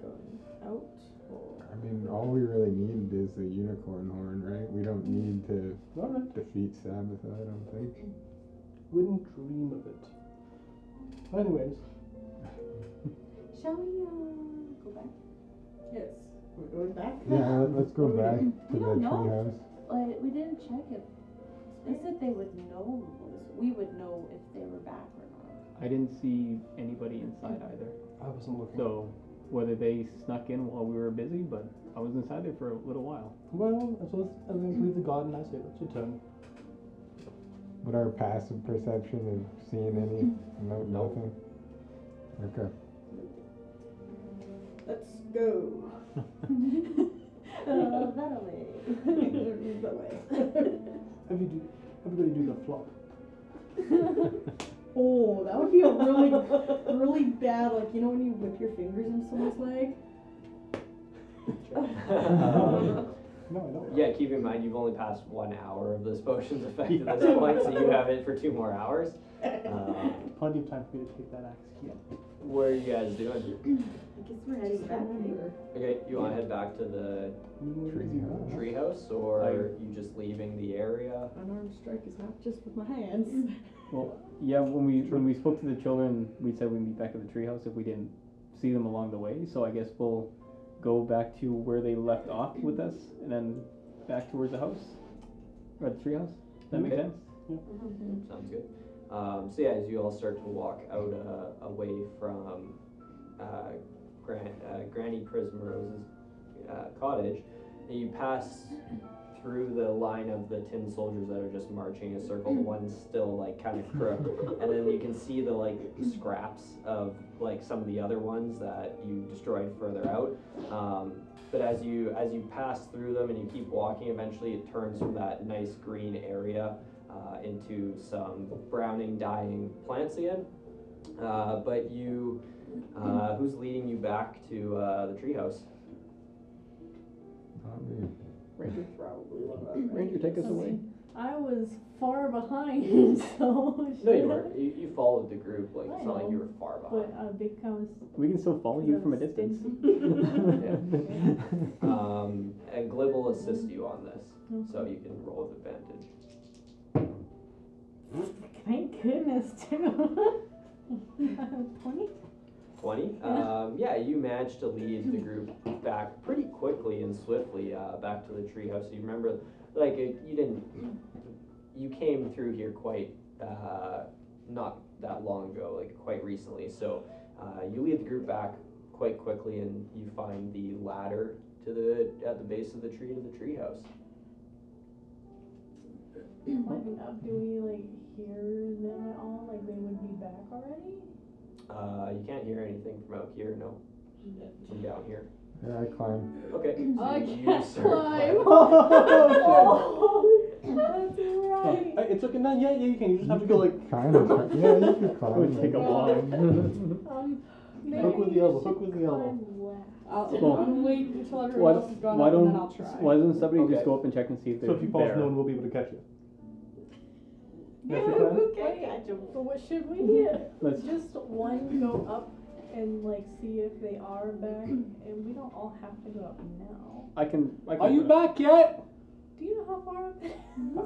[SPEAKER 22] going out?
[SPEAKER 6] I mean, all we really need is the unicorn horn, right? We don't need to
[SPEAKER 3] Alright.
[SPEAKER 6] defeat Sabbath, I don't think.
[SPEAKER 3] Wouldn't dream of it. Anyways,
[SPEAKER 9] Shall we uh, go back?
[SPEAKER 22] Yes, we're going back.
[SPEAKER 6] Yeah, let- let's go back to
[SPEAKER 9] We
[SPEAKER 6] the
[SPEAKER 9] don't know.
[SPEAKER 6] treehouse.
[SPEAKER 9] Like, we didn't check if. They said they would know. We would know if they were back or not.
[SPEAKER 5] I didn't see anybody inside either.
[SPEAKER 23] I wasn't looking.
[SPEAKER 5] So whether they snuck in while we were busy, but I was inside there for a little while.
[SPEAKER 3] well, so let's, I think leave the garden. I say let's return.
[SPEAKER 6] What our passive perception of seeing any? No, nothing. Okay.
[SPEAKER 22] Let's go.
[SPEAKER 9] Uh, that way.
[SPEAKER 22] that way.
[SPEAKER 3] Every do, everybody do the flop.
[SPEAKER 22] oh, that would be a really, really bad. Like you know when you whip your fingers in someone's leg.
[SPEAKER 2] Um,
[SPEAKER 3] No, I don't.
[SPEAKER 2] yeah, keep in mind you've only passed one hour of this potion's effect at this point, so you have it for two more hours. Um,
[SPEAKER 3] Plenty of time for me to take that axe. Yeah.
[SPEAKER 2] what are you guys doing?
[SPEAKER 9] I guess we're heading back.
[SPEAKER 2] Okay, you want to head back to the
[SPEAKER 6] Treehouse.
[SPEAKER 2] treehouse, or are you just leaving the area?
[SPEAKER 22] Unarmed strike is not just with my hands.
[SPEAKER 5] Well, yeah, when we when we spoke to the children, we said we'd meet back at the treehouse if we didn't see them along the way. So I guess we'll go back to where they left off with us, and then back towards the house or the treehouse. Does that make
[SPEAKER 2] Okay.
[SPEAKER 5] sense?
[SPEAKER 2] Sounds good. Um, so yeah, as you all start to walk out uh, away from uh, Gran- uh, Granny Prismarose's uh, cottage, and you pass through the line of the tin soldiers that are just marching in a circle.
[SPEAKER 5] Mm.
[SPEAKER 2] One's still like kind of crooked, and then you can see the like scraps of like some of the other ones that you destroyed further out. Um, but as you as you pass through them and you keep walking, eventually it turns from that nice green area uh, into some browning, dying plants again. Uh, but you, uh, who's leading you back to uh, the treehouse?
[SPEAKER 6] Not me.
[SPEAKER 22] Ranger probably one of them.
[SPEAKER 5] Ranger, take us
[SPEAKER 4] I
[SPEAKER 5] away.
[SPEAKER 4] mean, I was far behind, so.
[SPEAKER 2] No, you
[SPEAKER 4] shit.
[SPEAKER 2] were you, you followed the group. Like it's not like you were far
[SPEAKER 4] But
[SPEAKER 2] behind.
[SPEAKER 4] uh, Big Cow is
[SPEAKER 5] We can still follow you from a distance.
[SPEAKER 2] Um, and Glib will assist you on this, so you can roll with advantage.
[SPEAKER 4] Thank goodness, too. Twenty.
[SPEAKER 2] Twenty.
[SPEAKER 4] Mm-hmm.
[SPEAKER 2] Um, yeah, you managed to lead the group back pretty quickly and swiftly uh, back to the treehouse. You remember, like it, you didn't, you came through here quite uh, not that long ago, like quite recently. So uh, you lead the group back quite quickly, and you find the ladder to the at the base of the tree to the treehouse.
[SPEAKER 4] Like, uh, do we like hear them at all? Like they would be back already?
[SPEAKER 2] Uh, you can't hear anything from out here. No, from down here.
[SPEAKER 6] Yeah, I climbed.
[SPEAKER 2] Okay. so
[SPEAKER 4] Mm-hmm. I
[SPEAKER 2] you
[SPEAKER 4] can't
[SPEAKER 2] start
[SPEAKER 4] climb.
[SPEAKER 3] Oh,
[SPEAKER 4] That's right.
[SPEAKER 3] Uh, It's okay. No, yeah, yeah, you can. You just have to go like
[SPEAKER 6] Kind of. Yeah, you could
[SPEAKER 5] It
[SPEAKER 6] climb.
[SPEAKER 5] would take a while.
[SPEAKER 4] Um,
[SPEAKER 3] Hook with
[SPEAKER 4] maybe
[SPEAKER 3] the
[SPEAKER 4] we
[SPEAKER 3] elbow, hook
[SPEAKER 4] should
[SPEAKER 3] with the elbow.
[SPEAKER 4] climb left.
[SPEAKER 22] I'll,
[SPEAKER 5] Well,
[SPEAKER 22] I'll wait until everyone
[SPEAKER 5] why
[SPEAKER 22] else has gone
[SPEAKER 5] why
[SPEAKER 22] up and
[SPEAKER 5] don't
[SPEAKER 22] then I'll try.
[SPEAKER 5] why doesn't somebody
[SPEAKER 2] Okay.
[SPEAKER 5] just go up and check and see if they're
[SPEAKER 3] so. If you pause,
[SPEAKER 5] there?
[SPEAKER 3] no one will be able to catch you. That's your plan?
[SPEAKER 4] Who can catch 'em? But what should we do?
[SPEAKER 5] Let's
[SPEAKER 4] Just one go up and like see if they are back, and we don't all have to go up now.
[SPEAKER 5] I can. I can
[SPEAKER 3] Are you back yet?
[SPEAKER 4] Do you know how far up?
[SPEAKER 3] Uh,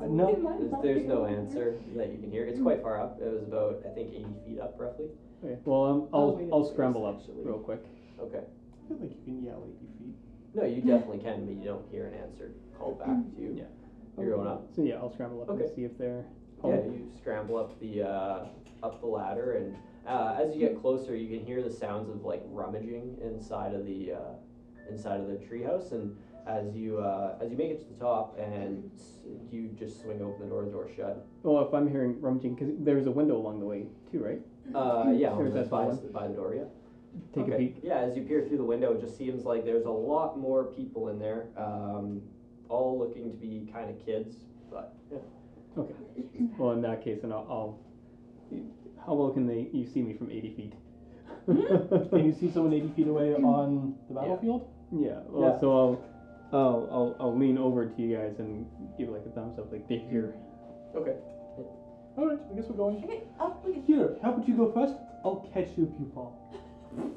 [SPEAKER 3] no.
[SPEAKER 4] They might
[SPEAKER 2] There's,
[SPEAKER 4] not
[SPEAKER 2] there's
[SPEAKER 4] be
[SPEAKER 2] no
[SPEAKER 4] over.
[SPEAKER 2] answer that you can hear. It's quite far up. It was about, I think, 80 feet up roughly.
[SPEAKER 5] Okay. Well, um,
[SPEAKER 22] I'll
[SPEAKER 5] I'll
[SPEAKER 22] wait
[SPEAKER 5] I'll
[SPEAKER 22] upstairs,
[SPEAKER 5] scramble up
[SPEAKER 22] actually.
[SPEAKER 5] real quick.
[SPEAKER 2] Okay.
[SPEAKER 3] I feel like you can yell eighty feet.
[SPEAKER 2] No, you definitely can, but you don't hear an answer called back to you.
[SPEAKER 5] Yeah.
[SPEAKER 2] You're going up.
[SPEAKER 5] So yeah, I'll scramble up
[SPEAKER 2] Okay.
[SPEAKER 5] and see if they're.
[SPEAKER 2] Yeah,
[SPEAKER 5] home.
[SPEAKER 2] you scramble up the uh, up the ladder, and uh, as you get closer, you can hear the sounds of like rummaging inside of the uh, inside of the treehouse. And as you uh, as you make it to the top, and s- you just swing open the door, the door shut.
[SPEAKER 5] Oh, if I'm hearing rummaging, because there's a window along the way too, right?
[SPEAKER 2] Uh, yeah, on
[SPEAKER 5] There's
[SPEAKER 2] the,
[SPEAKER 5] that
[SPEAKER 2] by,
[SPEAKER 5] one.
[SPEAKER 2] by the door, yeah.
[SPEAKER 5] Take a
[SPEAKER 2] Okay.
[SPEAKER 5] peek.
[SPEAKER 2] Yeah, as you peer through the window, it just seems like there's a lot more people in there, um, all looking to be kind of kids. But yeah.
[SPEAKER 5] Okay. Well, in that case, then I'll. I'll how well can they? You see me from 80 feet.
[SPEAKER 3] Can you see someone eighty feet away on the battlefield?
[SPEAKER 5] yeah. Well,
[SPEAKER 3] Yeah.
[SPEAKER 5] so I'll. I'll, I'll, I'll lean over to you guys and give like a thumbs up, like they're here.
[SPEAKER 2] okay,
[SPEAKER 3] All right, I guess we're going.
[SPEAKER 9] Okay, up we
[SPEAKER 3] Here, how about you go first? I'll catch you if you fall.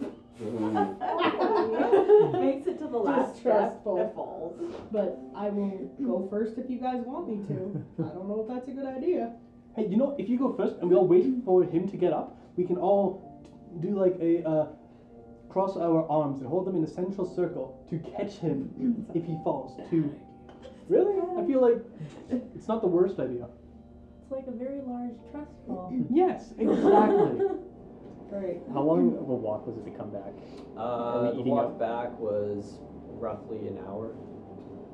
[SPEAKER 9] Makes it to the last step
[SPEAKER 4] Distrustful.
[SPEAKER 9] and falls.
[SPEAKER 4] But I will go first if you guys want me to. I don't know if that's a good idea.
[SPEAKER 3] Hey, you know, if you go first and we all wait for him to get up, we can all t- do like a uh, cross our arms and hold them in a central circle to catch him if he falls.
[SPEAKER 9] Oh
[SPEAKER 3] To really, I feel like it's not the worst idea.
[SPEAKER 24] It's like a very large trust fall.
[SPEAKER 3] Yes, exactly.
[SPEAKER 4] Great.
[SPEAKER 5] How long of a walk was it to come back?
[SPEAKER 2] Uh, the
[SPEAKER 5] eating
[SPEAKER 2] walk
[SPEAKER 5] up?
[SPEAKER 2] back was roughly an hour.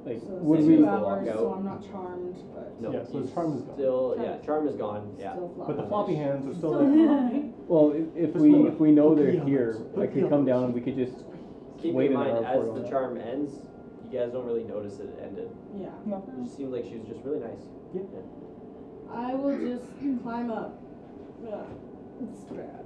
[SPEAKER 5] Like,
[SPEAKER 4] So
[SPEAKER 5] would
[SPEAKER 4] it's
[SPEAKER 5] we?
[SPEAKER 4] two
[SPEAKER 2] walk
[SPEAKER 4] hours, so
[SPEAKER 2] out?
[SPEAKER 4] I'm not charmed, but
[SPEAKER 2] No,
[SPEAKER 3] Yeah, so
[SPEAKER 2] you
[SPEAKER 3] the charm is gone.
[SPEAKER 2] Still,
[SPEAKER 4] Charm
[SPEAKER 2] yeah,
[SPEAKER 4] is
[SPEAKER 2] charm is gone. Yeah.
[SPEAKER 4] still fly.
[SPEAKER 3] But the floppy hands are still
[SPEAKER 24] So
[SPEAKER 3] there.
[SPEAKER 24] happy.
[SPEAKER 5] Well, i- if
[SPEAKER 3] Let's
[SPEAKER 5] we
[SPEAKER 3] move.
[SPEAKER 5] if we know
[SPEAKER 3] Put
[SPEAKER 5] they're
[SPEAKER 3] the elements.
[SPEAKER 5] here,
[SPEAKER 3] Put
[SPEAKER 5] I
[SPEAKER 3] the
[SPEAKER 5] could
[SPEAKER 3] elements.
[SPEAKER 5] come down. and We could just
[SPEAKER 2] Keep in
[SPEAKER 5] wait an
[SPEAKER 2] mind,
[SPEAKER 5] hour
[SPEAKER 2] as
[SPEAKER 5] for
[SPEAKER 2] the
[SPEAKER 5] it.
[SPEAKER 2] charm ends, you guys don't really notice that it ended.
[SPEAKER 4] Yeah.
[SPEAKER 2] It just seemed like she was just really nice.
[SPEAKER 4] I will just climb up. Yeah. It's bad.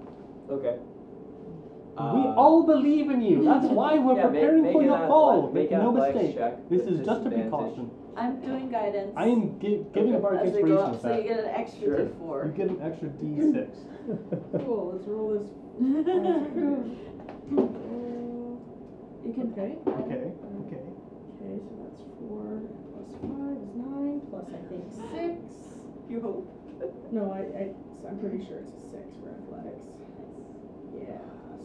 [SPEAKER 2] Okay.
[SPEAKER 3] we all believe in you. That's why we're
[SPEAKER 2] Uh, yeah, ma-
[SPEAKER 3] preparing
[SPEAKER 2] make
[SPEAKER 3] for
[SPEAKER 2] an
[SPEAKER 3] your
[SPEAKER 2] athle-
[SPEAKER 3] fall.
[SPEAKER 2] make
[SPEAKER 3] Make,
[SPEAKER 2] an
[SPEAKER 3] no
[SPEAKER 2] athletics
[SPEAKER 3] mistake.
[SPEAKER 2] check
[SPEAKER 3] This
[SPEAKER 2] with
[SPEAKER 3] is just a
[SPEAKER 2] disadvantage.
[SPEAKER 3] precaution.
[SPEAKER 9] I'm doing guidance.
[SPEAKER 3] I am gi- giving
[SPEAKER 2] Okay.
[SPEAKER 3] Bardic
[SPEAKER 9] as we go
[SPEAKER 3] inspiration
[SPEAKER 9] up,
[SPEAKER 3] with
[SPEAKER 9] so you
[SPEAKER 3] that.
[SPEAKER 9] get an extra
[SPEAKER 2] Sure.
[SPEAKER 3] You
[SPEAKER 9] D4.
[SPEAKER 3] get an extra D6.
[SPEAKER 4] Cool, let's roll this.
[SPEAKER 9] you can
[SPEAKER 4] Okay.
[SPEAKER 3] Okay. Okay.
[SPEAKER 4] Okay, so that's four plus five is nine, plus I think six.
[SPEAKER 9] You hope.
[SPEAKER 4] No, I, I, so I'm pretty sure it's a six for athletics. Yeah,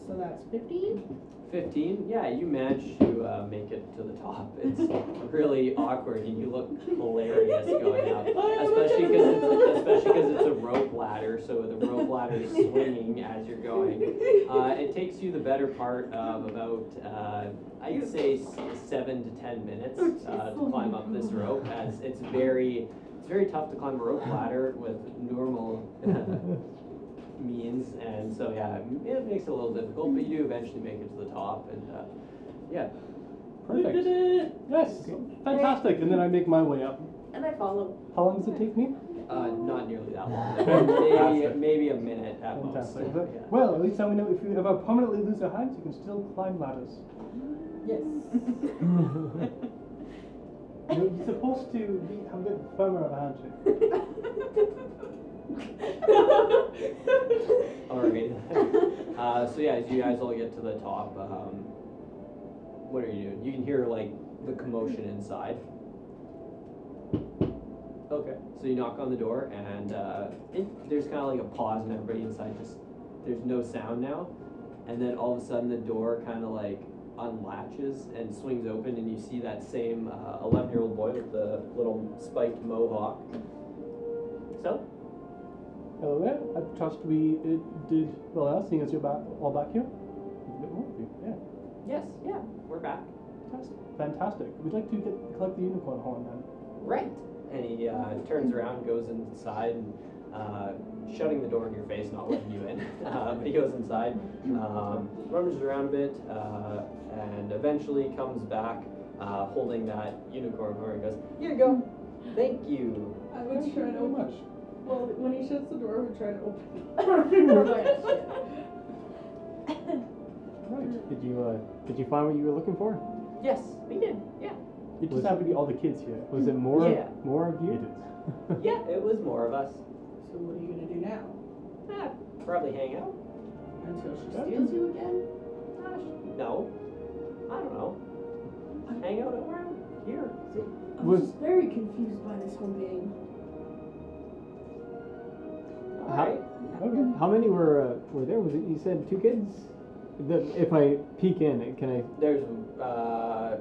[SPEAKER 4] so that's fifteen?
[SPEAKER 2] 15 yeah you managed to uh, make it to the top it's really awkward and you look hilarious going up especially because it's, especially 'cause it's a rope ladder so the rope ladder is swinging as you're going uh, it takes you the better part of about uh, i'd say s- seven to ten minutes uh, to climb up this rope as it's very it's very tough to climb a rope ladder with normal means, and so yeah, it makes it a little difficult, but you do eventually make it to the top, and uh, yeah.
[SPEAKER 3] Perfect. Yes. Fantastic. And then I make my way up.
[SPEAKER 9] And I follow.
[SPEAKER 3] How long does it take me?
[SPEAKER 2] Uh, not nearly that long, maybe,
[SPEAKER 3] Fantastic.
[SPEAKER 2] maybe a minute at most.
[SPEAKER 3] Fantastic.
[SPEAKER 2] Oh, yeah.
[SPEAKER 3] Well, at least now we know if you ever permanently lose your hands, you can still climb ladders.
[SPEAKER 4] Yes.
[SPEAKER 3] You're supposed to be a bit firmer aren't you?
[SPEAKER 2] All right. uh, so yeah, as you guys all get to the top, um, what are you doing? You can hear like the commotion inside. Okay. So you knock on the door, and uh, it, there's kind of like a pause, and everybody inside just there's no sound now, and then all of a sudden the door kind of like unlatches and swings open, and you see that same uh, 11-year-old boy with the little spiked mohawk. So.
[SPEAKER 3] Hello there. I trust we uh, did well now, seeing as you're back, all back here. A bit more of you. Yeah.
[SPEAKER 2] Yes, yeah, we're back.
[SPEAKER 3] Fantastic. Fantastic. We'd like to get collect the unicorn horn then.
[SPEAKER 2] Right. And he uh, turns around, goes inside, and uh, shutting the door in your face, not letting you in. Uh, but he goes inside, um, rummages around a bit, uh, and eventually comes back uh, holding that unicorn horn and goes, Here you go. Thank you.
[SPEAKER 4] I would try to
[SPEAKER 3] very
[SPEAKER 4] open,
[SPEAKER 3] much.
[SPEAKER 4] well, when he shuts the door, I would try to open.
[SPEAKER 3] Right.
[SPEAKER 25] Did you uh, did you find what you were looking for?
[SPEAKER 2] Yes, we did. Yeah.
[SPEAKER 3] It just
[SPEAKER 25] Was-
[SPEAKER 3] happened to be all the kids here.
[SPEAKER 25] Was it more
[SPEAKER 2] Yeah.
[SPEAKER 25] more of you?
[SPEAKER 3] It is.
[SPEAKER 2] Yeah, it was more of us.
[SPEAKER 4] So what are you gonna do now?
[SPEAKER 2] Ah, probably hang out.
[SPEAKER 4] Until she
[SPEAKER 3] Yeah.
[SPEAKER 4] steals you again?
[SPEAKER 2] Ah, sh- no. I don't know. Hang out around here.
[SPEAKER 4] I'm
[SPEAKER 25] Was-
[SPEAKER 4] just very confused by this whole game.
[SPEAKER 2] All
[SPEAKER 25] How-
[SPEAKER 2] right.
[SPEAKER 3] Okay.
[SPEAKER 25] How many were uh, were there? Was it you said two kids? The, if I peek in, can I?
[SPEAKER 2] There's, uh,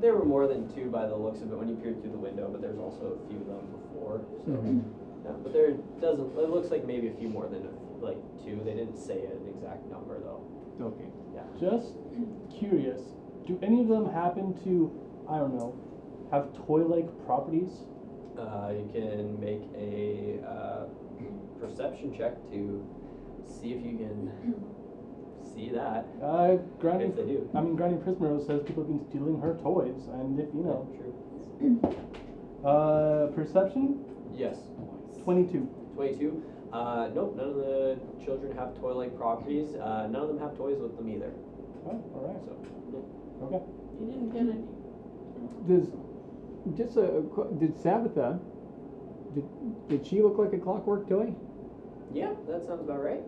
[SPEAKER 2] there were more than two by the looks of it when you peered through the window, but there's also a few of them before. So,
[SPEAKER 3] Mm-hmm.
[SPEAKER 2] yeah, but there doesn't. It looks like maybe a few more than like two. They didn't say an exact number though.
[SPEAKER 25] Okay.
[SPEAKER 3] Just curious, do any of them happen to, I don't know, have toy-like properties?
[SPEAKER 2] Uh, you can make a uh, perception check to see if you can see that.
[SPEAKER 3] Uh, Granny,
[SPEAKER 2] If they do.
[SPEAKER 3] I mean, Granny Prismero says people have been stealing her toys, and if you know,
[SPEAKER 2] Yeah, true.
[SPEAKER 3] uh, perception
[SPEAKER 2] Yes.
[SPEAKER 3] twenty-two.
[SPEAKER 2] 22. Uh, nope, none of the children have toy like properties. Uh, none of them have toys with them either.
[SPEAKER 3] Oh, all right.
[SPEAKER 2] So,
[SPEAKER 3] Okay.
[SPEAKER 24] You didn't get any.
[SPEAKER 25] Does just a a qu- did Sabitha? Did, did she look like a clockwork toy?
[SPEAKER 2] Yeah, that sounds about right.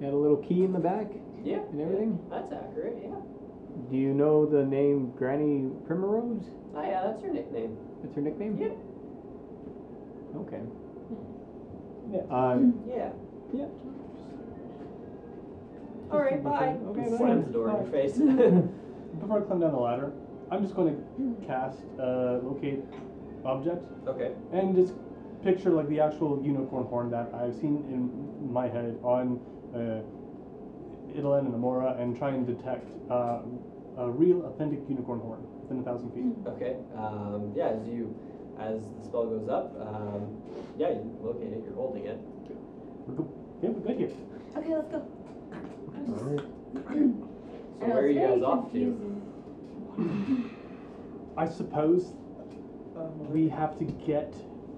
[SPEAKER 1] Got a little key in the back
[SPEAKER 2] Yeah.
[SPEAKER 1] and everything.
[SPEAKER 2] That's accurate, yeah.
[SPEAKER 1] Do you know the name Granny Primrose?
[SPEAKER 2] Oh, yeah, that's her nickname.
[SPEAKER 1] That's her nickname?
[SPEAKER 2] Yeah.
[SPEAKER 1] Okay.
[SPEAKER 3] Yeah.
[SPEAKER 1] Uh,
[SPEAKER 2] Yeah.
[SPEAKER 1] yeah.
[SPEAKER 2] All right, bye.
[SPEAKER 1] Okay, bye.
[SPEAKER 2] Slams the door in your face.
[SPEAKER 3] Before I climb down the ladder, I'm just going to cast uh, locate object
[SPEAKER 2] okay.
[SPEAKER 3] and just picture like the actual unicorn horn that I've seen in my head on uh, Italan and Amora, and try and detect uh, a real authentic unicorn horn within a thousand feet.
[SPEAKER 2] Okay. Um, yeah, as you, as the spell goes up, um, yeah, you locate it. You're holding it.
[SPEAKER 3] We're good. Yeah, we're good here.
[SPEAKER 9] Okay, let's go.
[SPEAKER 6] Alright.
[SPEAKER 2] So where are you guys off to?
[SPEAKER 3] I suppose we have to get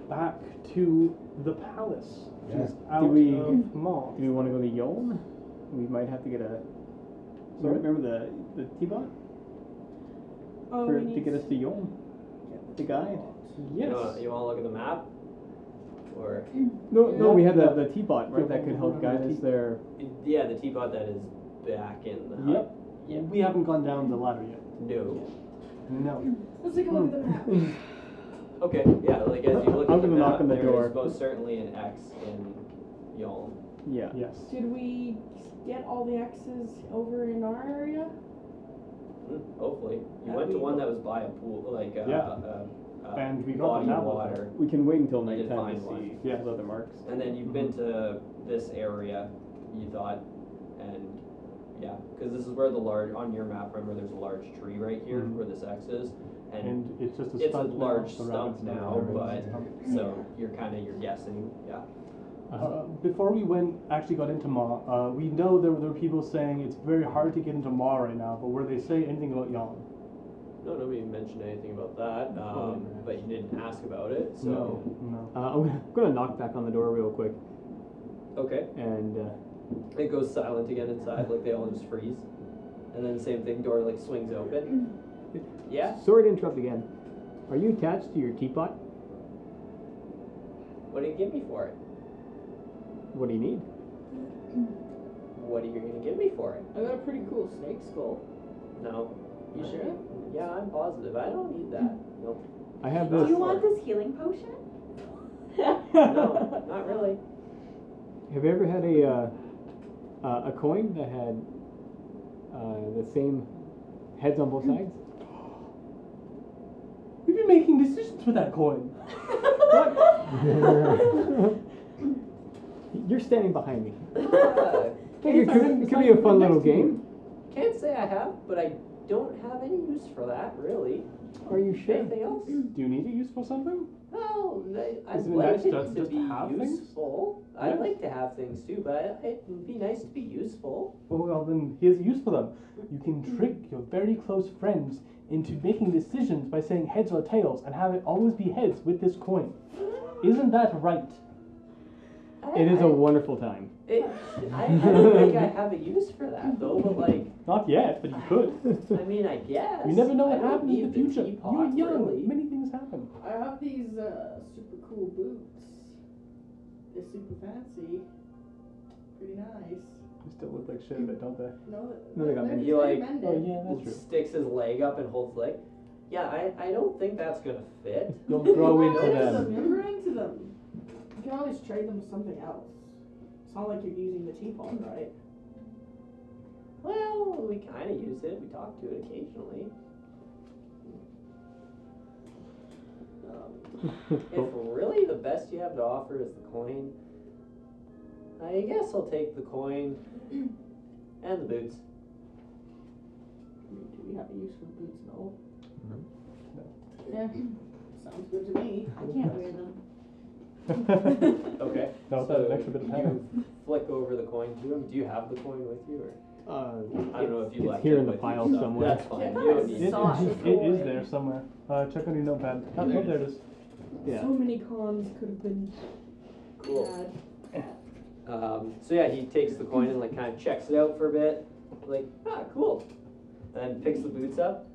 [SPEAKER 3] back to the palace, which is
[SPEAKER 5] Yeah.
[SPEAKER 3] out
[SPEAKER 5] Do we-
[SPEAKER 3] of Maw.
[SPEAKER 5] Do we want to go to Yolm? We might have to get a.
[SPEAKER 3] Sorry?
[SPEAKER 5] Remember the the T-bot
[SPEAKER 26] Oh,
[SPEAKER 5] for,
[SPEAKER 26] we need
[SPEAKER 5] to get us to Yolm. The guide.
[SPEAKER 3] Yes.
[SPEAKER 2] You want, you want to look at the map? Or
[SPEAKER 5] No, no, we had the
[SPEAKER 3] Yeah.
[SPEAKER 5] the T-bot right
[SPEAKER 3] Yeah,
[SPEAKER 5] that could
[SPEAKER 3] we'll
[SPEAKER 5] help
[SPEAKER 3] look at
[SPEAKER 5] guide
[SPEAKER 3] the
[SPEAKER 5] us
[SPEAKER 3] T-
[SPEAKER 5] there.
[SPEAKER 2] yeah, the teapot that is back in the hut.
[SPEAKER 3] Yep. We haven't gone down the ladder yet.
[SPEAKER 2] No.
[SPEAKER 3] No.
[SPEAKER 4] Let's take a look at the map.
[SPEAKER 2] Okay. Yeah. Like as you look
[SPEAKER 5] I'm
[SPEAKER 2] at the
[SPEAKER 5] gonna
[SPEAKER 2] map,
[SPEAKER 5] knock on the
[SPEAKER 2] there
[SPEAKER 5] door.
[SPEAKER 2] is most certainly an X in Yolm.
[SPEAKER 5] Yeah.
[SPEAKER 3] Yes.
[SPEAKER 26] Did we get all the X's over in our area?
[SPEAKER 2] Mm, Hopefully, you
[SPEAKER 26] That'd
[SPEAKER 2] went to
[SPEAKER 26] be-
[SPEAKER 2] one that was by a pool, like uh,
[SPEAKER 3] Yeah.
[SPEAKER 2] uh, uh,
[SPEAKER 3] And we got
[SPEAKER 2] body
[SPEAKER 3] that one.
[SPEAKER 2] water,
[SPEAKER 5] We can wait until
[SPEAKER 2] You did
[SPEAKER 5] nighttime to
[SPEAKER 2] find one.
[SPEAKER 5] see
[SPEAKER 3] Yeah.
[SPEAKER 5] those other marks.
[SPEAKER 2] and then you've been to this area. You thought, and yeah, because this is where the large on your map. Remember, there's a large tree right here
[SPEAKER 3] Mhm.
[SPEAKER 2] where this X is, and,
[SPEAKER 3] And it's just a
[SPEAKER 2] it's a
[SPEAKER 3] stump now,
[SPEAKER 2] large
[SPEAKER 3] so
[SPEAKER 2] stump
[SPEAKER 3] rabbits don't
[SPEAKER 2] now,
[SPEAKER 3] have it.
[SPEAKER 2] but so you're kind of you're guessing. Yeah.
[SPEAKER 3] Uh, before we went, actually got into Ma, uh, we know there were, there were people saying it's very hard to get into Ma right now, but were they say anything about Yon?
[SPEAKER 2] No, nobody mentioned anything about that, um, but you didn't ask about it. So
[SPEAKER 3] no, no.
[SPEAKER 1] Uh, I'm gonna, gonna knock back on the door real quick,
[SPEAKER 2] okay,
[SPEAKER 1] and uh,
[SPEAKER 2] it goes silent again inside. Like they all just freeze, and then same thing. Door like swings open. Yeah.
[SPEAKER 1] Uh, sorry to interrupt again. Are you attached to your teapot?
[SPEAKER 2] What do you give me for it?
[SPEAKER 1] What do you need?
[SPEAKER 2] What are you gonna give me for it?
[SPEAKER 9] I got a pretty cool snake skull.
[SPEAKER 2] No.
[SPEAKER 9] You sure?
[SPEAKER 2] Yeah, I'm positive. I don't need that. Nope.
[SPEAKER 1] I have
[SPEAKER 9] Do
[SPEAKER 1] this.
[SPEAKER 9] you want this healing potion?
[SPEAKER 2] No, not really.
[SPEAKER 1] Have you ever had a uh, uh, a coin that had uh, the same heads on both sides?
[SPEAKER 3] Hmm. We've been making decisions with that coin.
[SPEAKER 1] You're standing behind me.
[SPEAKER 2] Uh,
[SPEAKER 1] It could, it could be a fun little game.
[SPEAKER 2] can't say I have, but I don't have any use for that really.
[SPEAKER 1] Are you sure?
[SPEAKER 2] Anything else?
[SPEAKER 3] Do you need a use for something?
[SPEAKER 2] Well, I- I'd
[SPEAKER 3] Isn't it
[SPEAKER 2] like
[SPEAKER 3] nice
[SPEAKER 2] it
[SPEAKER 3] just-
[SPEAKER 2] to
[SPEAKER 3] just
[SPEAKER 2] be
[SPEAKER 3] to have things?
[SPEAKER 2] useful. I'd
[SPEAKER 3] Yes.
[SPEAKER 2] like to have things too, but it'd be nice to be useful.
[SPEAKER 3] Well, oh well, then here's a use for them. You can trick your very close friends into making decisions by saying heads or tails and have it always be heads with this coin. Isn't that right?
[SPEAKER 2] I-
[SPEAKER 1] It is a
[SPEAKER 2] I-
[SPEAKER 1] wonderful time.
[SPEAKER 2] It, I, I don't think I have a use for that though, but like,
[SPEAKER 3] Not yet, but you could.
[SPEAKER 2] I mean, I guess.
[SPEAKER 3] you never know
[SPEAKER 2] I
[SPEAKER 3] what
[SPEAKER 2] don't
[SPEAKER 3] happens in the
[SPEAKER 2] need
[SPEAKER 3] future.
[SPEAKER 2] teapot,
[SPEAKER 3] You're young.
[SPEAKER 2] really.
[SPEAKER 3] Many things happen.
[SPEAKER 4] I have these uh, super cool boots. They're super fancy. Pretty nice.
[SPEAKER 3] They still look like shit, but don't they?
[SPEAKER 4] No,
[SPEAKER 1] No, they got
[SPEAKER 4] they're
[SPEAKER 1] mended.
[SPEAKER 2] You like-
[SPEAKER 4] mended.
[SPEAKER 3] Oh yeah, that's true.
[SPEAKER 2] sticks his leg up and holds leg. Yeah, I, I don't think that's gonna fit.
[SPEAKER 3] You'll grow
[SPEAKER 4] You're
[SPEAKER 3] into them.
[SPEAKER 4] You're into them. You can always trade them for something else. It's not like you're using the teapot, right?
[SPEAKER 2] Well, we kind of use it. We talk to it occasionally. Um, if really the best you have to offer is the coin, I guess I'll take the coin and the boots.
[SPEAKER 4] I mean, do we have a use for boots? No.
[SPEAKER 6] No.
[SPEAKER 4] Yeah. Sounds good to me.
[SPEAKER 9] I can't wear them.
[SPEAKER 2] Okay.
[SPEAKER 3] Now that an extra bit of time.
[SPEAKER 2] You flick over the coin to him. Do you have the coin with you? Or?
[SPEAKER 1] Uh,
[SPEAKER 2] I don't know if you
[SPEAKER 1] it's
[SPEAKER 2] left
[SPEAKER 1] here
[SPEAKER 2] it
[SPEAKER 1] in the
[SPEAKER 2] with you,
[SPEAKER 1] pile
[SPEAKER 2] so
[SPEAKER 1] somewhere.
[SPEAKER 2] That's fine.
[SPEAKER 4] Yeah,
[SPEAKER 2] you don't
[SPEAKER 4] it's
[SPEAKER 2] need
[SPEAKER 3] It,
[SPEAKER 4] Saw
[SPEAKER 3] it,
[SPEAKER 4] it.
[SPEAKER 3] it is there somewhere. Uh, check on your notepad. Oh,
[SPEAKER 1] There it
[SPEAKER 3] there it is.
[SPEAKER 1] yeah.
[SPEAKER 4] So many cons could have been
[SPEAKER 2] Cool.
[SPEAKER 4] had.
[SPEAKER 2] Um, so yeah, he takes the coin and like kind of checks it out for a bit, like ah cool, and then picks the boots up.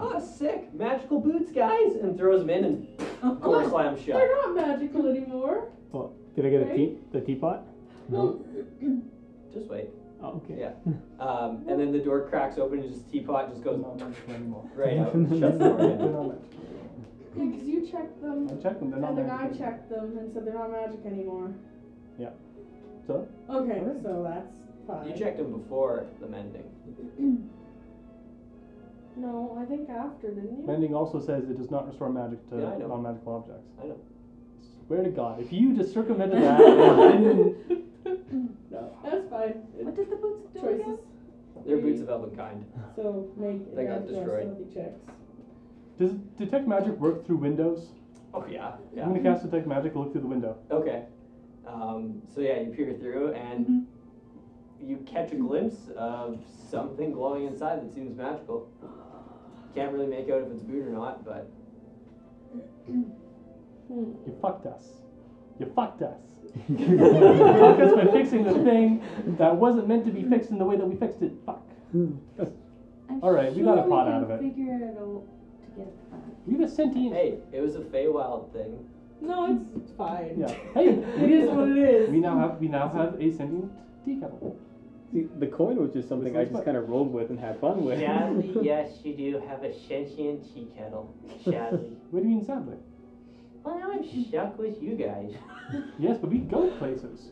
[SPEAKER 2] Ah sick, magical boots, guys, and throws them in and door
[SPEAKER 4] Oh,
[SPEAKER 2] slams shut.
[SPEAKER 4] They're not magical anymore.
[SPEAKER 1] Well, did I get a tea, the teapot?
[SPEAKER 6] No.
[SPEAKER 2] Just wait.
[SPEAKER 5] Oh, okay.
[SPEAKER 2] Yeah. Um, and then the door cracks open and just teapot just goes
[SPEAKER 3] Not meant to anymore.
[SPEAKER 2] right out.
[SPEAKER 5] Definitely
[SPEAKER 2] Shuts the door
[SPEAKER 3] They're
[SPEAKER 2] again.
[SPEAKER 3] not meant.
[SPEAKER 4] Yeah, because you checked them,
[SPEAKER 3] I checked them. They're not
[SPEAKER 4] and the
[SPEAKER 3] meant.
[SPEAKER 4] guy
[SPEAKER 3] to.
[SPEAKER 4] checked them and said they're not magic anymore.
[SPEAKER 3] So
[SPEAKER 4] Okay,
[SPEAKER 3] Alright.
[SPEAKER 4] so that's fine.
[SPEAKER 2] You checked him before the mending.
[SPEAKER 4] No, I think after, didn't you?
[SPEAKER 3] mending also says it does not restore magic to
[SPEAKER 2] Yeah, I know.
[SPEAKER 3] non-magical objects.
[SPEAKER 2] I know.
[SPEAKER 3] Swear to God, if you just circumvented that and didn't
[SPEAKER 4] That's fine.
[SPEAKER 1] What did the boots do again?
[SPEAKER 4] Choices.
[SPEAKER 2] They're boots of elven kind.
[SPEAKER 4] So make
[SPEAKER 2] They got
[SPEAKER 4] advantage on
[SPEAKER 2] destroyed.
[SPEAKER 4] stealthy checks.
[SPEAKER 3] Does detect magic work through windows?
[SPEAKER 2] Oh yeah.
[SPEAKER 3] I'm
[SPEAKER 2] Yeah.
[SPEAKER 3] gonna cast detect magic. Look through the window.
[SPEAKER 2] Okay. Um, so yeah, you peer through and
[SPEAKER 9] Mm-hmm.
[SPEAKER 2] you catch a glimpse of something glowing inside that seems magical. Can't really make out if it's boot or not, but
[SPEAKER 3] You fucked us. You fucked us. you fucked us by fixing the thing that wasn't meant to be fixed in the way that we fixed it. Fuck.
[SPEAKER 1] I'm
[SPEAKER 3] All right, we got a
[SPEAKER 1] sure
[SPEAKER 3] pot
[SPEAKER 1] can
[SPEAKER 3] out of it.
[SPEAKER 1] Figure it out to get a pot.
[SPEAKER 3] We have a sentient.
[SPEAKER 2] hey, it was a Feywild thing.
[SPEAKER 4] No, it's fine.
[SPEAKER 3] Yeah. Hey.
[SPEAKER 4] It is what it is.
[SPEAKER 3] We now have we now have a sentient decouple.
[SPEAKER 5] See, the coin was just something I just kind of rolled with and had fun with.
[SPEAKER 2] Sadly, yes, you do have a sentient tea kettle. Sadly.
[SPEAKER 3] What do you mean sadly?
[SPEAKER 2] well, now I'm stuck with you guys.
[SPEAKER 3] Yes, but we go places.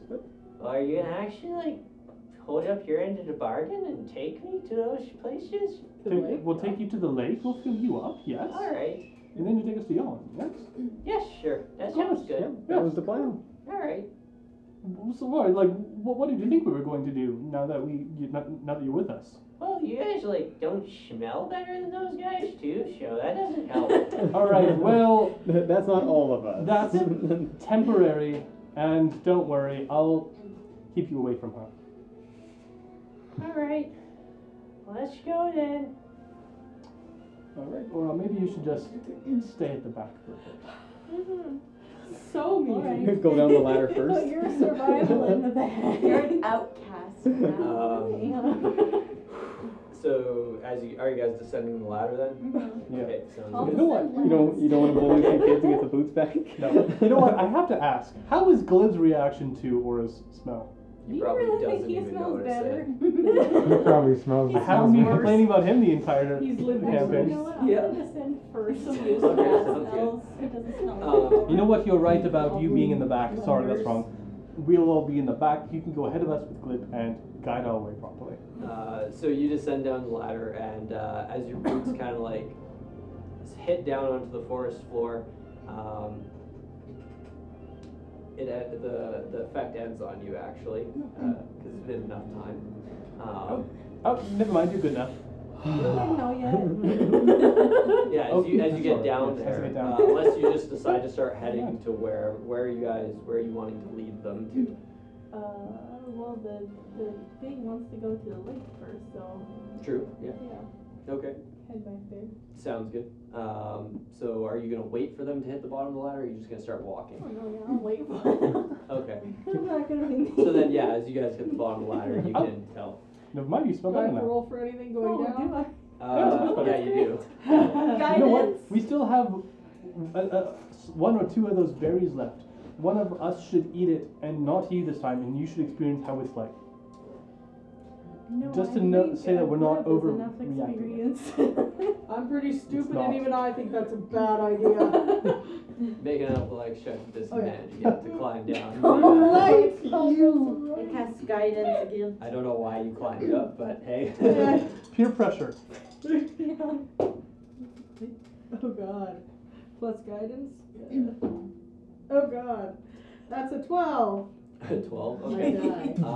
[SPEAKER 2] Are you gonna actually like hold up your end of the bargain and take me to those places?
[SPEAKER 3] Take- we'll take you to the lake. We'll fill you up. Yes.
[SPEAKER 2] All right.
[SPEAKER 3] And then you take us to Yon. Yes.
[SPEAKER 2] Yes, sure. That
[SPEAKER 3] Of course,
[SPEAKER 2] sounds
[SPEAKER 5] Yeah,
[SPEAKER 2] good.
[SPEAKER 5] that was the plan.
[SPEAKER 2] All right.
[SPEAKER 3] So what? Like, what, what did you think we were going to do now that we you, now, now that you're with us?
[SPEAKER 2] Well, you guys like don't smell better than those guys too, so that doesn't help.
[SPEAKER 3] All right. Well.
[SPEAKER 5] Th- That's not all of us.
[SPEAKER 3] That's- temporary, and don't worry, I'll keep you away from her.
[SPEAKER 2] All right. Let's go then.
[SPEAKER 3] All right, or maybe you should just stay at the back for a bit.
[SPEAKER 4] So mean.
[SPEAKER 5] Go down the ladder first.
[SPEAKER 9] Put your survival in the
[SPEAKER 1] You're
[SPEAKER 9] bag.
[SPEAKER 1] an outcast now.
[SPEAKER 2] Um, so as you are you guys descending the ladder then?
[SPEAKER 3] Mm-hmm. Yeah.
[SPEAKER 2] Okay,
[SPEAKER 1] Oh.
[SPEAKER 2] sounds
[SPEAKER 5] You
[SPEAKER 2] good.
[SPEAKER 5] know what? You don't. You don't want to bully some kids and get the boots back.
[SPEAKER 3] No. You know what? I have to ask. How is Glib's reaction to Aura's smell?
[SPEAKER 2] He
[SPEAKER 9] you
[SPEAKER 2] probably
[SPEAKER 9] really
[SPEAKER 2] doesn't
[SPEAKER 9] think he
[SPEAKER 2] even
[SPEAKER 9] smells
[SPEAKER 2] notice
[SPEAKER 9] better?
[SPEAKER 2] it.
[SPEAKER 6] He probably smells
[SPEAKER 3] I
[SPEAKER 6] the
[SPEAKER 3] haven't been
[SPEAKER 6] smell.
[SPEAKER 3] complaining about him the entire
[SPEAKER 4] He's lived next to
[SPEAKER 9] Actually, you
[SPEAKER 3] campaign.
[SPEAKER 9] know what? I'm
[SPEAKER 2] Yeah.
[SPEAKER 9] gonna send first some
[SPEAKER 2] Okay,
[SPEAKER 9] use
[SPEAKER 2] sounds
[SPEAKER 9] that
[SPEAKER 2] good.
[SPEAKER 9] smells. It doesn't smell.
[SPEAKER 2] Um,
[SPEAKER 9] anymore.
[SPEAKER 3] You know what? You're right about you being in the back. Sorry, that's wrong. We'll all be in the back. You can go ahead of us with Glib and guide our way properly.
[SPEAKER 2] Uh, so you descend down the ladder, and uh, as your boots kind of like hit down onto the forest floor, um, it e- the the effect ends on you actually
[SPEAKER 9] Mm-hmm.
[SPEAKER 2] because it's been enough time. Um,
[SPEAKER 3] Oh, never mind. You're good enough.
[SPEAKER 9] You wouldn't know
[SPEAKER 2] yeah, as
[SPEAKER 3] Oh,
[SPEAKER 2] you as you
[SPEAKER 3] that's
[SPEAKER 2] get
[SPEAKER 3] all right.
[SPEAKER 2] down
[SPEAKER 3] Yes, as I
[SPEAKER 2] there,
[SPEAKER 3] get down.
[SPEAKER 2] Uh, unless you just decide to start heading to where where are you guys where are you wanting to lead them to?
[SPEAKER 9] yet. Uh, well, the the thing wants to go to the lake first, so
[SPEAKER 2] True. Yeah.
[SPEAKER 9] yeah,
[SPEAKER 2] Okay.
[SPEAKER 9] head back there.
[SPEAKER 2] Sounds good. Um, so are you gonna wait for them to hit the bottom of the ladder? Or are you just gonna start walking?
[SPEAKER 9] Oh no, yeah, I'll wait for it.
[SPEAKER 2] Okay.
[SPEAKER 9] I'm not gonna be
[SPEAKER 2] So then, yeah, as you guys hit the bottom of the ladder, you
[SPEAKER 3] Oh.
[SPEAKER 2] can tell.
[SPEAKER 3] Never mind. You smell
[SPEAKER 4] Do I
[SPEAKER 3] better
[SPEAKER 4] have to
[SPEAKER 3] now.
[SPEAKER 4] roll for anything
[SPEAKER 9] Oh,
[SPEAKER 4] going down?
[SPEAKER 9] do I?
[SPEAKER 2] Uh, yeah, you do.
[SPEAKER 3] You know what? We still have uh, uh, s- one or two of those berries left. One of us should eat it, and not you this time, and you should experience how it's like.
[SPEAKER 9] No,
[SPEAKER 3] Just
[SPEAKER 9] I
[SPEAKER 3] to no-
[SPEAKER 9] think
[SPEAKER 3] say that we're not
[SPEAKER 9] I've lived enough
[SPEAKER 3] overreacting.
[SPEAKER 9] experience.
[SPEAKER 4] I'm pretty stupid,
[SPEAKER 3] not.
[SPEAKER 4] and even I think that's a bad idea.
[SPEAKER 2] Make an athletics check with disadvantage. You have to climb down.
[SPEAKER 4] Alright,
[SPEAKER 9] you.
[SPEAKER 1] It casts guidance again.
[SPEAKER 2] I don't know why you climbed up, but hey.
[SPEAKER 4] Yeah.
[SPEAKER 3] Peer pressure.
[SPEAKER 4] Oh god. Plus guidance? oh god. That's a 12.
[SPEAKER 2] Twelve. Okay.
[SPEAKER 4] I die.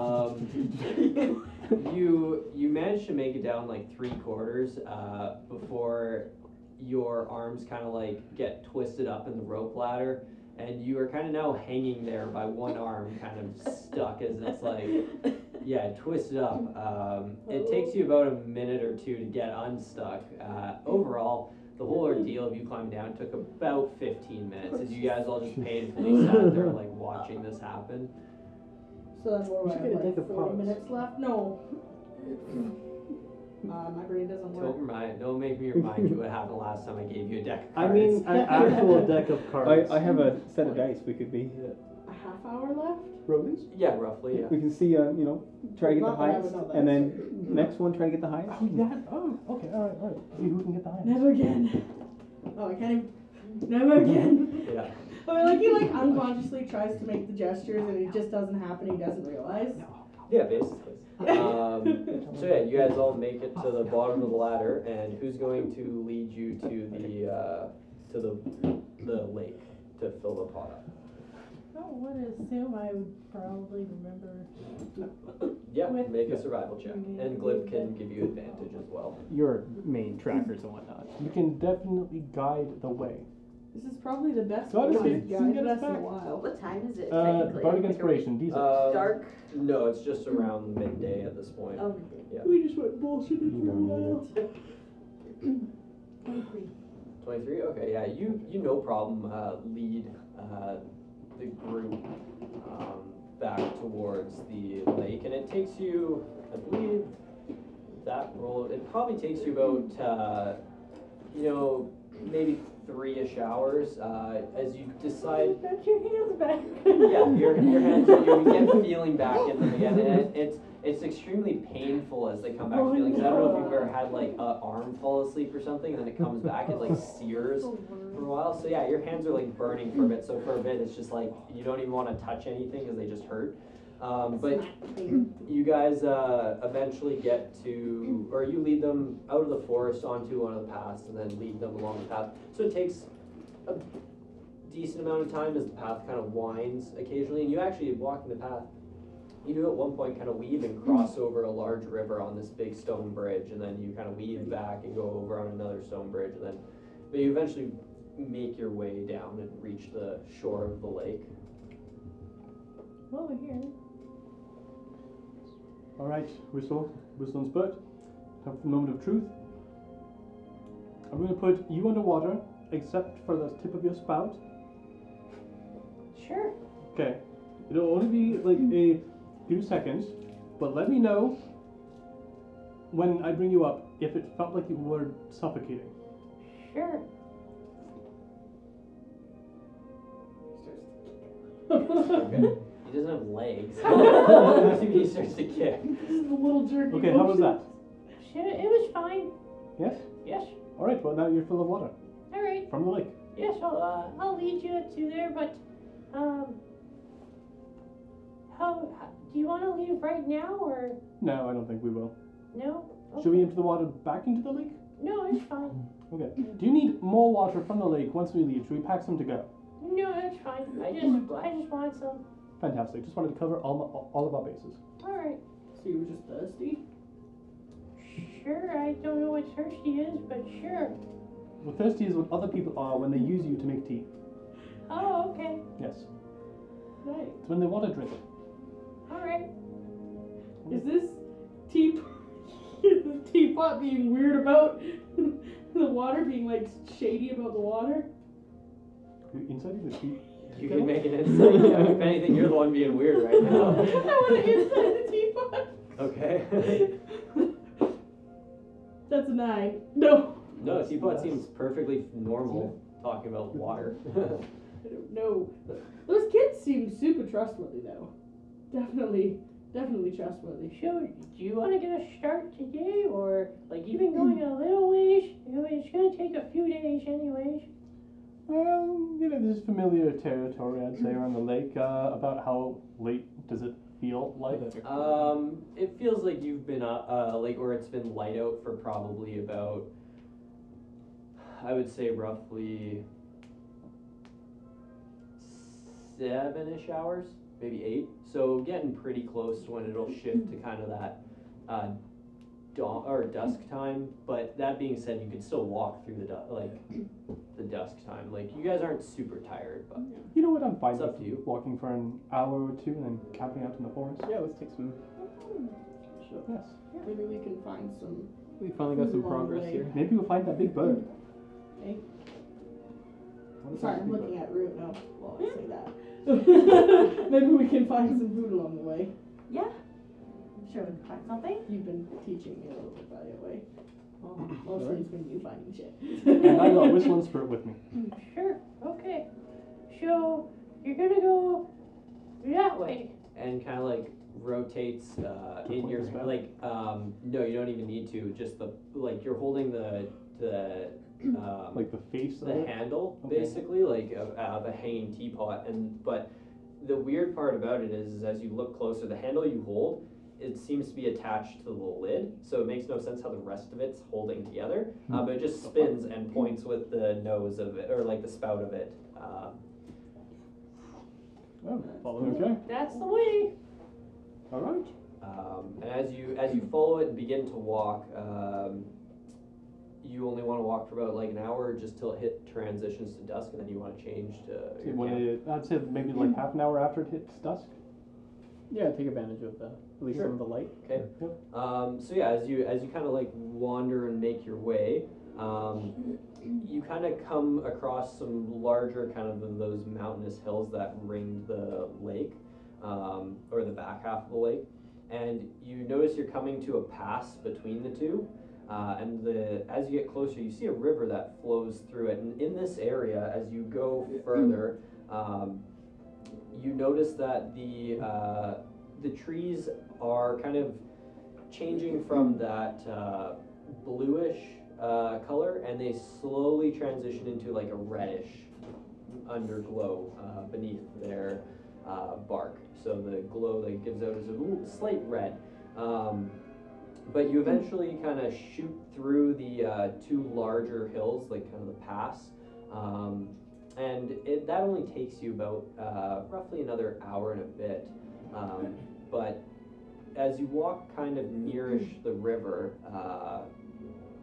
[SPEAKER 2] Um, you you managed to make it down like three quarters uh, before your arms kind of like get twisted up in the rope ladder, and you are kind of now hanging there by one arm, kind of stuck as it's like Yeah, twist it up. Um, it takes you about a minute or two to get unstuck. Uh, overall, the whole ordeal of you climbing down took about 15 minutes as you guys all just painfully sat there, like watching this happen.
[SPEAKER 4] So then what
[SPEAKER 3] We
[SPEAKER 4] do I
[SPEAKER 3] should
[SPEAKER 4] have, like
[SPEAKER 3] get a deck of
[SPEAKER 4] 40
[SPEAKER 3] cards.
[SPEAKER 4] minutes left? No. uh, my brain doesn't work.
[SPEAKER 2] Don't remind, don't make me remind you what happened last time I gave you a deck. Of
[SPEAKER 3] I
[SPEAKER 2] cards.
[SPEAKER 3] mean, an actual deck of cards.
[SPEAKER 5] I, I have a set of dice. We could be.
[SPEAKER 4] A half hour left?
[SPEAKER 3] rodents.
[SPEAKER 2] Yeah, roughly. Yeah.
[SPEAKER 3] We can see, uh, you know, try to get the
[SPEAKER 4] Not that I would
[SPEAKER 3] highest,
[SPEAKER 4] know that.
[SPEAKER 3] and then next one try to get the highest.
[SPEAKER 5] Oh, that? Oh, okay, alright, alright. See who can get the highest.
[SPEAKER 4] Never again. Oh, I can't even. Never again.
[SPEAKER 2] Yeah.
[SPEAKER 4] I mean, like he like unconsciously tries to make the gestures, and it just doesn't happen. He doesn't realize.
[SPEAKER 2] Yeah, basically. Um, so yeah, you guys all make it to the bottom of the ladder, and who's going to lead you to the uh, to the the lake to fill the pot up?
[SPEAKER 9] I would assume I would probably remember.
[SPEAKER 2] Yeah,
[SPEAKER 9] With-
[SPEAKER 2] make a survival check, and Glib can give you advantage as well.
[SPEAKER 1] Your main trackers and whatnot.
[SPEAKER 5] You can definitely guide the way.
[SPEAKER 4] This is probably the best
[SPEAKER 5] So I
[SPEAKER 4] one.
[SPEAKER 5] just
[SPEAKER 4] we've
[SPEAKER 5] need some
[SPEAKER 4] guided
[SPEAKER 5] good
[SPEAKER 4] us in a
[SPEAKER 5] effect.
[SPEAKER 4] while.
[SPEAKER 27] What time is it?
[SPEAKER 5] Uh,
[SPEAKER 27] technically?
[SPEAKER 5] bardic
[SPEAKER 27] Like, are we-
[SPEAKER 5] inspiration, D6.
[SPEAKER 2] Um,
[SPEAKER 27] Dark.
[SPEAKER 2] No, it's just around midday at this point.
[SPEAKER 27] Oh, we did.
[SPEAKER 2] Yeah.
[SPEAKER 4] We just went bullshitting for a
[SPEAKER 6] don't need
[SPEAKER 4] while.
[SPEAKER 2] Twenty-three. Okay, yeah, you you no problem uh, lead uh, the group um, back towards the lake, and it takes you, I believe, that roll. It probably takes you about uh, you know maybe three-ish hours uh, as you decide
[SPEAKER 9] Got your hands back.
[SPEAKER 2] yeah, your, your hands, you get feeling back in them again, and it, it's it's extremely painful as they come back to feelings. I don't know if you've ever had like a arm fall asleep or something, and then it comes back, it like sears for a while. So yeah, your hands are like burning for a bit. So for a bit, it's just like you don't even want to touch anything because they just hurt. Um, but you guys uh, eventually get to, or you lead them out of the forest onto one of the paths, and then lead them along the path. So it takes a decent amount of time as the path kind of winds occasionally, and you actually walking the path. You do at one point kind of weave and cross over a large river on this big stone bridge, and then you kind of weave back and go over on another stone bridge, and then, but you eventually make your way down and reach the shore of the lake.
[SPEAKER 9] Well, we're here.
[SPEAKER 5] Alright, whistle. Whistle and spurt. Have the moment of truth. I'm going to put you underwater, except for the tip of your spout.
[SPEAKER 4] Sure.
[SPEAKER 5] Okay. It'll only be like a few seconds, but let me know when I bring you up if it felt like you were suffocating.
[SPEAKER 4] Sure.
[SPEAKER 2] He doesn't have legs. he starts to kick.
[SPEAKER 4] This is the little jerky.
[SPEAKER 5] Okay, how was that?
[SPEAKER 9] Shit, it was fine.
[SPEAKER 5] Yes?
[SPEAKER 9] Yes.
[SPEAKER 5] All right, well, now you're full of water
[SPEAKER 9] All right.
[SPEAKER 5] from the lake.
[SPEAKER 9] Yes, I'll, uh, I'll lead you up to there, but, um, how, do you want to leave right now or
[SPEAKER 5] No, I don't think we will.
[SPEAKER 9] no?
[SPEAKER 5] Should we empty the water back into the lake?
[SPEAKER 9] No, it's fine.
[SPEAKER 5] Okay. Do you need more water from the lake once we leave? Should we pack some to go?
[SPEAKER 9] No, it's fine. I just, I just want some.
[SPEAKER 5] Fantastic. Just wanted to cover all, my, all of our bases.
[SPEAKER 9] All right.
[SPEAKER 4] So you were just thirsty?
[SPEAKER 9] Sure, I don't know what thirsty is, but sure.
[SPEAKER 5] Well, thirsty is what other people are when they use you to make tea.
[SPEAKER 9] Oh, okay.
[SPEAKER 5] Yes.
[SPEAKER 4] Nice.
[SPEAKER 5] It's when they want to drink it.
[SPEAKER 9] All right.
[SPEAKER 4] Is this tea is this teapot being weird about the water being like shady about the water?
[SPEAKER 5] You're inside of the tea.
[SPEAKER 2] You can make an insight. check. If anything, you're the one being weird right
[SPEAKER 4] I
[SPEAKER 2] now.
[SPEAKER 4] want to inside the teapot.
[SPEAKER 2] Okay.
[SPEAKER 4] That's a nine. No.
[SPEAKER 2] No, teapot seems perfectly normal talking about water.
[SPEAKER 4] I don't know. Those kids seem super trustworthy though. Definitely, definitely trustworthy.
[SPEAKER 9] So, do you want to get a start today, or like even going a little ways? You know, It's gonna take a few days, anyways.
[SPEAKER 5] Um, you know, this is familiar territory, I'd say, around the lake. Uh, about how late does it feel like?
[SPEAKER 9] Uh,
[SPEAKER 2] um, it feels like you've been uh, uh, like, or it's been light out for probably about, I would say roughly seven-ish hours, maybe eight. So getting pretty close to when it'll shift to kind of that uh, dawn or dusk time. But that being said, you could still walk through the du- like the dusk time. Like you guys aren't super tired, but.
[SPEAKER 5] You know what? I'm fine
[SPEAKER 2] It's up
[SPEAKER 5] with
[SPEAKER 2] to you.
[SPEAKER 5] walking for an hour or two and then camping out in the forest.
[SPEAKER 3] Yeah, let's take some.
[SPEAKER 9] Mm-hmm.
[SPEAKER 4] Sure.
[SPEAKER 5] Yes.
[SPEAKER 4] Maybe we can find some.
[SPEAKER 3] We finally got some
[SPEAKER 4] Long
[SPEAKER 3] progress
[SPEAKER 4] way.
[SPEAKER 3] here.
[SPEAKER 5] Maybe we'll find that big bird.
[SPEAKER 4] Hey.
[SPEAKER 5] What is that
[SPEAKER 4] Sorry, I'm
[SPEAKER 5] big bird?
[SPEAKER 4] looking at root now. Well, I say that. Maybe we can find some food along the way.
[SPEAKER 27] Yeah. I'm sure we can find something.
[SPEAKER 4] You've been teaching me a little bit by the way. Well, mostly it's been you finding shit.
[SPEAKER 5] and I got whistle and spirit with me.
[SPEAKER 9] Sure. Okay. So you're gonna go
[SPEAKER 28] that way.
[SPEAKER 2] and kind of like rotates uh, in your spine. Like, um, no, you don't even need to. Just the like you're holding the the um,
[SPEAKER 5] Like the face of
[SPEAKER 2] the
[SPEAKER 5] it?
[SPEAKER 2] handle
[SPEAKER 5] Okay.
[SPEAKER 2] basically, like of, of a hanging teapot. And but the weird part about it is, is as you look closer, the handle you hold. It seems to be attached to the lid, so it makes no sense how the rest of it's holding together.
[SPEAKER 5] Hmm.
[SPEAKER 2] Uh, but it just spins and points with the nose of it, or like the spout of it. Uh,
[SPEAKER 5] Oh, okay.
[SPEAKER 28] That's the way.
[SPEAKER 5] All right.
[SPEAKER 2] Um, and as you as you follow it and begin to walk, um, you only want to walk for about like an hour just till it hit transitions to dusk, and then you want to change to.
[SPEAKER 3] Okay,
[SPEAKER 2] your
[SPEAKER 3] When
[SPEAKER 2] camp.
[SPEAKER 3] it, I'd say maybe like half an hour after it hits dusk.
[SPEAKER 5] Yeah, take advantage of the, at least
[SPEAKER 2] Sure.
[SPEAKER 5] some of the light.
[SPEAKER 2] Okay. Um, so yeah, as you as you kind of like wander and make your way, um, you kind of come across some larger kind of than those mountainous hills that ringed the lake, um, or the back half of the lake, and you notice you're coming to a pass between the two. Uh, and the as you get closer, you see a river that flows through it. And in this area, as you go further, um, you notice that the uh, the trees are kind of changing from that uh, bluish uh, color, and they slowly transition into like a reddish underglow uh, beneath their uh, bark. So the glow that gives out is a little slight red. Um, but you eventually kind of shoot through the uh, two larger hills, like kind of the pass. Um, and it, that only takes you about uh, roughly another hour and a bit. Um, but as you walk kind of nearish the river, uh,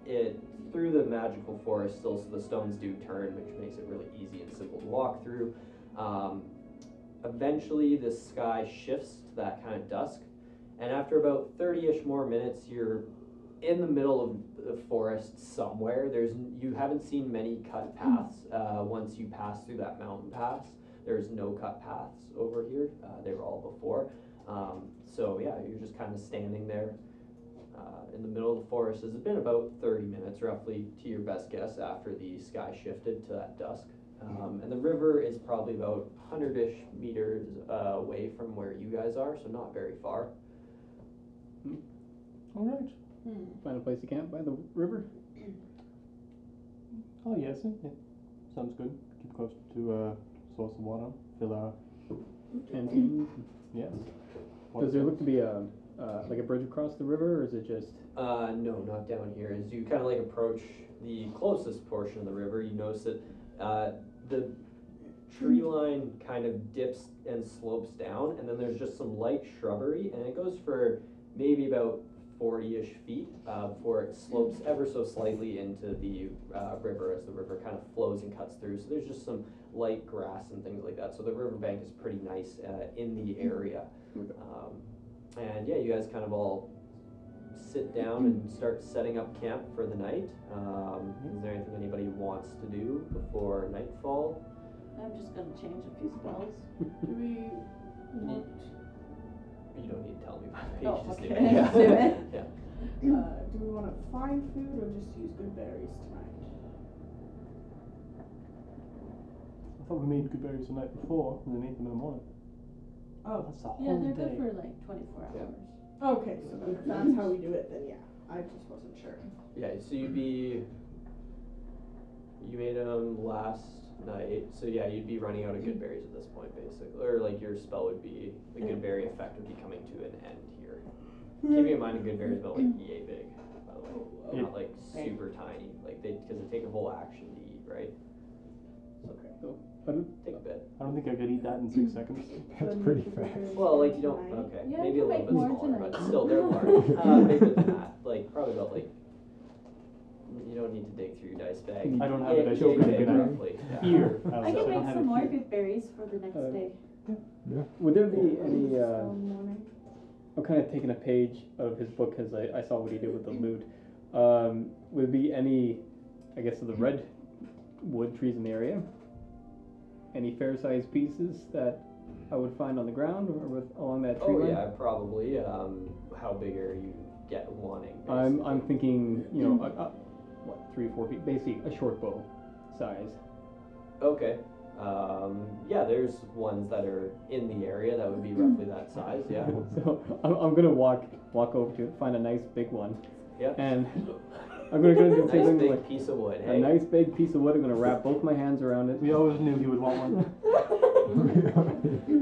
[SPEAKER 2] it through the magical forest still, so the stones do turn, which makes it really easy and simple to walk through. Um, eventually, the sky shifts to that kind of dusk, and after about thirty-ish more minutes, you're in the middle of the forest somewhere. There's you haven't seen many cut paths uh, once you pass through that mountain pass. There's no cut paths over here. Uh, they were all before. Um, so yeah, you're just kind of standing there uh, in the middle of the forest. It's been about 30 minutes, roughly, to your best guess, after the sky shifted to that dusk. Um, and the river is probably about 100-ish meters uh, away from where you guys are, so not very far.
[SPEAKER 5] All right.
[SPEAKER 9] Hmm,
[SPEAKER 5] Find a place to camp by the river.
[SPEAKER 3] Oh yes, it, it sounds good. Keep close to uh, source of water. Fill our
[SPEAKER 5] Canteen.
[SPEAKER 3] yes.
[SPEAKER 5] Does there look to be a uh, like a bridge across the river, or is it just
[SPEAKER 2] Uh, no, not down here. As you kind of like approach the closest portion of the river, you notice that uh, the tree line kind of dips and slopes down, and then there's just some light shrubbery, and it goes for maybe about 40-ish feet uh, before it slopes ever so slightly into the uh, river as the river kind of flows and cuts through. So there's just some light grass and things like that. So the riverbank is pretty nice uh, in the area. Um, and yeah, you guys kind of all sit down and start setting up camp for the night. Um,
[SPEAKER 9] Mm-hmm.
[SPEAKER 2] is there anything anybody wants to do before nightfall?
[SPEAKER 9] I'm just gonna change a few spells.
[SPEAKER 4] Do we want,
[SPEAKER 2] You don't need to tell me.
[SPEAKER 9] Oh,
[SPEAKER 2] You just do
[SPEAKER 9] okay.
[SPEAKER 2] it.
[SPEAKER 9] Just do it.
[SPEAKER 2] yeah.
[SPEAKER 4] uh, do we wanna find food or just use good berries tonight?
[SPEAKER 3] I thought we made good berries the night before and then ate them in the morning.
[SPEAKER 4] Oh.
[SPEAKER 3] that's the
[SPEAKER 9] Yeah,
[SPEAKER 3] whole
[SPEAKER 9] they're
[SPEAKER 3] day.
[SPEAKER 9] good for like 24 hours.
[SPEAKER 2] Yeah.
[SPEAKER 4] Okay, so then if that's how we do it, then yeah, I just wasn't sure.
[SPEAKER 2] Yeah. So you'd be. You made them last night, so yeah, you'd be running out of good berries at this point, basically, or like your spell would be the good berry effect would be coming to an end here.
[SPEAKER 9] Hmm.
[SPEAKER 2] Keeping in mind, a good berry is about like yay big, by
[SPEAKER 4] Oh,
[SPEAKER 2] the way, not like super tiny, like they because they take a whole action to eat, right?
[SPEAKER 5] I
[SPEAKER 2] Okay.
[SPEAKER 5] don't-
[SPEAKER 2] Take a bit.
[SPEAKER 3] I don't think I could eat that in six seconds.
[SPEAKER 6] That's
[SPEAKER 4] Then we
[SPEAKER 6] pretty
[SPEAKER 4] could
[SPEAKER 6] fast.
[SPEAKER 4] prepare
[SPEAKER 2] Well, like you don't.
[SPEAKER 4] tonight.
[SPEAKER 2] Okay,
[SPEAKER 9] Yeah,
[SPEAKER 2] maybe
[SPEAKER 9] you
[SPEAKER 2] a little
[SPEAKER 9] make
[SPEAKER 2] bit
[SPEAKER 9] more
[SPEAKER 2] smaller,
[SPEAKER 9] tonight.
[SPEAKER 2] but still they're large. uh, bigger than that, like probably about like. You don't need to dig through your dice bag.
[SPEAKER 3] I don't have a
[SPEAKER 2] Yeah,
[SPEAKER 3] dice
[SPEAKER 2] yay
[SPEAKER 3] bag,
[SPEAKER 2] big
[SPEAKER 3] good night.
[SPEAKER 2] roughly. yeah.
[SPEAKER 3] Here, I,
[SPEAKER 9] I
[SPEAKER 3] was-
[SPEAKER 9] can
[SPEAKER 3] don't
[SPEAKER 9] make
[SPEAKER 3] have
[SPEAKER 9] some
[SPEAKER 3] it
[SPEAKER 9] more
[SPEAKER 3] here.
[SPEAKER 9] good berries for the next
[SPEAKER 5] Uh,
[SPEAKER 9] day.
[SPEAKER 5] would there be any?
[SPEAKER 4] Just,
[SPEAKER 5] Uh,
[SPEAKER 4] um, morning.
[SPEAKER 5] I'm kind of taking a page out of his book because I, I saw what he did with the loot. Um, would it be any, I guess, of the red wood trees in the area? Any fair-sized pieces that I would find on the ground or with along that tree
[SPEAKER 2] Oh
[SPEAKER 5] line?
[SPEAKER 2] yeah, probably. Um, how big are you get wanting?
[SPEAKER 5] I'm I'm
[SPEAKER 2] basically?
[SPEAKER 5] thinking, you know,
[SPEAKER 2] Mm-hmm.
[SPEAKER 5] a, a, what three or four feet, basically a short bow size.
[SPEAKER 2] Okay. Um, yeah, there's ones that are in the area that would be roughly that size. Yeah.
[SPEAKER 5] So I'm, I'm gonna walk walk over to it, find a nice big one,
[SPEAKER 2] Yeah.
[SPEAKER 5] and I'm gonna go do
[SPEAKER 2] nice
[SPEAKER 5] something
[SPEAKER 2] big
[SPEAKER 5] like
[SPEAKER 2] piece of wood.
[SPEAKER 5] a
[SPEAKER 2] Hey.
[SPEAKER 5] nice big piece of wood. I'm gonna wrap both my hands around it.
[SPEAKER 3] We always knew you would want one.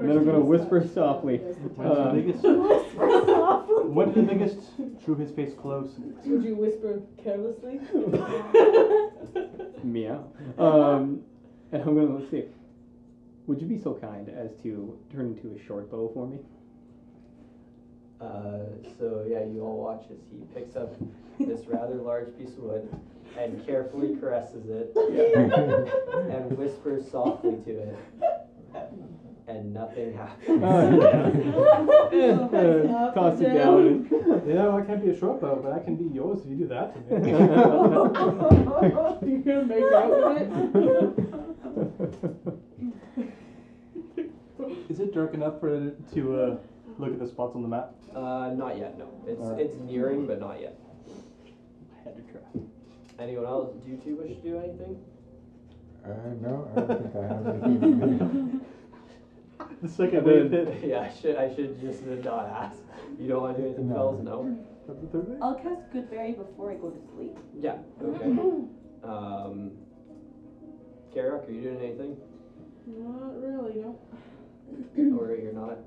[SPEAKER 5] And then I'm gonna whisper softly.
[SPEAKER 3] When's
[SPEAKER 5] uh,
[SPEAKER 3] the biggest? When's the biggest? Drew his face close.
[SPEAKER 4] Would you whisper carelessly?
[SPEAKER 5] meow. Um, and I'm gonna let's see. Would you be so kind as to turn into a short bow for me?
[SPEAKER 2] Uh, so yeah, you all watch as he picks up this rather large piece of wood and carefully caresses it and whispers softly to it, and nothing happens.
[SPEAKER 5] Oh, Uh, toss it down.
[SPEAKER 3] You know, I can't be a short bow, but I can be yours if you do that to me.
[SPEAKER 4] You're gonna make out with it?
[SPEAKER 3] Is it dark enough for it to uh, look at the spots on the map?
[SPEAKER 2] Uh, not yet. No, it's
[SPEAKER 3] Alright.
[SPEAKER 2] it's nearing, but not yet.
[SPEAKER 5] I had to try.
[SPEAKER 2] Anyone else? Do you two wish to do anything?
[SPEAKER 6] Uh, no, I don't think I have anything.
[SPEAKER 3] The second
[SPEAKER 5] Then-
[SPEAKER 3] wave hit.
[SPEAKER 2] yeah, I should I should just not ask. You don't want to do anything,
[SPEAKER 6] No.
[SPEAKER 2] fellas? No.
[SPEAKER 3] That's the third wave.
[SPEAKER 9] I'll cast Goodberry before I go to sleep.
[SPEAKER 2] Yeah. Okay. um, Garrick, are you doing anything,
[SPEAKER 4] Not really, no.
[SPEAKER 2] or you're not?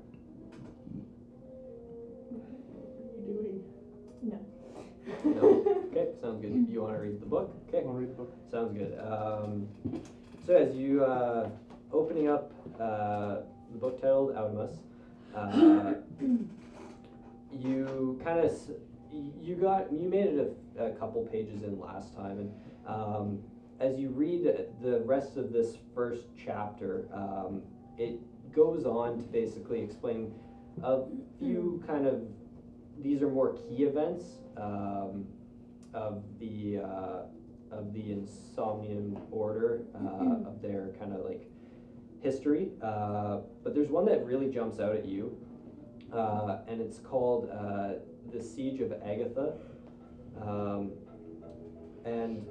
[SPEAKER 4] What are you doing?
[SPEAKER 2] No. Okay, sounds good. You want to read the book? Okay,
[SPEAKER 3] I'll read the book.
[SPEAKER 2] sounds good. Um, so as you uh, opening up uh, the book titled Oudimus, uh, you kind of you got you made it a, a couple pages in last time, and um, as you read the rest of this first chapter, um, it goes on to basically explain a few
[SPEAKER 3] Mm-hmm.
[SPEAKER 2] kind of these are more key events um, of the uh, of the Insomnium Order uh, of their kind of like history. Uh, but there's one that really jumps out at you, uh, and it's called uh, the Siege of Agatha, um, and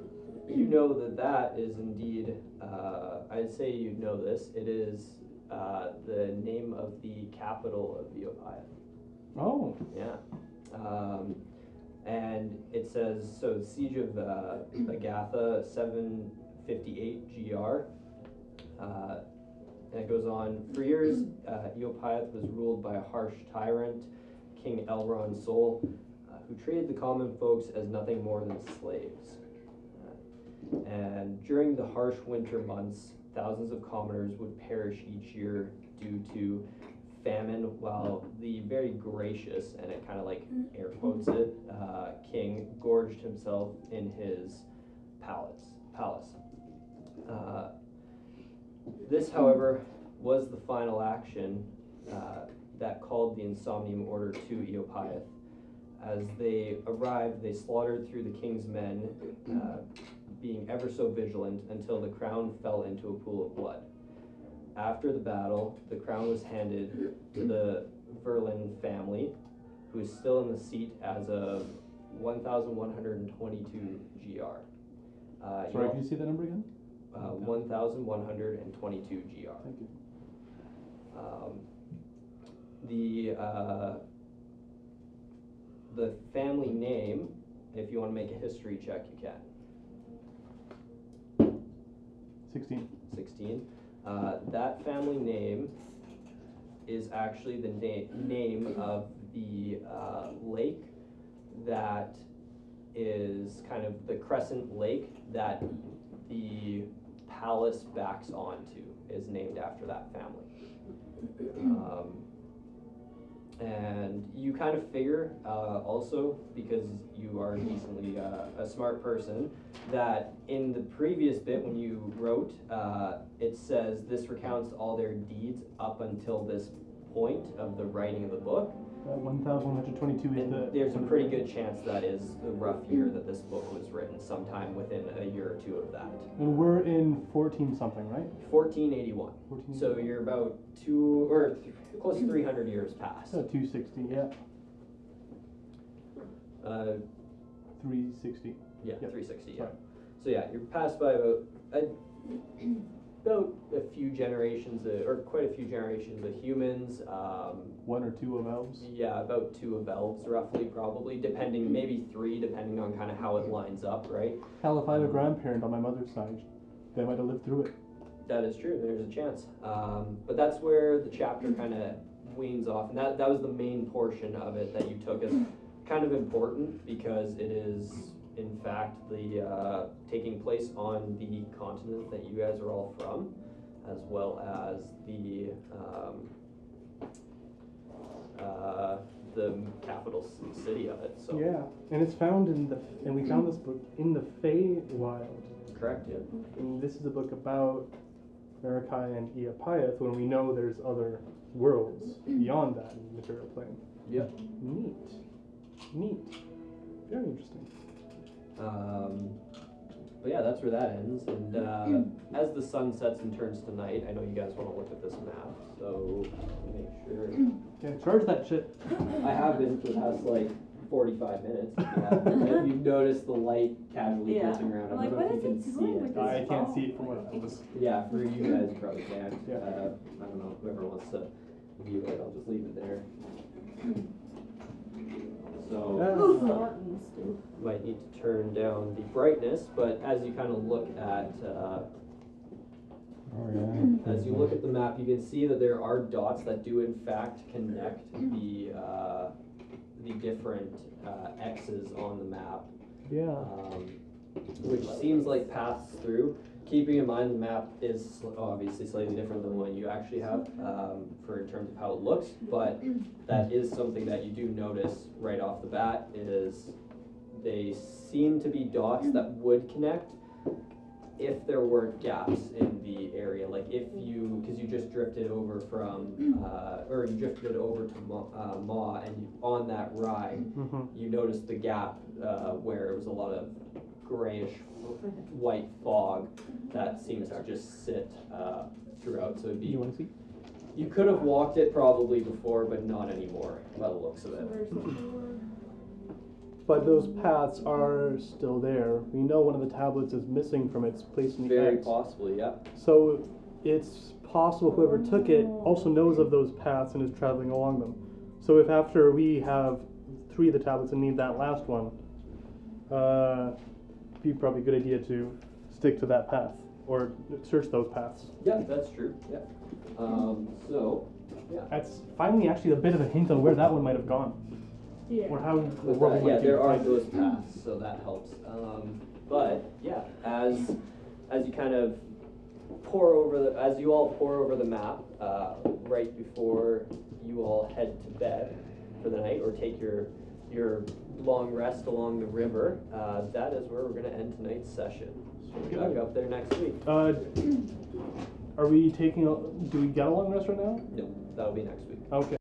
[SPEAKER 2] you know that that is indeed. Uh, I'd say you know this. It is. Uh, the name of the capital of the Ohio.
[SPEAKER 3] Oh,
[SPEAKER 2] Yeah. Um, and it says so siege of uh, Agatha 758 GR. Uh, and it goes on for years. Uh, Eopiath was ruled by a harsh tyrant, King Elrond Sol, uh, who treated the common folks as nothing more than slaves. Uh, And during the harsh winter months, thousands of commoners would perish each year due to famine while the very gracious and it kind of like air quotes it uh, king gorged himself in his palace palace uh, this however was the final action uh, that called the insomnium order to eopiath as they arrived they slaughtered through the king's men uh, being ever so vigilant until the crown fell into a pool of blood after the battle, the crown was handed to the Verlin family, who is still in the seat as of 1,122 GR. Uh,
[SPEAKER 3] sorry.
[SPEAKER 2] you
[SPEAKER 3] Can you see that number again?
[SPEAKER 2] uh, 1,122 GR.
[SPEAKER 3] Thank you.
[SPEAKER 2] Um, the uh, the family name, if you want to make a history check, you can.
[SPEAKER 3] Sixteen.
[SPEAKER 2] 16. Uh, that family name is actually the na- name of the uh, lake that is kind of the crescent lake that the palace backs onto is named after that family. Um, and you kind of figure uh, also because you are decently uh, a smart person that in the previous bit when you wrote, uh, it says this recounts all their deeds up until this point of the writing of the book.
[SPEAKER 3] That Uh, one thousand one hundred twenty-two is
[SPEAKER 2] And
[SPEAKER 3] the.
[SPEAKER 2] there's a pretty good chance that is the rough year that this book was written, sometime within a year or two of that.
[SPEAKER 3] And we're in fourteen something, right?
[SPEAKER 2] 1481.
[SPEAKER 3] Fourteen.
[SPEAKER 2] So you're about two or th- close to 300 years past.
[SPEAKER 3] two sixty. Yeah.
[SPEAKER 2] Uh,
[SPEAKER 3] Three sixty.
[SPEAKER 2] Yeah,
[SPEAKER 3] Yep.
[SPEAKER 2] 360. Yeah.
[SPEAKER 3] Sorry.
[SPEAKER 2] So yeah, you're passed by about a, about a few generations, of, or quite a few generations of humans. Um,
[SPEAKER 3] One or two of elves.
[SPEAKER 2] yeah, about two of elves, roughly, probably, depending, maybe three, depending on kind of how it lines up, right? Um,
[SPEAKER 3] Hell, if I have a grandparent on my mother's side, they might have lived through it.
[SPEAKER 2] That is true. There's a chance, um, but that's where the chapter kind of weans off, and that that was the main portion of it that you took as kind of important because it is, in fact, the uh, taking place on the continent that you guys are all from, as well as the um, uh, the capital c- city of it. So
[SPEAKER 3] Yeah, and it's found in the and we found this book in the Feywild.
[SPEAKER 2] correct, yeah.
[SPEAKER 3] And this is a book about Marikai and Eopiath when we know there's other worlds beyond that in the material plane.
[SPEAKER 2] Yep.
[SPEAKER 3] Neat. Neat. Very interesting.
[SPEAKER 2] Um, but yeah, that's where that ends. And uh, as the sun sets and turns to night, I know you guys want to look at this map, so make sure.
[SPEAKER 3] Yeah, charge that shit.
[SPEAKER 2] I have been for the past like 45 minutes. Yeah. If you've noticed the light casually
[SPEAKER 9] Yeah.
[SPEAKER 2] pulsing around.
[SPEAKER 9] I'm
[SPEAKER 2] I
[SPEAKER 9] like,
[SPEAKER 2] don't
[SPEAKER 9] what
[SPEAKER 2] know
[SPEAKER 9] is
[SPEAKER 2] if you can
[SPEAKER 9] it doing
[SPEAKER 2] see
[SPEAKER 9] with
[SPEAKER 2] it.
[SPEAKER 9] this
[SPEAKER 3] I can't
[SPEAKER 9] phone?
[SPEAKER 3] see it from where I was.
[SPEAKER 2] Yeah, for you guys, you probably can.
[SPEAKER 3] Yeah.
[SPEAKER 2] Uh, I don't know, whoever wants to view it, I'll just leave it there. So. might need to turn down the brightness, but as you kind of look at uh,
[SPEAKER 6] Oh, yeah.
[SPEAKER 2] as you look at the map, you can see that there are dots that do in fact connect the uh, the different uh, X's on the map,
[SPEAKER 3] Yeah.
[SPEAKER 2] um, which seems like paths through. Keeping in mind the map is sl- obviously slightly different than the one you actually have um, for in terms of how it looks, but that is something that you do notice right off the bat is they seem to be dots that would connect if there were gaps in the area like if you because you just drifted over from uh, or you drifted over to Ma, uh, Ma and you, on that ride
[SPEAKER 3] Mm-hmm.
[SPEAKER 2] you noticed the gap uh, where it was a lot of grayish white fog that seems to just sit uh, throughout. So it'd be,
[SPEAKER 29] You
[SPEAKER 2] you,
[SPEAKER 29] want to see?
[SPEAKER 2] could have walked it probably before, but not anymore by the looks of
[SPEAKER 4] So
[SPEAKER 2] it.
[SPEAKER 4] where's the door?
[SPEAKER 3] But those paths are still there. We know one of the tablets is missing from its place in the
[SPEAKER 2] Very
[SPEAKER 3] X.
[SPEAKER 2] possibly, yeah.
[SPEAKER 3] So it's possible whoever took it also knows of those paths and is traveling along them. So if after we have three of the tablets and need that last one, uh, be probably a good idea to stick to that path or search those paths.
[SPEAKER 2] Yeah, that's true. Yeah. Um, so
[SPEAKER 3] That's finally actually a bit of a hint on where that one might have gone
[SPEAKER 4] Yeah.
[SPEAKER 3] or how the
[SPEAKER 2] with
[SPEAKER 3] world
[SPEAKER 2] that,
[SPEAKER 3] might
[SPEAKER 2] yeah,
[SPEAKER 3] be
[SPEAKER 2] there are
[SPEAKER 3] divided.
[SPEAKER 2] those paths, so that helps. Um, but yeah, as as you kind of pour over the as you all pour over the map uh, right before you all head to bed for the night or take your your long rest along the river, uh, that is where we're going to end tonight's session. So we'll be back up there next week.
[SPEAKER 3] Uh, are we taking? A, do we get a long rest right now?
[SPEAKER 2] No, that'll be next week.
[SPEAKER 3] Okay.